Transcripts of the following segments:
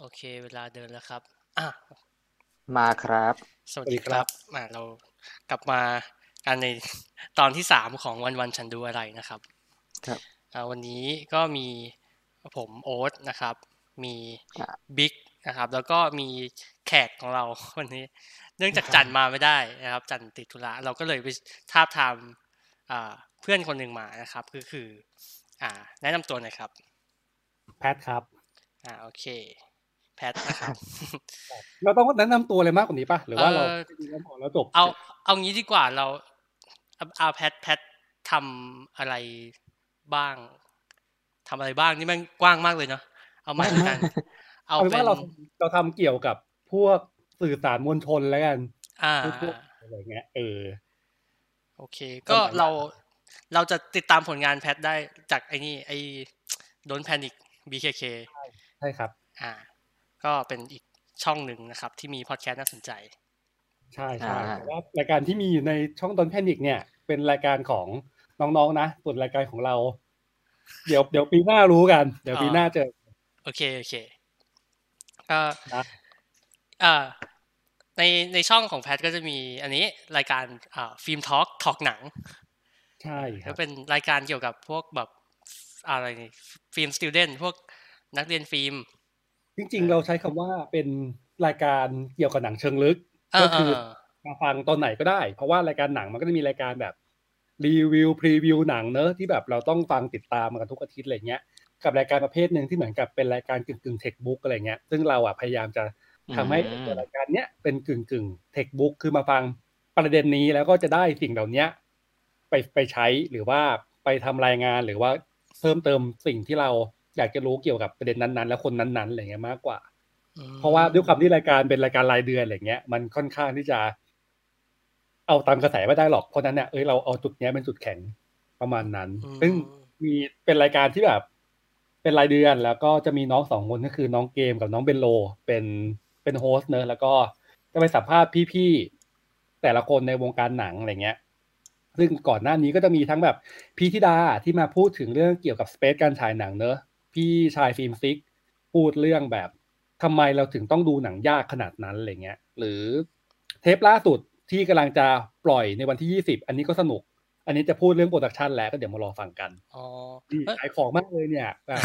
โอเค เวลาเดินแล้วครับ อ่ะ มาครับ สวัสดีครับอ่ะเรากลับมากันในตอนที่สามของวันวันฉันดูอะไรนะครับ ครับ อ่ะวันนี้ก็มีผมโอ๊ตนะครับ มีบิ๊กนะครับ แล้วก็มีแขกของเรา วันนี้ เนื่องจากจันมาไม่ได้นะครับ จันติดธุระเราก็เลยไปทาบทามอ่าเพื่อนคนหนึ่งมานะครับ ก็คือ อ่า แนะนำตัวหน่อยครับ แพทครับ อ่าโอเค แพทนะครับ เราต้องแนะนำตัวอะไรมากกว่านี้ป่ะ หรือว่าเรา เอ่อ แนะนำตัวแล้วจบ เอาเอางี้ดีกว่าเราเอาเอาแพทแพททำอะไรบ้างทำอะไรบ้างนี่แมันกว้างมากเลยเนาะเอาใหม่ละกัน เอา เอาเป็น เป็น ว่าเราเราทำเกี่ยวกับพวกสื่อสารมวลชนแล้วกัน อ่า พวกๆอะไรเงี้ยเออ โอเค ก็ สมัยใหม่ เราเราจะติดตามผลงานแพทได้จากไอ้นี่ไอ้ Don't Panic BKK ใช่ครับ อ่า ก็เป็นอีกช่องหนึ่งนะครับ ที่มีพอดแคสต์น่าสนใจ ใช่ใช่ อ่า แต่ว่ารายการที่มีอยู่ในช่องตอนแพนิกเนี่ย เป็นรายการของน้องๆนะส่วนรายการของเรา เดี๋ยวเดี๋ยวปีหน้ารู้กัน เดี๋ยวปีหน้าเจอ โอเค โอเคก็ ครับ เอ่อในในช่องของแพทก็จะมีอันนี้รายการอ่าฟิล์มทอล์กทอกหนัง ใช่ครั ก็ บ เป็นรายการเกี่ยวกับพวกแบบอะไรนี่ฟิล์มสติวเดนพวกนักเรียนฟิล์ม จริง ๆ เราใช้คำว่าเป็นรายการเกี่ยวกับหนังเชิงลึก เอ ก็ อ คือ เออ มาฟังตอนไหนก็ได้ เพราะว่ารายการหนังมันก็จะมีรายการแบบรีวิวพรีวิวหนังเนอะที่แบบเราต้องฟังติดตามกันทุกอาทิตย์อะไรเงี้ยกับรายการประเภทหนึ่งที่เหมือนกับเป็นรายการกึ่งกึ่งเทคบุ๊กอะไรเงี้ยซึ่งเราอ่ะพยายามจะทำให้ อืม รายการเนี้ยเป็นกึ่งกึ่งเทคบุ๊กคือมาฟังประเด็นนี้แล้วก็จะได้สิ่งเหล่านี้ไปไปใช้หรือว่าไปทำรายงานหรือว่าเพิ่มเติมสิ่งที่เราอยากจะรู้เกี่ยวกับประเด็นนั้นๆ และคนนั้นๆอะไรเงี้ยมากกว่า อืม เพราะว่าด้วยความที่รายการเป็นรายการรายเดือนอะไรเงี้ยมันค่อนข้างที่จะ เอาตามกระแสไม่ได้หรอกเพราะฉะนั้นเนี่ยเอ้ยเราเอาจุดเนี้ยเป็นจุดแข็งประมาณนั้น อืม ซึ่งมีเป็นรายการที่แบบ เป็นรายเดือนแล้วก็จะมีน้องสองคนก็คือน้องเกมกับน้องเบนโล เป็นเป็นโฮสต์เนอะแล้วก็จะไปสัมภาษณ์พี่ๆแต่ละคนในวงการหนังอะไรเงี้ย ซึ่งก่อนหน้านี้ก็จะมีทั้งแบบพี่ธิดาที่มาพูดถึงเรื่องเกี่ยวกับสเปซการฉายหนังเนอะพี่ชายฟิล์มซิก พูดเรื่องแบบทำไมเราถึงต้องดูหนังยากขนาดนั้นอะไรเงี้ย หรือเทปล่าสุดที่กำลังจะปล่อยในวันที่ 20 อันนี้ก็สนุก อันนี้จะพูดเรื่องโปรดักชันแล้วก็เดี๋ยวมารอฟังกัน อ๋อ นี่ เอ้ย ขายของมากเลยเนี่ยอ่ะ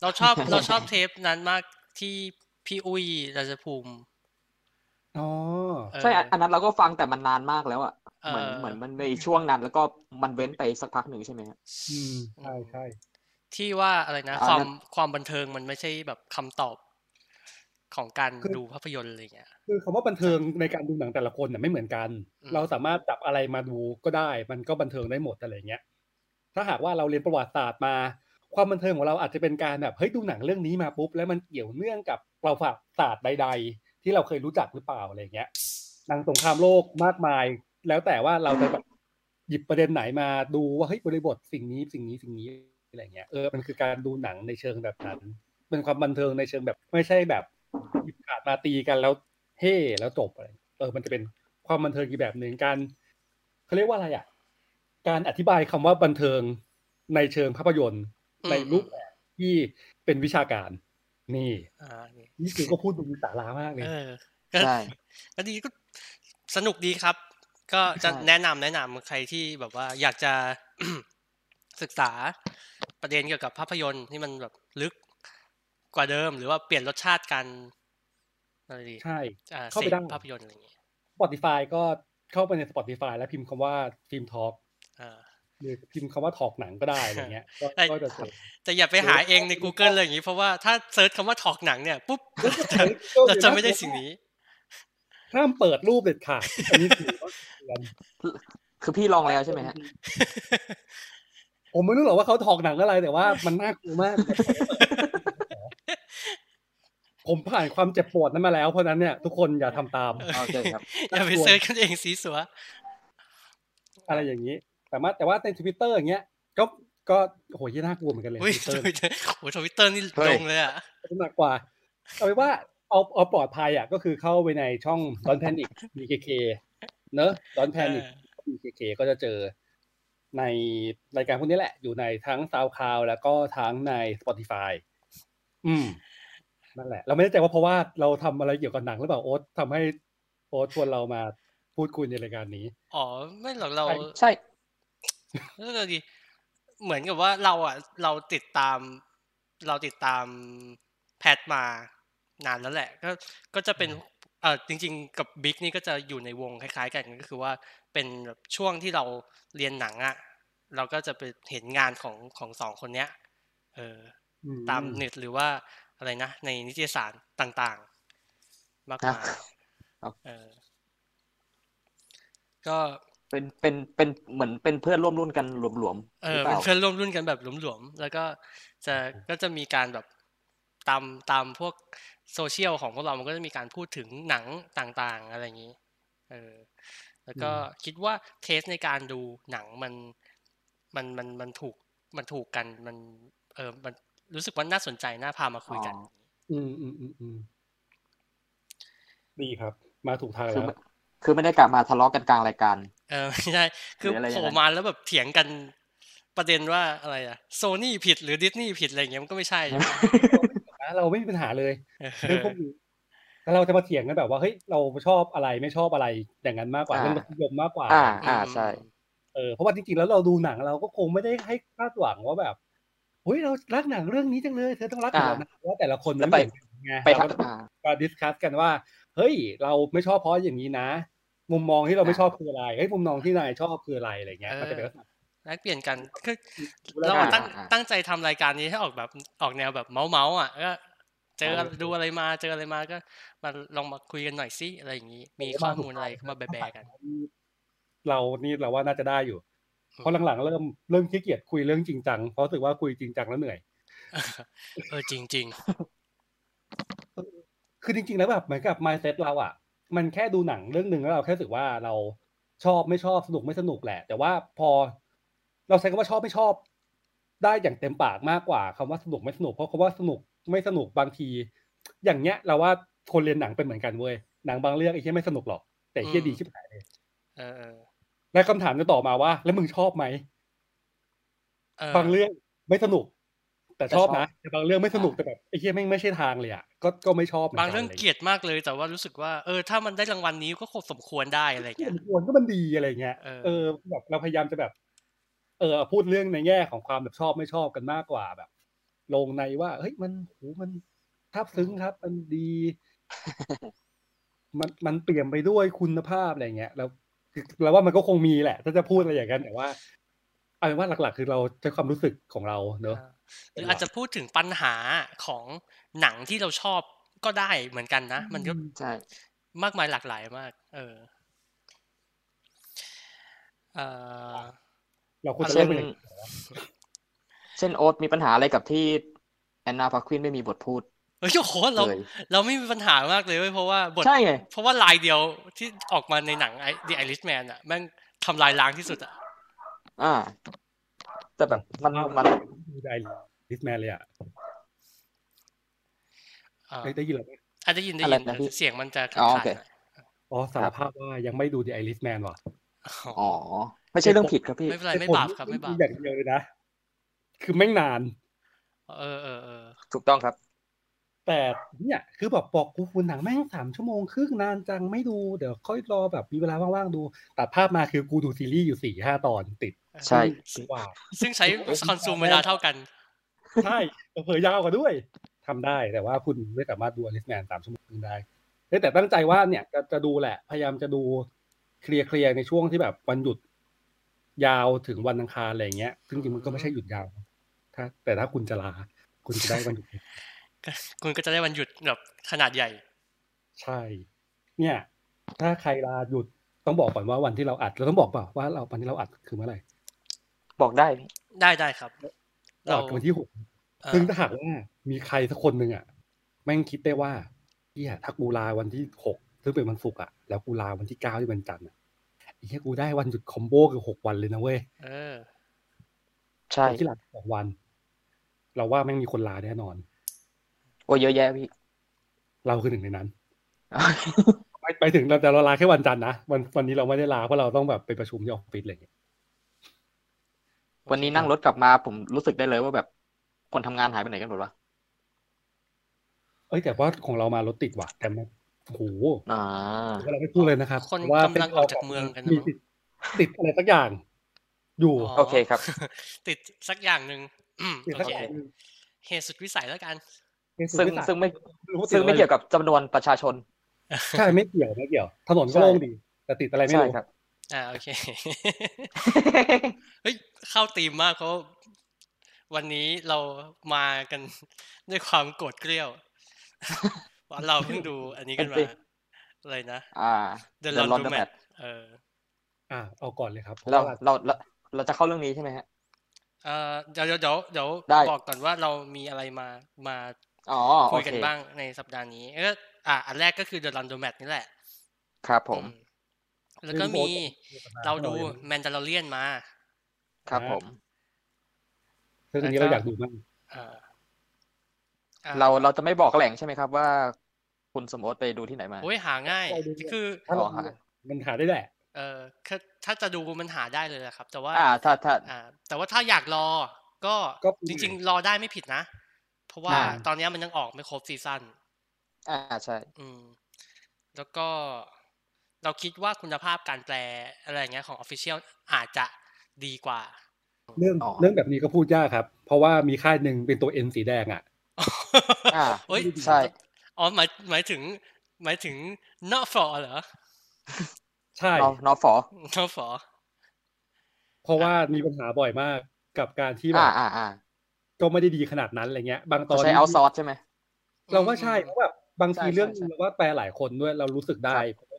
เราช อบเราชอบเทปนั้นมากที่พี่อุ้ยราชภูมิ อ๋อ เอ ใช่ อ อันอันนั้นเราก็ฟังแต่มันนานมากแล้วอะ เอ่อ เหมือนเหมือนมันในช่วงนั้นแล้วก็มันเว้นไปสักพักหนึ่งใช่ไหมฮะ อืมใช่ใช่ ที่ว่าอะไรนะคอ่าวาม นั่น ความบันเทิงมันไม่ใช่แบบคำตอบของการ คือ ดูภาพยนตร์อะไรอย่างเงี้ย คือคำว่าบันเทิงในการดูหนังแต่ละคนเนี่ยไม่เหมือนกัน อืม เราสามารถจับอะไรมาดูก็ได้ มันก็บันเทิงได้หมดอะไรเงี้ย ถ้าหากว่าเราเรียนประวัติศาสตร์มา ความบันเทิงของเราอาจจะเป็นการแบบเฮ้ยดูหนังเรื่องนี้มาปุ๊บแล้วมันเกี่ยวเนื่องกับประวัติศาสตร์ใด ๆ ที่เราเคยรู้จักหรือเปล่าอะไรเงี้ยหนังสงครามโลกมากมาย แล้วแต่ว่าเราจะแบบหยิบประเด็นไหนมาดูว่าเฮ้ยบริบทสิ่งนี้สิ่งนี้สิ่งนี้อะไรเงี้ยเออมันคือการดูหนังในเชิงแบบนั้น เป็นความบันเทิงในเชิงแบบ ไม่ใช่แบบหยิบขาดมาตีกันแล้วเฮ่แล้วจบอะไรเออ มันจะเป็นความบันเทิงอีกแบบหนึ่งการเขาเรียกว่าอะไรอ่ะ การอธิบายคำว่าบันเทิงในเชิงภาพยนตร์ อืม ในรูปแบบที่เป็นวิชาการ นี่ อ่านี่ นี่คือก็พูดดูมีสาระมากเลย เออก็ ใช่ ก็ดีก็สนุกดีครับ ก็จะ ใช่ แนะนำแนะนำใครที่แบบว่าอยากจะ ศึกษาประเด็นเกี่ยวกับภาพยนตร์ที่มันแบบลึกกว่าเดิม หรือว่าเปลี่ยนรสชาติการอะไรดี ใช่ อ่า เข้าไป เสพ ได้ ภาพยนตร์อะไรอย่างเงี้ย Spotify ก็เข้าไปใน Spotify แล้วพิมพ์คำว่าฟิล์มทอล์ก อ่า หรือพิมพ์คำว่าทอกหนังก็ได้อะไรเงี้ยก็ ได้ ก็จะเจอ แต่อย่าไปหาเองใน Google เลยอย่างงี้เพราะว่าถ้าเซิร์ชคำว่าถอกหนังเนี่ยปุ๊บจะเราจะไม่ได้สิ่งนี้ ห้ามเปิดรูปเด็ดขาดอันนี้ถือว่าเตือน คือพี่ลองแล้วใช่ไหมฮะ ผมไม่รู้หรอกว่าเขาถอกหนังอะไรแต่ว่ามันน่ากลัวมาก ผมผ่านความเจ็บปวดนั้นมาแล้วเพราะฉะนั้นเนี่ยทุกคนอย่าทำตาม โอเคครับ อย่าไปเซิร์ชกันเองสีสัว อะไรอย่างนี้ แต่ว่าแต่ว่าในทวิตเตอร์อย่างเงี้ย ก็ก็โอ้โหยี่น่ากลัวเหมือนกันเลยท อุ้ย วิตเตอร์ ทวิตเตอร์โอ้ทวิตเตอร์นี่ เฮ้ย ลงเลยอ่ะ หนักกว่า เอาไปนว่าเอาเอาปลอดภัยอ่ะก็คือเข้าไปในช่องดอนแพนิก BKK เนอะดอนแพนิก BKK ก็จะเจอในรายการพวกนี้แหละ อยู่ในทั้ง SoundCloud แล้วก็ทั้งใน Spotify อืม นั่นแหละ เราไม่แน่ใจว่าเพราะว่าเราทำอะไรเกี่ยวกับหนังหรือเปล่าโอ๊ตทำให้โอ๊ตชวนเรามาพูดคุยในรายการนี้ อ๋อไม่หรอกเรา ใช่ ก็คือเหมือนกับว่าเราอ่ะเราติดตามเราติดตามแพทมานานแล้วแหละ ก็ก็จะเป็นเออจริง ๆ กับบิ๊กนี่ก็จะอยู่ในวงคล้าย ๆ กันก็คือว่าเป็นแบบช่วงที่เราเรียนหนังอ่ะเราก็จะไปเห็นงานของของสองคนเนี้ยเออตามเน็ตหรือว่าอะไรนะ ในนิตยสารต่างๆ มากมายเออก็ เป็นเป็นเป็นเหมือนเป็นเพื่อนร่วมรุ่นกันหลวมๆ เอ หรือ เป เป็น ล่า เพื่อนร่วมรุ่นกันแบบหลวมๆ แล้วก็จะก็จะมีการแบบตามตามพวกโซเชียลของพวกเรา มันก็จะมีการพูดถึงหนังต่างๆ อะไรอย่างนี้ เออ แล้วก็ อืม คิดว่าเทสในการดูหนังมันมันมันมันถูกมันถูกกันมัน เออมันรู้สึกว่าน่าสนใจน่าพามาคุยกัน อืมอืมอืมอืมดีครับ มาถูกทาง คือแล้ว ไม่คือไม่ได้กลับมาทะเลาะกันกลางรายการ เอ อไม่ใช่คือ หรืออะไรอ โผ ย่าล่งนั้น มาแล้วแบบเถียงกันประเด็นว่าอะไรอะโซนี่ผิดหรือดิสนีย์ผิดอะไรอย่างเงี้ยมันก็ไม่ใช่ใช่ไหม นะเราไม่มีปัญหาเลย เออ เรื่องพวกนี้แต่เราจะมาเถียงกันแบบว่าเฮ้ยเราชอบอะไรไม่ชอบอะไรอย่างนั้นมากกว่า อ่า เรื่องรสนิยมมากกว่า อ่าอ่าใช่ เออเพราะว่าจริงๆแล้วเราดูหนังเราก็คงไม่ได้ให้คาดหวังว่าแบบเฮ้ยเรารักหนังเรื่องนี้จังเลยเธอต้องรักหนังเรานะเพราะว่าแต่ละคนมันไม่เหมือนกันไง ไป เรา ทั ก็ ก ต้อง มา มาดิสคัสกันว่า เฮ้ย เราไม่ชอบเพราะอย่างนี้นะ มุมมองที่เราไม่ชอบคืออะไรเฮ้ยมุมมองที่นายชอบคืออะไรอะไรเงี้ย เออ มันจะเป็นลักษณะ แลกเปลี่ยนกันคือ ดูแล้ว เราอะ กัน ตั้ง อ่า ตั้งใจทำรายการนี้ให้ออกแบบออกแนวแบบเมาเมาอ่ะก็เจอ เมาส์ ดูอะไรมาเจออะไรมาก็มาลองมาคุยกันหน่อยสิอะไรอย่างนี้มีข้อมูลอะไรก็มาแบร์ๆกัน เรานี่เราว่าน่าจะได้อยู่ อืม เพราะหลังๆเริ่มเริ่มขี้เกียจคุยเรื่องจริงจังเพราะรู้สึกว่าคุยจริงจังแล้วเหนื่อย เออจริงจริง คือจริงๆแล้วแบบเหมือนกับ mindset เราอะ่ะ มันแค่ดูหนังเรื่องหนึ่งแล้วเราแค่รู้สึกว่าเราชอบไม่ชอบสนุกไม่สนุกแหละ แต่ว่าพอเราใช้คำว่าชอบไม่ชอบ ได้อย่างเต็มปากมากกว่าคำว่าสนุกไม่สนุกเพราะคำว่าสนุกไม่สนุกบางที อย่างเงี้ย เราว่าคนเรียนหนังเป็นเหมือนกันเว้ยหนังบางเรื่องไอ้เหี้ยไม่สนุกหรอก แต่ไอ้เหี้ยดีชิบหายเลย ๆเออเออ และคำถามจะต่อมาว่า แล้วมึงชอบไหม เออบ างเรื่องไม่สนุก แต่ชอบ แต่ชอบ นะแต่บางเรื่องไม่สนุกแต่แบบไอ้เหี้ยแม่งไม่ใช่ทางเลยอ่ะก็ก็ไม่ชอบหมืน บาง นะ เรื่อง ไย่ย เกลียดมากเลยแต่ว่ารู้สึกว่าเออถ้ามันได้รางวัลนี้ก็คงสมควรได้อะไรอย่าง ที่ เงี้ย เห็นควรก็มันดีอะไรเงี้ย เออ เออแบบเราพยายามจะแบบ เออพูดเรื่องในแง่ของความแบบชอบไม่ชอบกันมากกว่าแบบ ลงในว่า เฮ้ยมันโหมันทับซึ้งครับ มันดี มันมันเปลี่ยนไปด้วยคุณภาพอะไรเงี้ยแล้วคือเราว่ามันก็คงมีแหละ ถ้าจะพูดอะไรอย่างนั้นแต่ว่าเอาเป็นว่าหลัก ๆ คือเราใช้ความรู้สึกของเราเนอะ อ่าหรืออาจจะพูดถึงปัญหาของหนังที่เราชอบก็ได้เหมือนกันนะ มันก็ ใช่ มากมายหลากหลายมาก เออเออ เราควรจะ เช่นเล่นเป็นอย่าง เช่นโอ๊ตมีปัญหาอะไรกับที่แอนนาพาควินไม่มีบทพูด เฮ้ยโอ้โหเรา เลย เราไม่มีปัญหามากเลยเว้ยเพราะว่าบท ใช่ไง เพราะว่าลายเดียวที่ออกมาในหนังไอ้ The Irishman อ่ะแม่งทำลายล้างที่สุดอ่ะ อ่า แต่แบบมันมัน ดูได้ลิสแมนเลยอ่ะ เอ่อ ได้ได้ยินเหรอ อาจจะยินได้ อะไร ยิน นะพี่ เสียงมันจะขา อ๋อโอ ดๆหเคน่อย อ๋อสารภาพว่ายังไม่ดูดีไอริสแมนว่ะ อ๋ อ๋ อ อ ไม่ใช่เรื่องผิดครับพี่ ไม่เป็นไรไม่บาปครับไม่บาป อย่างเดียวเลยนะ คือแม่งนาน เออเออเออ ถูกต้องครับ แต่เนี่ย คือแบบบอกกูคุณหนังแม่งสามชั่วโมงครึ่งนานจังไม่ดูเดี๋ยวค่อยรอแบบมีเวลาว่างๆดู ตัดภาพมาคือกูดูซีรีส์อยู่สี่ห้าตอนติด ใช่ ซึ่งกว่า ซึ่งใช้คอนซูมเวลาเท่ากัน ใช่เผลอยาวกว่าด้วยทำได้แต่ว่าคุณไม่สามารถดูลิสแมนสามชั่วโมงครึ่งได้เอ้ยแต่ตั้งใจว่าเนี่ยจะจะดูแหละ พยายามจะดูเคลียร์เคลียร์ในช่วงที่แบบวันหยุด ยาวถึงวันอังคารอะไรอย่างเงี้ยซึ่งจริงๆมันก็ไม่ใช่หยุดยาว ถ้า แต่ถ้าคุณจะลาคุณจะได้วันหยุด คุณก็จะได้วันหยุดแบบขนาดใหญ่ ใช่ เนี่ย ถ้าใครลาหยุดต้องบอกก่อนว่าวันที่เราอัดเราต้องบอกเปล่าว่าเราวันที่เราอัดคือเมื่อไหร่ บอกได้ ได้ได้ครับ เรา เรา อัดคือวันที่หก เอ่อ ซึ่งถ้าหากว่ามีใครสักคนหนึ่งอ่ะแม่งคิดได้ว่าเฮียถ้ากูลาวันที่หกซึ่งเป็นวันศุกร์อ่ะแล้วกูลาวันที่เก้าที่เป็นจันทร์อ่ะไอ้เฮียกูได้วันหยุดคอมโบคือหกวันเลยนะเว้ย เออ ใช่ วันที่หลังสองวัน เราว่าแม่งมีคนลาแน่นอน โอ้ยเยอะแยะพี่ เราคือหนึ่งในนั้น ไปไปถึงเราแต่เราลาแค่วันจันทร์นะวันวันนี้เราไม่ได้ลาเพราะเราต้องแบบไปประชุมที่ออฟฟิศอะไรอย่างเงี้ย วันนี้นั่งรถกลับมาผมรู้สึกได้เลยว่าแบบ คนทำงานหายไปไหนกันหมดวะ เอ้ยแต่ว่าของเรามารถติดว่ะแต่มันโอ้โห อ่า เราไม่พูดเลยนะครับ คน ว่าก ำลังออกจากเมืองกันนะ มีติดติดอะไรสักอย่าง อยู่ โอเคครับ ติดสักอย่างหนึ่งอืม ติด โอ สัก เค อย่างหนึ่ง เหตุสุดวิสัยแล้วกัน ซึ่งซึ่งไม่ รู้ติ ซึ่ ด ง อะร ไม่เกี่ยวกับจำนวนประชาชน ใช่ไม่เกี่ยวไม่เกี่ยว ถนน ใช่ ก็โล่งดี แต่ติดอะไรไม่ ใช่ รู้ ครับ อ่าโอเค เฮ้ยเข้าตีมมากเพราะวันนี้เรามากัน ด้วยความโกรธเกรี้ยว เพราะเราเพิ่งดูอันนี้กันมา เป็นสิ อะไรนะ อ่า The The Laundromat Laundromat เออ อ่าเอาก่อนเลยครับ เรา พะว่ เราเราเราจะเข้าเรื่องนี้ใช่ไหมฮะ เอ่อเดี๋ยวเดี๋ยวเดี๋ยวเดี๋ยว ได้ บอกก่อนว่าเรามีอะไรมามา อ๋อโอ คุย เค กันบ้างในสัปดาห์นี้เอออ่ะอันแรกก็คือ The Laundromat นี่แหละ ครับผม อืมแล้วก็มี เราดู Mandalorian มา ครับผม เรื่องนี้เราอยากดูมาก เอ่ออ่ะ เราเราจะไม่บอกแหล่งใช่ไหมครับว่า คุณสมโอตไปดูที่ไหนมา โอ้ยหาง่ายคือ ถ้าเรา อ๋อฮะ มันหาได้แหละ เออถ้าถ้าจะดูมันหาได้เลยนะครับ แต่ว่า อ่าถ้าถ้า อ่า แต่ว่าถ้าอยากรอ ก็ ก็ปี จริง ๆ รอได้ไม่ผิดนะ เพราะว่า อ่า ตอนเนี้ยมันยังออกไม่ครบซีซั่น อ่าใช่ อืม แล้วก็เราคิดว่าคุณภาพการแปลอะไรอย่างเงี้ยของ Official อาจจะดีกว่า เรื่อง อ๋อ เรื่องแบบนี้ก็พูดยากครับ เพราะว่ามีค่ายหนึ่งเป็นตัวเอ็นสีแดงอ่ะ อ่า เฮ้ย ใช่ อ๋อหมายหมายถึง หมายถึงนอฟอเหรอ ใช่ นอนอฟอน อฟอ เพราะว่ามีปัญหาบ่อยมากกับการที่แบ อ่า บ อ่าอ่า ก็ไม่ได้ดีขนาดนั้นอะไรเงี้ย บางต เขา อน ใช้เอาซอร์ใช่ไหม เราว่าใช่เพราะแบบบางที ใช่ เรื่อง ใช่ใช่ เราว่าแปลหลายคนด้วย เรารู้สึกได้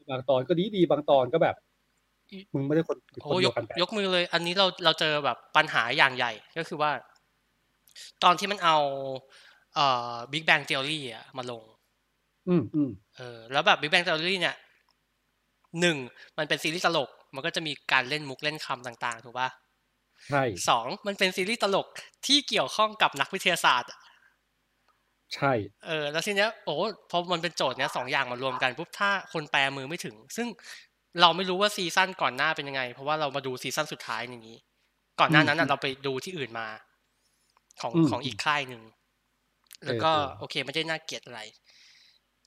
บางตอนก็ดีดีบางตอนก็แบบ มึงไม่ได้คนค โอ้ น ย เดีย ก วกันแปล ยกมือเลย อันนี้เราเราเจอแบบปัญหาอย่างใหญ่ก็คือว่า ตอนที่มันเอาเอ่อ Big Bang Theory อะมาลง อืมอืม เออ แล้วแบบ Big Bang Theory เนี่ยหนึ่งมันเป็นซีรีส์ตลก มันก็จะมีการเล่นมุกเล่นคำต่างๆ ถูกป่ะ ใช่ สองมันเป็นซีรีส์ตลกที่เกี่ยวข้องกับนักวิทยาศาสตร์อะ ใช่ เออ แล้วทีเนี้ยโอ้พอมันเป็นโจทย์เนี้ยสองอย่างมารวมกันปุ๊บถ้าคนแปลมือไม่ถึง ซึ่งเราไม่รู้ว่าซีซั่นก่อนหน้าเป็นยังไง เพราะว่าเรามาดูซีซั่นสุดท้ายอย่างนี้ ก่อนหน้านั้นน่ะเราไปดูที่อื่นมา ของของอีกค่ายหนึ่ง แล้วก็โอเคไม่ได้น่าเกลียดอะไร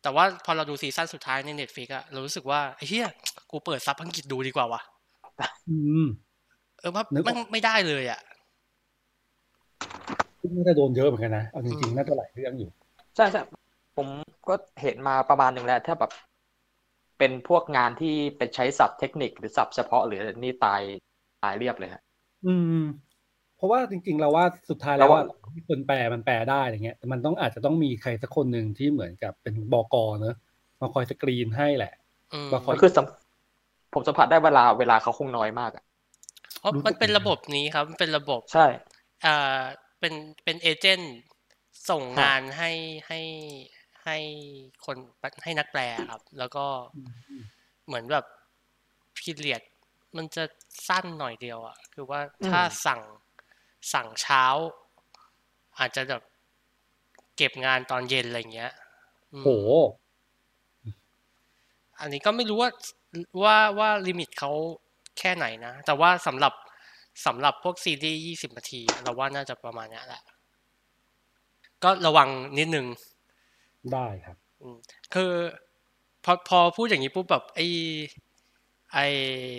แต่ว่าพอเราดูซีซั่นสุดท้ายในเน็ตฟิกอะเรารู้สึกว่าเฮียกูเปิดซับอังกฤษดูดีกว่าวะ อืม เออว่า นึกอ มั อน ก ไม่ได้เลยอะ น่าจะโดนเยอะเหมือนกันนะเอาจ อื ริง ม ๆน่าจะหลายเรื่องอยู่ ใช่ใช่ผมก็เห็นมาประมาณหนึ่งแล้ว ถ้าแบบเป็นพวกงานที่เป็นใช้ศัพท์เทคนิคหรือศัพท์เฉพาะหรือนี่ตายตายเรียบเลยฮะ อืม เพราะว่าจริง ๆ เราว่าสุดท้ายแล้ว เรา ว่า ว่า คนแปลมันแปลได้อะไรเงี้ยแต่มันต้องอาจจะต้องมีใครสักคนหนึ่งที่เหมือนกับเป็นบกเนอะมาคอยสกรีนให้แหละ อืม บางคน ก็คือสัมผมสัมผัสได้เวลาเวลาเขาคงน้อยมากอ่ะ เพราะมันเป็นระบบนี้ครับมันเป็นระบบ ใช่ เอ่อเป็นเป็นเอเจนต์ส่งงานให้ให้ให้คนให้นักแปลครับ แล้วก็เหมือนแบบพีเรียดมันจะสั้นหน่อยเดียวอะคือว่า อืม ถ้าสั่งสั่งเช้า อาจจะแบบเก็บงานตอนเย็นอะไรอย่างเงี้ยอืม โห อันนี้ก็ไม่รู้ว่าว่าว่าลิมิตเขาแค่ไหนนะ แต่ว่าสำหรับสำหรับพวกซีรีส์ยี่สิบนาทีเราว่าน่าจะประมาณเนี้ยแหละ ก็ระวังนิดนึง ได้ครับ คือพอพอพูดอย่างนี้ปุ๊บแบบไอไอ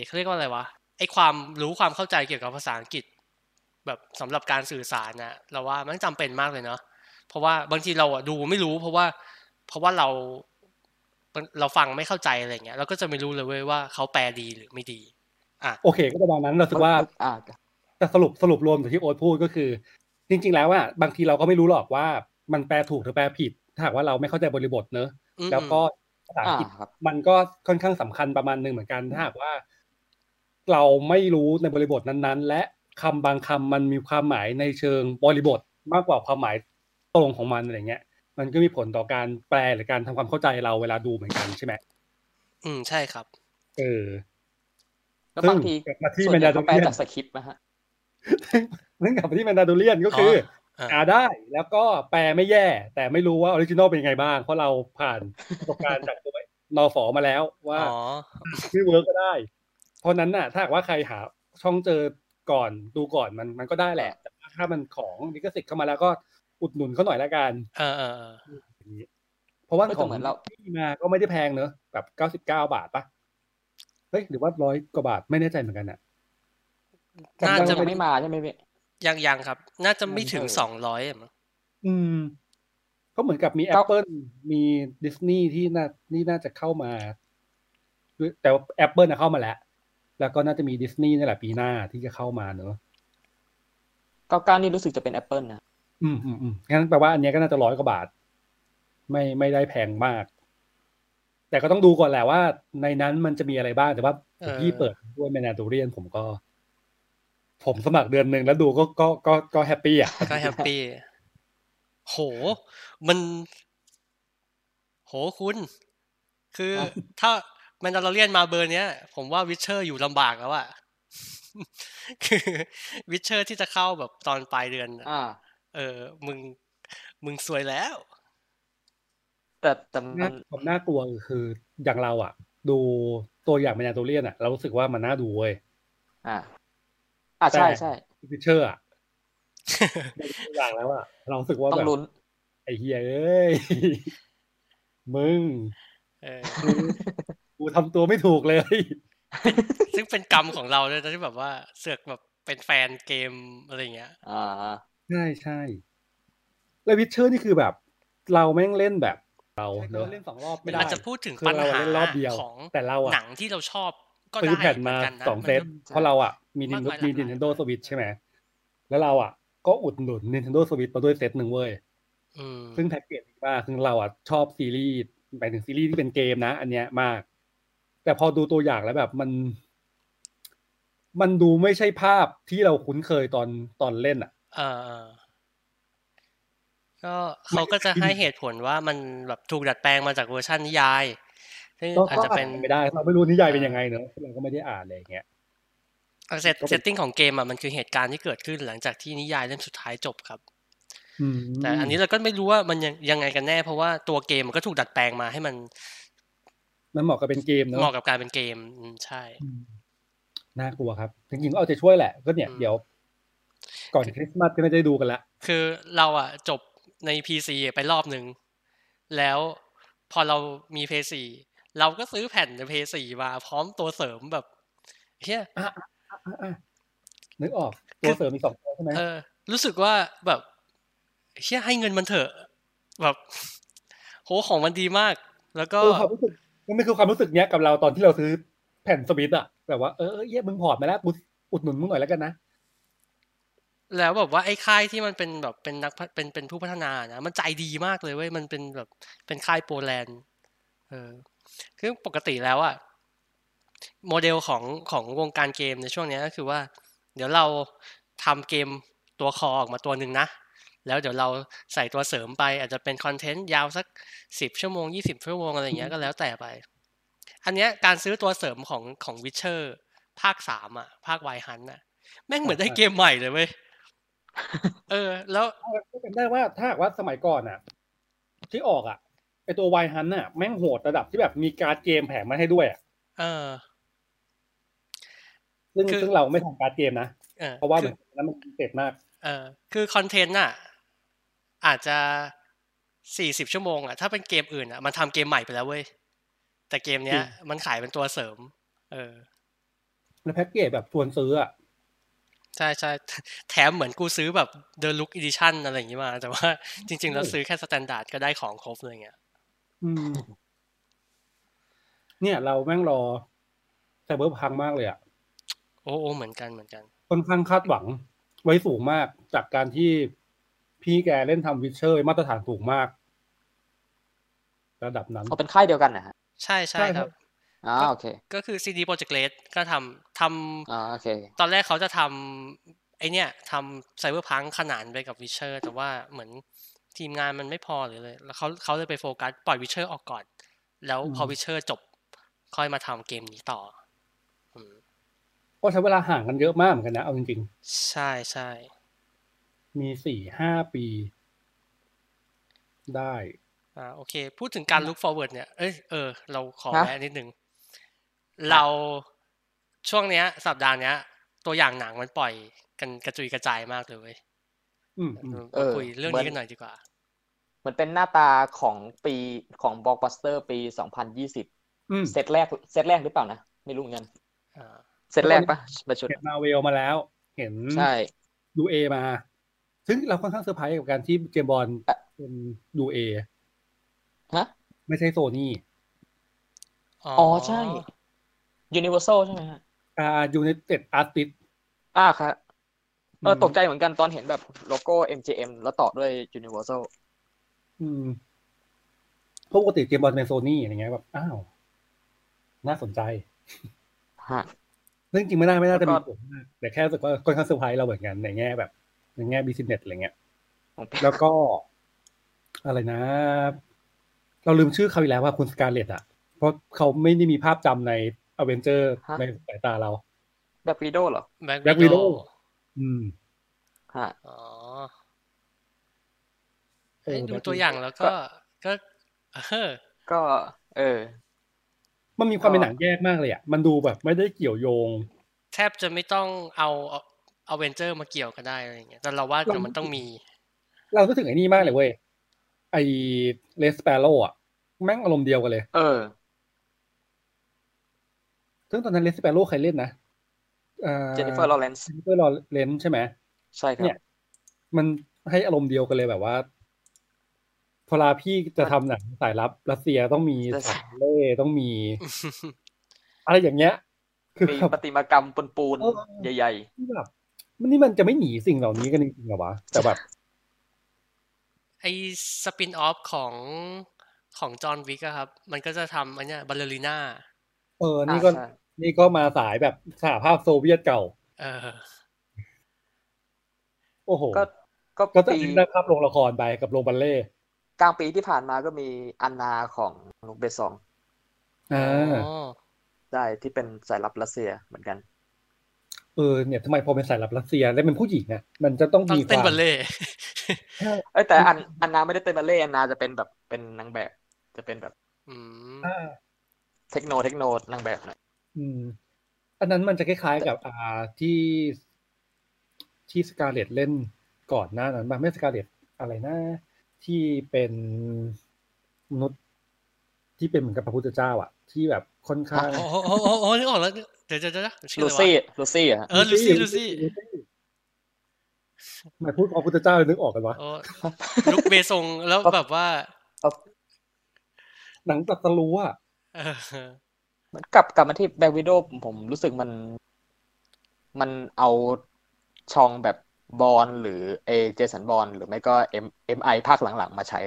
เขาเรียกว่าอะไรวะไอความรู้ความเข้าใจเกี่ยวกับภาษาอังกฤษ แบบสำหรับการสื่อสารนะเราว่ามันจำเป็นมากเลยเนาะเพราะว่าบางทีเราอะดูไม่รู้ เพราะว่าเพราะว่าเราเราฟังไม่เข้าใจอะไรเงี้ยเราก็จะไม่รู้เลยเว้ยว่าเขาแปลดีหรือไม่ดี โอเค ก็ประมาณนั้นเราสึกว่า อ่า แต่สรุปสรุปรวมจากที่โอ๊ตพูดก็คือ จริง ๆ แล้วอ่ะบางทีเราก็ไม่รู้หรอกว่ามันแปลถูกหรือแปลผิด ถ้าหากว่าเราไม่เข้าใจบริบทเนอะ อืม แล้วก็ภาษาอัง อ่าก ฤษ ครับ มันก็ค่อนข้างสำคัญประมาณหนึ่งเหมือนกันถ้าหากว่า เราไม่รู้ในบริบทนั้นๆ และคำบางคำมันมีความหมายในเชิงบริบทมากกว่าความหมายตรงของมันอะไรเงี้ย มันก็มีผลต่อการแปลหรือการทำความเข้าใจเราเวลาดูเหมือนกันใช่ไหม อืมใช่ครับ เออ แล้วบางที ซึ่กลับมาที่ ส่ว แม น น ใหญ่ ดาโด เขาแปล เลียน จากสคริปต์นะฮะ ซึ่งกลับมาที่แมนดาโดเลียนก็คืออ อ่า หาได้แล้วก็แปลไม่แย่แต่ไม่รู้ว่าออริจินอลเป็นยังไงบ้าง เพราะเราผ่านประสบการณ์ จากตัวนอฝอมาแล้วว่า อ๋อ ไม่เวิร์กก็ได้ เพราะนั้นน่ะ ถ้าหากว่าใครหาช่องเจอก่อนดูก่อนมันมันก็ได้แหละแต่ว่าถ้ามันของลิขสิทธิ์เข้ามาแล้วก็อุดหนุนเขาหน่อยละกัน เออเออเออ เพราะว่า เออ ข แต่ อง เหมือนเรา ที่มาก็ไม่ได้แพงเนอะแบบเก้าสิบเก้าบาทปะเฮ้ยหรือว่าร้อยกว่าบาทไม่แน่ใจเหมือนกันอะ จำ น่า ได้ จะ ว่ มันไม่มาใช่ไหมพี่ ยังยังครับ น่าจะไม่ถึง เออ สองร้อยมั้ง อืมก็เหมือนกับมี ก็ Apple มีดิสนีย์ที่น่านี่น่าจะเข้ามาด้วยแต่ว่า Apple นะเข้ามาแล้ว แล้วก็น่าจะมีดิสนีย์นี่แหละปีหน้าที่จะเข้ามาเนอะ เก้าเก้านี่รู้สึกจะเป็น Apple นะ อืมอืมอืมงั้นแปลว่าอันเนี้ยก็น่าจะร้อยกว่าบาท ไม่ไม่ได้แพงมาก แต่ก็ต้องดูก่อนแหละว่า ในนั้นมันจะมีอะไรบ้างแต่ว่าพี่เปิดด้วยแมนนาตูเรียนผมก็ ผมสมัครเดือนหนึ่งแล้วดูก็ก็ก็ก็แฮปปี้อ่ะ ก็แฮปปี้ โห มัน โหคุณ คือ ครับ ถ้าแมนดาลเรียนมาเบอร์เนี้ย ผมว่าวิเชอร์อยู่ลำบากแล้วอะ คือวิเชอร์ที่จะเข้าแบบตอนปลายเดือนอะ อ่า เออ มึง มึงสวยแล้ว แต่แต่มั น่านความน่ากลัวคืออย่างเราอ่ะ ดูตัวอย่างแมนนาโตเลียนอ่ะ เรารู้สึกว่ามันน่าดูเว้ย อ่า อ่าใช่ใช่ พิเชอ ร์อ่ะดูตัวอย่างแล้วอ่ะเรารู้สึกว่า ต้อ แบ ง บ ลุ้น ไอ้เฮียเอ้ย มึง เออ กูทำตัวไม่ถูกเลย ซึ่งเป็นกรรมของเราเลยนะที่แบบว่าเสือกแบบเป็นแฟนเกมอะไรอย่างเงี้ย อ่า ใช่ใช่แล้วพิเชอร์นี่คือแบบ เราแม่งเล่นแบบ เราเนอะเล่นสองรอบไม่ได้ อาจจะพูดถึง คือ ปัญ เรา หา เล่นรอบเดียว ของ แต่เราอ่ะ หนังที่เราชอบก็ ซื้อ ได้ แผ่น เหมื มา อนกันนะ สอง มัน เซต ก็ เพราะเราอ่ะมีนิน มากมายหลากหลาย มี Nintendo Switch ใช่ไหมแล้วเราอ่ะ ก็อุดหนุน Nintendo Switch มาด้วยเซตหนึ่งเว้ย อืม ซึ่งแพ็กเกจดีมากซึ่งเราอ่ะชอบซีรีส์หมายถึงซีรีส์ที่เป็นเกมนะ อันเนี้ยมาก แต่พอดูตัวอย่างแล้วแบบมัน มันดูไม่ใช่ภาพที่เราคุ้นเคยตอนตอนเล่นอ่ะ เออก็เขาก็จะให้เหตุผลว่ามันแบบถูกดัดแปลงมาจากเวอร์ชันนิยายซึ่ง ก็ อาจ ก็ จะเป็น ไม่ได้ เราไม่รู้นิยายเป็นยังไงเนอะเราก็ไม่ได้อ่านอะไรอย่างเงี้ย เซต ก็เป็น เซตติ้งของเกมอ่ะมันคือเหตุการณ์ที่เกิดขึ้นหลังจากที่นิยายเล่มสุดท้ายจบครับ อืม แต่อันนี้เราก็ไม่รู้ว่ามันยังยังไงกันแน่ เพราะว่าตัวเกมมันก็ถูกดัดแปลงมาให้มัน มันเหมาะกับเป็นเกมเนอะ เหมาะกับการเป็นเกมอืมใช่ อืมน่ากลัวครับจริงๆก็เอาใจช่วยแหละ ก็เนี่ย อืม เดี๋ยว ก่อนคริสต์มาสก็น่าจะได้ดูกันละ คือเราอะจบใน PC ไปรอบหนึ่งแล้วพอเรามี PS4 เราก็ซื้อแผ่นใน PS4 มาพร้อมตัวเสริมแบบเฮีย อ่ะอ่ะนึกออกตัวเสริมมีสองตัวใช่ไหม เออ รู้สึกว่าแบบเฮียให้เงินมันเถอะแบบ โหของมันดีมาก แล้วก็ เออความรู้สึกมันคือความรู้สึกเนี้ยกับเราตอนที่เราซื้อแผ่นสวิตช์อะแบบว่าเออเออเย้ยมึงพอร์ตมาแล้วกูอุดหนุนมึงหน่อยแล้วกันนะ แล้วแบบว่าไอ้ค่ายที่มันเป็นแบบเป็นนักพัฒเป็นเป็นผู้พัฒนานะมันใจดีมากเลยเว้ยมันเป็นแบบเป็นค่ายโปแลนด์เออคือปกติแล้วอะ โมเดลของของวงการเกมในช่วงเนี้ยก็คือว่า เดี๋ยวเราทำเกมตัวคอออกมาตัวหนึ่งนะ แล้วเดี๋ยวเราใส่ตัวเสริมไป อาจจะเป็นคอนเทนต์ยาวสักสิบชั่วโมงยี่สิบชั่วโมงอะไรอย่างเงี้ยก็แล้วแต่ไป อันเนี้ยการซื้อตัวเสริมของของวิเชอร์ภาคสามอ่ะ ภาคไวฮันอ่ะ แม่งเหมือนได้เกมใหม่เลยเว้ย เออ แล้ว ก็จำได้ว่าถ้าหากว่าสมัยก่อนอะที่ออกอะไอตัววายฮันน่ะแม่งโหดระดับที่แบบมีการ์ดเกมแผงมาให้ด้วยอะ เออ ซึ่ง คือ ซึ่งเราไม่ทำการ์ดเกมนะ เออ เพราะว่า คือ มันนั้นมันเจ็บมาก เออคือคอนเทนต์อ่ะอาจจะสี่สิบชั่วโมงอ่ะถ้าเป็นเกมอื่นอ่ะมันทำเกมใหม่ไปแล้วเว้ย แต่เกมเนี้ย จริง มันขายเป็นตัวเสริม เออ แล้วแพ็กเกจแบบชวนซื้ออะ ใช่ใช่ แถมเหมือนกูซื้อแบบ The Look Edition อะไรอย่างงี้มา แต่ ว่าจริง ๆ แล้วซื้อแค่สแตนดาร์ดก็ได้ของครบเลยเงี้ย อืม เนี่ย เราแม่งรอแต่เบิร์พังมากเลยอะ โอ้โอ้เหมือนกันเหมือนกัน ค่อนข้างคาดหวังไว้สูงมากจากการที่พี่แกเล่นทำวิเชอร์มาตรฐานสูงมาก ระดับนั้น เขาเป็นค่ายเดียวกันนะฮะ ใช่ใช่ ใช่ ค ครั รับ บ อ่าโอเค ก็คือ CD Projekt Red ก็ทำทำ อ่าโอเค ตอนแรกเขาจะทำไอเนี่ยทำไซเบอร์พังขนานไปกับวิเชอร์ แต่ว่าเหมือนทีมงานมันไม่พอหรือเลย แล้วเขาเขาเลยไปโฟกัสปล่อยวิเชอร์ออกก่อน แล้วพอ ม วิเชอร์จบค่อยมาทำเกมนี้ต่ออืม ก็ใช้เวลาห่างกันเยอะมากเหมือนกันนะ เอาจริง ใช่ใช่ ๆ มีสี่ห้าปี ได้ อ่าโอเค พูดถึงการ look forward เนี่ยเอ้ยเออเราขอ ฮะ แวะนิดนึง เราช่วงเนี้ย สัปดาห์เนี้ย ตัวอย่างหนังมันปล่อยกันกระจุยกระจายมากเลยเว้ย อืมอืม มา เออ คุยเรื่อง เหมื นี้ อน กันหน่อยดีกว่า มันเป็นหน้าตาของปีของบล็อกบัสเตอร์ปีสองพันยี่สิบ อืม เซตแรกเซตแรกหรือเปล่านะ ไม่รู้เหมือนกัน อ่า เซตแรกปะประชุด เห็นมาเวลมาแล้ว เห็น ใช่ ดูเอมา ซึ่งเราค่อนข้างเซอร์ไพรส์กับการที่เจมส์บอลเป็นดูเอ ฮะ ไม่ใช่โซนี่ อ๋อ อ๋ อ๋ อใช่ Universal ใช่ไหมฮะ อ่ายูไนเต็ดอาร์ติส อ่าครับเอออ ม ตกใจเหมือนกันตอนเห็นแบบโลโก้ MGM แล้วต่อด้วย Universal อืมเพราะปกติเจมส์บอลเป็นโซนี่อะไรเงี้ยแบบอ้าว น่าสนใจ ฮะ ซึ่งจริงไม่น่าไม่น่าจะมี แล้วก็ ผลมากแต่แค่รู้สึกว่าค่อนข้างเซอร์ไพรส์เราเหมือนกันในแง่แบบในแง่บิสเนสอะไรเงี้ย ผม แล้วก็ อะไรนะ เราลืมชื่อเขาอีกแล้วว่าคุณสการเลตอะเพราะเขาไม่ได้มีภาพจำในอเวนเจอร์ ฮะ ในสายตาเรา แบบวีโดเหรอ แบ็ค Black วิ Widow โอ อืม ฮะ อ๋อ เออ เอ้ยดู Black ตัวอย่างแล้วก็ ก็เออ ก็ เออ มันมีความ ก็ เป็นหนังแยกมากเลยอะมันดูแบบไม่ได้เกี่ยวโยง แทบจะไม่ต้องเอาเอาเวนเจอร์มาเกี่ยวก็ได้อะไรอย่างเงี้ยแต่เราว่าเดี๋ยวมันต้องมี เราก็ถึงไอ้นี่มากเลยเว้ย ไอเลสเปโร่อะแม่งอารมณ์เดียวกันเลย เออ ซึ่งตอนนั้นเลสเปโร่ใครเล่นนะอ่า เจนนิเฟอร์ลอเรนซ์ เจนนิเฟอร์ลอเรนซ์ใช่ไหม ใช่ครั เนี่ บ ย มันให้อารมณ์เดียวกันเลยแบบว่า พอลาพี่จะทำหนังสายลับรัสเซียต้องมี ใช่ สายเล่ต้องมี อะไรอย่างเงี้ย คือ มี แบบ ประติมากรรมปูนปูนๆ เออ ใหญ่ แบบมันนี่มันจะไม่หนีสิ่งเหล่านี้กันจริงๆเหรอวะ แต่แบบ ไอ้สปินออฟของของจอห์นวิกครับ มันก็จะทำอันเนี้ยบัลเลริน่า เออ ๆ นี่ก็ อ่าใช่ นี่ก็มาสายแบบสหภาพโซเวียตเก่า เออ โอ้โห ก็ ก็ ก็จะ ปี ได้ภาพโรงละครไปกับโรงบัลเล่ต์ กลางปีที่ผ่านมาก็มีอันนาของลูกเบซอง อ๋ อ่า อ ได้ที่เป็นสายลับรัสเซียเหมือนกัน เออเนี่ยทำไมพอเป็นสายลับรัสเซียแล้วเป็นผู้หญิงอ่ะมันจะต้อง ต้อง มีค เต้น วาม บัลเล่ต์ เอ้ยแต่อั นอันนาไม่ได้เต้นบัลเล่ต์อันนาจะเป็นแบบเป็นนางแบบ จะเป็นแบบ อืม อ่า เทคโนเทคโนนางแบบหน่อย อืมอันนั้นมันจะคล้ายๆกับอ่าที่ที่สกาเลตเล่นก่อนหน้านั้นบ้างไม่สกาเลตอะไรนะที่เป็นมนุษย์ที่เป็นเหมือนกับพระพุทธเจ้าอะที่แบบค่อนข้าง โอ้โหโอ้โหโอ้โหนึกออกแล้วเดี๋ยวเดี๋ยวเดี๋ยวชื่อ ลู อะไร ซี่ วะ ลูซี่อะฮะ เออลูซี่ลูซี่ หมายพูดพระพุทธเจ้านึกออกกันวะ โอ้ลุกเบซงแล้วแบบว่า หนังตรัดตะรู้อะ เออ มันกลับกลับมาที่แบล็กวิโดผมรู้สึกมัน มันเอาชองแบบบอลหรือเอเจสันบอลหรือไม่ก็เอ็มเอ็มไอภาคหลังๆมาใช้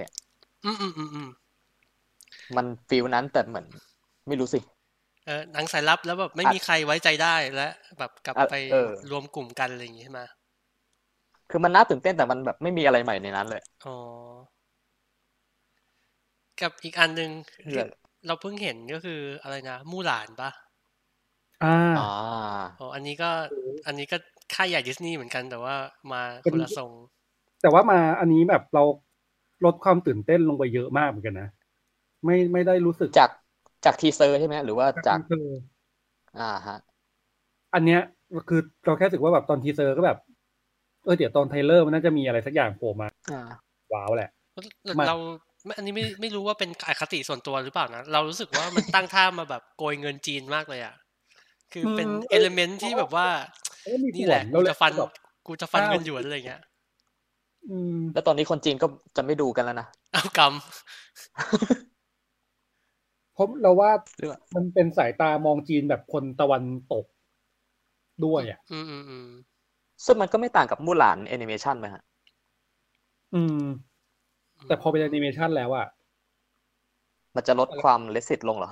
อืมอืมอืมอืม มันฟิลนั้นแต่เหมือน ไม่รู้สิ เออหนังสายลับแล้วแบบไม่มีใครไว้ใจได้และแบบกลับ อ่ะ ไป เออ รวมกลุ่มกันอะไรอย่างงี้ใช่ไหม คือมันน่าตื่นเต้นแต่มันแบบไม่มีอะไรใหม่ในนั้นเลย อ๋อ กับอีกอันหนึ่งที่เราเพิ่งเห็นก็คืออะไรนะมู่หลานปะ อ่า อ่า อ๋ออันนี้ก็ อันนี้ก็ค่ายใหญ่ดิสนีย์เหมือนกันแต่ว่ามา เป็น คนละทรง แต่ว่ามาอันนี้แบบเราลดความตื่นเต้นลงไปเยอะมากเหมือนกันนะไม่ไม่ได้รู้สึก จากจากทีเซอร์ใช่ไหมหรือว่าจาก เออ อ่าฮะ อันเนี้ยคือเราแค่รู้สึกว่าแบบตอนทีเซอร์ก็แบบ เออเดี๋ยวตอนไทเลอร์มันน่าจะมีอะไรสักอย่างโผล่มา อ่า ว้าวแหละ เราเราไม่อันนี้ไม่ไม่รู้ว่าเป็นอคติส่วนตัวหรือเปล่านะ เรารู้สึกว่ามันตั้งท่ามาแบบโกยเงินจีนมากเลยอ่ะ คือเป็น อืม เอ เอ้ย ลเมนต์ที่แบบว่า เอ้ยมี นี่ ส่ แห ว ละ น กู แล้วแห จะ ละ ฟัน แบบ กูจะฟันเงินหยวนอะไรอย่างเงี้ย อืม แล้วตอนนี้คนจีนก็จะไม่ดูกันแล้วนะ เอาก เพราะเราว่า หรือว่า มันเป็นสายตามองจีนแบบคนตะวันตกด้วยอ่ะ ำอืมอืมอืม ซึ่งมันก็ไม่ต่างกับมู่หลานแอนิเมชันไหมฮะ อืม แต่พอเป็นแอนิเมชันแล้วอ่ะ มันจะลดความเลสิตลงเหรอ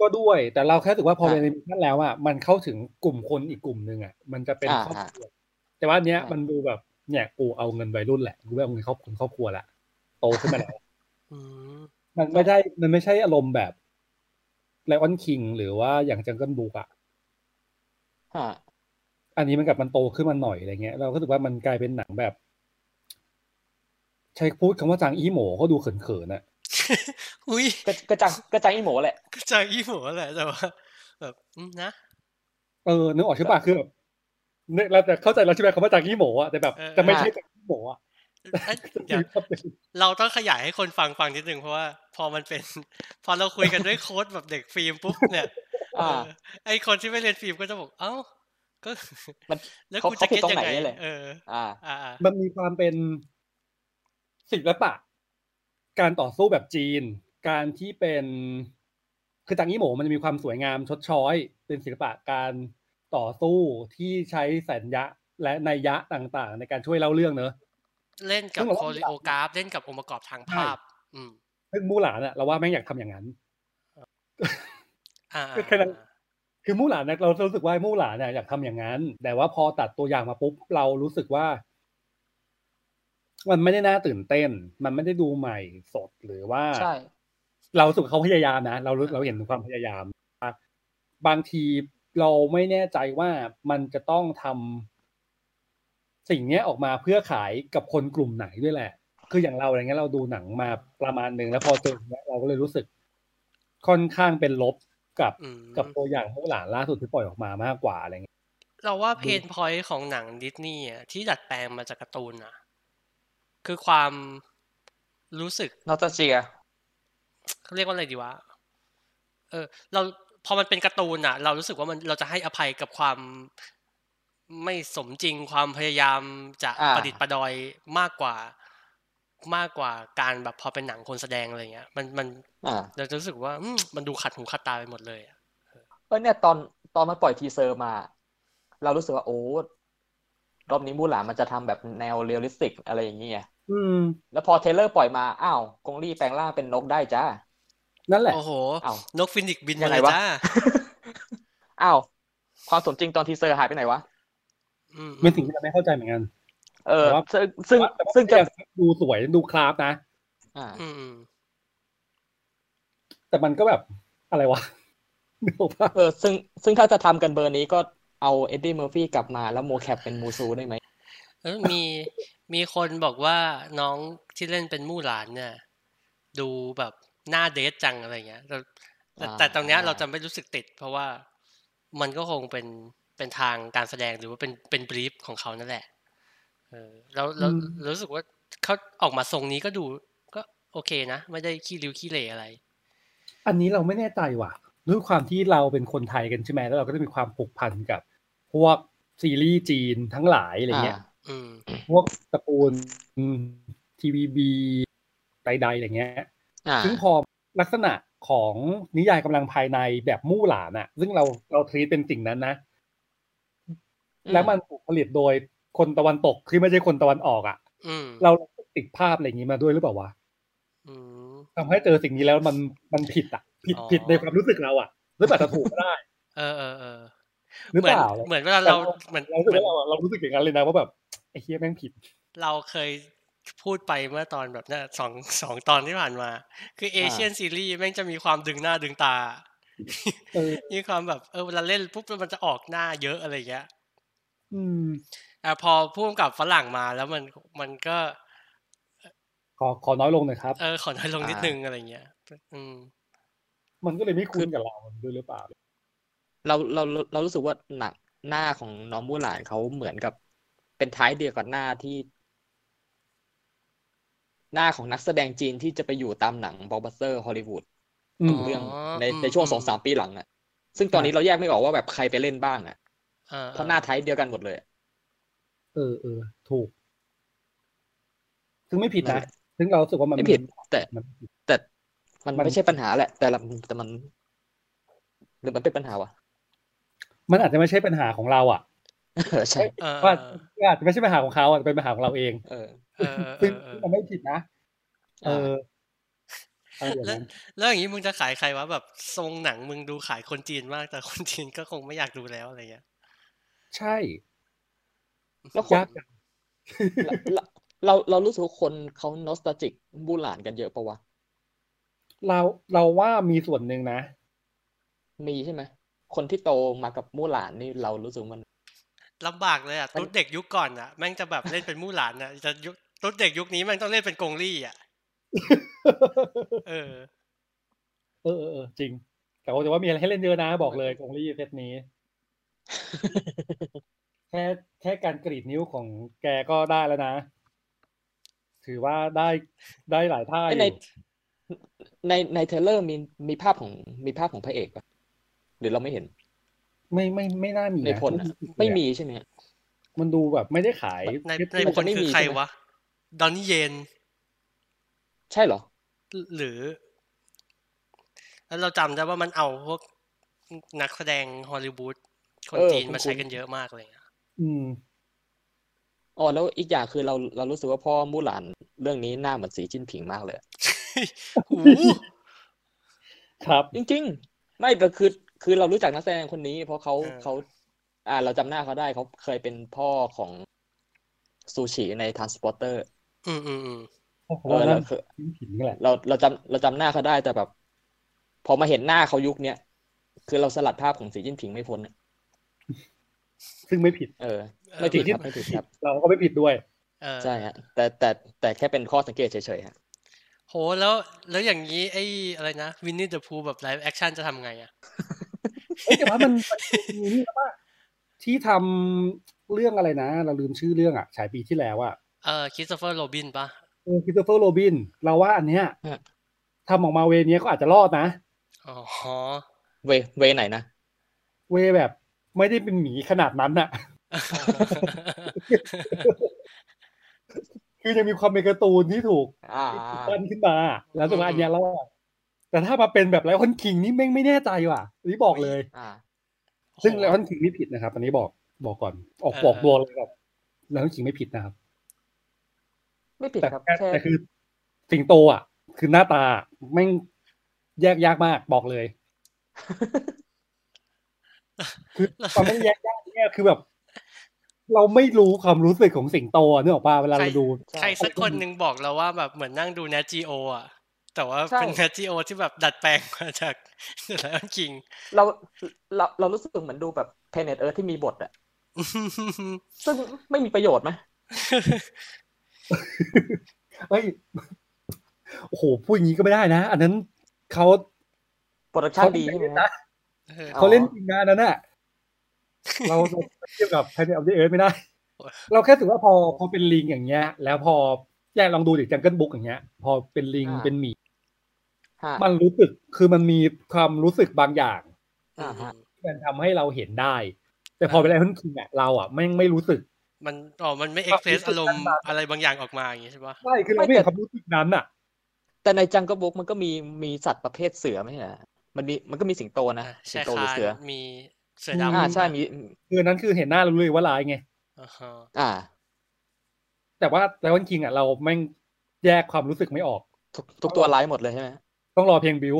ก็ด้วย แต่เราแค่รู้สึกว่าพอเป็น อ่ะ แอนิเมชันแล้วอ่ะมันเข้าถึงกลุ่มคนอีกกลุ่มหนึ่งอ่ะมันจะเป็น อ่า ครอบครัวแต่ว่าอันเนี้ย อ่ามั มันดูแบบเนี่ยกูเอาเงินวัยรุ่นแหละกูไม่เอาเงินครอบครัวครอบครัวละโตขึ้นมาแล้ว อืม มันไม่ได้ มันไม่ใช่อารมณ์แบบไลออนคิงหรือว่าอย่างจังเกิลบุกอะ ฮะ อันนี้มันกลับมันโตขึ้นมาหน่อยอะไรเงี้ย เราก็รู้สึกว่ามันกลายเป็นหนังแบบ ใช้พูดคำว่าจางอีโหมก็ดูเขินๆอะ อุ้ย ก็ก็จังก็จังอีหมูแหละ กระจากอีหมูแหละแต่ว่าแบบอืมนะ เออนึกออกใช่ปะคือแบบเนี่ยเราแต่เข้าใจเราใช่ไหมคำว่าจางอีโหมอะแต่แบบ แต่ไม่ใช่จางอีโหมอะ เอ้ย เดี๋ยว เราต้องขยายให้คนฟังฟังนิดนึงเพราะว่าพอมันเป็น พอเราคุยกันด้วยโค้ดแบบเด็กฟิล์มปุ๊บเนี่ย อ่า เออไอคนที่ไม่เรียนฟิล์มก็จะบอกเอ้าก็ มัน แล้ว เขา กูจะคิดยังไง เขาผิดตรงไหนเนี่ยแหละ เออ อ่า อ่าอ่า มันมีความเป็นศิลปะ การต่อสู้แบบจีน การที่เป็นคือตังอี้โหมมันจะมีความสวยงามชดช้อย เป็นศิลปะการต่อสู้ที่ใช้สัญญะและนัยยะต่างๆ ในการช่วยเล่าเรื่องเนอะ เล่นกับ ซึ่งเรา โค ก็ไม่ ลิ อยาก โอกราฟเล่นกับองค์ประกอบทาง ใช่ ภาพ อืม ซึ่งมู่หลานอะเราว่าแม่งอยากทำอย่างนั้น อ่า ก็แค่นั้น คือมู่หลานเนี่ยเรารู้สึกว่ามู่หลานเนี่ยอยากทำอย่างนั้น แต่ว่าพอตัดตัวอย่างมาปุ๊บเรารู้สึกว่า มันไม่ได้น่าตื่นเต้น มันไม่ได้ดูใหม่สดหรือว่า ใช่ เรารู้สุกเขาพยายามนะเรารู้เราเห็นถึงความพยายาม บางทีเราไม่แน่ใจว่ามันจะต้องทำสิ่งเนี้ยออกมาเพื่อขายกับคนกลุ่มไหนด้วยแหละ คืออย่างเราอะไรเงี้ยเราดูหนังมาประมาณหนึ่งแล้วพอเจออย่างเนี้ยเราก็เลยรู้สึกค่อนข้างเป็นลบกับ อืม กับตัวอย่างพวกหลานล่าสุดที่ปล่อยออกมามากกว่าอะไรเงี้ย เราว่าเพนพอยต์ของหนังดิสนีย์อะที่ดัดแปลงมาจากการ์ตูนอะคือความรู้สึก นอตเจีย เขาเรียกว่าอะไรดีวะ เออ เราพอมันเป็นการ์ตูนอ่ะ เรารู้สึกว่ามันเราจะให้อภัยกับความไม่สมจริงความพยายามจะ อ่า ประดิษฐ์ประดอยมากกว่า มากกว่าการแบบพอเป็นหนังคนแสดงอะไรเงี้ย มันมัน อ่า เราจะรู้สึกว่าอืมมันดูขัดหูขัดตาไปหมดเลยอะ เออเนี่ยตอนตอนมันปล่อยทีเซอร์มา เรารู้สึกว่าโอ้รอบนี้มูหลานมันจะทำแบบแนวเรียลลิสติกอะไรอย่างเงี้ย อืม แล้วพอเทรลเลอร์ปล่อยมาอ้าวกงลี่แปลงร่างเป็นนกได้จ้า นั่นแหละ โอ้โห อ้าวน กฟินิกซ์บิน ยั มาง เลยวไงะ จ้า อ้าวความสมจริงตอนทีเซอร์หายไปไหนวะ อืมอืม เป็นสิ่งที่เราไม่เข้าใจเหมือนกัน เออ แต่ว่า ซึ่งซึ่ง แต่ว่า ซึ่งจะ แต่ว่าดูสวยดูคราฟนะ อ่า อืมอืม แต่มันก็แบบอะไรวะ นึกออกปะ เออซึ่งซึ่งถ้าจะทำกันเบอร์นี้ก็เอาเอ็ดดี้เมอร์ฟี่กลับมาแล้วโมแคปเป็นมูซูได้ไหม เออมีมีคนบอกว่าน้องที่เล่นเป็นมู่หลานเนี่ย ดูแบบหน้าเดทจังอะไรเงี้ยแต่แต่แต่ตรงเนี้ย อ่า เราจะไม่รู้สึกติด เพราะว่ามันก็คงเป็นเป็นทางการแสดงหรือว่าเป็นเป็นบรีฟของเขานั่นแหละเออแล้วแล้ว อืม แล้วรู้สึกว่าเขาออกมาทรงนี้ก็ดูก็โอเคนะ ไม่ได้ขี้ริ้วขี้เหร่อะไร อันนี้เราไม่แน่ใจว่ะด้วยความที่เราเป็นคนไทยกันใช่ไหมแล้วเราก็จะมีความผูกพันกับ พวกซีรีส์จีนทั้งหลายอะไรเงี้ย อืม พวกตระกูลทีวีบีใดๆอะไรเงี้ย อ่า ซึ่งพอลักษณะของนิยายกำลังภายในแบบมู่หลานอะซึ่งเราเราทรีตเป็นสิ่งนั้นนะ แล้วมันถูกผลิตโดยคนตะวันตกที่ไม่ใช่คนตะวันออกอะ อืม เราติดภาพอะไรอย่างนี้มาด้วยหรือเปล่าวะ อืม ทำให้เจอสิ่งนี้แล้วมันมันผิดอะผิด อ๋อ ผิดในความรู้สึกเราอะหรือเปล่าจะถูกก็ได้ เออเออเออ หรือ เห เป มือน ล่า เหมือนเวลา แต่ เรา เรา เหมือน เรารู้สึก เหมือน ว่าเราเรารู้สึกอย่างนั้นเลยนะว่าแบบไอ้เฮียแม่งผิด เราเคยพูดไปเมื่อตอนแบบเนั้นสองสองตอนที่ผ่านมา คือเอเชียนซีรีส์แม่งจะมีความดึงหน้าดึงตา เออ มีความแบบเออเวลาเล่นปุ๊บแล้วมันจะออกหน้าเยอะอะไรอย่างเงี้ย อืม อ่ะพอพูดกับฝรั่งมาแล้วมันมันก็ ขอขอน้อยลงหน่อยครับ เออขอน้อยลงนิดนึงอะไรอย่างเงี้ยอืม มันก็เลยไม่คุ้นกับเราด้วยหรือเปล่า เราเราเราเรารู้สึกว่าหนักหน้าของน้องมูหลานเขาเหมือนกับเป็นท้ายเดียวกับหน้าที่ หน้าของนักแสดงจีนที่จะไปอยู่ตามหนังบล็อกบัสเตอร์ฮอลลีวูด อืม เรื่อง อ๋อ ใน อืม ในช่วง อืม สองสามปีหลังอ่ะ ซึ่งตอนนี้เราแยกไม่ออกว่าแบบใครไปเล่นบ้างอ่ะ ออ เพราะหน้าท้ายเดียวกันหมดเลยอะ เออเออถูก ซึ่งไม่ผิด นั่นแหนะละ ซึ่งเรารู้สึกว่ามัน ไม่ผิด แต่ มันไม่ผิด แต่มัน มัน ไม่ใช่ปัญหาแหละ แต่ละแต่มันหรือมันเป็นปัญหาวะ มันอาจจะไม่ใช่ปัญหาของเราอ่ะ เออใช่ เออ ว่าอาจจะไม่ใช่ปัญหาของเขาอาจจะเป็นปัญหาของเราเอง เออ เออเออเอ ซึ่ง อเออซึ่งมันไม่ผิดนะเอออะไรอย่าง แล้ว นั้น แล้วอย่างนี้มึงจะขายใครวะแบบทรงหนังมึงดูขายคนจีนมากแต่คนจีนก็คงไม่อยากดูแล้วอะไรอย่างเงี้ย ใช่ แล้วคน ยากจัง เราเราเรารู้สึกว่าคนเขานอสตาจิกบูหลานกันเยอะปะวะ เราเราว่ามีส่วนหนึ่งนะ มีใช่ไหม คนที่โตมากับมู่หลานนี่เรารู้สึกมัน ลำบากเลยอ่ะ มัน ตุ๊ดเด็กยุคก่อนอ่ะแม่งจะแบบเล่นเป็นมู่หลานอ่ะจะยุคตุ๊ดเด็กยุคนี้แม่งต้องเล่นเป็นกงลี่อ่ะเออ เออเออเออจริง แต่ว่าแต่ว่ามีอะไรให้เล่นเยอะนะ บอกเลยกงลี่เซตนี้ แค่แค่การกรีดนิ้วของแกก็ได้แล้วนะ ถือว่าได้ได้หลายท่าอ ใน ยู่ ในในเทรลเลอร์มีมีภาพของมีภาพของพระเอกปะหรือเราไม่เห็น ไม่ไม่ไม่น่ามีะ ในพลน่ะ ไม่มีใช่ไหมฮะ มันดูแบบไม่ได้ขาย ในในคน ไม่มี คือใคร ใช่ไหม วะดอนนี่เยน ใช่เหรอ หรือ แล้วเราจำได้ว่ามันเอาพวกนักแสดงฮอลลีวูดคน เออ จีนมาใช้ คุ้นๆ กันเยอะมากเลย นะ อืม อ๋อแล้วอีกอย่างคือเราเรารู้สึกว่าพ่อมู่หลานเรื่องนี้หน้าเหมือนสีจิ้นผิงมากเลย โอ้โห ครับ จริง ๆ ไม่แต่คือคือเรารู้จักนักแสดงคนนี้ เพราะเขาเขา อ่า เราจำหน้าเขาได้เขาเคยเป็นพ่อของซูชิในท r านสปอร์เตอร์ อืมอืมอืม โอ้โห เออ นั่ เรา น เคย ชิ้นผิงแหละ เราเราจำเราจำหน้าเขาได้แต่แบบ พอมาเห็นหน้าเขายุคเนี้ยคือเราสลัดภาพของสีจิ้นผิงไม่พ้นอะ ซึ่งไม่ผิด เออ เออ ไม่ผิด เอครัอบไม่ผิดครับ เราก็ไม่ผิดด้วย เออ ใช่ฮะแต่แต่แต่แค่เป็นข้อสังเกตเฉยๆฮะ โหแล้วแล้วอย่างนี้ไอ้อะไรนะวินนี่เดอะพูแบบไลฟ์แอคชั่นจะทำไงอ่ะ เอ้ยแต่ว่ามันมันมีนี่แล้วป่ะที่ทำเรื่องอะไรนะ เราลืมชื่อเรื่องอ่ะ ฉายปีที่แล้วอ่ะ เออคิสโตเฟอร์โรบินปะ คิสโตเฟอร์โรบิน เราว่าอันเนี้ยทำออกมาเวเนี้ยก็อาจจะรอดนะ อ๋อ เวเวไหนนะ เวแบบ ไม่ได้เป็นหมีขนาดนั้นน่ะ คือยังมีความเป็นการ์ตูนที่ถูก อ่า ปั้นขึ้นมา แล้วสุดท้ายอันเนี้ยรอด แต่ถ้ามาเป็นแบบไลออนคิงนี่แม่งไม่แน่ใจว่ะอันนี้บอกเลย อ่า ซึ่งไลอ โห อนคิงไม่ผิดนะครับ อันนี้บอกบอกก่อน ออก เออ บอกตัวเลยแบบไลออนคิงไม่ผิดนะครับ ไม่ผิด แต่ ครับ แค่ แค่ แต่คือสิงโตอ่ะ คือหน้าตาแม่งแยกยากมากบอก เลย คือความแม่งแยกยากเนี่ยคือแบบ เราไม่รู้ความรู้สึกของสิงโตอะนึกออกป่ะเวลาเราดู ใครสักคนหนึ่งบอกเราว่าแบบเหมือนนั่งดู n a t จีโออ่ะ แต่ว่าเป็น n a t จีโอที่แบบดัดแปลงมาจาก ไลออนคิง เราเราเรารู้สึกเหมือนดูแบบเพเนตเอิร์ที่มีบทอะซึ่งไม่มีประโยชน์ไหม เฮ้ย โอ้โหพูดอย่างนี้ก็ไม่ได้นะ อันนั้นเขา โปรดักชั่นดีใช่ไหมฮะ เขาเล่นจริงนะอันนั้นน่ะ เราเราเทียบกับ Planet of the Earth ไม่ได้ โอ้ย เราแค่ถือว่าพอพอเป็นลิงอย่างเงี้ย แล้วพอแยกลองดูดิจังเกิลบุ๊กอย่างเงี้ย พอเป็นลิง อ่า เป็นหมี ฮะ มันรู้สึกคือมันมีความรู้สึกบางอย่าง อ่าฮะ ที่มันทำให้เราเห็นได้ แต่พอเป็นไอ้คนคิงอ่ะเราอ่ะแม่งไม่รู้สึก มันอ๋อมันไม่เอ็กเพรสอารมณ์อะไรบางอย่างออกมาอย่างงี้ใช่ปะ ใช่คือเราไม่เห็นความรู้สึกนั้นอ่ะ แต่ในจังก็บุ๊กมันก็มีมีสัตว์ประเภทเสือไหมฮะมันมีมันก็มีสิงโตนะสิ แช่ งโตหรื คา อน เสือ มีเสือ ม ดำ อ่าใช่มี คืออันนั้นคือเห็นหน้าเรารู้เลยว่าร้ายไง อ่าฮะ อ่า แต่ว่าไลออนคิงอ่ะเราแม่งแยกความรู้สึกไม่ออก ทุกทุกตัวร้ายหมดเลยใช่ไหม ต้องรอเพลงบิว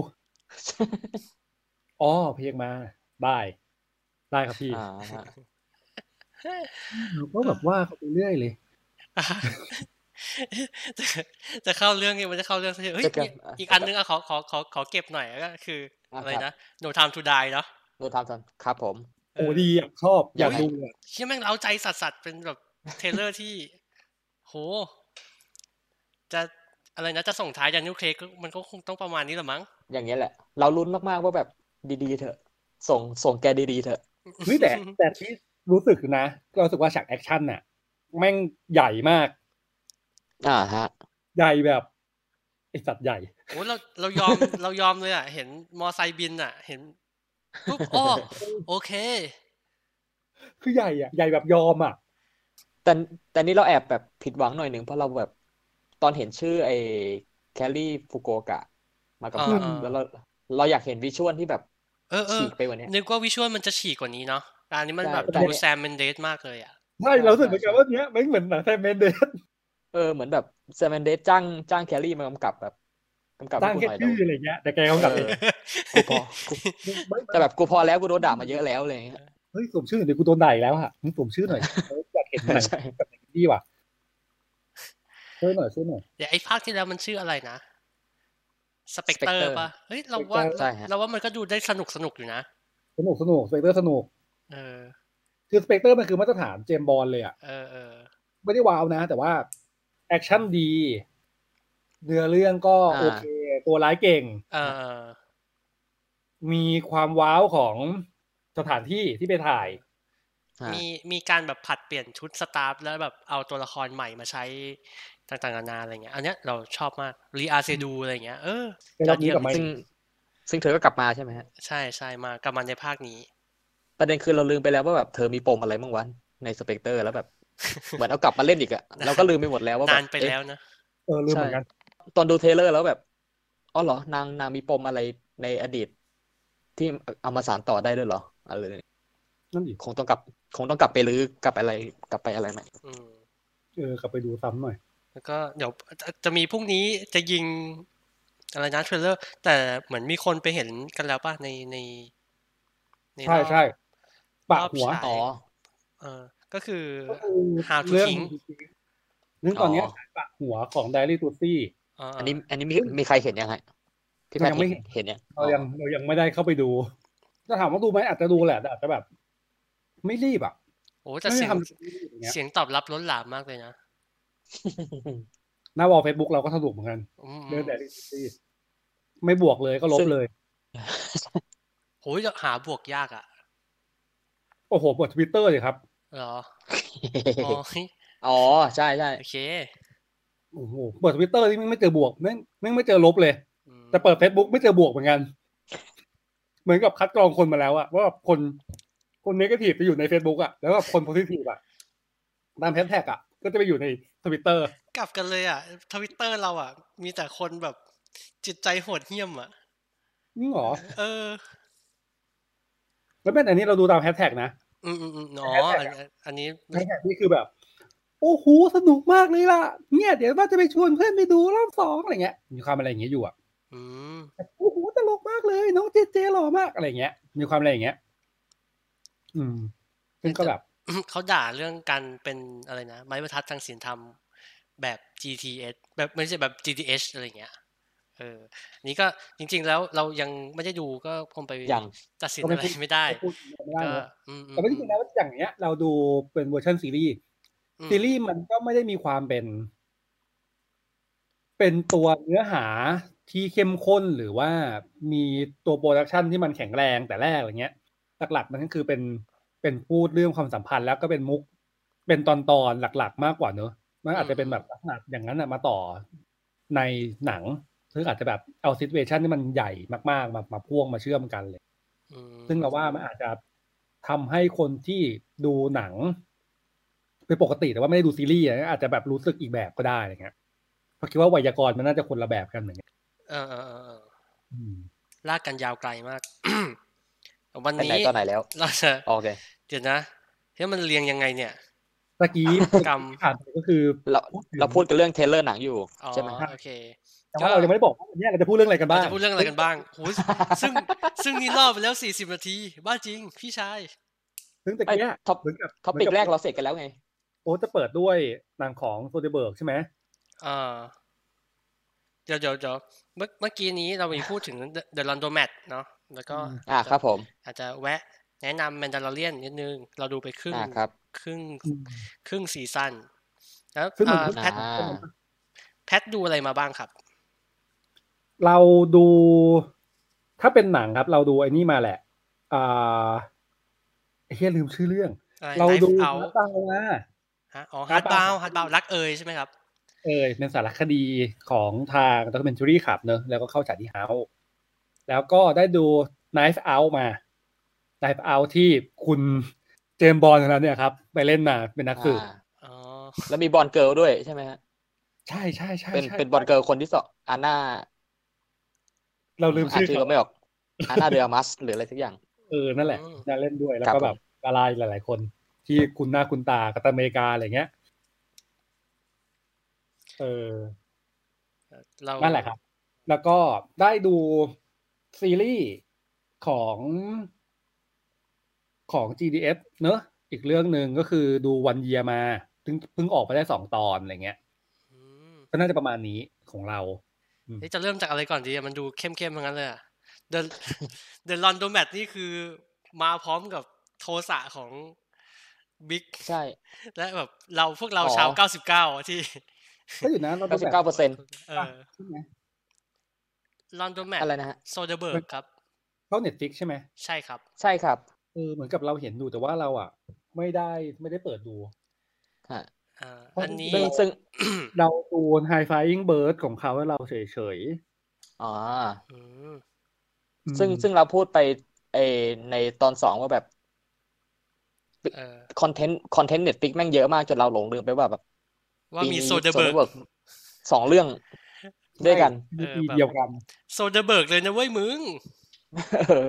อ๋อเพลงมาได้ได้ครับพี่ อ่าฮะ เราก็แบบว่าเขาไปเรื่อยเลย จะจะเข้าเรื่องยังไมันจะเข้าเรื่องสักทีเฮ้ย จะกลับ อีกอีกอันนึงอ่ะขอขอขอขอเก็บหน่อยก็คืออะ อะไร ครับ นะ No Time to Die เนาะ ดูทำทันครับผม โอ้ดีอ่ะชอบอยากดูอ่ะ เชี่ยแม่งเล้าใจสัสๆเป็นแบบเทรลเลอร์ที่ โห จะอะไรนะจะส่งท้ายยานิวเคลกมันก็คงต้องประมาณนี้แหละมั้ง อย่างเงี้ยแหละ เราลุ้นมากๆว่าแบบดีๆเถอะ ส่งส่งแกดีๆเถอะ เฮ้ย แต่แต่ที่รู้สึกนะเรารู้สึกว่าฉากแอคชั่นน่ะ แม่งใหญ่มาก อ่าฮะ ใหญ่แบบไอสัตว์ใหญ่ โอ้เราเรายอม เรายอมเลยอ่ะ เห็นมอไซค์บินอ่ะ เห็นปุ๊บอ้อโอเค คือใหญ่อ่ะใหญ่แบบยอมอ่ะ แต่แต่นี่เราแอบแบบผิดหวังหน่อยหนึ่งเพราะเราแบบตอนเห็นชื่อไอ้แคลรี่ฟูโกกะ มากับ อ่า เพื่อนแล้วเราเราอยากเห็นวิชวลที่แบบ เออเออ ฉีกไปกวันนี้ย นึกว่าวิชวลมันจะฉีกกว่านี้เนาะแต่อันนี้มันแบบ ใช่ ดู ใช่ แซมเมนเดสมากเลยอ่ะ ใช่เรารู้สึกเหมือนกันว่าเนี้ยแม่งเหมือนหนังแซมเมนเดส เออเหมือนแบบแซมนเดสจ้างจ้างแคลรี่มากำกับแบบกำกับ ตั้ง ให้กูหน่อยแค่ชื่อ เดี๋ยว อะไรเงี้ย แต่แกเขากลับเอง กูพอกู ไม่ แต่แบบกูพอแล้วกูโดนด่ามาเยอะแล้วอะไรอย่างเงี้ย เฮ้ยสวมชื่อหน่อยดิกูโดนด่าอีกแล้วอ่ะมึงสวมชื่อหน่ อยอยากเห็นหนัง ใช่ ดีว่ะช่วยหน่อยช่วยหน่อย เดี๋ยวไอ้ภาคที่แล้วมันชื่ออะไรนะสเปกเตอร์ป่ะ เฮ้ยเราว่า Spectre ใช่ฮะ เราว่ามันก็ดูได้สนุกสนุกอยู่นะ สนุกสนุกสเปกเตอร์สนุก เออ คือสเปกเตอร์มันคือมาตรฐานเจมส์บอลเลยอ่ะ เออเออ ไม่ได้ว้าวนะ แต่ว่า แอคชั่นดี เนื้อเรื่องก็ อ่า โอเค ตัวร้ายเก่ง เออ มีความว้าวของสถานที่ที่ไปถ่าย ฮะ มีมีการแบบผลัดเปลี่ยนชุดสตาฟแล้วแบบเอาตัวละครใหม่มาใช้ ต่างๆนานาอะไรเงี้ย อันเนี้ยเราชอบมากรีอาเซดูอะไรเงี้ยเออ ได้รอบนี้กลับมา ซึ่ง ซึ่งเธอก็กลับมาใช่ไหมฮะ ใช่ใช่มากลับมาในภาค นี้ ประเด็นคือเราลืมไปแล้วว่าแบบเธอมีปมอะไรบ้างวะในสเปกเตอร์แล้วแบบ เหมือนเอากลับมาเล่นอีกอะเราก็ลืมไปหมดแล้วว่าแบ นา บ นไป เอ๊ะ แล้วนะ เออลืมเหมือนกัน ตอนดูเทรลเลอร์แล้วแบบ อ๋อเหรอ นางนางมีปมอะไรในอดีต ที่เอามาสานต่อได้ด้วยเหรอ อะไรเนี่ย นั่นอีก คงต้องกลับ คงต้องกลับไปรื้อกลับไปอะไร กลับไปอะไรใหม่ อืม เออกลับไปดูซ้ำหน่อย แล้วก็เดี๋ยวจะจะมีพรุ่งนี้จะยิงอะไรนะเทรลเลอร์ แต่เหมือนมีคนไปเห็นกันแล้วป่ะในในในร ใช่ อบ ใช่ปะ รอบ หัว ฉาย อ๋อ เออก็คือ ก็คือ How to เรื่อง Think เรื่องตอนเนี้ย อ๋อ ฉายปะหัวของไดรี่ตูซี่ อ่า อันนี้ อันนี้มีมีใครเห็นยังไงพี่แพทย์ ยังไม่ เห็นเห็นยัง เรายังเรายังไม่ได้เข้าไปดูจะถามว่าดูไหมอาจจะดูแหละแต่อาจจะแบบ ไม่รีบอ่ะ โอ้แต่ ไม่เสียได้ง ทำอย่างเงี้ย เสียงตอบรับล้นหลามมากเลยนะ หน้าวอลเฟซบุ๊กเราก็สะดวกเหมือนกัน อืม เรื่องไดรี่ตูซี่ไม่บวกเลยก็ลบเลย โอ้ยหาบวกยากอ่ะ โอ้โหบททวิตเตอร์เลยครับ เหรอ อ๋ อ โอ้ย อ๋อ ใช่ใช่ โอเค โอ้โหบททวิตเตอร์ที่แม่งไม่เจอบวกแม่งแม่งไม่เจอลบเลย อืม แต่เปิด Facebook ไม่เจอบวกเหมือนกัน เหมือนกับคัดกรองคนมาแล้วอะว่าแบบคนคนเนกาทีฟไปอยู่ใน Facebook อะแล้วแบบคนโพซิทีฟอะตามแฮชแท็กอะก็จะไปอยู่ในทวิตเตอร์ กลับกันเลยอ่ะทวิตเตอร์เราอ่ะ มีแต่คนแบบจิตใจโหดเหี้ยมอ่ะ นี่หรอ เออ แล้วเป็นอันนี้เราดูตามแฮชแท็กนะ อืมอืมอืมอ๋ออันอันนี้ แฮชแท็กนี่คือแบบ โอ้โหสนุกมากเลยล่ะ เนี่ย เดี๋ยวว่าจะไปชวนเพื่อนไปดูรอบสองอะไรเงี้ย มีความอะไรอย่างเงี้ยอยู่อะ อืม โอ้โหตลกมากเลย น้องเจเจหล่อมากอะไรเงี้ย มีความอะไรอย่างเงี้ย อืมซึ่งก็แบบ เขาด่าเรื่องการเป็นอะไรนะ ไม้บรรทัดทางศีลธรรมแบบ GTS แบบไม่ใช่แบบ GTH อะไรอย่างเงี้ย เอออันนี้ก็จริง ๆ แล้วเรายังไม่ได้ดูก็คงไป ยัง ตัดสิน ก็ อะไรไม่พูด ไม่ได้ พูดไม่ได้ ก็ เนอะ อืมๆ แต่ว่าจริงๆแล้วอย่างเนี้ยเราดูเป็นเวอร์ชันซีรีส์ อืม ซีรีส์มันก็ไม่ได้มีความเป็น เป็นตัวเนื้อหาที่เข้มข้นหรือว่ามีตัวโปรดักชันที่มันแข็งแรงแต่แรกอะไรเงี้ยหลักๆมันก็คือเป็นเป็นพูดเรื่องความสัมพันธ์แล้วก็เป็นมุก เป็นตอนๆหลักๆ มากกว่าเนอะมันอาจจะเป็นแบบลักษณะอย่างนั้นน่ะมาต่อในหนังซึ่งอาจจะแบบเอาซิ t เ a ชันที่มันใหญ่มากๆมามาพ่วงมาเชื่อมกันเลย อืม ซึ่งเราว่ามันอาจจะทำให้คนที่ดูหนังเป็นปกติแต่ว่าไม่ได้ดูซีรีส์อะอาจจะแบบรู้สึกอีกแบบก็ได้อะไรเงี้ยเพราะคิดว่าไวยากรณ์มันน่าจะคนละแบบกันเหมือนกัน เออเออเออเออ อืม ลากกันยาวไกลมาก วัน ไปไหน นี้ ตอนไหนแล้ว เราจะ โอเค เดี๋ยวนะเฮ้ยมันเรียงยังไงเนี่ย ตะกี้ กรรม ผ่านไปก็คือ เรา ถึง เราพูดกันเรื่องเทรลเลอร์หนังอยู่ อ๋อ ใช่ไหม โอเค แต่ว่าเรายังไม่ได้บอกว่าเนี่ยเราจะพูดเรื่องอะไรกันบ้าง จะพูดเรื่องอะไรกันบ้างโอ้ยซึ่งซึ่งนี่รอบไปแล้วสี่สิบนาที บ้าจริง พี่ชาย ซึ่งตะ ไอ้ กี้ ท็อป เหมือนกับ ท็อปิกแรกเราเสร็จกันแล้วไง โอ้จะเปิดด้วยหนังของโซเดเบิร์กใช่ไหม อ่าเดี๋ยวเดี๋ยวเดี๋ยวเมื่อเมื่อกี้นี้เรามีพูดถึง The- The Laundromat เนาะแล้วก็ อ่า อาจจะ ครับผม อาจจะแวะแนะนำ Mandalorian นิดนึง เราดูไปครึ่ง อ่าครับ ครึ่งครึ่งซีซั่นแล้ว ซึ่งเหมือน อ่า พูด แพท อ่า แพทดูอะไรมาบ้างครับ เราดู ถ้าเป็นหนังครับ เราดูไอ้นี่มาแหละ อ่าเฮียลืมชื่อเรื่อง อะไร เรา Knife ดู Out ตางนะ ฮะอ๋อ Hardbound Hardbound Hardbound รักเอยใช่ไหมครับ เอยเป็นสารคดีของทางด็อกเมนทรีขับเนอะแล้วก็เข้าฉายที่เฮาส์แล้วก็ได้ดู Knife Out มา Knife Out ที่คุณเจมส์บอลของเราเนี่ยครับ ไปเล่นมาเป็นนักสืบ อ่า อ๋อ แล้วมีบอลเกิร์ลด้วยใช่ไหมฮะ ใช่ใช่ใช่ เป็น ใช่ เป็นบอลเกิร์ลคนที่สองอาน่า เราลืม อ่าน ชื่อ ชื่อ เขา ก็ไม่ออกอานาเดอมัส หรืออะไรสักอย่าง เออนั่นแหละ อืม น่าเล่นด้วย แล้ว ครั ก็ บ แบบดาราอีกหลาย ๆ คน ที่คุณหน้าคุณตากับอเมริกาอะไรเงี้ยเออ เรา นั่นแหละครับ แล้วก็ได้ดูซีรีส์ของของ GDF เนอะ อีกเรื่องหนึ่งก็คือดูวันเยียมาซึ่งเพิ่งออกไปได้สองตอนอะไรเงี้ย อืม ก็น่าจะประมาณนี้ของเรา เอ๊ะจะเริ่มจากอะไรก่อนดีอะมันดูเข้มๆทั้งนั้นเลยอะ The The Laundromat นี่คือมาพร้อมกับโทสะของบิ๊ก ใช่ และแบบเราพวกเราชาว 99อะที่ ก็อยู่นะเราดู 99 แบบ เปอร์เซ็นต์ เออ ใช่ไหม ลอนดอนแมท อะไรนะฮะ โซเดเบิร์กครับ เข้าเน็ตฟิกใช่ไหม ใช่ครับ ใช่ครับ เออเหมือนกับเราเห็นดูแต่ว่าเราอ่ะ ไม่ได้ไม่ได้เปิดดู ฮะ อ่าอันนี้ ซึ่งซึ่ง เราดูไฮไฟอิงเบิร์ดของเขาให้เราเฉย อ๋อ อืม ๆ ซึ่งซึ่งเราพูดไปไอในตอนสองว่าแบบ เออ คอนเทนต์คอนเทนต์เน็ตฟิกแม่งเยอะมากจนเราหลงลืมไปว่าแบบ ว่า ปี มี นี้ โซเดอร์เบิร์ก กสองเรื่องด้วยกัน มี เออ ปี แบบ เดียวกัน โซเดอร์เบิร์กเลยนะเว้ยมึง เออ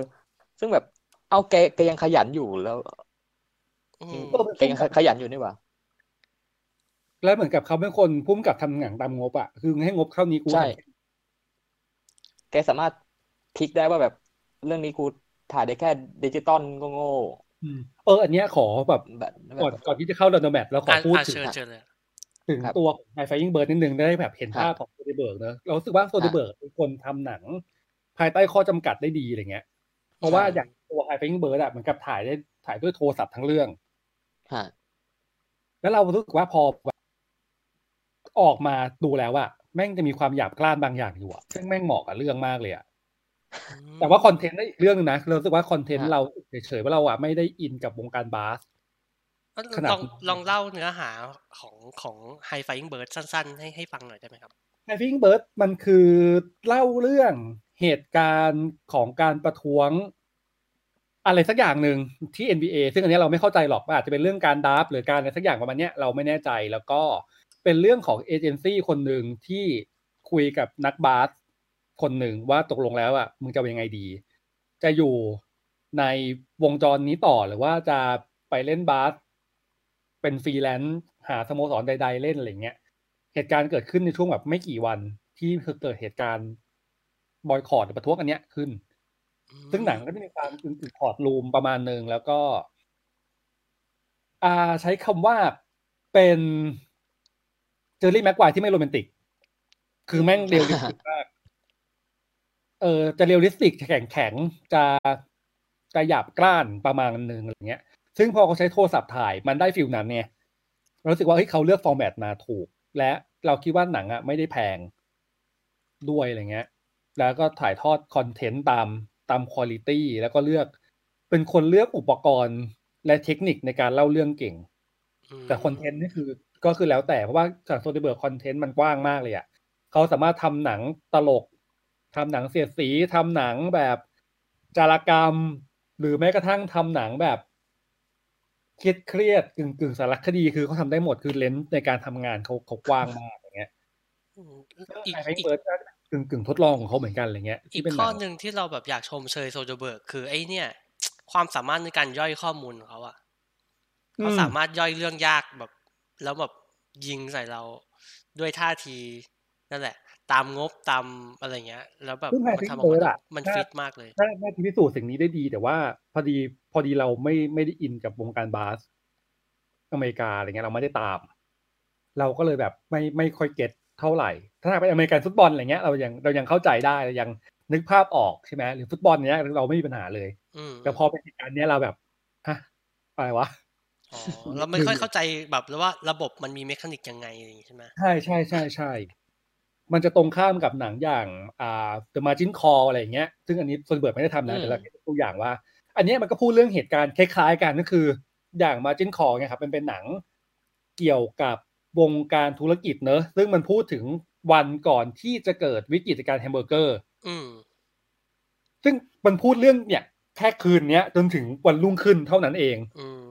ซึ่งแบบ เอาแกแกยังขยันอยู่แล้ว อืม เออ แกยังขขยันอยู่นี่หว่า แล้วเหมือนกับเขาเป็นคนพุ่มกับทำหนังตามงบอ่ะคือให้งบเท่านี้กู ใช่ แกสามารถพลิกได้ว่าแบบเรื่องนี้กูถ่ายได้แค่ดิจิตอลโง่ อืมเอออันเนี้ยขอแบบ ๆแบบแบ ก่อน บ ก่อนที่จะเข้าดอนแมทเราขอ อ่ะ พูด อ่ะ ถึง เชิญเชิญเลย ถึง ครับ ตัวไฮไฟอิงเบิร์ดนิดนึงได้แบบเห็นภาพของโซเดเบิร์กเนอะเรารู้สึกว่าโซเดเบิร์กเป็นคนทำหนัง ภายใต้ข้อจำกัดได้ดีอะไรเงี้ย เพราะว่า ใช่ อย่างตัวไฮไฟอิงเบิร์ดอะเหมือนกับถ่ายได้ถ่ายด้วยโทรศัพท์ทั้งเรื่อง ฮะ แล้วเรารู้สึกว่าพอแบบออกมาดูแล้วอะแม่งจะมีความหยาบกร้านบางอย่างอยู่อะซึ่งแม่งเหมาะกับเรื่องมากเลยอะแต่ว่าคอนเทนต์ได้อีกเรื่องหนึงนะเรารู้สึกว่าคอนเทนต์เราเฉยๆว่าเราอะไม่ได้อินกับวงการบาส เอ้ย ขนาด ลองลองเล่าเนื้อหาของของไฮไฟอิงเบิร์ดสั้นๆ ให้ให้ฟังหน่อยได้ไหมครับ ไฮฟิงเบิร์ดมันคือเล่าเรื่องเหตุการณ์ของการประท้วง อะไรสักอย่างหนึ่งที่ NBA ซึ่งอันเนี้ยเราไม่เข้าใจหรอกว่าอาจจะเป็นเรื่องการดับหรือการอะไรสักอย่างประมาณเนี้ยเราไม่แน่ใจแล้วก็เป็นเรื่องของเอเจนซี่คนหนึ่งที่คุยกับนักบาสคนหนึ่งว่าตกลงแล้วอ่ะมึงจะเอายังไงดี จะอยู่ในวงจรนี้ต่อหรือว่าจะไปเล่นบาสเป็นฟรีแลนซ์หาสโมสรใด ๆ เล่นอะไรเงี้ย เหตุการณ์เกิดขึ้นในช่วงแบบไม่กี่วันที่เกิดเหตุการณ์บอยคอรดหรือประท้วงอันเนี้ยขึ้น ซึ่งหนังก็จะมีความกึ่งกึ่งพอร์ตรูมประมาณหนึ่งแล้วก็ อ่าใช้คำว่าเป็นเจอร์รี่แม็กควายที่ไม่โรแมนติก คือแม่งเรียลลิสติกมาก เออจะเรียลลิสติกจะแข็งแข็งจะจะหยาบกร้านประมาณหนึ่งอะไรเงี้ย ซึ่งพอเขาใช้โทรศัพท์ถ่ายมันได้ฟิลนั้นเนี่ยเรารู้สึกว่าเฮ้ยเขาเลือกฟอร์แมตมาถูก และเราคิดว่าหนังอะไม่ได้แพงด้วยอะไรเงี้ย แล้วก็ถ่ายทอดคอนเทนต์ตามตามคุณลิตี้แล้วก็เลือกเป็นคนเลือกอุปกรณ์และเทคนิคในการเล่าเรื่องเก่ง อืม แต่คอนเทนต์นี่คือก็คือแล้วแต่เพราะว่าจากโซเดเบิร์กคอนเทนต์มันกว้างมากเลยอะ่ะเขาสามารถทำหนังตลกทำหนังเสียดสีทำหนังแบบจารกรรม หรือแม้กระทั่งทำหนังแบบเครียดเครียดๆกึ่งกึ่งๆสารคดีคือเขาทำได้หมดคือเลนส์ในการทำงานเขาเขากว้างมากอย่างเงี้ย อีก ไอ อีก เบิร์ดก็กึ่งกึ่งๆทดลองของเขาเหมือนกันอะไรเงี้ย อี ที่ ก เป็น ข้อหหนัง นึ่งที่เราแบบอยากชมเชยโซเดอร์เบิร์กคือไอ้เนี่ย ความสามารถในการย่อยข้อมูลของเขาอะ อื เขา ม สามารถย่อยเรื่องยากแบบ แล้วแบบยิงใส่เราด้วยท่าทีนั่นแหละ ตามงบตามอะไรเงี้ย แล้วแบบ ซึ่ง High มันทำออก Finger มา อะ มัน ถ้า ฟิตมากเลย น่าน่าจะพิสูจน์สิ่งนี้ได้ดี แต่ว่าพอดีพอดีเราไม่ไม่ได้อินกับวงการบาสอเมริกาอะไรเงี้ยเราไม่ได้ตาม เราก็เลยแบบไม่ไม่ค่อยเก็ตเท่าไหร่ ถ้าหากเป็นอเมริกันฟุตบอลอะไรเงี้ยเรายังเรายังเข้าใจได้เรายังนึกภาพออกใช่ไหมหรือฟุตบอลเนี้ยเราไม่มีปัญหาเลย อืม แต่พอเป็นเหตุการณ์เนี้ยเราแบบฮะอะไรวะ อ๋อเราไม่ค่อย หนึ่ง เข้าใจแบบว่าระบบมันมีเมคานิกยังไงอะไรอย่างงี้ใช่ไหม ใช่ใช่ใช่ใช่ มันจะตรงข้ามกับหนังอย่างอ่า The Margin Call อะไรอย่างเงี้ย ซึ่งอันนี้ส่วนเบิร์ดไม่ได้ทำนะ แต่เราแค่ยกตัวอย่างว่า อันเนี้ยมันก็พูดเรื่องเหตุการณ์คล้ายๆกันก็คือ อย่าง Margin Call เนี่ยครับมันเป็นหนังเกี่ยวกับวงการธุรกิจเนอะ ซึ่งมันพูดถึงวันก่อนที่จะเกิดวิกฤตการแฮมเบอร์เกอร์ อืม ซึ่งมันพูดเรื่องเนี่ยแค่คืนเนี้ยจนถึงวันรุ่งขึ้นเท่านั้นเอง อืม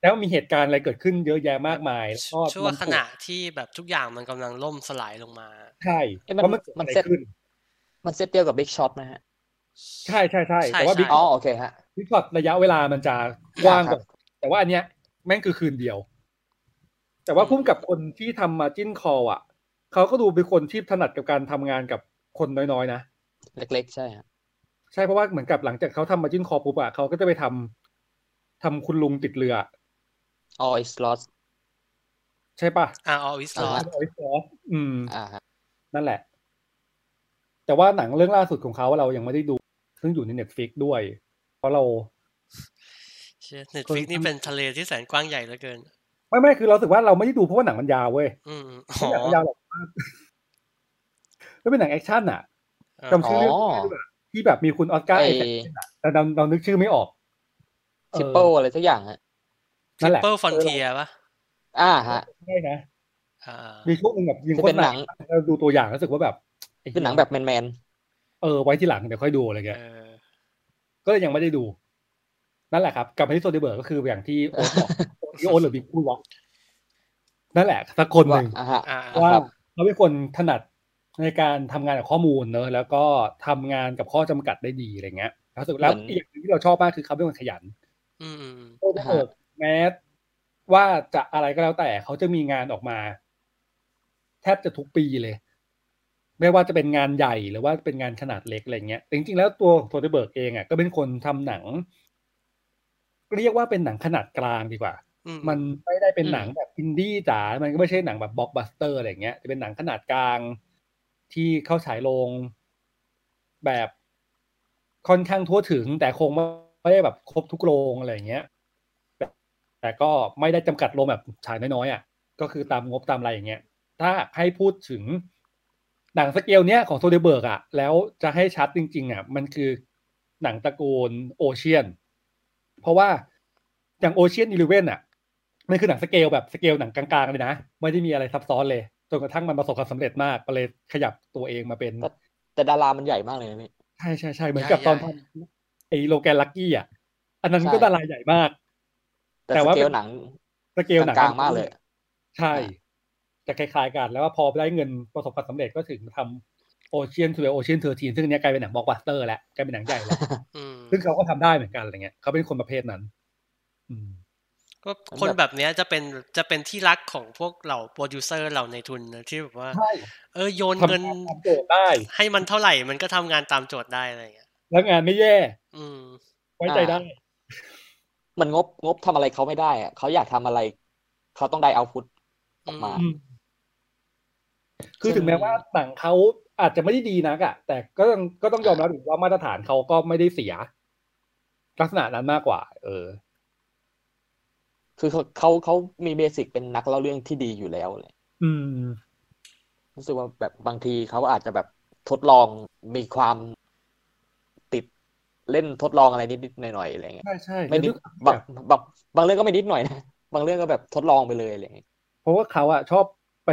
แล้วมีเหตุการณ์อะไรเกิดขึ้นเยอะแยะมากมายแล้วก็ ช่วงขณะที่แบบทุกอย่างมันกำลังล่มสลายลงมา ใช่ เอ๊ะมัน ว่ามันเกิด มันเซ็ตอะไรขึ้น มันเซตเดียวกับบิ๊กช็อตนะฮะ ใช่ใช่ใช่ ใช่ แต่ว่า ใช่ บิ๊ก อ๋อโอเคฮะ บิ๊กช็อตระยะเวลามันจะกว้างกว่า ครับ แต่ว่าอันเนี้ยแม่งคือคืนเดียว แต่ว่าพุ่มกับคนที่ทำมาจิ้นคออ่ะเขาก็ดูเป็นคนที่ถนัดกับการทำงานกับคนน้อยๆนะ เล็กๆ ใช่ฮะ ใช่เพราะว่าเหมือนกับหลังจากเขาทำมาจิ้นคอปุ๊บอ่ะเขาก็จะไปทำทำคุณลุงติดเรือ all is lost ใช่ปะ อ่าออวิสลอ อ่า ส ไอ้ซอสอืม อ่าฮะ นั่นแหละ แต่ว่าหนังเรื่องล่าสุดของเขาเรายังไม่ได้ดู ซึ่งอยู่ในเน็ตฟิกด้วย เพราะเรา เน็ตฟิก คน นี่เป็นทะเลที่แสนกว้างใหญ่เหลือเกิน ไม่ไม่คือเรารู้สึกว่าเราไม่ได้ดูเพราะว่าหนังมันยาวเว้ย อืมอืม ไม่ใช่หนังยาวหรอก แล้วเป็นหนังแอคชั่นอ่ะจำ อ๋อ ชื่อเรื่องไม่ได้ด้วยที่แบบมีคุณออสการ์ ไอ ไอแซคสันอะแต่เราเรานึกชื่อไม่ออก ทิปเปิลอะไรสักอย่างฮะ ทิ นั่ปนแหละ เปิลฟอนเทียปะ อ่าฮะ ใช่นะ อ่า มีช่วงหนึงแบบยิง จะ โค เป็น น ห ห นั นั ก ง เราดูตัวอย่างแล้วรู้สึกว่าแบบไอ้ เป็ หี้ย นหนังแบบแมน เออไว้ที่หลังเดี๋ยวค่อยดูอะไรเงี้ย เออ ก็เลยยังไม่ได้ดู นั่นแหละครับกลับมาที่โซเดเบิร์กก็คืออย่างที่โ อ๊ตบอกที่โอ๊ตหรือบิ๊กพูดว่านั่นแหละสักคน ๆ ห ว่า นึ่ง อ่าฮะ อ่า ครับ ว่าเขาเป็นคนถนัดในการทำงานกับข้อมูลเนอะแล้วก็ทำงานกับข้อจำกัดได้ดีอะไรเงี้ยแล้วสุดแล้ว เหมือน อีกอย่างหนึ่งที่เราชอบมากคือเขาเป็นคนขยัน อืมอืม โอ้โหแม้ว่าจะอะไรก็แล้วแต่เขาจะมีงานออกมา แทบจะทุกปีเลย ไม่ว่าจะเป็นงานใหญ่หรือว่าเป็นงานขนาดเล็กอะไรเงี้ยแต่จริงๆแล้วตัวโทเดเบิร์กเองอ่ะก็เป็นคนทำหนัง เรียกว่าเป็นหนังขนาดกลางดีกว่า อืม มันไม่ได้เป็น อืม หนังแบบอินดี้จ๋า มันก็ไม่ใช่หนังแบบบล็อกบัสเตอร์อะไรอย่างเงี้ย จะเป็นหนังขนาดกลางที่เข้าฉายโรงแบบค่อนข้างทั่วถึง แต่คงไม่ได้แบบครบทุกโรงอะไรอย่างเงี้ย แต่แต่ก็ไม่ได้จำกัดโรงแบบฉายน้อยๆอ่ะ ก็คือตามงบตามอะไรอย่างเงี้ย ถ้าให้พูดถึงหนังสเกลเนี้ยของโซเดเบิร์กอ่ะ แล้วจะให้ชัดจริง ๆอ่ะ มันคือหนังตระกูลโอเชียน เพราะว่าอย่างโอเชียนอีเลเว่นอ่ะ มันคือหนังสเกลแบบสเกลหนังกลางๆเลยนะ ไม่ได้มีอะไรซับซ้อนเลยจนกระทั่งมันประสบความสำเร็จมากก็เลยขยับตัวเองมาเป็น ก็ แต่ดารามันใหญ่มากเลยนะพี่ ใช่ใช่ใช่เหมือนกับ ใหญ่ ตอน ใหญ่ ทำไอ้โลแกนลักกี้อ่ะ อันนั้นก็ ใช่ ดาราใหญ่มาก แต่ แต่ ส ว่า เก เป็ ล น หนัง สเกลหนัง กลางๆมากเลย ใช่จะคล้ายๆกัน แล้วว่าพอได้เงินประสบความสำเร็จก็ถึงทำโอเชียนทูโอเชียนเทอร์ทีนซึ่งอันเนี้ยกลายเป็นหนังบล็อกบัสเตอร์แล้วกลายเป็นหนังใหญ่แล้ว อืม ซึ่งเขาก็ทำได้เหมือนกันอะไรเงี้ยเขาเป็นคนประเภทนั้น อืม ก็ มัน คน แบบ แบบเนี้ยจะเป็นจะเป็นที่รักของพวกเหล่าโปรดิวเซอร์เหล่าในทุนนะที่แบบว่า ใช่ เออโยน ทำ เงิน งานตามโจทย์ได้ ให้มันเท่าไหร่มันก็ทำงานตามโจทย์ได้อะไรอย่างเงี้ย แล้วงานไม่แย่ อืม ไว้ใจได้ เหมันงบงบทำอะไรเขาไม่ได้อะเขาอยากทำอะไร เขาต้องได้เอาพุทออกมา อืม คือถึงแม้ว่าหนังเขาอาจจะไม่ได้ดีนักอะแต่ก็ต้องก็ต้องยอมรับอยู่ว่ามาตรฐานเขาก็ไม่ได้เสีย ลักษณะนั้นมากกว่า เออ คือเขาเขาเขามีเบสิกเป็นนักเล่าเรื่องที่ดีอยู่แล้วเลย อืม รู้สึกว่าแบบบางทีเขาอาจจะแบบทดลองมีความติดเล่นทดลองอะไรนิดๆหน่อยๆอะไรเงี้ย ใช่ใช่ ไม่นิดบางบางบางเรื่องก็ไม่นิดหน่อยนะบางเรื่องก็แบบทดลองไปเลยอะไรเงี้ย เพราะว่าเขาอะชอบไป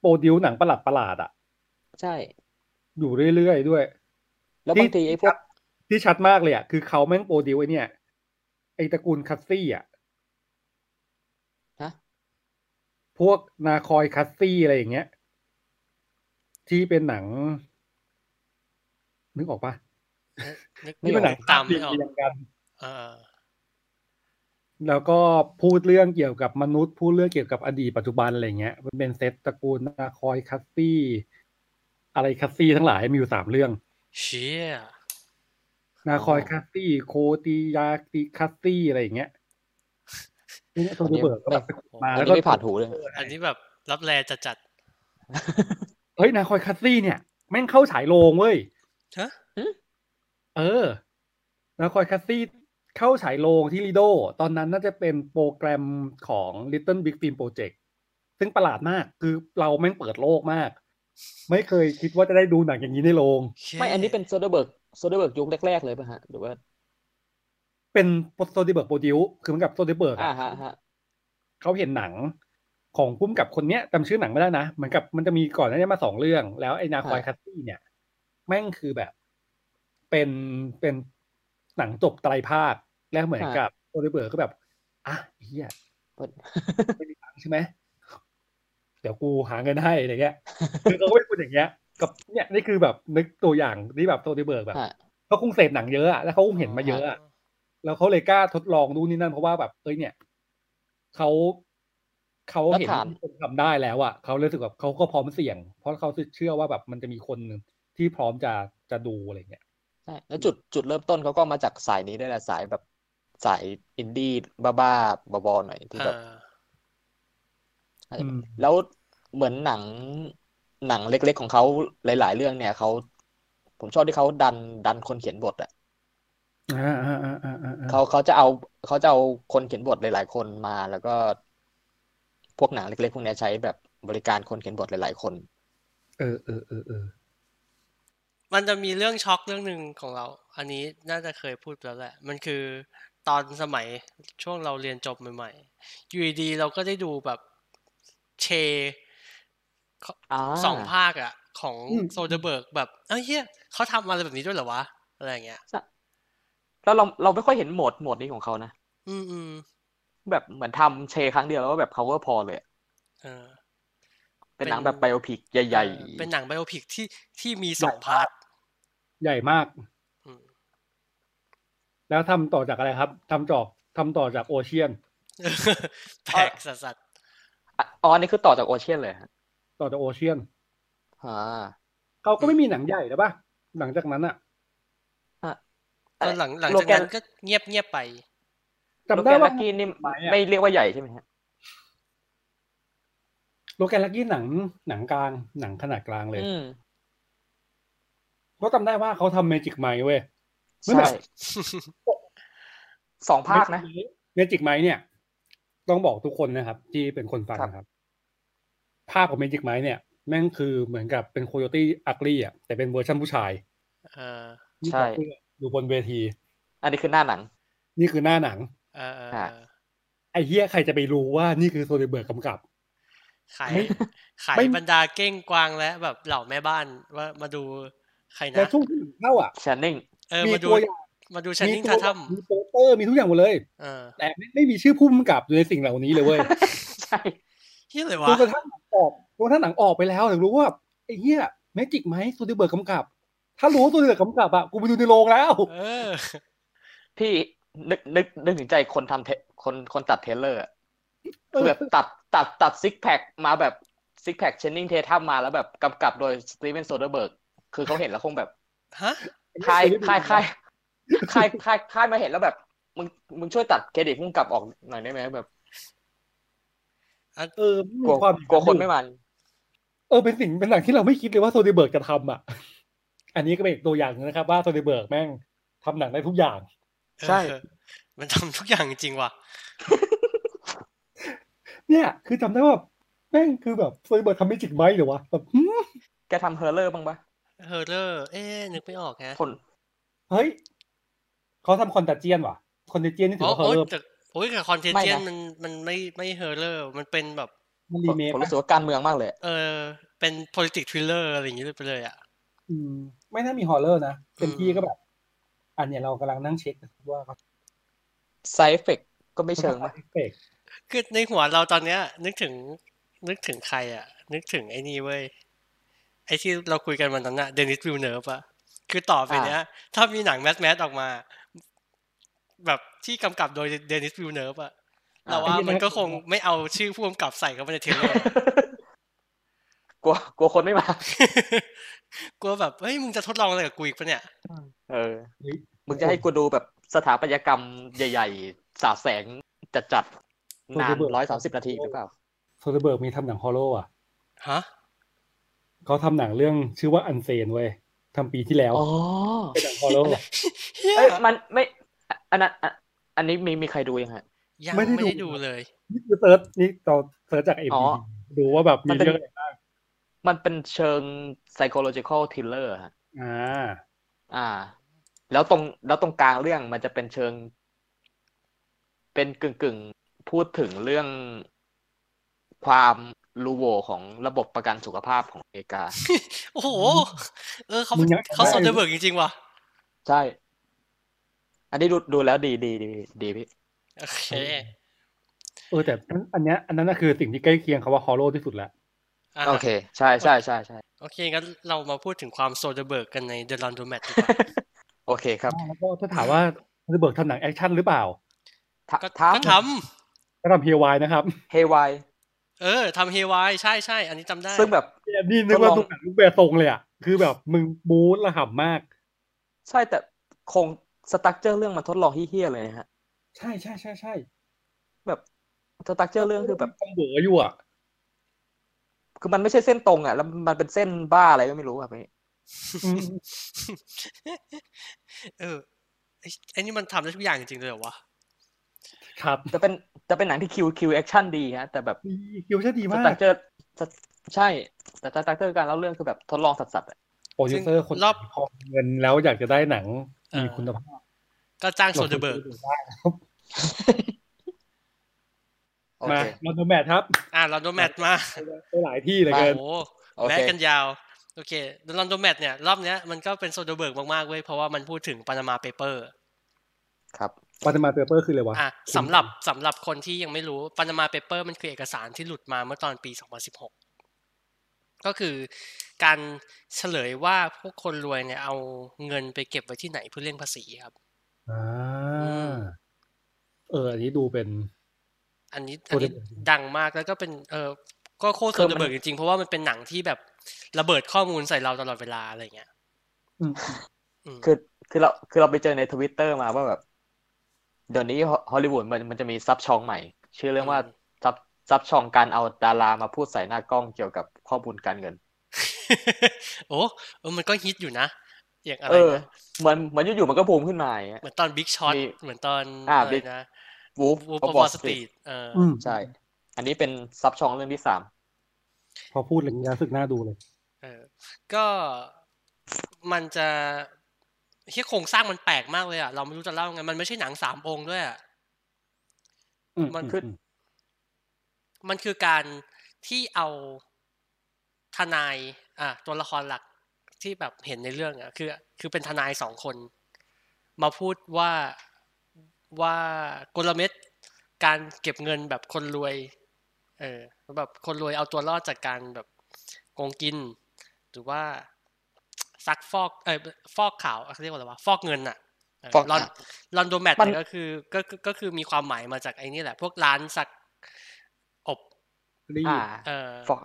โปรดิวหนังประหลาดประหลาดๆอะ ใช่ อยู่เรื่อยๆด้วย แล้วบางทีไอ้พวก ที่ชัดมากเลยอะคือเขาแม่งโปรดิวไอ้เนี่ยไอ้ตระกูลคัสซี่อะ ฮะ พวกนาคอยคัสซี่อะไรอย่างเงี้ย ที่เป็นหนัง นึกออกปะ นึก นี่เป็นหนัง ตามไม่ออก เรียงกัน เออ แล้วก็พูดเรื่องเกี่ยวกับมนุษย์ พูดเรื่องเกี่ยวกับอดีตปัจจุบันอะไรเงี้ย มันเป็นเซตตระกูลนาคอยคัสซี่ อะไรคัสซี่ทั้งหลายมีอยู่สามเรื่อง เชี่ย นาคอยคัสซี่ โคติยาติคัสซี่อะไรอย่างเงี้ยนี่เนี่ยโทนี่เบิร์กก็แบบไปขุดมา อัน แล้ว นี้ ก็ ไม่ผ่านหูเลย อันนี้แบบรับแลจัดจัด เฮ้ยนาคอยคัสซี่เนี่ยแม่งเข้าฉายโรงเว้ย ๆฮะ เออ นาคอยคัสซี่เข้าฉายโรงที่ลีโด ตอนนั้นน่าจะเป็นโปรแกรมของ Little Big Film Project ซึ่งประหลาดมาก คือเราแม่งเปิดโลกมาก ไม่เคยคิดว่าจะได้ดูหนังอย่างนี้ในโรง เชี่ย ไม่อันนี้เป็นโซเดเบิร์กโซเดเบิร์กยุคแรกๆเลยป่ะฮะหรือว่า เป็นโซดิเบิร์กโปรดิวคือเหมือนกับโซดิเบิร์ก อ่าฮะฮะ เขาเห็นหนังของพุ่มกับคนเนี้ยจำชื่อหนังไม่ได้นะ เหมือนกับมันจะมีก่อนหน้านี้มาสองเรื่อง แล้วไอ้นาคอยคัสซี่เนี่ย แม่งคือแบบ เป็นเป็นหนังจบไตรภาคแล้วเหมือนกับโซดิเบิร์กก็แบบอ่ะเฮีย ไม่มีตังค์ใช่ไหม เดี๋ยวกูหาเงินให้อะไรเงี้ย คือเขาก็ไม่พูดอย่างเงี้ย กับเนี่ยนี่คือแบบนึกตัวอย่างที่แบบโทนี่เบิร์กแบบ ฮะ เขาคงเสพหนังเยอะอะแล้วเขาคงเห็นมาเยอะอะแล้วเขาเลยกล้าทดลองนู่นนี่นั่นเพราะว่าแบบเอ้ยเนี่ยเขาเขาเห็นคนทำได้แล้วอะเขาเลยรู้สึกแบบเขาก็พร้อมเสี่ยง เพราะเขาเชื่อว่าแบบมันจะมีคนหนึ่งที่พร้อมจะจะดูอะไรเงี้ย ใช่แล้วจุดจุดเริ่มต้นเขาก็มาจากสายนี้ด้วยแหละสายแบบสายอินดี้บ้าๆบอๆหน่อยที่ เอ แบบ อ อืม แล้วเหมือนหนังหนังเล็กๆของเขาหลาย ๆ เรื่องเนี่ยเขาผมชอบที่เขาดันดันคนเขียนบทอ่ะ อ่าอ่าอ่าอ่าอ่า เขาเขาจะเอาเขาจะเอาคนเขียนบทหลาย ๆ คนมา แล้วก็ พวกหนังเล็กๆพวกเนี้ยใช้แบบบริการคนเขียนบทหลาย ๆ คน เออเออเออเออ มันจะมีเรื่องช็อกเรื่องหนึ่งของเรา อันนี้น่าจะเคยพูดไปแล้วแหละ มันคือ ตอนสมัยช่วงเราเรียนจบใหม่ๆอยู่ดีๆเราก็ได้ดูแบบเช า สองภาคอะของ อืม โซเดอร์เบิร์กแบบ เอ้ยเฮียเขาทำอะไรแบบนี้ด้วยเหรอวะ อะไรอย่างเงี้ย แล้วเราเราไม่ค่อยเห็นโหมดโหมดนี้ของเขานะ อืมอืม แบบเหมือนทำเชครั้งเดียวแล้วก็แบบ cover พอเลยอะ เออ เป็น เป็น หนังแบบไบโอพิกใหญ่ เออเป็นหนังไบโอพิกที่ที่มีสองพาร์ท ใหญ่มาก อืม แล้วทำต่อจากอะไรครับทำจอกทำต่อจากโอเชียน แปลกสัสสัส ๆอ่ะอ๋ออันนี้คือต่อจากโอเชียนเลยฮะ ต่อจากโอเชียน อ่า เขาก็ไม่มีหนังใหญ่แล้วป่ะหลังจากนั้นอะ ๆตอนหลังหลัง โล จาก แกน นั้นก็เงียบเงียบไป จำได้ โลแกนลั ว่า กกี้นี่ หมายอะ ไม่เรียกว่าใหญ่ใช่ไหมฮะ โลแกนลักกี้หนังหนังกลางหนังขนาดกลางเลย อืม ก็จำได้ว่าเขาทำเมจิกไมค์เว้ย มันแบ ใช่ บ สองภาคนะ เมจิกไมค์เนี่ย ต้องบอกทุกคนนะครับ ที่เป็นคนฟัง ครับ นะครับ ภาพของเมจิกไมค์เนี่ย แม่งคือเหมือนกับเป็นโคโยตี้อักลี่อ่ะแต่เป็นเวอร์ชันผู้ชาย เออ ที่ ใช่ ถอดเสื้ออยู่บนเวที อันนี้คือหน้าหนัง นี่คือหน้าหนัง เออเออ ฮะ เออ ไอ้เหี้ยใครจะไปรู้ว่านี่คือโซเดเบิร์กกำกับ ขาย ไม่ ขาย ไม่ บรรดาเก้งกวางและแบบเหล่าแม่บ้านว่ามาดูใคร แต่ นะ ช่วงที่หนังเข้าอ่ะ ชนนิง เออ มี มาดู ตัวอย่าง มาดูชัน มี นิ่ง ตัว ท่าถ้ มีโปสเตอร์มีทุกอย่างหมดเลย ำเออ แต่ไม่ไม่มีชื่อผู้กำกับอยู่ในสิ่งเหล่านี้เลยเว้ย ใช่ เฮียเลยวะ จนกระทั่งหนังออกจนกระทั่งหนังออกไปแล้วถึงรู้ว่าไอ้เหี้ยเมจิกไหมโซเดเบิร์กกำกับ ถ้ารู้ว่าโซเดเบิร์กกำกับอ่ะกูไปดูในโรงแล้ว เออ พี่นึกนึกนึกถึงใจคนทำเทคนคนตัดเทรลเลอร์อะ เออ คือแบบตัดตัดตัดซิกแพคมาแบบซิกแพคเชนนิงเททัมมาแล้วแบบกำกับโดยสตีเวนโซเดอร์เบิร์กคือเขาเห็นแล้วคงแบบ ฮะ ค่ายค่ายค่ายค่ายค่ายค่ายมาเห็นแล้วแบบ มึงมึงช่วยตัดเครดิตพุ่งกลับออกหน่อยได้ไหมแบบ เออมันมี กลัว ความ กลัวคนไม่มัน เออเป็นสิ่งเป็นหนังที่เราไม่คิดเลยว่าโซเดเบิร์กจะทำอ่ะ อันนี้ก็เป็นอีกตัวอย่างหนึงนะครับ ว่าโซเดเบิร์กแม่งทำหนังได้ทุกอย่าง ใช่ เออมันทำทุกอย่างจริงว่ะ เนี่ย คือจำได้ว่าแม่งคือแบบโซเดเบิร์กทำเมจิกไหมเหรอวะแบบหึ แกทำเฮอร์เลอร์บ้างปะ เฮอร์เลอร์ เอ๊ะนึกไม่ออกฮะ คน เฮ้ยเขาทำคอนตาเจียนว่ะคอนตาเจียนนี่ถื อ๋ออว่าเขา โอ๊ย เริ่ม แต่โอ้ยแต่คอนเทนเจนมันมันไม่ไม่เฮอร์เลอร์ มันเป็นแบบ มัน ผ รี ม เมค ผมรู้สึกว่าการเมืองมากเลย เออเป็น politics thriller อะไรอย่างงี้ไปเลยอ่ะ อืมไม่น่ามีฮอลเลอร์นะเต็มที่ อืม ก็แบบ อันเนี้ยเรากำลังนั่งเช็คว่าเขา ไซเอฟเฟกก็ไม่เชิงปะ เอฟเฟกต์ คือในหัวเราตอนเนี้ย นึกถึงนึกถึงใครอ่ะ นึกถึงไอ้นี่เว้ย ไอ้ที่เราคุยกันวันนั้นน่ะเดนิสวิลเนอร์ปะคือต่อไปเนี้ย ถ้ามีหนังแมสแมสออกมา แบบที่กำกับโดยเดนิสวิลเนอร์ปะเราว่ามันก็คงไม่เอาชื่อผู้กำกับใส่เข้าไปในเทรลเล อร์ กลัวกลัวคนไม่มา กลัวแบบเฮ้ยมึงจะทดลองอะไรกับกูอีกปะเนี่ย เออ มึงจะให้กูดูแบบสถาปัตยกรรมใหญ่ ๆ สาดแสงจัดๆนานร้อยสามสิบนาทีอีกหรือเปล่า โซเดเบิร์กมีทำหนังฮอลโลอ่ะ ฮะ เขาทำหนังเรื่องชื่อว่าอันเซนเว้ยทำปีที่แล้ว อ๋อ เป็นหนังฮอลโล เอ้ยมันไม่อันนั้นอันอันนี้มีมีใครดูยังฮะ ยัง ไม่ ไม่ ได้ ได้ ดู ดูเลย นี่คือเซิร์ชนี่เราเซิร์ชจากเอ็ม อ๋อ ดูว่าแบบ มั มี นเป็น เรื่องอะไรบ้าง มันเป็นเชิง psychological thriller ฮะ อ่า อ่า แล้วตรงแล้วตรงกลางเรื่องมันจะเป็นเชิง เป็นกึ่งกึ่งๆพูดถึงเรื่องความรูโหวของระบบประกันสุขภาพของอเมริกา โอ้โห เออเขา มึงยัง เขา ได้ โซนเดอร์เบิร์กจริงๆว่ะ ใช่ อันนี้ดูดูแล้วดีดีดีดีพี่ โอเค เออแต่อันอันเนี้ยอันนั้นน่ะคือสิ่งที่ใกล้เคียงคำว่าฮอลโลที่สุดแล้ว อ่ะ โอเค ใช่ใช่ใช่ใช่ โอเคงั้นเรามาพูดถึงความโซนเดอร์เบิร์กกันในเดอะลอนโดแมทดีกว่า โอเคครับ แล้วก็ถ้าถามว่าโซเดเบิร์กทำหนังแอคชั่นหรือเปล่า ทะ ก็ ท้าม ก็ท ก็ทำเฮียวายนะครับ เฮวาย ำเออทำเฮวายใช่ใช่อันนี้จำได้ ซึ่งแบบ นี่นึกว่าดูหนังลูกแบร์ทรงเลยอ่ะคือแบบมึงบู๊ระห่ำมาก ใช่แต่คงสตั๊กเจอร์เรื่องมันทดลองเฮี้ยๆเลยนะฮะ ใช่ใช่ใช่ใช่ แบบสตั๊กเจอร์เรื่องคือแบบ คอมเบอร์อยู่อ่ะ คือมันไม่ใช่เส้นตรงอ่ะ แล้วมันเป็นเส้นบ้าอะไรก็ไม่รู้แบบนี้ อืม เออไอ้ไอ้นี่มันทำได้ทุกอย่างจริงๆเลยเหรอวะ ครับ จะเป็นจะเป็นหนังที่คิวคิวแอคชั่นดีฮะ แต่แบบ ดีคิวชั่นดี ส มาก ตั๊กเจอร์สตใช่ แต่สตั๊กเจอร์การเล่าเรื่องคือแบบทดลองสัตว์ๆอะ โปรดิวเซอร์คน รอบ พอเงินแล้วอยากจะได้หนัง เออ มีคุณภาพ ก็จ้างโซเดเบิร์ก โอ มา เค ลอนดอนแมทครับ อ่ะลอนโดแมทมา ไปหลายที่เหลือเกิน โอ้โห โอเค แมทกันยาว โอเคลอนโดแมทเนี่ย รอบเนี้ยมันก็เป็นโซเดเบิร์กมากๆเว้ยเพราะว่ามันพูดถึงปานามาเปเปอร์ ครับ ปานามาเปเปอร์คืออะไรวะ อ่ะสำหรับสำหรับคนที่ยังไม่รู้ปานามาเปเปอร์มันคือเอกสารที่หลุดมาเมื่อตอนปี 2016 ก็คือการเฉลยว่าพวกคนรวยเนี่ยเอาเงินไปเก็บไว้ที่ไหนเพื่อเลี่ยงภาษีครับ อ่ ม า เออ อันนี้ดูเป็น อันนี้ โค อัน ตร นี้ ระเบิด ดังมากแล้วก็เป็นเออก็โคตร คือมัน ระเบิดจริงๆ เพราะว่ามันเป็นหนังที่แบบระเบิดข้อมูลใส่เราตลอดเวลาอะไรเงี้ย อืม อืม คือคือเราคือเราไปเจอในทวิตเตอร์มาว่าแบบ เดี๋ยวนี้ฮอลลีวูดมันมันจะมีซับช่องใหม่ ชื่อเรื่องว่าซับซับช่องการเอาดารามาพูดใส่หน้ากล้องเกี่ยวกับข้อมูลการเงิน โอ้เออมันก็ฮิตอยู่นะ อย่างอะไร เออ นะ เหมือนเหมือนอยู่ๆมันก็บูมขึ้นมาอย่างเงี้ย เหมือนตอนบิ๊กช็อต มี เหมือนตอน อ่า อะไร Big นะ วูฟ วู ออฟ ฟ ว ว อ อ ล ส ส ต ตรี รี ท ทเออ อืม ใช่ อันนี้เป็นซับช่องเรื่องที่สาม พอพูดอะไรอย่างเงี้ยรู้สึกน่าดูเลย เออก็มันจะเฮียโครงสร้างมันแปลกมากเลยอ่ะเราไม่รู้จะเล่าไงมันไม่ใช่หนังสามองค์ด้วยอ่ะ อืม มัน อืม มันคือการที่เอาทนายอ่ะตัวละครหลักที่แบบเห็นในเรื่องอ่ะคือ คือเป็นทนายสองคน มาพูดว่าว่ากลเม็ดการเก็บเงินแบบคนรวย เออแบบคนรวยเอาตัวรอดจากการแบบโกงกิน หรือว่าซักฟอกเออฟอกขาวเขาเรียกว่าอะไรวะฟอกเงินอ่ะฟอกเลอน หนัก ลอนโดแมท มัน เนี่ยก็คือก็ก็ก็คือมีความหมายมาจากไอ้นี่แหละ พวกร้านซักอบ รีบ อ่า เออ ฟอก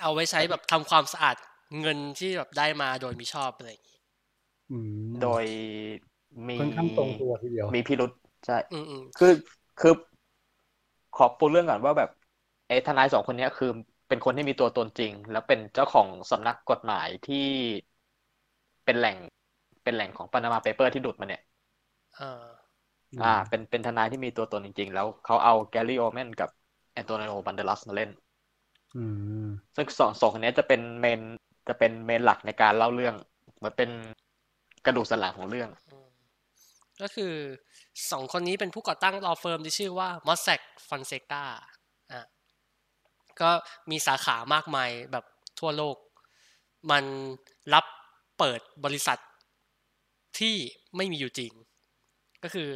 เอาไว้ใช้แบบทำความสะอาดเงินที่แบบได้มาโดยมิชอบอะไรอย่างงี้ อืม โดยมี ค่อนข้างตรงตัวทีเดียว มีพิรุษใช่ อืมอืม คือคือขอปูเรื่องก่อนว่าแบบไอ้ทนายสองคนเนี้ยคือเป็นคนที่มีตัวตนจริง แล้วเป็นเจ้าของสำนักกฎหมายที่เป็นแหล่งเป็นแหล่งของปานามาเปเปอร์ที่ดุดมาเนี่ย เออ อ่า เป็นเป็นทนายที่มีตัวตนจริง ๆ แล้วเขาเอาแกลลี่โอแมนกับแอนโตนิโอบันเดลัสมาเล่น อืม ซึ่งสองสองคนเนี้ยจะเป็นเมนจะเป็นเมนหลักในการเล่าเรื่องเหมันเป็นกระดูกสันหลังของเรื่อง อืมก็คือสองคนนี้เป็นผู้ก่อตั้งลอเฟิร์มที่ชื่อว่ามอสแซกฟอนเซกาอ่ะก็มีสาขามากมายแบบทั่วโลก มันรับเปิดบริษัทที่ไม่มีอยู่จริง ก็คือ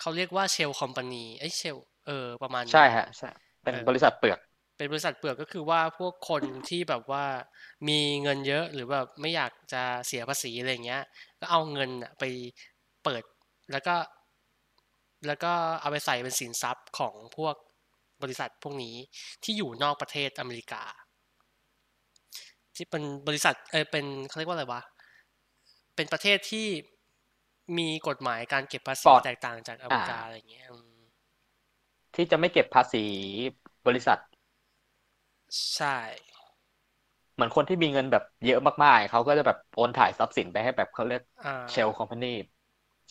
เขาเรียกว่าเชลคอมพานีไอ้เชลเออประมาณนี้ ใช่ฮะใช่เป็น เออ บริษัทเปลือก เป็นบริษัทเปลือกก็คือว่าพวกคนที่แบบว่ามีเงินเยอะหรือแบบไม่อยากจะเสียภาษีอะไรเงี้ย ก็เอาเงินน่ะไปเปิดแล้วก็ แล้วก็เอาไปใส่เป็นสินทรัพย์ของพวกบริษัทพวกนี้ที่อยู่นอกประเทศอเมริกา ที่เป็นบริษัทเออเป็นเขาเรียกว่าอะไรวะเป็นประเทศที่มีกฎหมายการเก็บภาษี ปลอด แตกต่างจากอเมริกา อ่า อะไรเงี้ยอืม ที่จะไม่เก็บภาษีบริษัท ใช่ เหมือนคนที่มีเงินแบบเยอะมากๆ เขาก็จะแบบโอนถ่ายทรัพย์สินไปให้แบบเขาเรียก อ่า เชลคอมพานี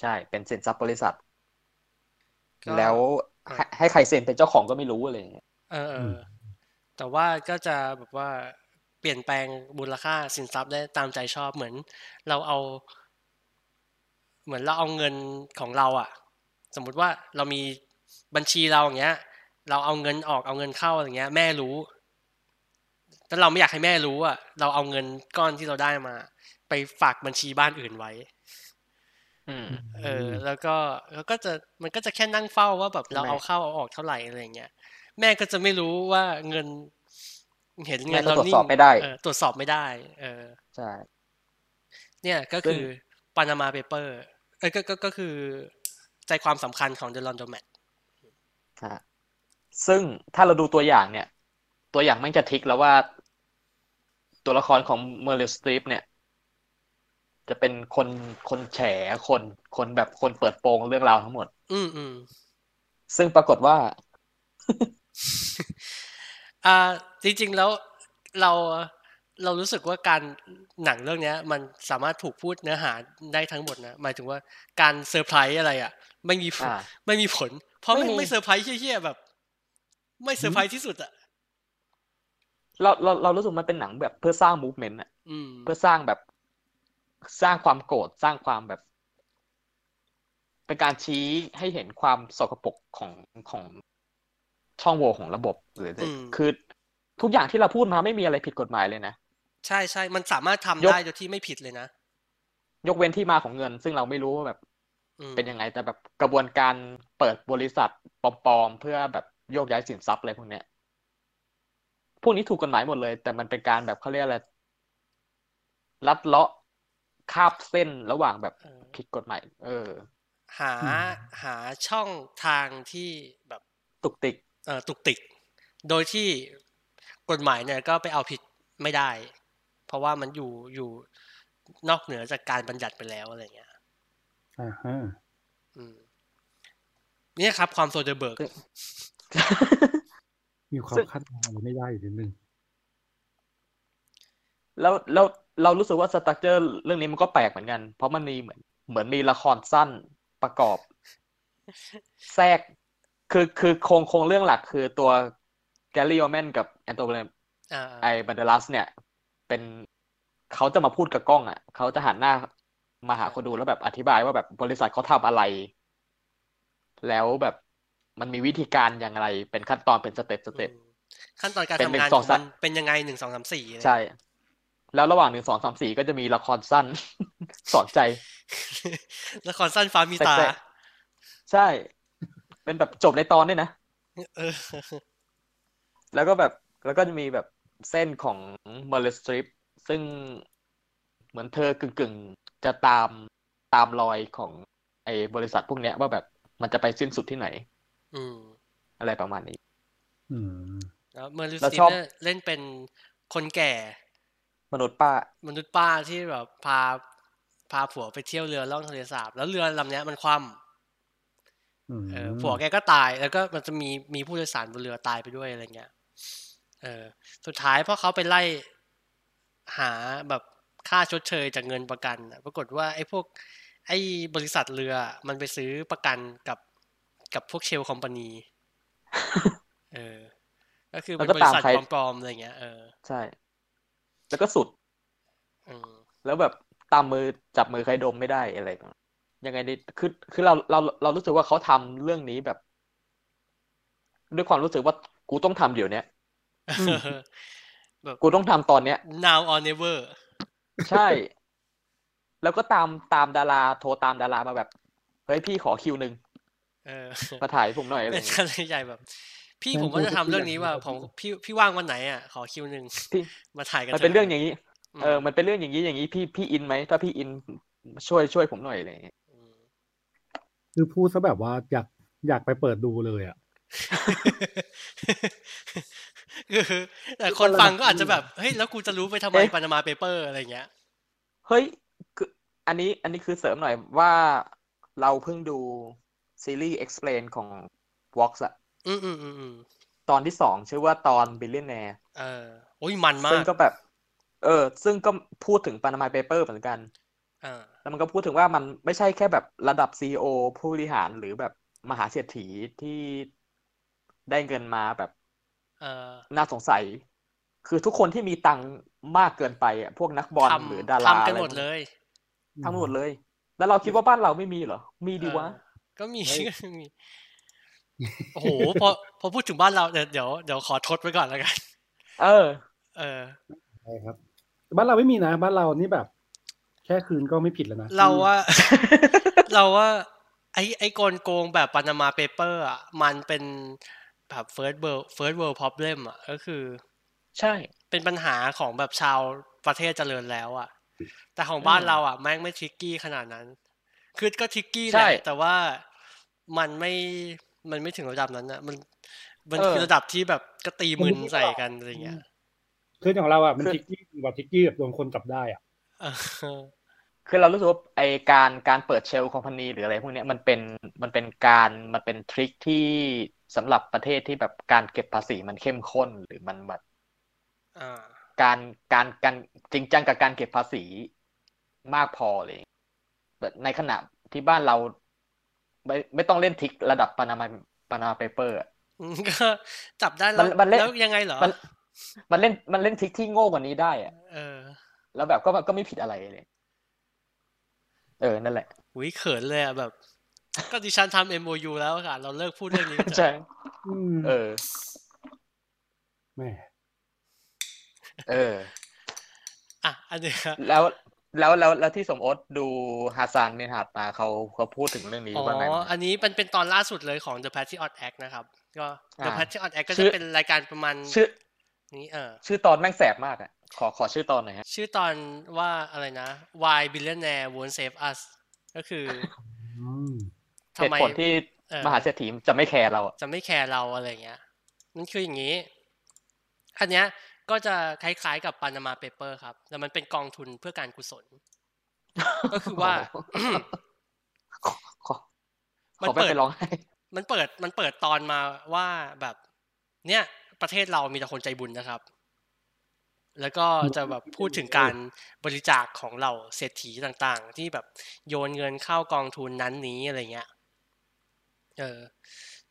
ใช่ เป็นสินทรัพย์บริษัท ก็ แล้ว อ่ะ ให้ให้ใครเซ็นเป็นเจ้าของก็ไม่รู้อะไรอย่างเงี้ย เออเอออแต่ว่าก็จะแบบว่าเปลี่ยนแปลงมูลค่าสินทรัพย์ได้ตามใจชอบเหมือน เราเอา เหมือนเราเอาเงินของเราอะสมมุติว่าเรามีบัญชีเราอย่างเงี้ย เราเอาเงินออกเอาเงินเข้าอย่างเงี้ย แม่รู้แต่เราไม่อยากให้แม่รู้อะเราเอาเงินก้อนที่เราได้มา ไปฝากบัญชีบ้านอื่นไว้ อืม เออแล้วก็แล้วก็จะมันก็จะแค่นั่งเฝ้าว่าแบบเรา แม่ เอาเข้าเอาออกเท่าไหร่อะไรเงี้ยแม่ก็จะไม่รู้ว่าเงิน เห็นเงิน แม่ก็ เรา ตรวจ นิ่ สอบ ง ไม่ได้ เออตรวจสอบไม่ได้ เออ ใช่ เนี่ยก็ ซึ่ คื ง อปานามาเปเปอร์เอ้ยก็ก็ก็คือใจความสำคัญของเดลอนโดแมท ฮะซึ่งถ้าเราดูตัวอย่างเนี่ย ตัวอย่างมันจะทิกแล้วว่า ตัวละครของเมอริลสตรีปเนี่ย จะเป็นคนคนแฉคนคนแบบคนเปิดโปงเรื่องราวทั้งหมด อืมอืม ซึ่งปรากฏว่า อ่าจริงๆแล้วเราเรารู้สึกว่าการหนังเรื่องเนี้ย มันสามารถถูกพูดเนื้อหาได้ทั้งหมดนะหมายถึงว่าการเซอร์ไพรส์อะไรอ่ะ ไม่มีผล อ่า ไม่มีผล เพราะ ไม่ ไม่ มี ไม่เซอร์ไพรส์เฮี้ยๆแบบ ไม่เซอร์ไพรส์ที่สุดอ่ะ เราเราเรารู้สึกมันเป็นหนังแบบเพื่อสร้างมูฟเมนต์อะ อืม เพื่อสร้างแบบสร้างความโกรธสร้างความแบบ เป็นการชี้ให้เห็นความสกปรกของของช่องโหว่ของระบบหรืออ ม คือทุกอย่างที่เราพูดมาไม่มีอะไรผิดกฎหมายเลยนะ ใช่ใช่มันสามารถทำ ยก ได้โดยที่ไม่ผิดเลยนะ ยกเว้นที่มาของเงิน ซึ่งเราไม่รู้ว่าแบบ อืม เป็นยังไงแต่แบบกระบวนการเปิดบริษัทปลอมๆเพื่อแบบโยกย้ายสินทรัพย์อะไรพวกเนี้ยพวกนี้ถูกกฎหมายหมดเลย แต่มันเป็นการแบบเขาเรียกอะไรลัดเลาะคาบเส้นระหว่างแบบ เออ ผิดกฎหมาย เออ หา อืม หาช่องทางที่แบบ ตุกติ ก เออตุกติก โดยที่กฎหมายเนี่ยก็ไปเอาผิดไม่ได้ เพราะว่ามันอยู่อยู่นอกเหนือจากการบัญญัติไปแล้วอะไรเงี้ย อ่าฮะ อืมเนี่ยครับ ความโซเดอร์เบิร์ก คือ มีความ ซึ่ง คาดหวังไม่ได้อยู่นิดนึง แล้วแล้วเรารู้สึกว่าสต r u เจอร์เรื่องนี้มันก็แปลกเหมือนกัน เพราะมันมีเหมือน เหมือนมีละครสั้นประกอบ แทรกคือคือโครงโครงเรื่องหลักคือตัวแกลลี่โอแมนกับแอนโทเน อ่า ไอบันเดลัส เนี่ย เป็นเขาจะมาพูดกับกล้องอ่ะเขาจะหันหน้ามาหาคนดูแล้วแบบอธิบายว่าแบบบริษัทเขาทำอะไร แล้วแบบมันมีวิธีการอย่างไร เป็นขั้นตอนเป็นสเต็ปสเต็ป อืมขั้นตอนการ เป็น ทำ หนึ่ง งาน ส ข อ อง ง สา มั ม นเป็นยังไงหนึ่งสองสามสี่อะไร ใช่ แล้วระหว่างหนึ่งสองสามสี่ก็จะมีละครสั้น สอนใจ ละครสั้นฟ้ามีตา แปลก ใช่ เป็นแบบจบในตอนด้วยนะ เออ แล้วก็แบบแล้วก็จะมีแบบเส้นของมอลสตริปซึ่งเหมือนเธอกึ่งกึ่งๆจะตามตามรอยของไอ้บริษัทพวกเนี้ยว่าแบบมันจะไปสิ้นสุดที่ไหน อืม อะไรประมาณนี้ อืม แล้วเมอร์ลิส เรา ติ ชอบ เนยเล่นเป็นคนแก่ มนุษย์ป้าม นุษย์ป้าที่แบบพาพาผัวไปเที่ยวเรือล่องทะเลสาบ แล้วเรือลำเนี้ยมันคว่ อืม ำเออผัวแกก็ตาย แล้วก็มันจะมีมีผู้โดยสารบนเรือตายไปด้วยอะไรเงี้ย เออ สุดท้ายพอเขาไปไล่หาแบบค่าชดเชยจากเงินประกันน่ะปรากฏว่าไอ้พวก ไอ้บริษัทเรือมันไปซื้อประกันกับกับพวกเชลคอมพานี เออ ก็คือเป็นบริษัทปลอมๆอะไรเงี้ย เออ ใช่ แล้วก็สุด อืม แล้วแบบตามมือจับมือใครดมไม่ได้อะไรประมาณยังไงดีคือคือเราเราเรารู้สึกว่าเขาทำเรื่องนี้แบบ ด้วยความรู้สึกว่ากูต้องทำเดี๋ยวเนี้ยกูต้องทำตอนเนี้ย now or never ใช่ แล้วก็ตามตามดาราโทรตามดารามาแบบ เฮ้ยพี่ขอคิวหนึ่ง เออ มาถ่ายให้ผมหน่อยอะไร เป็น เงี้ย การใหญ่แบบ พี่ผมว่าจะทำเรื่องนี้ว่าผมพี่พี่ว่างวันไหนอ่ะขอคิวหนึ่ง ที่ มาถ่ายกัน มันเป็นเรื่องอย่างนี้ ม เออ มันเป็นเรื่องอย่างนี้อย่างนี้พี่พี่อินไหม ถ้าพี่อินช่วยช่วยผมหน่อยอะไรเงี้ย ม คือพูดซะแบบว่าอยากอยากไปเปิดดูเลยอ่ะ คือแต่คนฟังก็อาจจะแบบ เฮ้ย แล้วกูจะรู้ไปทำไมปานามาเปเปอร์อะไรเงี้ย เฮ้ยคืออันนี้อันนี้คือเสริมหน่อยว่าเราเพิ่งดูซีรีส์ Explain ของ Vox อะ อืมอืมอืมอืม ตอนที่สองชื่อว่าตอน Billionaire เออโอ้ยมันมา ซึ่ง ก ก็แบบ เออ ซึ่งก็พูดถึง Panama Paper เหมือนกัน อ่า แล้วมันก็พูดถึงว่ามันไม่ใช่แค่แบบระดับซีอีโอผู้บริหารหรือแบบมหาเศรษฐีที่ได้เงินมาแบบ เออ น่าสงสัย คือทุกคนที่มีตังค์มากเกินไปอะพวกนักบอล ทำ หรือดารา ทำ อะ กัน ไร หมดเลย ทำหมดเลย แล้วเราคิดว่าบ้านเราไม่มีเหรอ มีดีวะ เออก็มี เฮ้ย ก็มี โอ้โห พอพอพูดถึงบ้านเราเดี๋ยวเดี๋ยวเดี๋ยวขอทดไว้ก่อนแล้วกัน เออ เออ ใช่ครับบ้านเราไม่มีนะ บ้านเรานี่แบบ แค่คืนก็ไม่ผิดแล้วนะ เราว่า เราว่า ไอ้ไอ้กลโกงแบบปานามาเปเปอร์อ่ะ มันเป็นแบบ first world first world problem อ่ะ ก็คือ ใช่ เป็นปัญหาของแบบชาวประเทศเจริญแล้วอ่ะ แต่ของบ้านเราอ่ะแม่งไม่ทริกกี้ขนาดนั้น คือก็ทริกกี้แห ใช่ ละแต่ว่ามันไม่มันไม่ถึงระดับนั้นนะมันมัน เออ คือระดับที่แบบก็ตีมึนใส่กันอะไรอย่างเงี้ย คืนของเราอ่ะมัน คือ ทิกกี้กว่าทิกกี้แบบโดนคนจับได้อ่ะ เออ คือเรารู้สึกว่าไอการการเปิดเชลคอมพานีหรืออะไรพวกเนี้ยมันเป็นมันเป็นการมันเป็นทริคที่สำหรับประเทศที่แบบการเก็บภาษีมันเข้มข้นหรือมันแบบ อ่า การการการจริงจังกับการเก็บภาษีมากพอเลยแต่ในขณะที่บ้านเรา ไม่ไม่ต้องเล่นทริกระดับปานามาปานามาเปเปอร์ ก็จับได้ มั แล้ว นมันเล่น แล้วยังไงเหรอ มัน มันเล่นมันเล่นทริกที่โง่กว่านี้ได้อะ เออ แล้วแบบก็ก็ไม่ผิดอะไรเลย เออนั่นแหละ หุยเขินเลยอ่ะแบบ ก็ดิฉันทำ MOU แล้วค่ะ เราเลิกพูดเรื่องนี้กันเถอะ ใช่ อืม เออ แหม่ เออ อ่ะอันเนี้ย แล้วแล้วแล้วแล้วที่สมโอดดูฮาซันเมนฮัดมาเขาเขาพูดถึงเรื่องนี้ อ๋อ ว่าไงบ้าง อันนี้มันเป็นตอนล่าสุดเลยของ The Patriot Act นะครับ ก็ The อ่า Patriot Act ก็ ชื่ จะ อ เป็นรายการประมาณ ชื่อ นี้เออ ชื่อตอนแม่งแสบมากอ่ะ ขอขอชื่อตอนหน่อยฮะ ชื่อตอนว่าอะไรนะ Why Billionaire Won't Save Us ก็ คือ อืม ทำ เหตุ ไม ผลที่ เออ มหาเศรษฐีจะไม่แคร์เราอะ จะไม่แคร์เราอะไรเงี้ย มันคืออย่างนี้ อันเนี้ยก็จะคล้ายๆกับปานามาเปเปอร์ครับ แต่มันเป็นกองทุนเพื่อการกุศล ก็คือว่า โโห ขอขอ มัน ขอไม่ เปิ ไป ด ร้องไห้ มันเปิด มันเปิดตอนมาว่าแบบ เนี่ย ประเทศเรามีแต่คนใจบุญนะครับ แล้วก็จะแบบพูดถึงการบริจาคของเราเศรษฐีต่างๆ ที่แบบโยนเงินเข้ากองทุนนั้นนี้อะไรเงี้ย เออ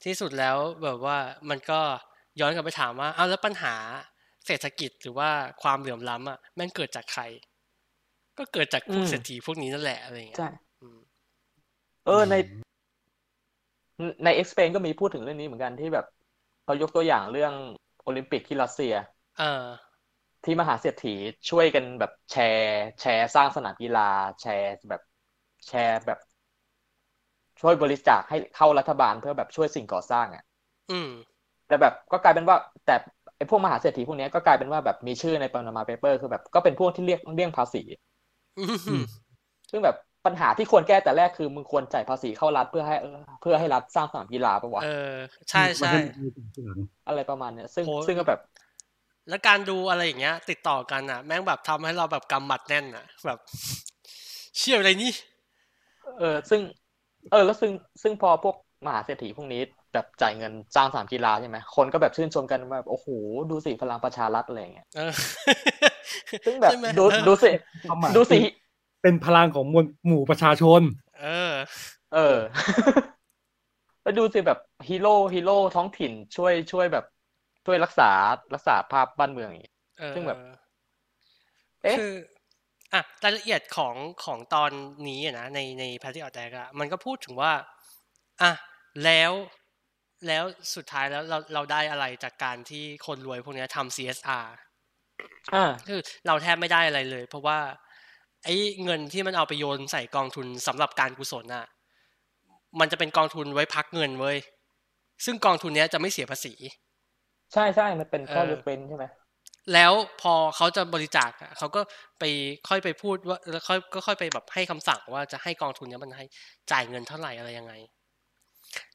ที่สุดแล้วแบบว่ามันก็ย้อนกลับไปถามว่า เอาแล้วปัญหาเศรษฐกิจหรือว่าความเหลื่อมล้ำอ่ะแม่งเกิดจากใคร ก็เกิดจากพวก อืม เศรษฐีพวกนี้นั่นแหละอะไรเงี้ย ใช่ อืม เออในในเอ็กซ์เพนก็มีพูดถึงเรื่องนี้เหมือนกันที่แบบเขายกตัวอย่างเรื่องโอลิมปิกที่รัสเซีย เออ ที่มหาเศรษฐีช่วยกันแบบแชร์ แชร์สร้างสนามกีฬา แชร์แบบแชร์แบบ ช่วยบริจาคให้เข้ารัฐบาลเพื่อแบบช่วยสิ่งก่อสร้างอ่ะ อืม แต่แบบก็กลายเป็นว่า แต่ไอ้พวกมหาเศรษฐีพวกเนี้ยก็กลายเป็นว่าแบบมีชื่อในปานามาเปเปอร์คือแบบก็เป็นพวกที่เรียกเลี่ยงภาษี อืม ซึ่งแบบปัญหาที่ควรแก้แต่แรกคือมึงควรจ่ายภาษีเข้ารัฐเพื่อให้เออเพื่อให้รัฐสร้างสนามกีฬาปะวะ เออ ใช่ใช่ มันเป็นการสื่อสาร อะไรประมาณเนี้ยซึ่ง โห ซึ่งก็แบบ แล้วการดูอะไรอย่างเงี้ย ติดต่อกันอ่ะ แม่งแบบทำให้เราแบบกำหมัดแน่นอ่ะ แบบ เชี่ยอะไรนี่ เออซึ่ง เออ แล้วซึ่งซึ่งพอพวกมหาเศรษฐีพวกนี้แบบจ่ายเงินจ้างสนามกีฬาใช่ไหมคนก็แบบชื่นชมกันว่าแบบโอ้โหดูสิพลังประชารัฐอะไรอย่างเงี้ย เออ ซึ่งแบบ ใช่ไหม ดู เออ ดูสิ ความหมาย ดูสิ เป็นพลังของมวลหมู่ประชาชน เออ เออ แล้วดูสิแบบฮีโร่ฮีโร่ท้องถิ่นช่วยช่วยแบบช่วยรักษารักษาภาพบ้านเมืองอย่างเงี้ย เออ ซึ่งแบบ เออ เอ๊ะ คืออ่ะรายละเอียดของของตอนนี้อะนะในในพาร์ตี้ออดแดกอะมันก็พูดถึงว่าอ่ะแล้วแล้วสุดท้ายแล้วเราเราได้อะไรจากการที่คนรวยพวกเนี้ยทำ CSR อ่า คือเราแทบไม่ได้อะไรเลย เพราะว่า ไอ้เงินที่มันเอาไปโยนใส่กองทุนสำหรับการกุศลน่ะ มันจะเป็นกองทุนไว้พักเงินเว้ยซึ่งกองทุนเนี้ยจะไม่เสียภาษี ใช่ใช่มันเป็นข้อ เออ ยกเว้นใช่ไหม แล้วพอเขาจะบริจาคอะเขาก็ไปค่อยไปพูดว่าแล้วค่อยก็ค่อยไปแบบให้คำสั่งว่าจะให้กองทุนเนี้ยมันให้จ่ายเงินเท่าไหร่อะไรยังไง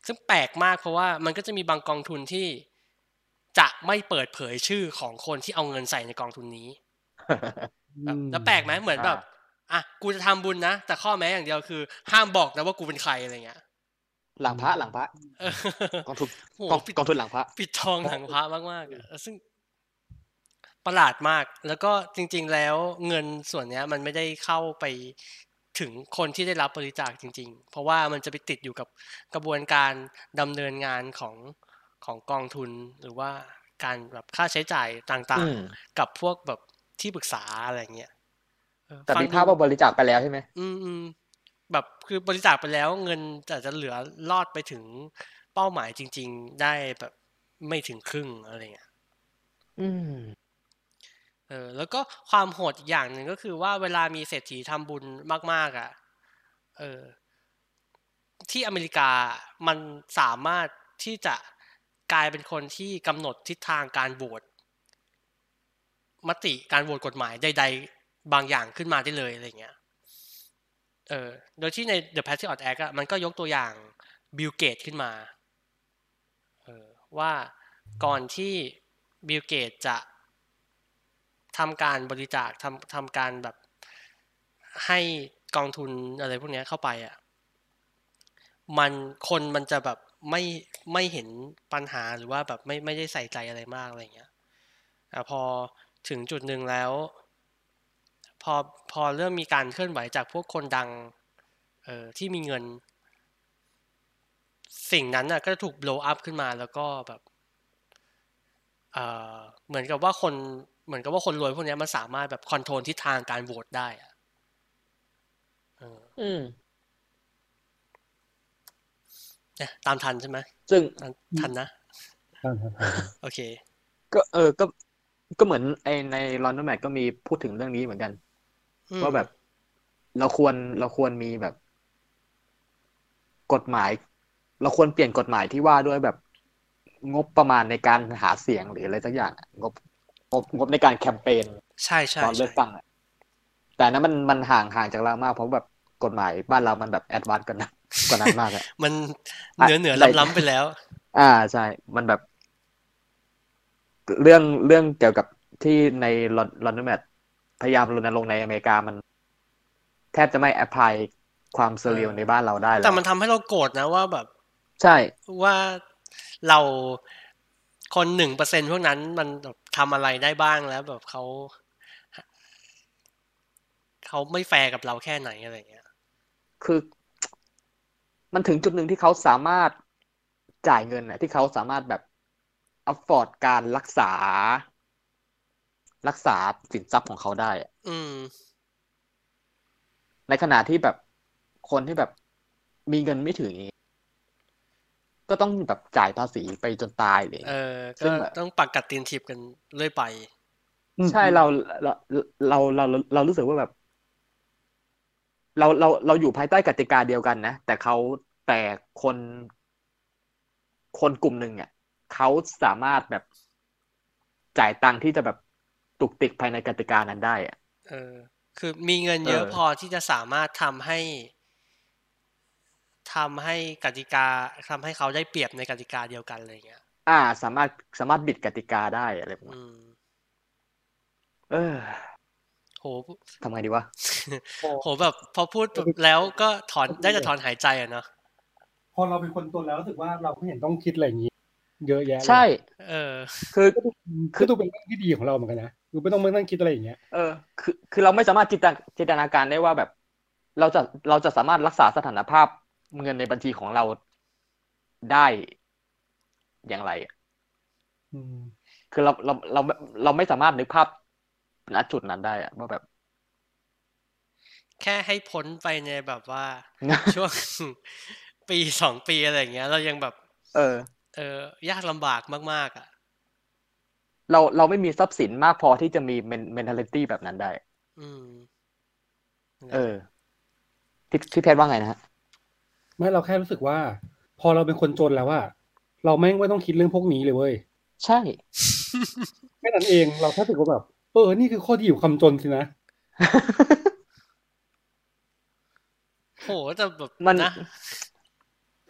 ซึ่งแปลกมากเพราะว่ามันก็จะมีบางกองทุนที่จะไม่เปิดเผยชื่อของคนที่เอาเงินใส่ในกองทุนนี้ แบบแล้วแปลกไหมเหมือนแบบ อ่ะ กูจะทำบุญนะ แต่ข้อแม้อย่างเดียวคือ ห้ามบอกนะว่ากูเป็นใครอะไรเงี้ย หลังพระหลังพระ เออก องทุน โห กอง ปิด กองทุนหลังพระ ปิดทองหลังพระมากๆอะซึ่งประหลาดมาก แล้วก็จริง ๆ แล้วเงินส่วนเนี้ย มันไม่ได้เข้าไปถึงคนที่ได้รับบริจาคจริง ๆ เพราะว่ามันจะไปติดอยู่กับกระบวนการดำเนินงานของของกองทุนหรือว่าการแบบค่าใช้จ่ายต่าง อืม ๆ กับพวกแบบที่ปรึกษาอะไรเงี้ยเออ แต่ ฟัง มี ดู ภาพว่าบริจาคไปแล้วใช่ไหม อืมอืมแบบคือบริจาคไปแล้วเงินอาจจะเหลือรอดไปถึงเป้าหมายจริง ๆ ได้แบบไม่ถึงครึ่งอะไรเงี้ย อืม เออแล้วก็ความโหดอีกอย่างหนึ่งก็คือว่าเวลามีเศรษฐีทำบุญมาก ๆ อ่ะเออที่อเมริกามันสามารถที่จะกลายเป็นคนที่กำหนดทิศทางการโหวตมติการโหวตกฎหมายใดๆ บางอย่างขึ้นมาได้เลยอะไรเงี้ย เออโดยที่ใน The Patriot Act อะมันก็ยกตัวอย่างบิลเกตขึ้นมาเออว่าก่อนที่บิลเกตจะทำการบริจาคทำทำการแบบให้กองทุนอะไรพวกเนี้ยเข้าไปอะมันคนมันจะแบบไม่ไม่เห็นปัญหาหรือว่าแบบไม่ไม่ได้ใส่ใจอะไรมากอะไรเงี้ยอ่ะพอถึงจุดหนึ่งแล้ว พอพอเริ่มมีการเคลื่อนไหวจากพวกคนดังเอ่อที่มีเงิน สิ่งนั้นน่ะก็ถูก blow up ขึ้นมาแล้วก็แบบเอ่อเหมือนกับว่าคนเหมือนกับว่าคนรวยพวกเนี้ยมันสามารถแบบคอนโทรลทิศทางการโหวตได้อะเออ อืม เนี่ยตามทันใช่ไหม ซึ่ง ตามทันนะ โอเค ก็เออก็ก็เหมือนไอในลอนดอนแมทก็มีพูดถึงเรื่องนี้เหมือนกัน อืม ว่าแบบเราควรเราควรมีแบบ กฎหมาย เราควรเปลี่ยนกฎหมายที่ว่าด้วยแบบ งบประมาณในการหาเสียงหรืออะไรสักอย่างอะงบงบงบในการแคมเปญ ใช่ใช่ ตอนเลื ใช่ อกตั้งอะแต่นั้นมันมันห่างห่างจากเรามากเพราะแบบกฎหมายบ้านเรามันแบบแอดวานซ์กันนะกว่านั้นมากอะ มัน อ่ะ เหนือเหนือ ไหน ล้ำล้ำไปแล้ว อ่าใช่ มันแบบ เรื่องเรื่องเกี่ยวกับที่ในลอนลอนดอนแมทพยายามรณรงค์ในอเมริกามัน แทบจะไม่แอพพลายความเซเรียลในบ้านเราได้แล้ว แต่มันทำให้เราโกรธนะว่าแบบ ใช่ ว่าเราคนหนึ่งเปอร์เซ็นพวกนั้นมันแบบทำอะไรได้บ้างแล้วแบบเขาเขาไม่แฟร์กับเราแค่ไหนอะไรอย่างเงี้ย คือ มันถึงจุดหนึ่งที่เขาสามารถจ่ายเงินนะที่เขาสามารถแบบอัฟฟอร์ดการรักษา รักษาสินทรัพย์ของเขาได้อะ อืม ในขณะที่แบบคนที่แบบมีเงินไม่ถึงนี้ ก็ต้องแบบจ่ายภาษีไปจนตายเลย เออ ซึ่ ก็ งแบบ ต้องปักกัดตีนถีบกันเรื่อยไป ใช่เราเราเราเราเราเรารู้สึกว่าแบบ เราเราเราอยู่ภายใต้กติกาเดียวกันนะ แต่เขาแต่คนคนกลุ่มหนึ่งอ่ะเขาสามารถแบบจ่ายตังค์ที่จะแบบตุกติกภายในกติกานั้นได้อ่ะ เออ คือมีเงินเยอะ เออ พอที่จะสามารถทำให้ทำให้กติกาทำให้เขาได้เปรียบในกติกาเดียวกันอะไรอย่างเงี้ย อ่า สามารถสามารถบิดกติกาได้อะไรประมาณ อืม เออ โห ทำไงดีวะ โหแบบพอพูดแล้วก็ถอนได้แต่ถอนหายใจอะเนาะ พอเราเป็นคนตัวแล้วรู้สึกว่าเราไม่เห็นต้องคิดอะไรอย่างนี้ เยอะแยะเลย ใช่ เออ คือ คือดูเป็นเรื่องที่ดีของเราเหมือนกันนะดูไม่ต้องมานั่งคิดอะไรอย่างเงี้ย เออคือคือเราไม่สามารถจินตนาจินตนาการได้ว่าแบบ เราจะเราจะสามารถรักษาสถานภาพเงินในบัญชีของเราได้อย่างไรอะ อืม คือเราเราเราเราไม่สามารถนึกภาพณจุดนั้นได้อะว่าแบบ แค่ให้พ้นไปในแบบว่า ช่วง ปีสองปีอะไรอย่างเงี้ย เรายังแบบ เออ เออยากลำบากมากๆ อ่ะ เราเราไม่มีทรัพย์สินมากพอที่จะมี mentality แบบนั้นได้ อืม เออพี่พี่เพชรว่าไงนะฮะ ไม่เราแค่รู้สึกว่า พอเราเป็นคนจนแล้วอะเราแม่งไม่ต้องคิดเรื่องพวกนี้เลยเว้ย ใช่ แค่นั้นเองเราแค่รู้สึกว่าแบบเออนี่คือข้อดีของความจนสินะ โหแต่แบบ มัน นะ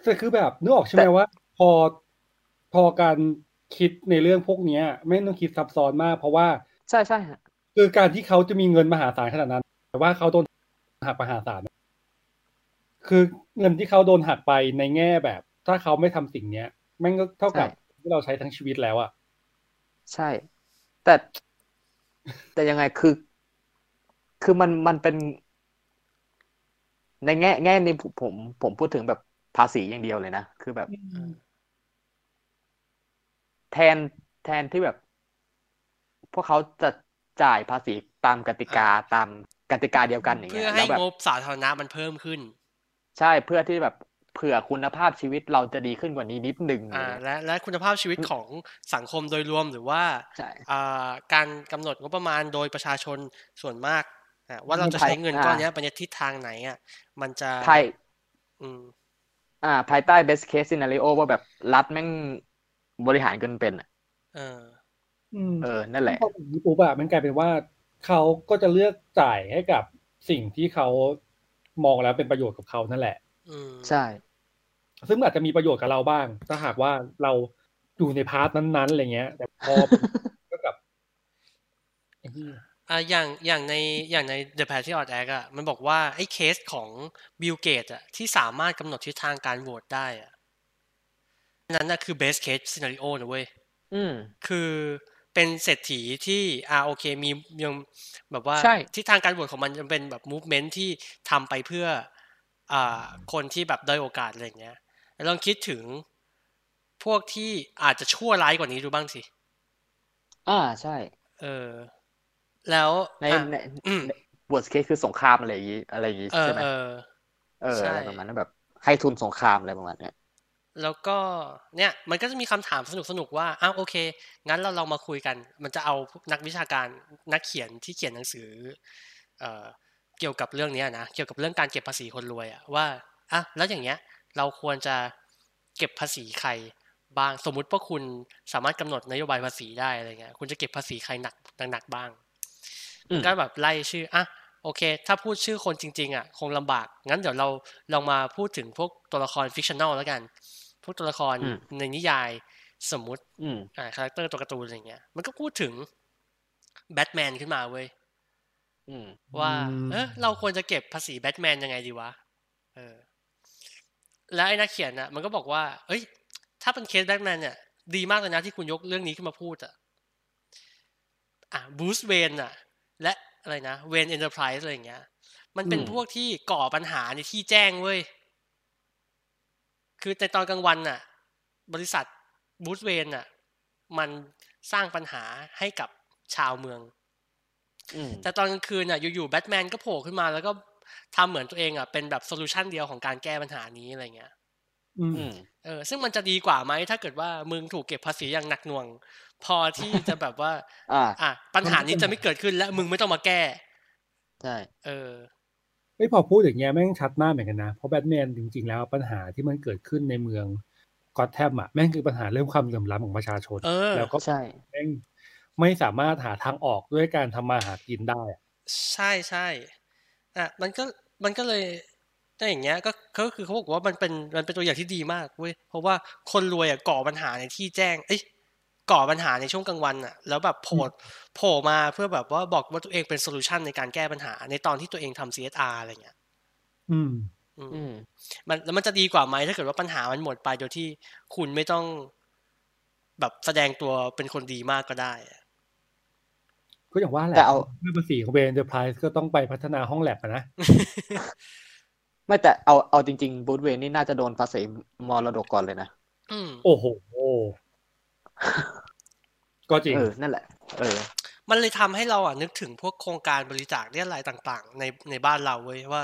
แต่คือแบบนึกออกใช่ไหม แต่ ว่า พอพอการคิดในเรื่องพวกเนี้ย ไม่ต้องคิดซับซ้อนมาก เพราะว่า ใช่ใช่ฮะ คือการที่เขาจะมีเงินมหาศาลขนาดนั้น แต่ว่าเขาโดนหักมหาศาลคือเงินที่เขาโดนหักไปในแง่แบบ ถ้าเขาไม่ทำสิ่งเนี้ยแม่งก็เท่ากับที่เราใช้ทั้งชีวิตแล้วอะ ใช่ แต่แต่ยังไงคือ คือมันมันเป็น ในแง่แง่นี้ผมผมผมพูดถึงแบบภาษีอย่างเดียวเลยนะ คือแบบแทนแทนที่แบบ พวกเขาจะจ่ายภาษีตามกติกาตามกติกาเดียวกันอย่าง เพื่ เงี้ อย ให้ แล้วแบบ งบสาธารณะมันเพิ่มขึ้น ใช่เพื่อที่แบบเผื่อคุณภาพชีวิตเราจะดีขึ้นกว่านี้นิดนึง อ่า และและคุณภาพชีวิตของสังคมโดยรวมหรือว่า ใช่ อ่าการกำหนดงบประมาณโดยประชาชนส่วนมากอ่ะว่าเราจะใช้เงินก้อนเนี้ยไปในทิศทางไหนอ่ะ มันจะ ภาย อืม อ่า ภายใต้ best case scenario ว่าแบบรัฐแม่งบริหารเกินเป็นอะ เออ อืม เออ นั่นแหละ พอถึงนี้ปุ๊บอะมันกลายเป็นว่าเขาก็จะเลือกจ่ายให้กับสิ่งที่เขามองแล้วเป็นประโยชน์กับเขานั่นแหละ อืม ใช่ ซึ่งอาจจะมีประโยชน์กับเราบ้าง ถ้าหากว่าเราอยู่ในพาร์ทนั้นๆอะไรเงี้ย แต่พอ ก็กับไอ้เหี้ย อ่าอย่างอย่างในอย่างใน The Patriot Act อ่ะมันบอกว่าไอ้เคสของบิลเกตอ่ะที่สามารถกำหนดทิศทางการโหวตได้อ่ะอันนั้นน่ะคือ best case scenario นะเว้ย อืม คือเป็นเศรษฐีที่อ่าโอเคมียังแบบว่า ใช่ ทิศทางการโหวตของมันยังเป็นแบบมูฟเมนท์ที่ทำไปเพื่ออ่าคนที่แบบด้อยโอกาสอะไรอย่างเงี้ยแล้วลองคิดถึงพวกที่อาจจะชั่วร้ายกว่านี้ดูบ้างสิ อ่าใช่ เออ แล้ว ใน อ่ะ ใน อืม ใน worst case คือสงครามอะไรอย่างงี้อะไรอย่างงี้ เออ ใช่ไหม เออ เออ ใช่ อะไรประมาณนั้นแบบ ให้ทุนสงครามอะไรประมาณเนี้ย เ แล้วก็เนี่ยมันก็จะมีคำถามสนุกสนุกๆว่าอ้าวโอเค งั้นเราเรามาคุยกัน มันจะเอานักวิชาการนักเขียนที่เขียนหนังสือเอ่อเกี่ยวกับเรื่องเนี้ยนะเกี่ยวกับเรื่องการเก็บภาษีคนรวยอะว่าอ่ะแล้วอย่างเงี้ยเราควรจะเก็บภาษีใครบ้างสมมุติว่าคุณสามารถกำหนดนโยบายภาษีได้อะไรเงี้ยคุณจะเก็บภาษีใครหนักหนักๆบ้าง อืม ก็แบบไล่ชื่ออ่ะโอเค ถ้าพูดชื่อคนจริง ๆ อ่ะ คงลำบาก งั้นเดี๋ยวเราลองมาพูดถึงพวกตัวละครฟิกชันแนลแล้วกัน พวกตัวละคร อืม ในนิยายสมมุติ อืม อ่าคาแรคเตอร์ตัวการ์ตูนอะไรเงี้ย มันก็พูดถึงแบทแมนขึ้นมาเว้ย อืม ว่า อืม เออเราควรจะเก็บภาษีแบทแมนยังไงดีวะ เออ แล้วไอ้นักเขียนน่ะ มันก็บอกว่า เอ้ย ถ้าเป็นเคสแบทแมนเนี่ย ดีมากเลยนะที่คุณยกเรื่องนี้ขึ้นมาพูดอ่ะ อ่ะบูสเวนอ่ะ และอะไรนะเวนเอ็นเตอร์ไพรส์อะไรอย่างเงี้ย มันเป็น อืม พวกที่ก่อปัญหาในที่แจ้งเว้ย คือในตอนกลางวันน่ะ บริษัทบูสเวนน่ะ มันสร้างปัญหาให้กับชาวเมือง อืม แต่ตอนกลางคืนน่ะอยู่ๆแบทแมนก็โผล่ขึ้นมาแล้วก็ทำเหมือนตัวเองอ่ะเป็นแบบโซลูชันเดียวของการแก้ปัญหานี้อะไรเงี้ย อืม อืม เออซึ่งมันจะดีกว่าไหมถ้าเกิดว่ามึงถูกเก็บภาษีอย่างหนักหน่วง พอที่จะแบบว่า อ่า อ่ะปัญหานี้จะไม่เกิดขึ้นและมึงไม่ต้องมาแก้ ใช่ เออ ไม่พอพูดอย่างเงี้ยแม่งชัดมากเหมือนกันนะเพราะแบทแมนจริงๆแล้วปัญหาที่มันเกิดขึ้นในเมืองกอตแทมอะแม่งคือปัญหาเรื่องความเหลื่อมล้ำของประชาชน เออ แล้วก็ ใช่ แม่งไม่สามารถหาทางออกด้วยการทำมาหากินได้อะ ใช่ใช่อ่ะมันก็มันก็เลยถ้าอย่างเงี้ยก็ก็คือเขาบอกว่ามันเป็นมันเป็นตัวอย่างที่ดีมากเว้ยเพราะว่าคนรวยอ่ะก่อปัญหาในที่แจ้ง เอ้ยก่อปัญหาในช่วงกลางวันอ่ะ แล้วแบบโผล่โผล่มาเพื่อแบบว่าบอกว่าตัวเองเป็นโซลูชันในการแก้ปัญหาในตอนที่ตัวเองทำ CSR อะไรเงี้ย อืม อืม อืม มันแล้วมันจะดีกว่าไหมถ้าเกิดว่าปัญหามันหมดไปโดยที่คุณไม่ต้องแบบแสดงตัวเป็นคนดีมากก็ได้อะ ก็อย่างว่าแหละ แต่เอา เรื่องภาษีของเบนเดอร์ไพรส์ก็ต้องไปพัฒนาห้องแลบอะนะ ไม่แต่เอาเอาจริงๆบูธเวนนี่น่าจะโดนภาษีมรดกก่อนเลยนะ อืม โอ้โหก็จริง เออ นั่นแหละ เออ มันเลยทำให้เราอ่ะนึกถึงพวกโครงการบริจาคเรียรายต่าง ๆ ในในบ้านเราเว้ยว่า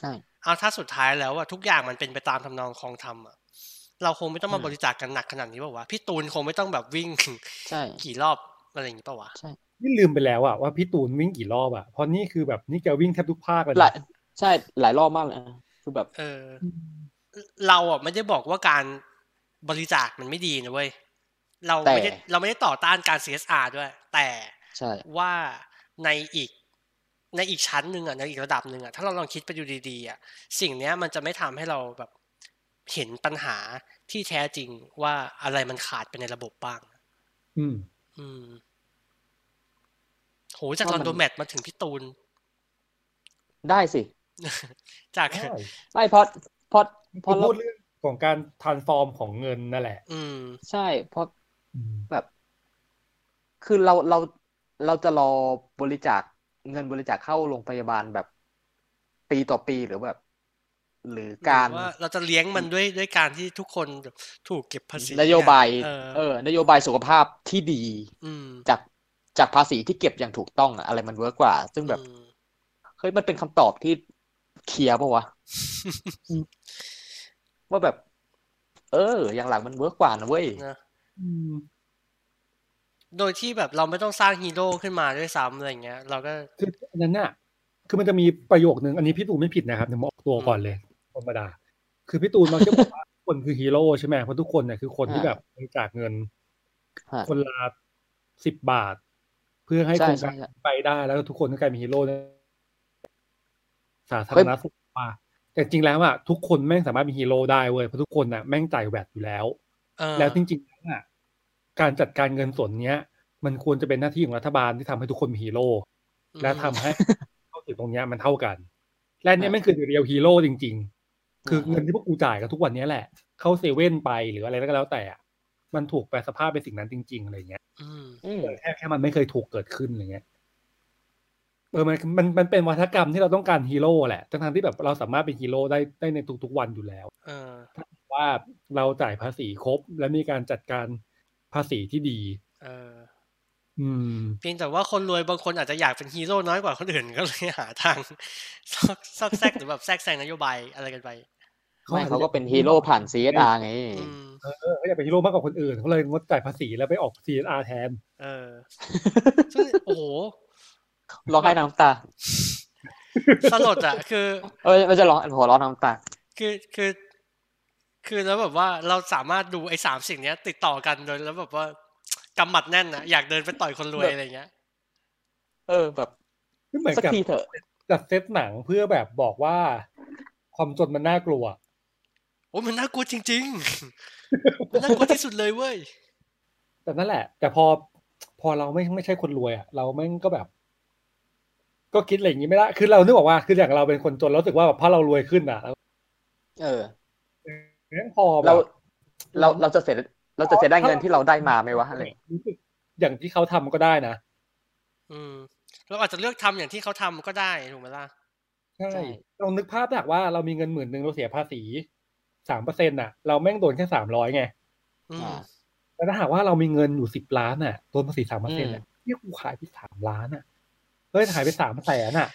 ใช่ เอาถ้าสุดท้ายแล้วอ่ะทุกอย่างมันเป็นไปตามทำนองคลองธรรมอ่ะเราคงไม่ต้องมา อืม บริจาคกันหนักขนาดนี้เปล่าวะพี่ตูนคงไม่ต้องแบบวิ่ง ใช่ กี่รอบอะไรอย่างนี้เปล่าวะ นี่ลืมไปแล้วอะว่าพี่ตูนวิ่งกี่รอบอะเพราะนี่คือแบบนี่แกวิ่งแทบทุกภาคเลย หลา นะ ย ใช่ หลายรอบมากเลยนะคือแบบ เออ เราอ่ะไม่ได้บอกว่าการบริจาคมันไม่ดีนะเว้ยเราไม่ได้ แต่ เราไม่ได้ต่อต้านการ CSR ด้วย แต่ ใช่ ว่าในอีกในอีกชั้นหนึ่งอ่ะในอีกระดับหนึ่งอ่ะถ้าเราลองคิดไปดูดีๆอ่ะสิ่งเนี้ยมันจะไม่ทำให้เราแบบเห็นปัญหาที่แท้จริงว่าอะไรมันขาดไปในระบบบ้าง อืม อืมโหจากล ว่ามั อน นโดแมทมาถึงพี่ตูน ได้สิ จาก ใช่ ไม่เพราะเพราะเพ ผม ราะเรา พูดเรื่องของการ transform ของเงินนั่นแหละ อืม ใช่ เพราะ อืม แบบ คือเราเราเราจะรอบริจาคเงินบริจาคเข้าโรงพยาบาลแบบปีต่อปีหรือแบบ หรือ หรื การ อว่าเราจะเลี้ยงมันด้วยด้วยการที่ทุกคนถูกเก็บภาษี นโยบาย เออ เออนโยบายสุขภาพที่ดี อืม จากจากภาษีที่เก็บอย่างถูกต้องอะอะไรมันเวิร์กกว่า ซึ่งแบบ อืม เฮ้ยมันเป็นคำตอบที่เคลียร์ปะวะ ว่าแบบ เออ อย่างหลังมันเวิร์กกว่านะเว้ย นะ อืม โดยที่แบบเราไม่ต้องสร้างฮีโร่ขึ้นมาด้วยซ้ำอะไรอย่างเงี้ย เราก็ คืออันนั้นน่ะ คือมันจะมีประโยคนึง อันนี้พี่ตูนไม่ผิดนะครับเดี๋ยวมาออกตัวก่อนเลยธรรมดา คือพี่ตูนมักจะบอกว่า คนคือฮีโร่ใช่ไหมเพราะทุกคนเนี่ยคือคนที่แบบบริจาคเงิน ฮะ คนละสิบบาท เพื่อให้ ใช่ โครงกาใช่รใช่ ไปได้แล้วทุกคนก็กลายเป็นฮีโร่ในสาธารณสุขป่ะแต่จริงแล้วอ่ะทุกคนแม่งสามารถเป็นฮีโร่ได้เว้ยเพราะทุกคนน่ะแม่งจ่ายแวดอยู่แล้ว เออ แล้วจริงๆแล้วอ่ะการจัดการเงินส่วนเนี้ย มันควรจะเป็นหน้าที่ของรัฐบาลที่ทำให้ทุกคนมีฮีโร่ อืม และทำให้ เข้าถึงตรงเนี้ยมันเท่ากัน และครัเนี่ย บ ไม่คือเรียลฮีโร่จริง ๆ คือ ครับ เงินที่พวกกูจ่ายกันทุกวันเนี้ยแหละ เข้าเซเว่นไปหรืออะไรก็แล้วแต่อะมันถูกแปลสภาพเป็นสิ่งนั้นจริง ๆอะไรเงี้ย อืม อืม แค่แค่มันไม่เคยถูกเกิดขึ้นอะไรเงี้ยเออมันมันมันเป็นวัฒกรรมที่เราต้องการฮีโร่แหละทั้งทที่แบบเราสามารถเป็นฮีโร่ได้ได้ในทุกๆวันอยู่แล้ว เออ ว่าเราจ่ายภาษีครบ และมีการจัดการภาษีที่ดี เออ อืม เพียงแต่ว่าคนรวยบางคนอาจจะอยากเป็นฮีโร่น้อยก ว่าคนอื่นก็เลยหาทางซอกซอกแซกหรือแบบแทรกแซงนโยบายอะไรกันไป ไม่ อจจะ เขาก็เป็นฮีโร่ผ่าน CSR ไง อืม เออเขาอยากเป็นฮีโร่มากกว่าคนอื่นเขาเลยงดจ่ายภาษีแล้วไปออก CSR แทน เอ อซึ่งโอ้โห ร้องไห้น้ำตา สลดอ่ะ คือ เอ้ยไม่ใช่ร้องหัวเร้องน้ำตา คือคือ คือแล้วแบบว่าเราสามารถดูไอ้สามสิ่งเนี้ย ติดต่อกันโดยแล้วแบบว่ากำหมัดแน่นอ่ะอยากเดินไปต่อยคนรวยอะไรเงี้ย เออ แบบ ไม่เหมือน สัก กับ ทีเถอะ จัดเซตหนังเพื่อแบบบอกว่า ความจนมันน่ากลัว โอ้มันน่ากลัวจริง ๆ มันน่ากลัวที่สุดเลยเว้ย แต่นั่นแหละ แต่พอพอเราไม่ไม่ใช่คนรวยอะเราแม่งก็แบบ ก็คิดอะไรอย่างนี้ไม่ได้ คือเรานึกบอกว่าคืออย่างเราเป็นคนจนเรารู้สึกว่าแบบพอเรารวยขึ้นอ่ะแล้ว เออ แม่งพอแบบ เรา เรา เราจะเสร็จ เราจะเสร็จได้เงินที่เราได้มาไหมวะอะไร รู้สึกอย่างที่เขาทำก็ได้นะ อืมเราอาจจะเลือกทำอย่างที่เขาทำก็ได้ถูกไหมล่ะ ใช่ ใช่ ลองนึกภาพหนักว่าเรามีเงินหมื่นหนึ่งเราเสียภาษีสามเปอร์เซ็นต์อ่ะ เราแม่งโดนแค่สามร้อยไง อืม อ่า แล้วถ้าหากว่าเรามีเงินอยู่สิบล้านอ่ะโดนภาษีสามเปอร์เซ็นต์ ม อ่ะเนี่ยกูขายไปสามล้านอ่ะเฮ้ยขายไปสามแสนอ่ะ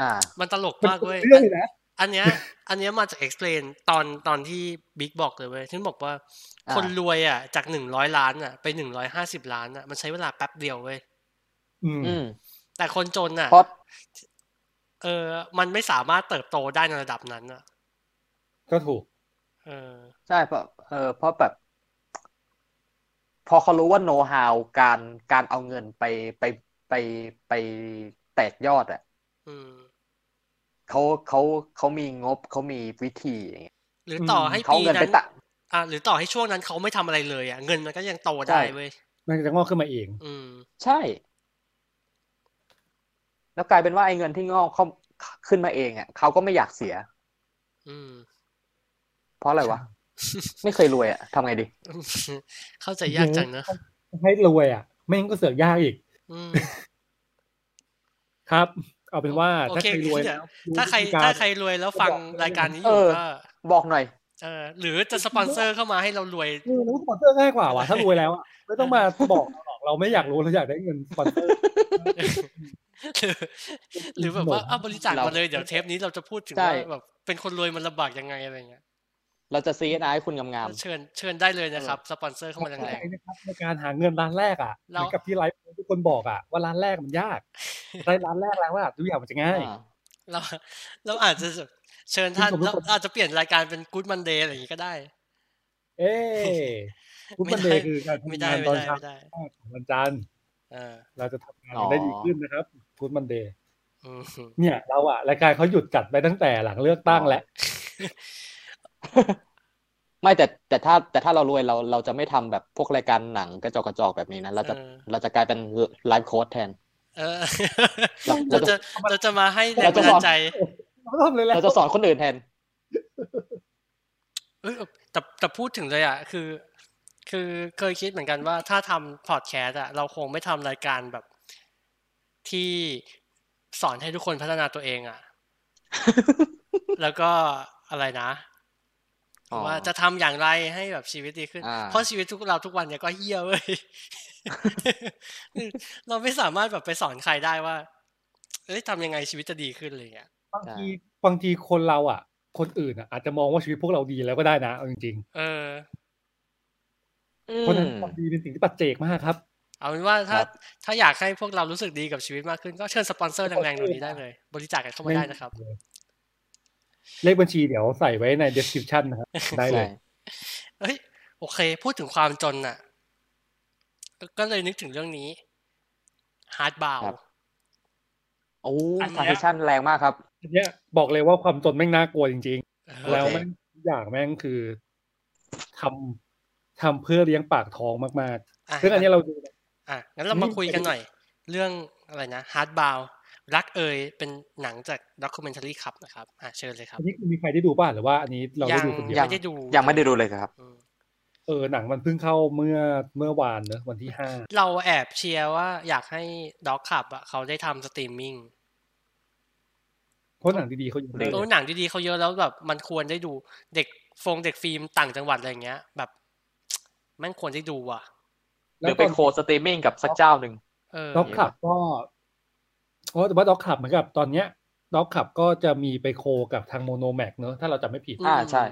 อ่า มันตลก มัน มากเว้ย เรื่องเลยนะ อันเนี้ย อันเนี้ยมาจาก explain ตอนตอนที่บิ๊กบอกเลยเว้ยที่บอกว่า อ่า คนรวยอ่ะ จากหนึ่งร้อยล้านอ่ะ ไปหนึ่งร้อยห้าสิบล้านอ่ะ มันใช้เวลาแป๊บเดียวเว้ย อืม อืม แต่คนจนอ่ะ เพราะ เออ มันไม่สามารถเติบโตได้ในระดับนั้นอ่ะ ก็ถูก เออ ใช่เพราะเออเพราะแบบ พอเขารู้ว่าโน้ตฮาวการการเอาเงินไปไปไปไปแตกยอดอ่ะ อืม เขาเขาเขามีงบเขามีวิธีอย่างเงี้ย หรือต่อให้ เขาเอา ปี เงิน นั้ ไป น ตะ อ่ะหรือต่อให้ช่วงนั้นเขาไม่ทำอะไรเลยอ่ะ เงินมันก็ยังโต ใช่ ได้เว้ย มันจะงอกขึ้นมาเอง อืม ใช่ แล้วกลายเป็นว่าไอ้เงินที่งอกเขาขึ้นมาเองอ่ะเขาก็ไม่อยากเสีย อืม เพราะอะไรวะ ไม่เคยรวยอ่ะทำไงดี เข้าใจยากจังเนอะ ให้รวยอ่ะ ไม่งั้นก็เสือกยากอีก อืม ครับ เอาเป็นว่า โอ ถ้า เค ใครรวย เดี๋ แล้ ยว ว ถ้าใคร ดูวิธีก ถ้าใครรวยแล้วฟังรายการนี้อยู่ เออ ก็ บอกหน่อย เออหรือจะสปอนเซอร์เข้ามาให้เรารวย เออแล้วสปอนเซอร์ง่ายกว่าว่ะถ้ารวยแล้วอะไม่ต้องมาบอกเราหรอกเราไม่อยากรู้เราอยากได้เงินสปอนเซอร์ หรือหรือแบบว่าเอาบริจาค เรา มาเลยเดี๋ยวเทปนี้เราจะพูดถึง ใช่ ว่าแบบเป็นคนรวยมันลำบากยังไงอะไรเงี้ย เราจะซีนายคุณงาม เชิญเชิญได้เลยนะครับ สปอนเซอร์เข้ามาแรง นะครับในการหาเงินร้านแรกอ่ะเห เรา มือนกับที่ไลฟ์ทุกคนบอกอ่ะว่าร้านแรกมัน ยากได้ร้านแรกแล้วว่าทุกอย่างมันจะ ๆ ง่าย อ่า ๆเราเราอาจจะเชิญท่าน ผมรู้ เรา ผม อาจจะเปลี่ยนรายการเป็นกู๊ดมันเดย์อะไรอย่างงี้ก็ได้ เอ๊คุณมันเดย์คือการ ไม่ ทำ ได้ งาน ไม่ ตอน ได้ เช้า ไม่ได้ ของวันจันทร์ เออ เราจะทำงานได้ดีขึ้นนะครับคุณมันเดย์ อืม เนี่ยเราอ่ะรายการเขาหยุดจัดไปตั้งแต่หลังเลือกตั้งแล้ว ไม่แต่แต่ถ้าแต่ถ้าเรารวยเราเราจะไม่ทำแบบพวกรายการหนังกระจอกกระจอกแบบนี้นะเราจะ เออ เราจะกลายเป็นไลฟ์โค้ดแทน เออ เรา เรา เรา จะ จะ เราจะมาให้แรงบันดาลใจ เราทำเลยแหละ เราจะสอนคนอื่นแทน เอ้ยแต่แต่พูดถึงเลยอ่ะคือ คือเคยคิดเหมือนกันว่าถ้าทำพอดแคสต์อ่ะเราคงไม่ทำรายการแบบที่สอนให้ทุกคนพัฒนาตัวเอง อ่ะ แล้วก็อะไรนะ อ๋อ ว่าจะทำอย่างไรให้แบบชีวิตดีขึ้น อ่า เพราะชีวิตทุกเราทุกวันเนี่ยก็เหี้ยเว้ย เราไม่สามารถแบบไปสอนใครได้ว่า เอ้ยทำยังไงชีวิตจะดีขึ้นอะไรอย่างเงี้ย บางทีบางทีคนเราอ่ะ คนอื่นอ่ะอาจจะมองว่าชีวิตพวกเราดีแล้วก็ได้นะเอาจริง เออ อื ๆ ม เพราะฉะนั้นความดีเป็นสิ่งที่ปัจเจกมากครับ เอาเป็นว่าถ้า ครับ ถ้าอยากให้พวกเรารู้สึกดีกับชีวิตมากขึ้นก็เชิญสปอนเซอร์แรงๆตรงนี้ได้เลย บริจาคกันเข้ามาได้นะครับ เลขบัญชีเดี๋ยวใส่ไว้ใน description นะครับ ได้เล ใช่ ย เอ้ยโอเค พูดถึงความจนน่ะ ก็เลยนึกถึงเรื่องนี้ฮาร์ดบาว โอ้ อันเนี้ ทาย ร์ิชั่นแรงมากครับ อันเนี้ยบอกเลยว่าความจนแม่งน่ากลัวจริง ๆ แล้ว โอเค แม่งทุกอย่างแม่งคือทำทำเพื่อเลี้ยงปากท้องมากๆซึ่งอันเนี้ยเราดูนะ อ่ะงั้นเรามาคุยกันหน่อย เรื่องอะไรนะฮาร์ดบาวรักเอยเป็นหนังจากด็อกิเมนทารีครับนะครับอ่ะเชิญเลยครับ อันนี้มีใครได้ดูบ้างหรือว่าอันนี้เรา ยั ได้ ง ดูคนเดียว ไม่ได้ดู ยังไม่ได้ดูเลยครับ อืม เออหนังมันเพิ่งเข้าเมื่อเมื่อวานเนอะวันที่ห้า เราแอบเชียร์ว่าอยากให้ด็อกขับอ่ะเขาได้ทำสตรีมมิ่ง เพราะหนังดีๆเขาอยู่เลย เออหนังดีๆเขาเยอะแล้วแบบมันควรได้ดูเด็กฟงเด็กฟิล์มต่างจังหวัดอะไรอย่างเงี้ย แบบ แม่งควรได้ดูว่ะ หรือไปโคสตรีมมิ่งกับสักเจ้าหนึ่ง เออ ด็อกขับก็โอ้แต่ว่าด็อกขับเหมือนกับตอนเนี้ย ด็อกขับก็จะมีไปโคกับทางโมโนแม็กเนอะถ้าเราจำไม่ผิด อ่าใช่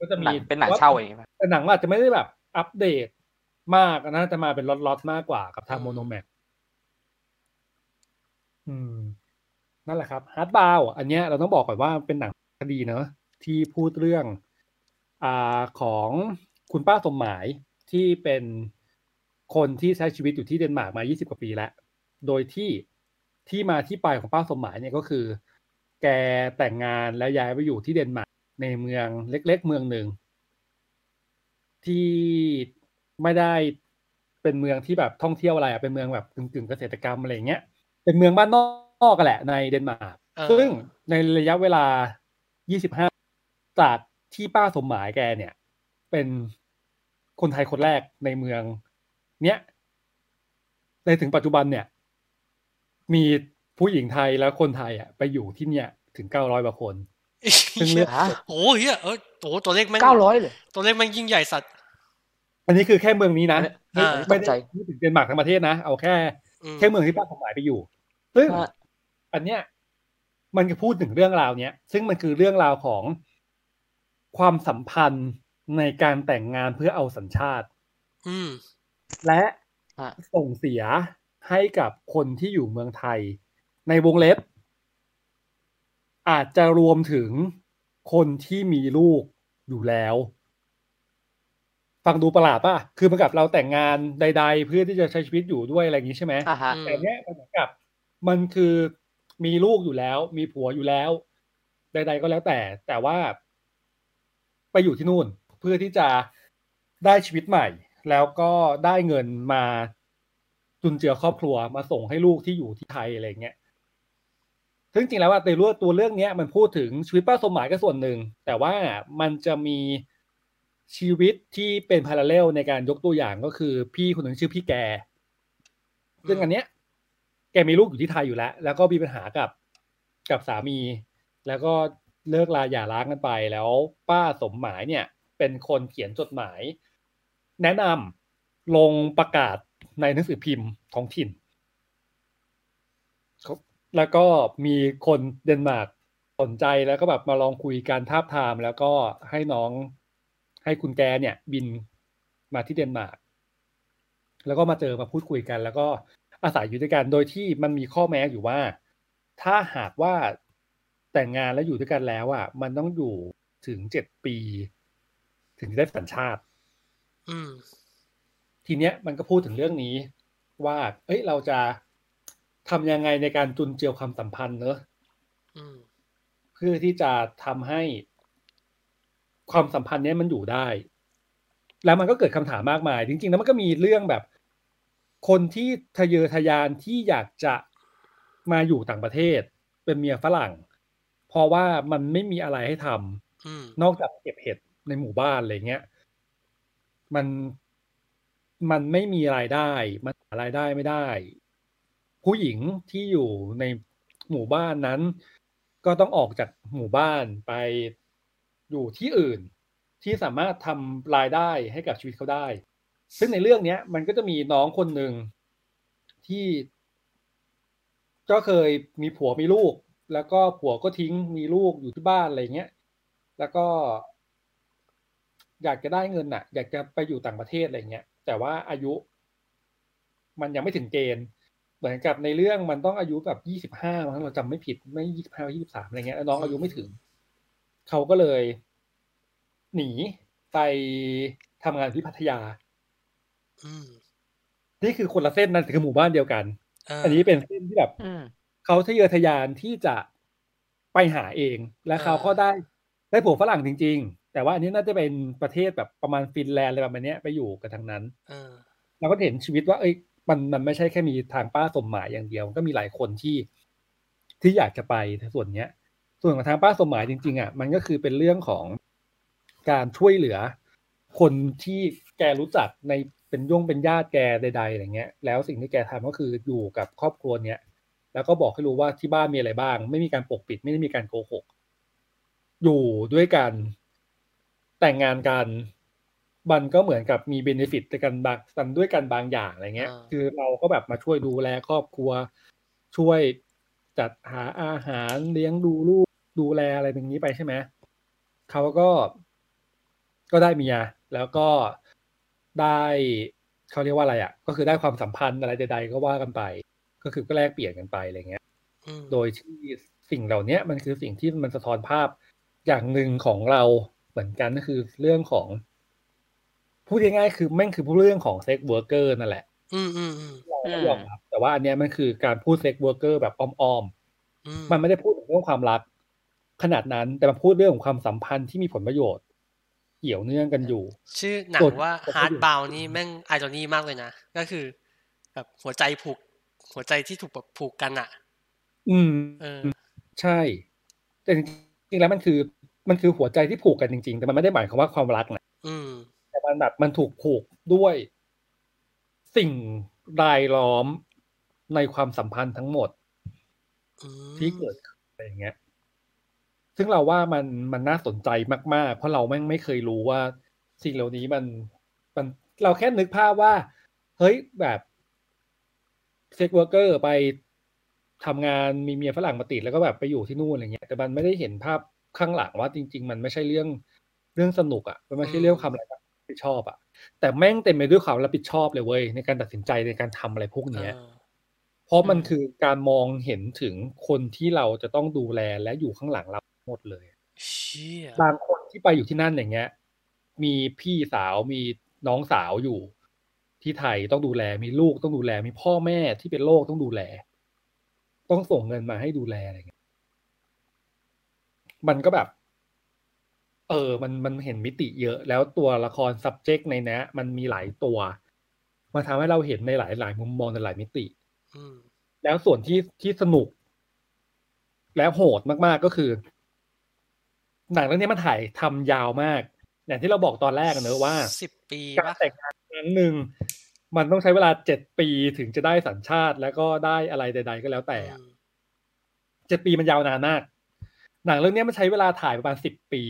ก็จะ หนั มี งเป็นหนังเช่าอย่างเงี้ยป่ะ แต่หนังมันอาจจะไม่ได้แบบอัปเดตมากนะจะมาเป็นล็อตๆมากกว่ากับทาง อืม โมโนแม็กอืม นั่นแหละครับฮาร์ดบาวอันเนี้ยเราต้องบอกก่อนว่าเป็นหนังคดีเนอะที่พูดเรื่อง อ่าของคุณป้าสมหมายที่เป็นคนที่ใช้ชีวิตอยู่ที่เดนมาร์กมา 20 กว่าปีแล้ว โดยที่ที่มาที่ไปของป้าสมหมายเนี่ยก็คือ แกแต่งงานแล้วย้ายไปอยู่ที่เดนมาร์กในเมืองเล็ก ๆ เมืองหนึ่ง ที่ไม่ได้เป็นเมืองที่แบบท่องเที่ยวอะไรอะเป็นเมืองแบบกึ่งๆเกษตรกรรมอะไรอย่างเงี้ยเป็นเมืองบ้านนอกกันแหละในเดนมาร์ก เออ ซึ่งในระยะเวลา 25 จากที่ป้าสมหมายแกเนี่ย เป็นคนไทยคนแรกในเมือง เนี้ยในถึงปัจจุบันเนี่ย มีผู้หญิงไทยและคนไทยอ่ะไปอยู่ที่เนี่ยถึง 900กว่าคน ซึ่งเรื่อง ฮะ โอ้เฮียเออโอ้ตัวเลขแม่ง เก้าร้อยเลย ตัวเลขแม่งยิ่งใหญ่สัตว์ อันนี้คือแค่เมืองนี้นะ เออ ไม่ ตกใจ ได้ไม่ถึงเดนมาร์กทั้งประเทศนะ เอาแค่ อืม แค่เมืองที่ป้าสมหมายไปอยู่ ซึ่ง ฮะ อันเนี้ยมันก็พูดถึงเรื่องราวเนี้ย ซึ่งมันคือเรื่องราวของความสัมพันธ์ในการแต่งงานเพื่อเอาสัญชาติ อืม และ ฮะ ส่งเสียให้กับคนที่อยู่เมืองไทย ในวงเล็บ อาจจะรวมถึงคนที่มีลูกอยู่แล้ว ฟังดูประหลาดป่ะ คือเหมือนกับเราแต่งงานใด ๆ เพื่อที่จะใช้ชีวิตอยู่ด้วยอะไรอย่างนี้ใช่ไหม อ่าฮะ อืม แต่เนี้ยมันเหมือนกับ มันคือมีลูกอยู่แล้ว มีผัวอยู่แล้ว ใด ๆ ก็แล้วแต่ แต่ว่า ไปอยู่ที่นู่น เพื่อที่จะได้ชีวิตใหม่ แล้วก็ได้เงินมาจุนเจือครอบครัวมาส่งให้ลูกที่อยู่ที่ไทยอะไรเงี้ยซึ่งจริงๆแล้วว่าในเรื่องตัวเรื่องเนี้ยมันพูดถึงชีวิตป้าสมหมายก็ส่วนหนึ่ง แต่ว่ามันจะมีชีวิตที่เป็นพาราเลลในการยกตัวอย่างก็คือ พี่คนหนึ่งชื่อพี่แก ซึ่งอันเนี้ยแกมีลูกอยู่ที่ไทยอยู่แล้ว แล้วก็มีปัญหากับกับสามี แล้วก็เลิกลาหย่าร้างกันไป แล้วป้าสมหมายเนี่ย เป็นคนเขียนจดหมาย แนะนำลงประกาศในหนังสือพิมพ์ท้องถิ่นครับแล้วก็มีคนเดนมาร์กสนใจแล้วก็แบบมาลองคุยการทาบทาม แล้วก็ให้น้องให้คุณแกเนี่ย บินมาที่เดนมาร์ก แล้วก็มาเจอมาพูดคุยกัน แล้วก็อาศัยอยู่ด้วยกันโดยที่มันมีข้อแม้อยู่ว่า ถ้าหากว่าแต่งงานแล้วอยู่ด้วยกันแล้วอ่ะมันต้องอยู่ถึงเจ็ดปี ถึงจะได้สัญชาติ อืม ทีเนี้ยมันก็พูดถึงเรื่องนี้ว่า เอ้ยเราจะทำยังไงในการจุนเจียวความสัมพันธ์เนอะ อืม เพื่อที่จะทำให้ความสัมพันธ์เนี้ยมันอยู่ได้ แล้วมันก็เกิดคำถามมากมาย จริง ๆ แล้วมันก็มีเรื่องแบบ คนที่ทะเยอทะยานที่อยากจะมาอยู่ต่างประเทศ เป็นเมียฝรั่ง เพราะว่ามันไม่มีอะไรให้ทำ อืม นอกจากเก็บเห็ดในหมู่บ้านอะไรเงี้ย มันมันไม่มีรายได้ มันหารายได้ไม่ได้ ผู้หญิงที่อยู่ในหมู่บ้านนั้น ก็ต้องออกจากหมู่บ้านไปอยู่ที่อื่น ที่สามารถทำรายได้ให้กับชีวิตเขาได้ ซึ่งในเรื่องเนี้ย มันก็จะมีน้องคนหนึ่งที่ ก็เคยมีผัวมีลูก แล้วก็ผัวก็ทิ้งมีลูกอยู่ที่บ้านอะไรเงี้ย แล้วก็ อยากจะได้เงินน่ะ อยากจะไปอยู่ต่างประเทศอะไรเงี้ย แต่ว่าอายุ มันยังไม่ถึงเกณฑ์ เหมือนกับในเรื่องมันต้องอายุแบบยี่สิบห้ามั้งเราจำไม่ผิดไม่ยี่สิบห้ายี่สิบสามอะไรเงี้ยแล้วน้องอายุไม่ถึง เขาก็เลย หนีไปทำงานที่พัทยา อืม นี่คือคนละเส้นนั่นคือหมู่บ้านเดียวกัน เออ อั อั นนี้เป็นเส้นที่แบบ อืม เขาทะเยอทะยานที่จะไปหาเอง และเขาก็ได้ได้ผัวฝรั่งจริง ๆ แต่ว่าอันนี้น่าจะเป็นประเทศแบบประมาณฟินแลนด์อะไรประมาณเนี้ยไปอยู่กันทางนั้น เออ เราก็เห็นชีวิตว่า เอ้ยมันมันไม่ใช่แค่มีทางป้าสมหมายอย่างเดียวมันก็มีหลายคนที่ที่อยากจะไปส่วนเนี้ย ส่วนของทางป้าสมหมายจริงๆอ่ะมันก็คือเป็นเรื่องของการช่วยเหลือ คนที่แกรู้จักในเป็นย่งเป็นญาติแกใดๆอะไรเงี้ย แล้วสิ่งที่แกทำก็คืออยู่กับครอบครัวเนี้ยแล้วก็บอกให้รู้ว่าที่บ้านมีอะไรบ้าง ไม่มีการปกปิด ไม่ได้มีการโกหก อยู่ด้วยกันแต่งงานกัน มันก็เหมือนกับมีเบนฟิตกันบางกันด้วยกันบางอย่างอะไรเงี้ย อ่า คือเราก็แบบมาช่วยดูแลครอบครัว ช่วย จัดหาอาหารเลี้ยงดูลูกดูแลอะไรแบบนี้ไปใช่ไหมเขาก็ก็ได้เมียแล้วก็ได้เขาเรียกว่าอะไรอะ่ะ ก็คือได้ความสัมพันธ์อะไรใด ๆ ก็ว่ากันไป ก็คือก็แลกเปลี่ยนกันไปอะไรเงี้ย อืม โดยที่สิ่งเหล่าเนี้ยมันคือสิ่งที่มันสะท้อนภาพอย่างหนึ่งของเราเหมือนกันก็คือเรื่องของพูดง่ายๆคือแม่งคือเรื่องของเซ็กเวิร์กเกอร์นั่นแหละ อืมอืมอืม อืม ยอมรับแต่ว่าอันเนี้ยมันคือการพูดเซ็กเวิร์กเกอร์แบบอ้อม อืม ๆ มันไม่ได้พูดถึงเรื่องความรัก ขนาดนั้นแต่มันพูดเรื่องของความสัมพันธ์ที่มีผลประโยชน์ เกี่ยวเนื่องกันอยู่ ชื่อหนังว่า Hard Bound นี่แม่งไอรอนี่มากเลยนะ ก็คือ แบบหัวใจผูก หัวใจที่ถูกแบบผูกกันอ่ะ อืม เออ ใช่ แต่จริงๆแล้วมันคือมันคือหัวใจที่ผูกกันจริงๆ แต่มันไม่ได้หมายความว่าความรักนะ อืม แต่มันแบบมันถูกผูกด้วยสิ่งรายล้อมในความสัมพันธ์ทั้งหมด อืม ที่เกิดขึ้นอะไรอย่างเงี้ย ซึ่งเราว่ามันมันน่าสนใจมาก ๆ เพราะเราแม่งไม่เคยรู้ว่า สิ่งเหล่านี้มันมันเราแค่นึกภาพว่า เฮ้ยแบบเซ็กเวิร์กเกอร์ไปทำงานมีเมียฝรั่งมาติดแล้วก็แบบไปอยู่ที่นู่นอะไรเงี้ย แต่มันไม่ได้เห็นภาพข้างหลังว่าจริง ๆ มันไม่ใช่เรื่องเรื่องสนุกอะ่ะ มันไม่ใช่เรื่องความรับผิดชอบอะ่ะ แต่แม่งเต็มไปด้วยความรับผิดชอบเลยเว้ยในการตัดสินใจในการทำอะไรพวก เอ เนี้ย อ เพราะมัน อืม คือการมองเห็นถึงคนที่เราจะต้องดูแลและอยู่ข้างหลังเราหมดเลย เชี่ย บางคนที่ไปอยู่ที่นั่นอย่างเงี้ย มีพี่สาวมีน้องสาวอยู่ ที่ไทยต้องดูแลมีลูกต้องดูแลมีพ่อแม่ที่เป็นโรคต้องดูแล ต้องส่งเงินมาให้ดูแลอะไรเงี้ยมันก็แบบ เออ มันมันเห็นมิติเยอะ แล้วตัวละคร subject ในเนี้ยมันมีหลายตัวมาทำให้เราเห็นในหลายหลายมุมมองในหลายมิติ อืม แล้วส่วนที่ที่สนุก แล้วโหดมากๆก็คือ หนังเรื่องนี้มันถ่ายทำยาวมาก อย่างที่เราบอกตอนแรกอะเนอะว่า สิบปี การ ปะ แต่งงานครั้งหนึ่งมันต้องใช้เวลาเจ็ดปีถึงจะได้สัญชาติ แล้วก็ได้อะไรใด ๆ ก็แล้วแต่อะ อืม เจ็ดปีมันยาวนานมาก หนังเรื่องนี้มันใช้เวลาถ่ายประมาณสิบปี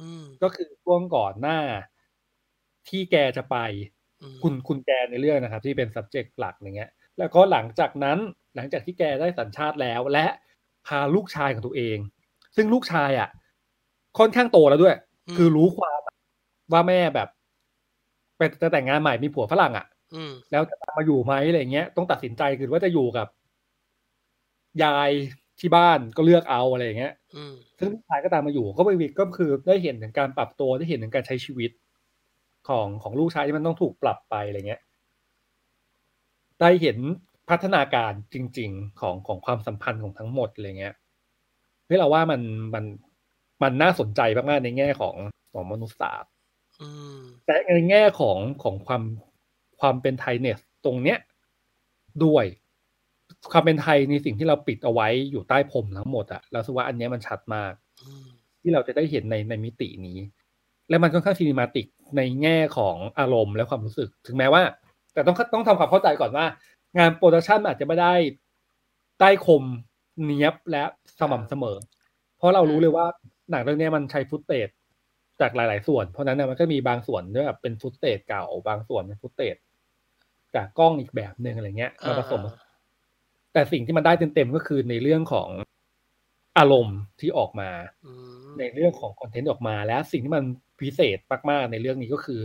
อืม ก็คือช่วงก่อนหน้า ที่แกจะไป อืม คุณคุณแกในเรื่องนะครับ ที่เป็น subject หลักอย่างเงี้ย แล้วก็หลังจากนั้นหลังจากที่แกได้สัญชาติแล้ว และพาลูกชายของตัวเอง ซึ่งลูกชายอ่ะ ค่อนข้างโตแล้วด้วย คือรู้ความว่าแม่แบบไปจะแต่งงานใหม่มีผัวฝรั่งอ่ะ อืม แล้วจะตามมาอยู่ไหมอะไรเงี้ยต้องตัดสินใจคือว่าจะอยู่กับ ยายที่บ้านก็เลือกเอาอะไรอย่างเงี้ย อืม ซึ่งลูกชายก็ตามมาอยู่ก็ไปวิกก็คือได้เห็นถึงการปรับตัวได้เห็นถึงการใช้ชีวิต ของของลูกชายที่มันต้องถูกปรับไปอะไรเงี้ย ได้เห็นพัฒนาการจริง ๆ ของของความสัมพันธ์ของทั้งหมดอะไรเงี้ยเฮ้ยเราว่ามันมันมันน่าสนใจมากๆในแง่ของของมนุษยศาสตร์ อืม แต่ในแง่ของของความความเป็นไทยเนสตรงเนี้ยด้วย ความเป็นไทยในสิ่งที่เราปิดเอาไว้อยู่ใต้พรมทั้งหมดอะเราสึกว่าอันเนี้ยมันชัดมาก อืม ที่เราจะได้เห็นในในมิตินี้ และมันค่อนข้างซีนิมาติกในแง่ของอารมณ์และความรู้สึก ถึงแม้ว่า แต่ต้องต้องทำความเข้าใจก่อนว่า งานโปรดักชันอาจจะไม่ได้ใต้คมเนียบและสม่ำเสมอ เพราะเรารู้เลยว่าหนังเรื่องนี้มันใช้ฟุตเตจจากหลาย ๆ ส่วน เพราะฉะนั้นนะมันก็มีบางส่วนที่แบบเป็นฟุตเตจเก่าบางส่วนเป็นฟุตเตจจากกล้องอีกแบบหนึ่งอะไรเงี้ยมาผสม อ่า แต่สิ่งที่มันได้เต็ม ๆ ก็คือในเรื่องของอารมณ์ที่ออกมา อืม ในเรื่องของคอนเทนต์ออกมาและสิ่งที่มันพิเศษมากๆในเรื่องนี้ก็คือ